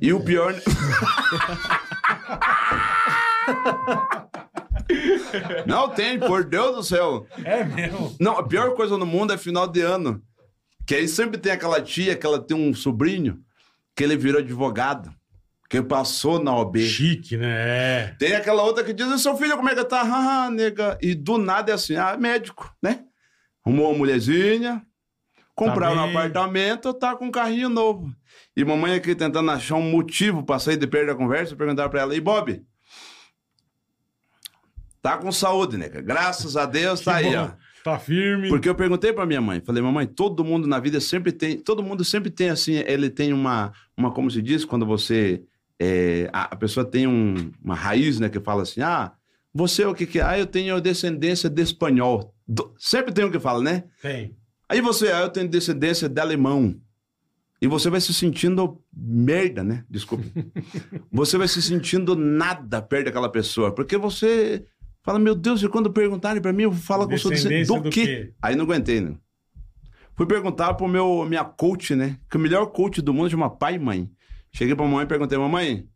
Speaker 4: E o pior. Não tem, por Deus do céu.
Speaker 1: É mesmo.
Speaker 4: Não, a pior coisa no mundo é final de ano. Que aí sempre tem aquela tia que ela tem um sobrinho que ele virou advogado, que passou na OB.
Speaker 1: Chique, né? É.
Speaker 4: Tem aquela outra que diz, "E seu filho, como é que tá? Ah, nega. E do nada é assim, ah, médico, né? Arrumou uma mulherzinha, compraram
Speaker 1: Tá
Speaker 4: um
Speaker 1: bem.
Speaker 4: apartamento, tá com um carrinho novo. E mamãe aqui tentando achar um motivo pra sair de perto da conversa, perguntar pra ela, e Bob? Tá com saúde, nega. Graças a Deus, tá
Speaker 1: Que
Speaker 4: aí,
Speaker 1: bom.
Speaker 4: ó.
Speaker 1: Tá firme.
Speaker 4: Porque eu perguntei pra minha mãe, falei, mamãe, todo mundo na vida sempre tem, todo mundo sempre tem assim, ele tem uma, uma como se diz, quando você, é, a, a pessoa tem um- uma raiz, né, que fala assim, ah, você o que que é? Ah, eu tenho descendência de espanhol. Do- sempre tem um que fala, né?
Speaker 1: Tem.
Speaker 4: Aí você, ah, eu tenho descendência de alemão. E você vai se sentindo merda, né? Desculpa. você vai se sentindo nada perto daquela pessoa, porque você fala, meu Deus, e quando perguntarem pra mim, eu falo que eu sou descendente
Speaker 1: Descendência
Speaker 4: do, quê? Aí não aguentei, né? Fui perguntar pro meu minha coach, né? Que o melhor coach do mundo chama pai e mãe. Cheguei pra mamãe e perguntei, mamãe,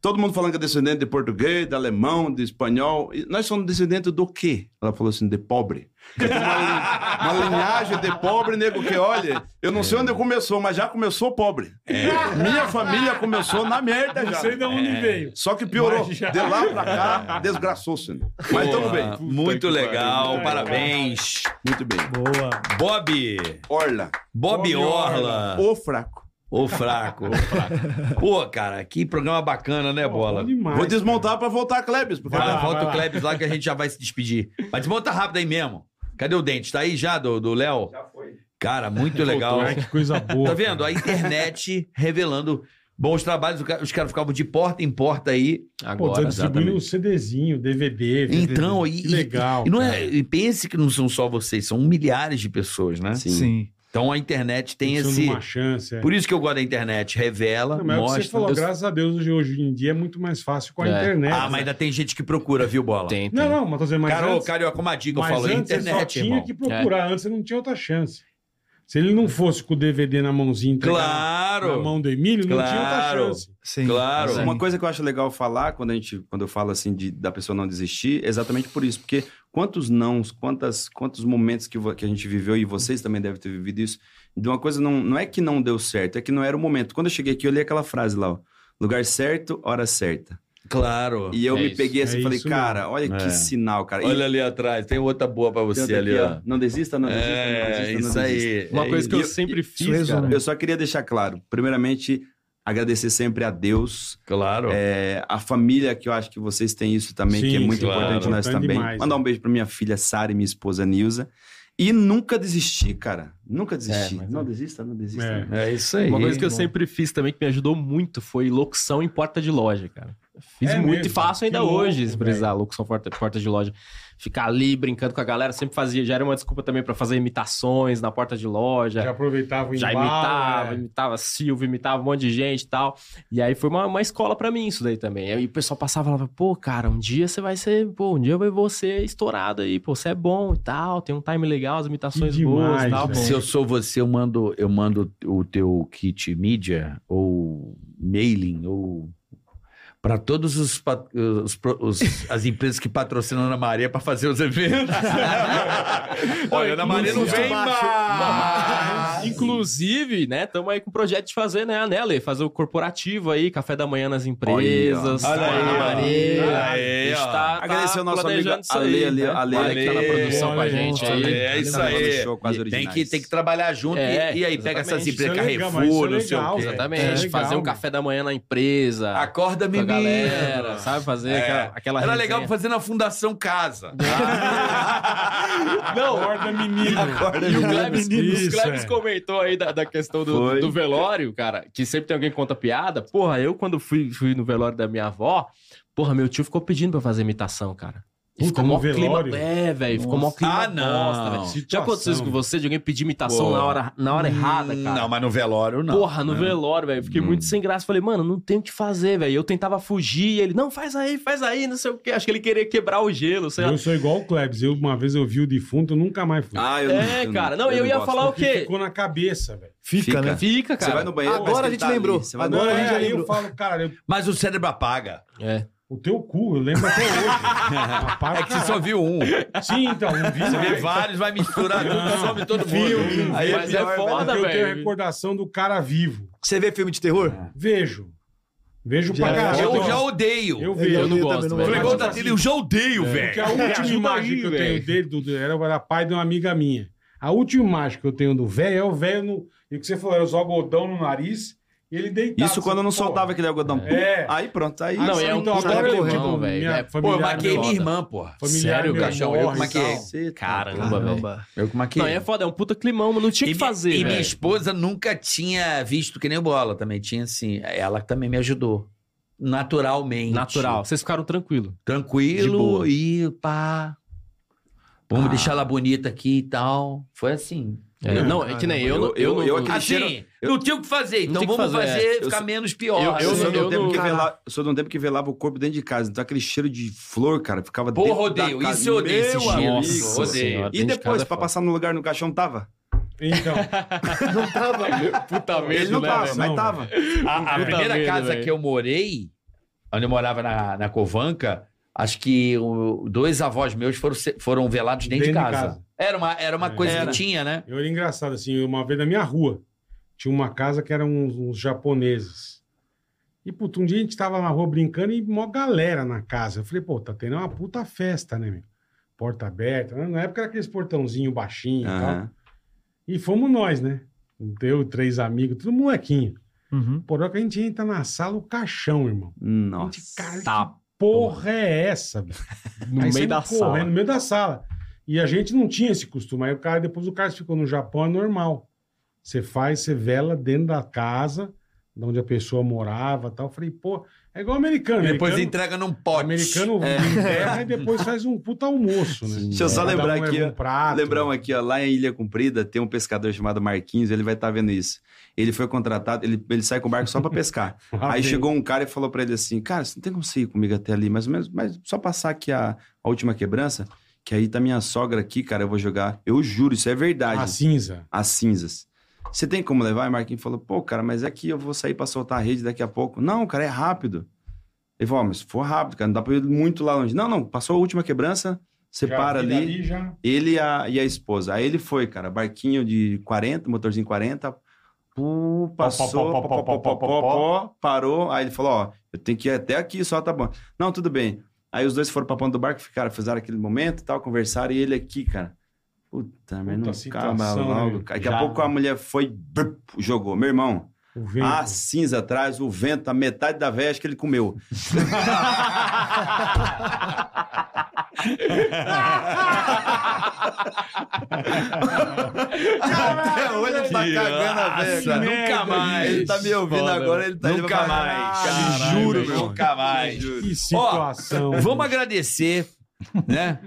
Speaker 4: todo mundo falando que é descendente de português, de alemão, de espanhol. E nós somos descendentes do quê? Ela falou assim, de pobre. Eu tenho Uma, uma linhagem de pobre, nego, que olha, eu não sei onde começou, mas já começou pobre. Minha família começou na merda
Speaker 1: Não
Speaker 4: já.
Speaker 1: É. sei de onde veio.
Speaker 4: Só que piorou.
Speaker 1: Mas já-
Speaker 4: De lá pra cá, desgraçou-se. né? Mas
Speaker 2: Boa,
Speaker 4: tamo bem.
Speaker 2: Muito legal, parabéns.
Speaker 4: Muito bem.
Speaker 7: Boa.
Speaker 2: Bob.
Speaker 4: Orla.
Speaker 2: Bob
Speaker 1: Ah.
Speaker 2: Orla.
Speaker 4: O fraco.
Speaker 2: O fraco. o fraco. Pô, cara, que programa bacana, né, Bola?
Speaker 1: Bom demais,
Speaker 4: Vou desmontar pra voltar Klebs. Porque...
Speaker 2: Vai,
Speaker 1: Vai
Speaker 2: lá,
Speaker 1: lá,
Speaker 2: volta
Speaker 1: vai
Speaker 2: o
Speaker 1: lá.
Speaker 2: Klebs lá que a gente já vai se despedir. Mas desmonta rápido aí mesmo. Cadê o dente? Tá aí já do do Léo? Já foi. Cara, muito legal.
Speaker 1: Ai, né? que coisa boa.
Speaker 2: Tá vendo? A internet revelando bons trabalhos. O ca- Os caras ficavam de porta em porta aí.
Speaker 1: Pô, tá
Speaker 5: Agora,
Speaker 1: distribuindo um
Speaker 5: exatamente.
Speaker 1: CDzinho, DVD. VVD.
Speaker 2: Então, e-
Speaker 1: Que legal.
Speaker 2: E não é,
Speaker 1: cara.
Speaker 2: e pense que não são só vocês, são milhares de pessoas, né?
Speaker 7: Sim.
Speaker 2: Então a internet tem
Speaker 1: Isso
Speaker 2: esse.
Speaker 1: Uma chance, é.
Speaker 2: Por isso que eu gosto da internet. Revela,
Speaker 1: Não, mas é o que você
Speaker 2: mostra.
Speaker 1: falou,
Speaker 2: Eu-
Speaker 1: graças a Deus, hoje, hoje em dia é muito mais fácil com a
Speaker 5: É.
Speaker 1: internet.
Speaker 2: Ah, mas
Speaker 1: né?
Speaker 2: ainda tem gente que procura, viu, Bola?
Speaker 5: Tem, tem.
Speaker 1: Não, não, mas tô dizendo, mas
Speaker 2: Carol,
Speaker 1: antes,
Speaker 2: Carioca, uma dica, eu
Speaker 1: mas
Speaker 2: falo,
Speaker 1: antes você só
Speaker 2: internet,
Speaker 1: tinha
Speaker 2: irmão.
Speaker 1: que procurar, antes você não tinha outra chance. Se ele não fosse com o DVD na mãozinha, entregar na
Speaker 2: Claro,
Speaker 1: mão do Emílio, não tinha outra
Speaker 2: Claro.
Speaker 1: chance.
Speaker 7: Sim.
Speaker 2: claro.
Speaker 5: Sim.
Speaker 10: Uma coisa que eu acho legal falar quando a gente, quando eu falo assim de, da pessoa não desistir, é exatamente por isso, porque quantos nãos, quantas, quantos momentos que, vo- que a gente viveu e vocês também devem ter vivido isso, de uma coisa não, não é que não deu certo, é que não era o momento. Quando eu cheguei aqui, eu li aquela frase lá, ó, lugar certo, hora certa.
Speaker 2: Claro.
Speaker 10: E eu
Speaker 5: É
Speaker 10: me
Speaker 5: isso,
Speaker 10: peguei assim
Speaker 1: é
Speaker 10: e falei,
Speaker 1: isso mesmo.
Speaker 10: cara, olha
Speaker 2: É.
Speaker 10: que sinal, cara. E
Speaker 2: Olha ali atrás, tem outra boa pra
Speaker 10: tanto
Speaker 2: você ali,
Speaker 10: aqui,
Speaker 2: ó.
Speaker 10: Não desista, não desista, não
Speaker 2: É,
Speaker 10: desista, não
Speaker 2: isso
Speaker 10: desista.
Speaker 2: aí.
Speaker 5: Uma
Speaker 2: É
Speaker 5: coisa que eu
Speaker 2: isso.
Speaker 5: sempre
Speaker 7: isso
Speaker 5: fiz, cara.
Speaker 7: resume.
Speaker 10: Eu só queria deixar claro, primeiramente, agradecer sempre a Deus,
Speaker 2: Claro.
Speaker 10: É, a família, que eu acho que vocês têm isso também,
Speaker 1: Sim,
Speaker 10: que é muito
Speaker 2: claro.
Speaker 10: importante nós
Speaker 1: Importante
Speaker 10: também.
Speaker 1: demais,
Speaker 10: Mandar
Speaker 1: né?
Speaker 10: um beijo pra minha filha Sara e minha esposa Nilza. E nunca desistir, cara. Nunca desistir. É, não desista, não desista. né?
Speaker 1: É.
Speaker 2: É isso aí.
Speaker 5: Uma coisa que eu
Speaker 7: bom.
Speaker 5: sempre fiz também que me ajudou muito foi locução em porta de loja, cara. Fiz
Speaker 1: É
Speaker 5: muito
Speaker 1: mesmo,
Speaker 5: e faço ainda
Speaker 1: que louco,
Speaker 5: hoje, se
Speaker 1: velho.
Speaker 5: precisar, locução porta, porta de loja. Ficar ali brincando com a galera, sempre fazia. Já era uma desculpa também pra fazer imitações na porta de loja.
Speaker 1: Já aproveitava o
Speaker 5: já
Speaker 1: embalo,
Speaker 5: imitava,
Speaker 1: é.
Speaker 5: imitava Silvio, imitava um monte de gente e tal. E aí foi uma, uma escola pra mim isso daí também. Aí o pessoal passava e falava, pô, cara, um dia você vai ser, pô, um dia vai você estourado aí, pô, você é bom e tal, tem um time legal, as imitações
Speaker 1: Que
Speaker 5: boas
Speaker 1: demais,
Speaker 5: e tal.
Speaker 1: velho.
Speaker 2: Se eu sou você, eu mando, eu mando o teu kit mídia ou mailing ou para todos os, pa- os pro- os- as empresas que patrocinam a Ana Maria para fazer os eventos. Olha, Ana Maria não vem mais.
Speaker 5: Inclusive, né, estamos aí com o projeto de fazer, né, a Nelly, fazer o corporativo aí, café da manhã nas empresas,
Speaker 4: Olha
Speaker 5: com a
Speaker 4: aí,
Speaker 5: Ana
Speaker 4: ó.
Speaker 5: Maria.
Speaker 2: Olha aí,
Speaker 5: A gente
Speaker 2: ó.
Speaker 5: tá- tá
Speaker 4: Agradecer ao nosso amigo
Speaker 5: planejando isso
Speaker 4: Ale,
Speaker 5: aí,
Speaker 4: ali,
Speaker 5: né?
Speaker 4: Ale.
Speaker 5: Ale que tá na
Speaker 2: Ale,
Speaker 5: produção com a
Speaker 1: olha,
Speaker 5: gente
Speaker 1: olha,
Speaker 5: aí.
Speaker 2: É isso
Speaker 4: Tá
Speaker 2: aí.
Speaker 4: gravando show, quase
Speaker 2: tem,
Speaker 4: originais.
Speaker 2: que, tem que trabalhar junto
Speaker 5: É,
Speaker 2: e, e aí pega essas
Speaker 5: exatamente.
Speaker 2: empresas,
Speaker 1: Isso é legal,
Speaker 2: Carrefour,
Speaker 1: mas isso é
Speaker 2: não sei
Speaker 1: legal,
Speaker 2: o quê.
Speaker 1: exatamente.
Speaker 5: Exatamente,
Speaker 1: É legal,
Speaker 5: fazer um
Speaker 1: mano.
Speaker 5: café da manhã na empresa.
Speaker 2: Acorda,
Speaker 5: com a
Speaker 2: menino.
Speaker 5: galera, sabe? Fazer
Speaker 2: É.
Speaker 5: aquela, aquela
Speaker 2: Era
Speaker 5: resenha.
Speaker 2: legal fazer na Fundação Casa.
Speaker 1: Acorda, menino.
Speaker 4: Acorda,
Speaker 5: E o
Speaker 4: menino.
Speaker 5: Clebs,
Speaker 1: Isso,
Speaker 5: o Clebs
Speaker 1: é.
Speaker 5: comentou aí da, da questão do,
Speaker 4: Foi.
Speaker 5: do velório, cara, que sempre tem alguém que conta piada. Porra, eu quando fui, fui no velório da minha avó, porra, meu tio ficou pedindo pra fazer imitação, cara. E
Speaker 1: Puta,
Speaker 5: ficou
Speaker 1: no
Speaker 5: mó clima.
Speaker 1: velório?
Speaker 5: É, velho, ficou mó clima.
Speaker 2: Ah,
Speaker 5: bosta, velho.
Speaker 2: não.
Speaker 5: Já aconteceu isso com você, de alguém pedir imitação
Speaker 2: Boa.
Speaker 5: na hora, na hora errada,
Speaker 2: Hum,
Speaker 5: cara?
Speaker 2: Não, mas no velório não.
Speaker 5: Porra, no velório, velho. Fiquei muito sem graça. Falei, mano, não tem o que fazer, velho. Eu tentava fugir. e Ele, não, faz aí, faz aí, não sei o quê. Acho que ele queria quebrar o gelo, sei lá.
Speaker 1: Eu sou igual o Klebs. Eu, uma vez eu vi o defunto, eu nunca mais fui.
Speaker 4: Ah, eu
Speaker 5: É,
Speaker 4: eu
Speaker 5: cara. Não, eu, ia
Speaker 4: gosto.
Speaker 5: falar o
Speaker 1: Porque
Speaker 5: quê?
Speaker 1: Ficou na cabeça, velho.
Speaker 4: Fica, né?
Speaker 5: Fica, cara.
Speaker 4: Você vai no banheiro.
Speaker 3: Agora
Speaker 4: parece
Speaker 3: a
Speaker 4: que
Speaker 3: gente
Speaker 4: tá ali.
Speaker 3: lembrou.
Speaker 4: Você vai no
Speaker 3: Agora a
Speaker 1: Não,
Speaker 4: banheiro.
Speaker 1: é,
Speaker 3: gente já
Speaker 1: aí eu
Speaker 3: lembrou.
Speaker 1: falo, cara, eu-
Speaker 2: Mas o cérebro apaga.
Speaker 5: É.
Speaker 1: o teu cu, eu lembro até hoje. Apaga,
Speaker 2: É que você só viu um. Você
Speaker 1: caralho. Sim, então, não vi
Speaker 2: vê
Speaker 1: mais.
Speaker 2: vários, vai misturar tudo, some todo mundo.
Speaker 5: Aí
Speaker 2: Aí
Speaker 5: Ah. mas
Speaker 2: é
Speaker 5: é
Speaker 2: pior,
Speaker 5: foda,
Speaker 1: Porque eu tenho
Speaker 5: velho.
Speaker 1: recordação do cara vivo.
Speaker 3: Você vê filme de terror?
Speaker 1: Vejo. Vejo
Speaker 3: Já-
Speaker 1: pra caralho.
Speaker 4: é.
Speaker 2: Eu já odeio.
Speaker 1: Eu É.
Speaker 2: Eu,
Speaker 1: vejo.
Speaker 5: Eu não
Speaker 3: Eu
Speaker 5: gosto,
Speaker 3: também não
Speaker 5: velho.
Speaker 3: gosto.
Speaker 2: igual o Tatilo, eu já odeio,
Speaker 1: Porque
Speaker 2: velho.
Speaker 1: a última
Speaker 5: ajuda
Speaker 1: imagem
Speaker 5: aí,
Speaker 1: que eu
Speaker 5: velho.
Speaker 1: tenho dele, do, do- era, era pai de uma amiga minha. A última imagem que eu tenho do velho é o velho no. E o que você falou, era os algodão no nariz e ele deitado. assim,
Speaker 4: Isso quando eu não soltava aquele algodão.
Speaker 1: É.
Speaker 4: Aí pronto, aí.
Speaker 5: Não, é um
Speaker 1: então,
Speaker 5: puta
Speaker 1: agora eu,
Speaker 5: corrimão,
Speaker 1: tipo,
Speaker 5: velho.
Speaker 1: minha
Speaker 5: É,
Speaker 2: Pô,
Speaker 1: familiar
Speaker 2: eu maquei
Speaker 1: meu-
Speaker 2: minha irmã, porra.
Speaker 1: Familiar
Speaker 5: Sério,
Speaker 1: meu
Speaker 5: caixão,
Speaker 1: morre
Speaker 2: eu que
Speaker 1: e
Speaker 2: maquiei.
Speaker 1: tal.
Speaker 4: tá.
Speaker 5: Caramba, velho.
Speaker 2: Eu que maquei.
Speaker 5: Não, é foda, é um puta climão, mas não tinha o
Speaker 2: E
Speaker 5: que
Speaker 2: mi-
Speaker 5: fazer,
Speaker 2: E
Speaker 5: velho.
Speaker 2: minha esposa nunca tinha visto que nem o bola também. Tinha assim. Ela também me ajudou. Naturalmente.
Speaker 5: Natural. Vocês ficaram tranquilo.
Speaker 2: Tranquilo
Speaker 5: De boa.
Speaker 2: e pá. Vamos
Speaker 5: Ah.
Speaker 2: deixar ela bonita aqui e tal. Foi assim.
Speaker 5: É, não, é que nem eu.
Speaker 4: Eu- eu-
Speaker 5: não-
Speaker 4: eu aqui-
Speaker 2: Assim,
Speaker 4: cheiro-
Speaker 2: não tinha o que fazer.
Speaker 5: Não
Speaker 2: Então
Speaker 5: tem o que
Speaker 2: vamos
Speaker 5: fazer,
Speaker 2: fazer,
Speaker 4: Eu
Speaker 2: ficar
Speaker 4: sou-
Speaker 2: menos pior.
Speaker 5: eu-
Speaker 4: Eu
Speaker 5: eu
Speaker 2: Assim,
Speaker 4: sou, de um
Speaker 5: não-
Speaker 4: tempo que
Speaker 5: não-
Speaker 4: vela- eu sou de um tempo que velava o corpo dentro de casa. Então aquele cheiro de flor, cara, ficava
Speaker 2: Porra,
Speaker 4: dentro da
Speaker 2: odeio.
Speaker 4: casa.
Speaker 2: Isso eu odeio, esse
Speaker 4: Meu
Speaker 2: cheiro.
Speaker 4: amigo.
Speaker 2: Nossa senhora.
Speaker 4: E
Speaker 10: é
Speaker 4: depois, pra passar no lugar no caixão, tava?
Speaker 1: Então,
Speaker 3: Não tava.
Speaker 5: Puta
Speaker 4: Ele
Speaker 5: mesmo,
Speaker 4: não
Speaker 5: né,
Speaker 4: tava,
Speaker 1: Não,
Speaker 5: velho?
Speaker 4: mas tava.
Speaker 2: A, a
Speaker 5: Puta
Speaker 2: primeira
Speaker 5: merda,
Speaker 2: casa
Speaker 5: velho.
Speaker 2: que eu morei, onde eu morava na, na Covanca, acho que o- dois avós meus foram, se- foram velados dentro, de casa. Era uma, era uma
Speaker 1: É.
Speaker 2: coisa
Speaker 4: Era.
Speaker 2: que tinha, né?
Speaker 1: eu era engraçado, assim, uma vez na minha rua, tinha uma casa que eram uns, uns japoneses. E, puta, um dia a gente tava na rua brincando e mó galera na casa. Eu falei, pô, tá tendo uma puta festa, né, meu? Porta aberta. Na época era aqueles portãozinho baixinho e tal.
Speaker 4: Aham.
Speaker 1: E fomos nós, né? Deu três amigos, tudo molequinho.
Speaker 3: Uhum.
Speaker 1: Por hora que a gente entra na sala, o caixão, irmão. A
Speaker 4: Nossa.
Speaker 1: gente, cara,
Speaker 5: Tá.
Speaker 1: que porra é essa, velho?
Speaker 5: No
Speaker 1: Aí
Speaker 5: meio
Speaker 1: saímos
Speaker 5: da
Speaker 1: correndo,
Speaker 5: sala.
Speaker 1: No meio da sala. E a gente não tinha esse costume. Aí o cara, depois o cara ficou no Japão, é normal. Você faz, você vela dentro da casa, de onde a pessoa morava e tal. Eu falei, pô, é igual americano.
Speaker 2: E depois
Speaker 1: americano,
Speaker 2: entrega num pote.
Speaker 1: americano enterra e depois faz um puta almoço, né?
Speaker 4: É. Deixa eu só
Speaker 1: Cada
Speaker 4: lembrar
Speaker 1: um
Speaker 4: aqui,
Speaker 1: leva
Speaker 4: ó.
Speaker 1: Um prato,
Speaker 4: Lembrar um aqui, ó, lá em Ilha Comprida tem um pescador chamado Marquinhos, ele vai estar vendo isso. Ele foi contratado, ele, ele sai com o barco só pra pescar.
Speaker 1: Ah,
Speaker 4: Aí
Speaker 1: bem.
Speaker 4: chegou um cara e falou pra ele assim: Cara, você não tem como você ir comigo até ali, mais ou menos, mas só passar aqui a, a última quebrança, que aí tá minha sogra aqui, cara, eu vou jogar. Eu juro, isso é verdade.
Speaker 1: a cinza.
Speaker 4: As cinzas. Você tem como levar? E Marquinhos falou: Pô, cara, mas é que eu vou sair pra soltar a rede daqui a pouco. Não, cara, é rápido. Ele falou: "Ó, Mas se for rápido, cara, não dá pra ir muito lá longe. Não, não, passou a última quebrança, você
Speaker 1: Já
Speaker 4: para
Speaker 1: vi
Speaker 4: ali.
Speaker 1: dali, já...
Speaker 4: Ele e a, e a esposa. Aí ele foi, cara, barquinho de 40, motorzinho 40. Pu, passou, pó, pó, pó, pó, pó, pó, parou. Aí ele falou: Ó, eu tenho que ir até aqui só, tá bom. Não, tudo bem. Aí os dois foram pra ponta do barco, ficaram, fizeram aquele momento e tal, conversaram. E ele aqui, cara. Puta, mas não
Speaker 1: Puta
Speaker 4: acaba
Speaker 1: situação, né,
Speaker 4: logo.
Speaker 1: meu?
Speaker 4: cara. Daqui a pouco a mulher foi, brup, jogou. Meu irmão,
Speaker 1: O vento.
Speaker 4: a cinza atrás, o vento, a metade da véia acho que ele comeu.
Speaker 11: Até hoje ele tá cagando a
Speaker 2: Nossa,
Speaker 11: velha.
Speaker 2: Ah, nunca mais.
Speaker 11: Ele tá me ouvindo
Speaker 2: Foda, né?
Speaker 11: agora, ele tá ele
Speaker 2: Nunca
Speaker 11: vai falar,
Speaker 2: mais.
Speaker 11: "Caralho,
Speaker 2: Te juro,
Speaker 11: velho,
Speaker 2: nunca mais.
Speaker 1: Que situação.
Speaker 2: Vamos agradecer, né?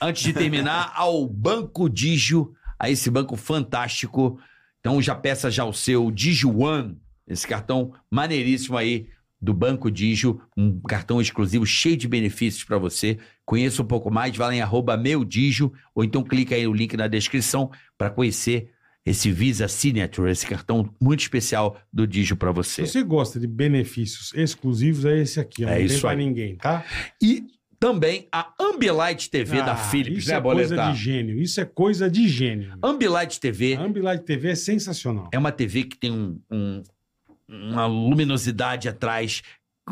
Speaker 2: Antes de terminar, ao Banco Digio, a esse banco fantástico. Então já peça já o seu Digio One, esse cartão maneiríssimo aí do Banco Digio, um cartão exclusivo cheio de benefícios para você. Conheça um pouco mais, vai lá em arroba meu Digio, ou então clica aí no link na descrição para conhecer esse Visa Signature, esse cartão muito especial do Digio para você.
Speaker 1: Se você gosta de benefícios exclusivos, é esse aqui, ó.
Speaker 2: É
Speaker 1: não
Speaker 2: isso
Speaker 1: tem pra
Speaker 2: aí.
Speaker 1: ninguém, tá?
Speaker 2: E também a Ambilight TV da
Speaker 1: Ah,
Speaker 2: Philips,
Speaker 1: isso
Speaker 2: né,
Speaker 1: é coisa
Speaker 2: Boletar?
Speaker 1: de gênio. Isso é coisa de gênio.
Speaker 2: Ambilight TV
Speaker 1: A Ambilight TV é sensacional.
Speaker 2: é uma TV que tem um- um- uma luminosidade atrás,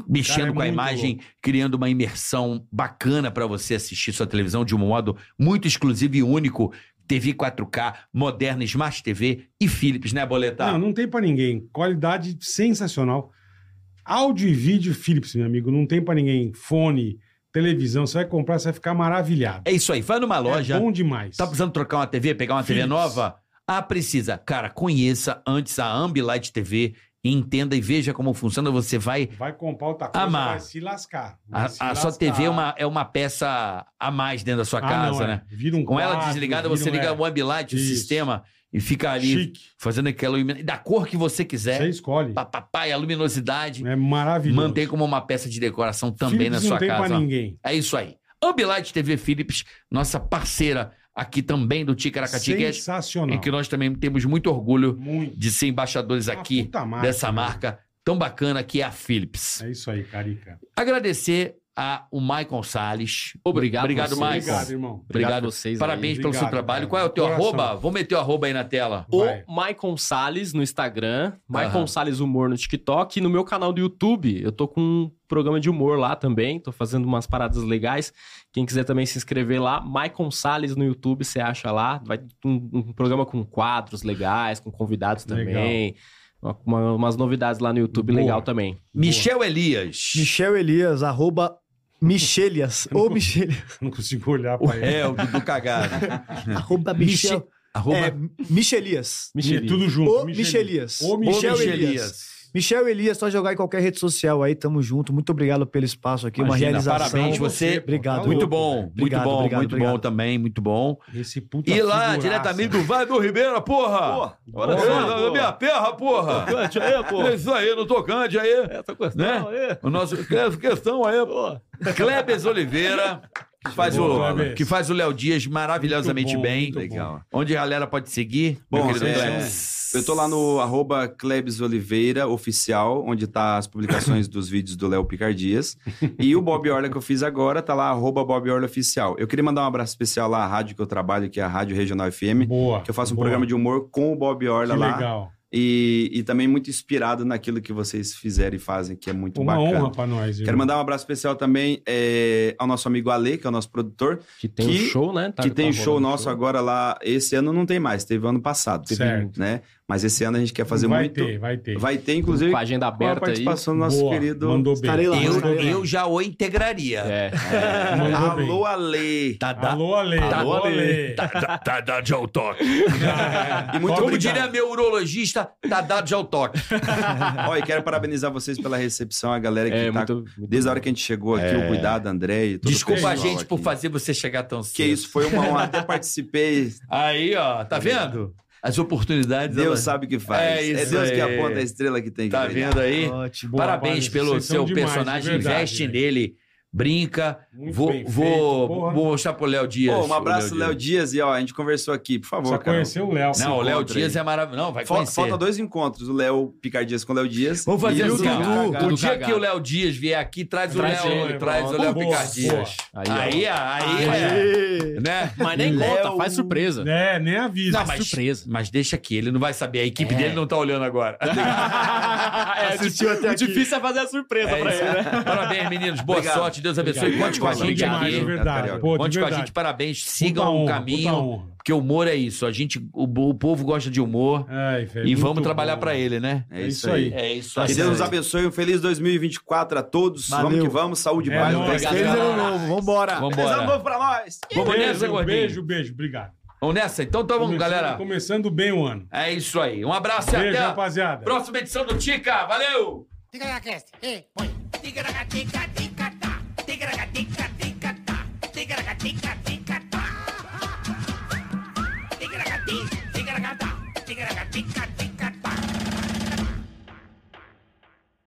Speaker 2: mexendo
Speaker 1: Cara, é
Speaker 2: com a
Speaker 1: muito
Speaker 2: imagem, criando uma imersão bacana para você assistir sua televisão de um modo muito exclusivo e único. TV 4K, moderna Smart TV e Philips, né, Boletar?
Speaker 1: Não, não tem pra ninguém. Qualidade sensacional. Áudio e vídeo Philips, meu amigo. Não tem pra ninguém. Fone, televisão. Você vai comprar, você vai ficar maravilhado.
Speaker 2: É isso aí, vai numa loja.
Speaker 1: É bom demais.
Speaker 2: Tá precisando trocar uma TV, pegar uma TV
Speaker 1: Philips.
Speaker 2: nova? Ah, precisa. Cara, conheça antes a Ambilight TV, entenda e veja como funciona. Você vai.
Speaker 1: Vai comprar outra coisa,
Speaker 2: Amar.
Speaker 1: vai se lascar. Vai
Speaker 2: Ah, A,
Speaker 1: se
Speaker 2: a sua
Speaker 1: lascar.
Speaker 2: TV é uma, é uma peça a mais dentro da sua
Speaker 1: Ah,
Speaker 2: casa,
Speaker 1: não, é.
Speaker 2: né?
Speaker 1: Vira um
Speaker 2: Com ela
Speaker 1: quadro,
Speaker 2: desligada,
Speaker 1: vira
Speaker 2: você
Speaker 1: um-
Speaker 2: liga
Speaker 1: é.
Speaker 2: o Ambilight, o
Speaker 1: Isso.
Speaker 2: sistema, e fica ali É.
Speaker 1: Chique.
Speaker 2: fazendo aquela ilumina- da cor que você
Speaker 1: Você
Speaker 2: quiser.
Speaker 1: escolhe.
Speaker 2: Papai, a luminosidade.
Speaker 1: É maravilhoso.
Speaker 2: Mantém Tá como uma peça de decoração também
Speaker 1: Philips
Speaker 2: na sua
Speaker 1: não tem pra
Speaker 2: casa.
Speaker 1: ninguém.
Speaker 2: É isso aí. Ambilight TV Philips, nossa parceira aqui também do Ticaracatiquete,
Speaker 1: Sensacional.
Speaker 2: é em que nós também temos muito orgulho
Speaker 1: Muito.
Speaker 2: de ser embaixadores
Speaker 1: Uma
Speaker 2: aqui
Speaker 1: puta marca,
Speaker 2: dessa
Speaker 1: né?
Speaker 2: marca tão bacana que é a Philips.
Speaker 1: É isso aí, Carica.
Speaker 2: Agradecer a o Maicon Salles.
Speaker 5: Obrigado,
Speaker 2: Obrigado,
Speaker 5: vocês.
Speaker 2: Maicon.
Speaker 1: Obrigado, irmão.
Speaker 5: Obrigado
Speaker 2: Obrigado.
Speaker 5: a vocês.
Speaker 2: Parabéns
Speaker 5: aí.
Speaker 2: pelo seu
Speaker 1: Obrigado,
Speaker 2: trabalho.
Speaker 1: cara.
Speaker 2: Qual é o teu
Speaker 1: Coração.
Speaker 2: arroba? Vou meter o arroba aí na tela.
Speaker 5: O
Speaker 1: Vai.
Speaker 5: Maicon Salles no Instagram, Maicon
Speaker 2: Aham.
Speaker 5: Salles Humor no TikTok e no meu canal do YouTube. Eu tô com um programa de humor lá também, tô fazendo umas paradas legais. Quem quiser também se inscrever lá, Maicon Salles no YouTube, você acha lá. Vai ter um, um programa com quadros legais, com convidados também. Uma- uma- umas novidades lá no YouTube
Speaker 1: Boa.
Speaker 5: legal também.
Speaker 2: Michel Elias.
Speaker 3: Michel Elias, arroba Michelias. ou Michelias.
Speaker 1: Não consigo olhar pra ele.
Speaker 2: É, o Dudu cagado.
Speaker 3: Arroba Michel.
Speaker 2: Arroba
Speaker 3: É, Michelias.
Speaker 1: É tudo junto.
Speaker 3: Ou
Speaker 1: Michelias.
Speaker 3: Michelias.
Speaker 1: Ô, Michel
Speaker 3: Michel Elias. Michel Elias, só jogar em qualquer rede social aí, tamo junto. Muito obrigado pelo espaço aqui, uma
Speaker 2: Imagina,
Speaker 3: realização.
Speaker 2: parabéns, você.
Speaker 1: pô.
Speaker 3: Obrigado.
Speaker 1: Tá
Speaker 2: Muito
Speaker 1: louco,
Speaker 2: bom,
Speaker 1: velho.
Speaker 2: muito
Speaker 3: Obrigado,
Speaker 2: bom,
Speaker 3: obrigado,
Speaker 2: muito bom
Speaker 3: obrigado.
Speaker 2: também, muito bom.
Speaker 1: Esse puta
Speaker 2: E lá,
Speaker 1: figuraça.
Speaker 2: diretamente do Vale do Ribeira, porra!
Speaker 11: Porra,
Speaker 2: Olha
Speaker 5: Boa,
Speaker 2: só,
Speaker 5: boa.
Speaker 2: da minha terra, porra! É isso aí, no tocante aí,
Speaker 5: É, tô
Speaker 2: né? O nosso que- questão aí, pô. Klebes Oliveira, que faz o,
Speaker 1: Boa, Klebes.
Speaker 2: que faz o Léo Dias maravilhosamente
Speaker 1: Muito bom,
Speaker 2: bem.
Speaker 1: muito
Speaker 2: Legal. Onde a galera pode seguir?
Speaker 4: Bom,
Speaker 2: meu querido
Speaker 4: é,
Speaker 2: Klebes?
Speaker 4: Eu tô lá no arroba Klebs Oliveira Oficial, onde tá as publicações dos vídeos do Léo Picardias. E o Bob Orla que eu fiz agora tá lá, arroba Bob Orla Oficial. Eu queria mandar um abraço especial lá à rádio que eu trabalho, que é a Rádio Regional FM,
Speaker 1: Boa.
Speaker 4: que eu faço um
Speaker 1: boa.
Speaker 4: programa de humor com o Bob Orla
Speaker 1: Que
Speaker 4: lá.
Speaker 1: legal.
Speaker 4: E, e também muito inspirado naquilo que vocês fizeram e fazem, que é muito
Speaker 1: Uma
Speaker 4: bacana.
Speaker 1: honra pra nós.
Speaker 4: Quero mandar um abraço especial também eh, ao nosso amigo Ale, que é o nosso produtor,
Speaker 5: Que tem
Speaker 4: Que-
Speaker 5: um show, né? Tá-
Speaker 4: que tem
Speaker 5: tá
Speaker 4: show
Speaker 5: rolando
Speaker 4: nosso agora lá. Esse ano não tem mais, teve ano passado. Teve,
Speaker 1: Certo.
Speaker 4: Né? Mas esse ano a gente quer fazer
Speaker 1: vai
Speaker 4: muito.
Speaker 1: Ter, vai ter,
Speaker 4: Vai ter, inclusive,
Speaker 5: Com a agenda
Speaker 4: com a
Speaker 5: aberta aí.
Speaker 4: participação do nosso
Speaker 1: Boa,
Speaker 4: querido.
Speaker 1: Mandou bem.
Speaker 3: Estarei lá.
Speaker 2: Eu,
Speaker 3: estarei lá.
Speaker 2: eu já o integraria.
Speaker 5: É.
Speaker 1: Mandou bem.
Speaker 4: Alô, Ale!
Speaker 2: Tá, dá-
Speaker 1: Alô, Ale.
Speaker 2: Alô,
Speaker 1: Alô, Ale.
Speaker 12: Tá, tá dando ao toque.
Speaker 4: E muito
Speaker 2: Como
Speaker 4: obrigado.
Speaker 2: diria meu urologista, tá dado já o toque. Tá.
Speaker 4: Ó, e quero parabenizar vocês pela recepção, a galera que
Speaker 5: É,
Speaker 4: tá.
Speaker 5: muito, muito
Speaker 4: Desde a hora que a gente chegou aqui, o cuidado, André e todo
Speaker 2: É.
Speaker 4: o
Speaker 2: Desculpa a
Speaker 4: pessoal
Speaker 2: gente por
Speaker 4: aqui.
Speaker 2: fazer você chegar tão cedo.
Speaker 4: Que isso, foi uma honra. Até participei.
Speaker 2: Aí, ó, tá vendo? As oportunidades.
Speaker 4: Deus
Speaker 2: elas-
Speaker 4: sabe o que faz.
Speaker 2: É
Speaker 4: É,
Speaker 2: isso
Speaker 4: Deus que
Speaker 2: aí.
Speaker 4: aponta a estrela que tem que
Speaker 2: Tá
Speaker 4: brilhar.
Speaker 2: vendo aí?
Speaker 3: Ótimo.
Speaker 1: Boa,
Speaker 2: Parabéns
Speaker 1: rapazes,
Speaker 2: pelo
Speaker 1: vocês
Speaker 2: seu
Speaker 1: são demais,
Speaker 2: personagem,
Speaker 1: de verdade,
Speaker 2: investe
Speaker 1: velho.
Speaker 2: nele, brinca.
Speaker 1: Muito
Speaker 2: vou,
Speaker 1: bem
Speaker 2: vou,
Speaker 1: feito, porra.
Speaker 2: vou mostrar pro Léo Dias.
Speaker 4: Pô, um abraço, Léo Dias. E ó, a gente conversou aqui, por favor,
Speaker 1: Só
Speaker 4: cara.
Speaker 1: conhecer o Léo.
Speaker 2: Não, o Léo
Speaker 4: Encontra
Speaker 2: Dias
Speaker 4: aí.
Speaker 2: é maravilhoso. Não, vai
Speaker 4: Fal-
Speaker 2: conhecer.
Speaker 4: Falta dois encontros, o Léo Picardias com o Léo Dias. então.
Speaker 2: Vamos fazer assim,
Speaker 4: E
Speaker 2: o
Speaker 4: o
Speaker 2: seguinte:
Speaker 4: Dudu.
Speaker 2: o
Speaker 5: Dudu
Speaker 2: dia
Speaker 5: Cagado.
Speaker 2: que o Léo Dias vier aqui, traz,
Speaker 5: Traz
Speaker 2: o Léo,
Speaker 5: ele,
Speaker 2: traz o
Speaker 5: pronto.
Speaker 2: Léo
Speaker 1: Boa,
Speaker 2: Picardias.
Speaker 5: Aí, ó.
Speaker 2: Aí, aí, é.
Speaker 3: Aê!
Speaker 2: né?
Speaker 5: Mas nem conta, faz surpresa.
Speaker 1: É, nem avisa.
Speaker 2: Não, mas-
Speaker 5: Surpresa.
Speaker 2: Mas deixa aqui, ele não vai saber. A equipe
Speaker 5: É.
Speaker 2: dele não tá olhando agora.
Speaker 5: é,
Speaker 3: Assistiu até
Speaker 5: o
Speaker 3: aqui.
Speaker 5: difícil é fazer a surpresa
Speaker 2: É
Speaker 5: pra
Speaker 2: isso.
Speaker 5: ele, né?
Speaker 2: Parabéns, meninos. Boa
Speaker 4: Obrigado.
Speaker 2: sorte. forte, Deus abençoe.
Speaker 1: Obrigado.
Speaker 2: Conte com a
Speaker 1: Valeu
Speaker 2: gente
Speaker 1: demais, de
Speaker 2: aqui.
Speaker 1: verdade.
Speaker 4: Carioca.
Speaker 1: Pô, de
Speaker 2: Conte com a
Speaker 1: verdade.
Speaker 2: gente, parabéns.
Speaker 1: Puta
Speaker 2: Sigam o
Speaker 1: honra, puta
Speaker 2: caminho,
Speaker 1: honra.
Speaker 2: porque o humor é isso. A gente, o, o povo gosta de humor
Speaker 1: Ai, velho,
Speaker 2: e
Speaker 1: É muito
Speaker 2: vamos trabalhar
Speaker 1: bom.
Speaker 2: pra ele, né?
Speaker 4: É isso aí.
Speaker 2: É isso
Speaker 4: Que Deus nos abençoe. Um feliz 2024 a todos.
Speaker 3: Tá Valeu.
Speaker 4: Vamos que vamos. Saúde,
Speaker 1: É
Speaker 4: paz.
Speaker 1: nóis,
Speaker 4: bem-estar.
Speaker 2: galera.
Speaker 3: Feliz ano novo, vambora.
Speaker 4: Feliz ano
Speaker 2: Vambora.
Speaker 4: novo pra nós.
Speaker 2: Vamos
Speaker 1: Beijo,
Speaker 2: nessa, gordinho.
Speaker 1: Beijo, beijo, obrigado.
Speaker 2: Vamos nessa? Então tá bom,
Speaker 1: Começando-
Speaker 2: galera.
Speaker 1: Começando bem o ano.
Speaker 2: É isso aí. Um abraço e
Speaker 1: Beijo,
Speaker 2: até a
Speaker 1: rapaziada.
Speaker 2: próxima edição do Tica. Valeu!
Speaker 13: Tica na cast. Ei, põe. Tica na tica, tica.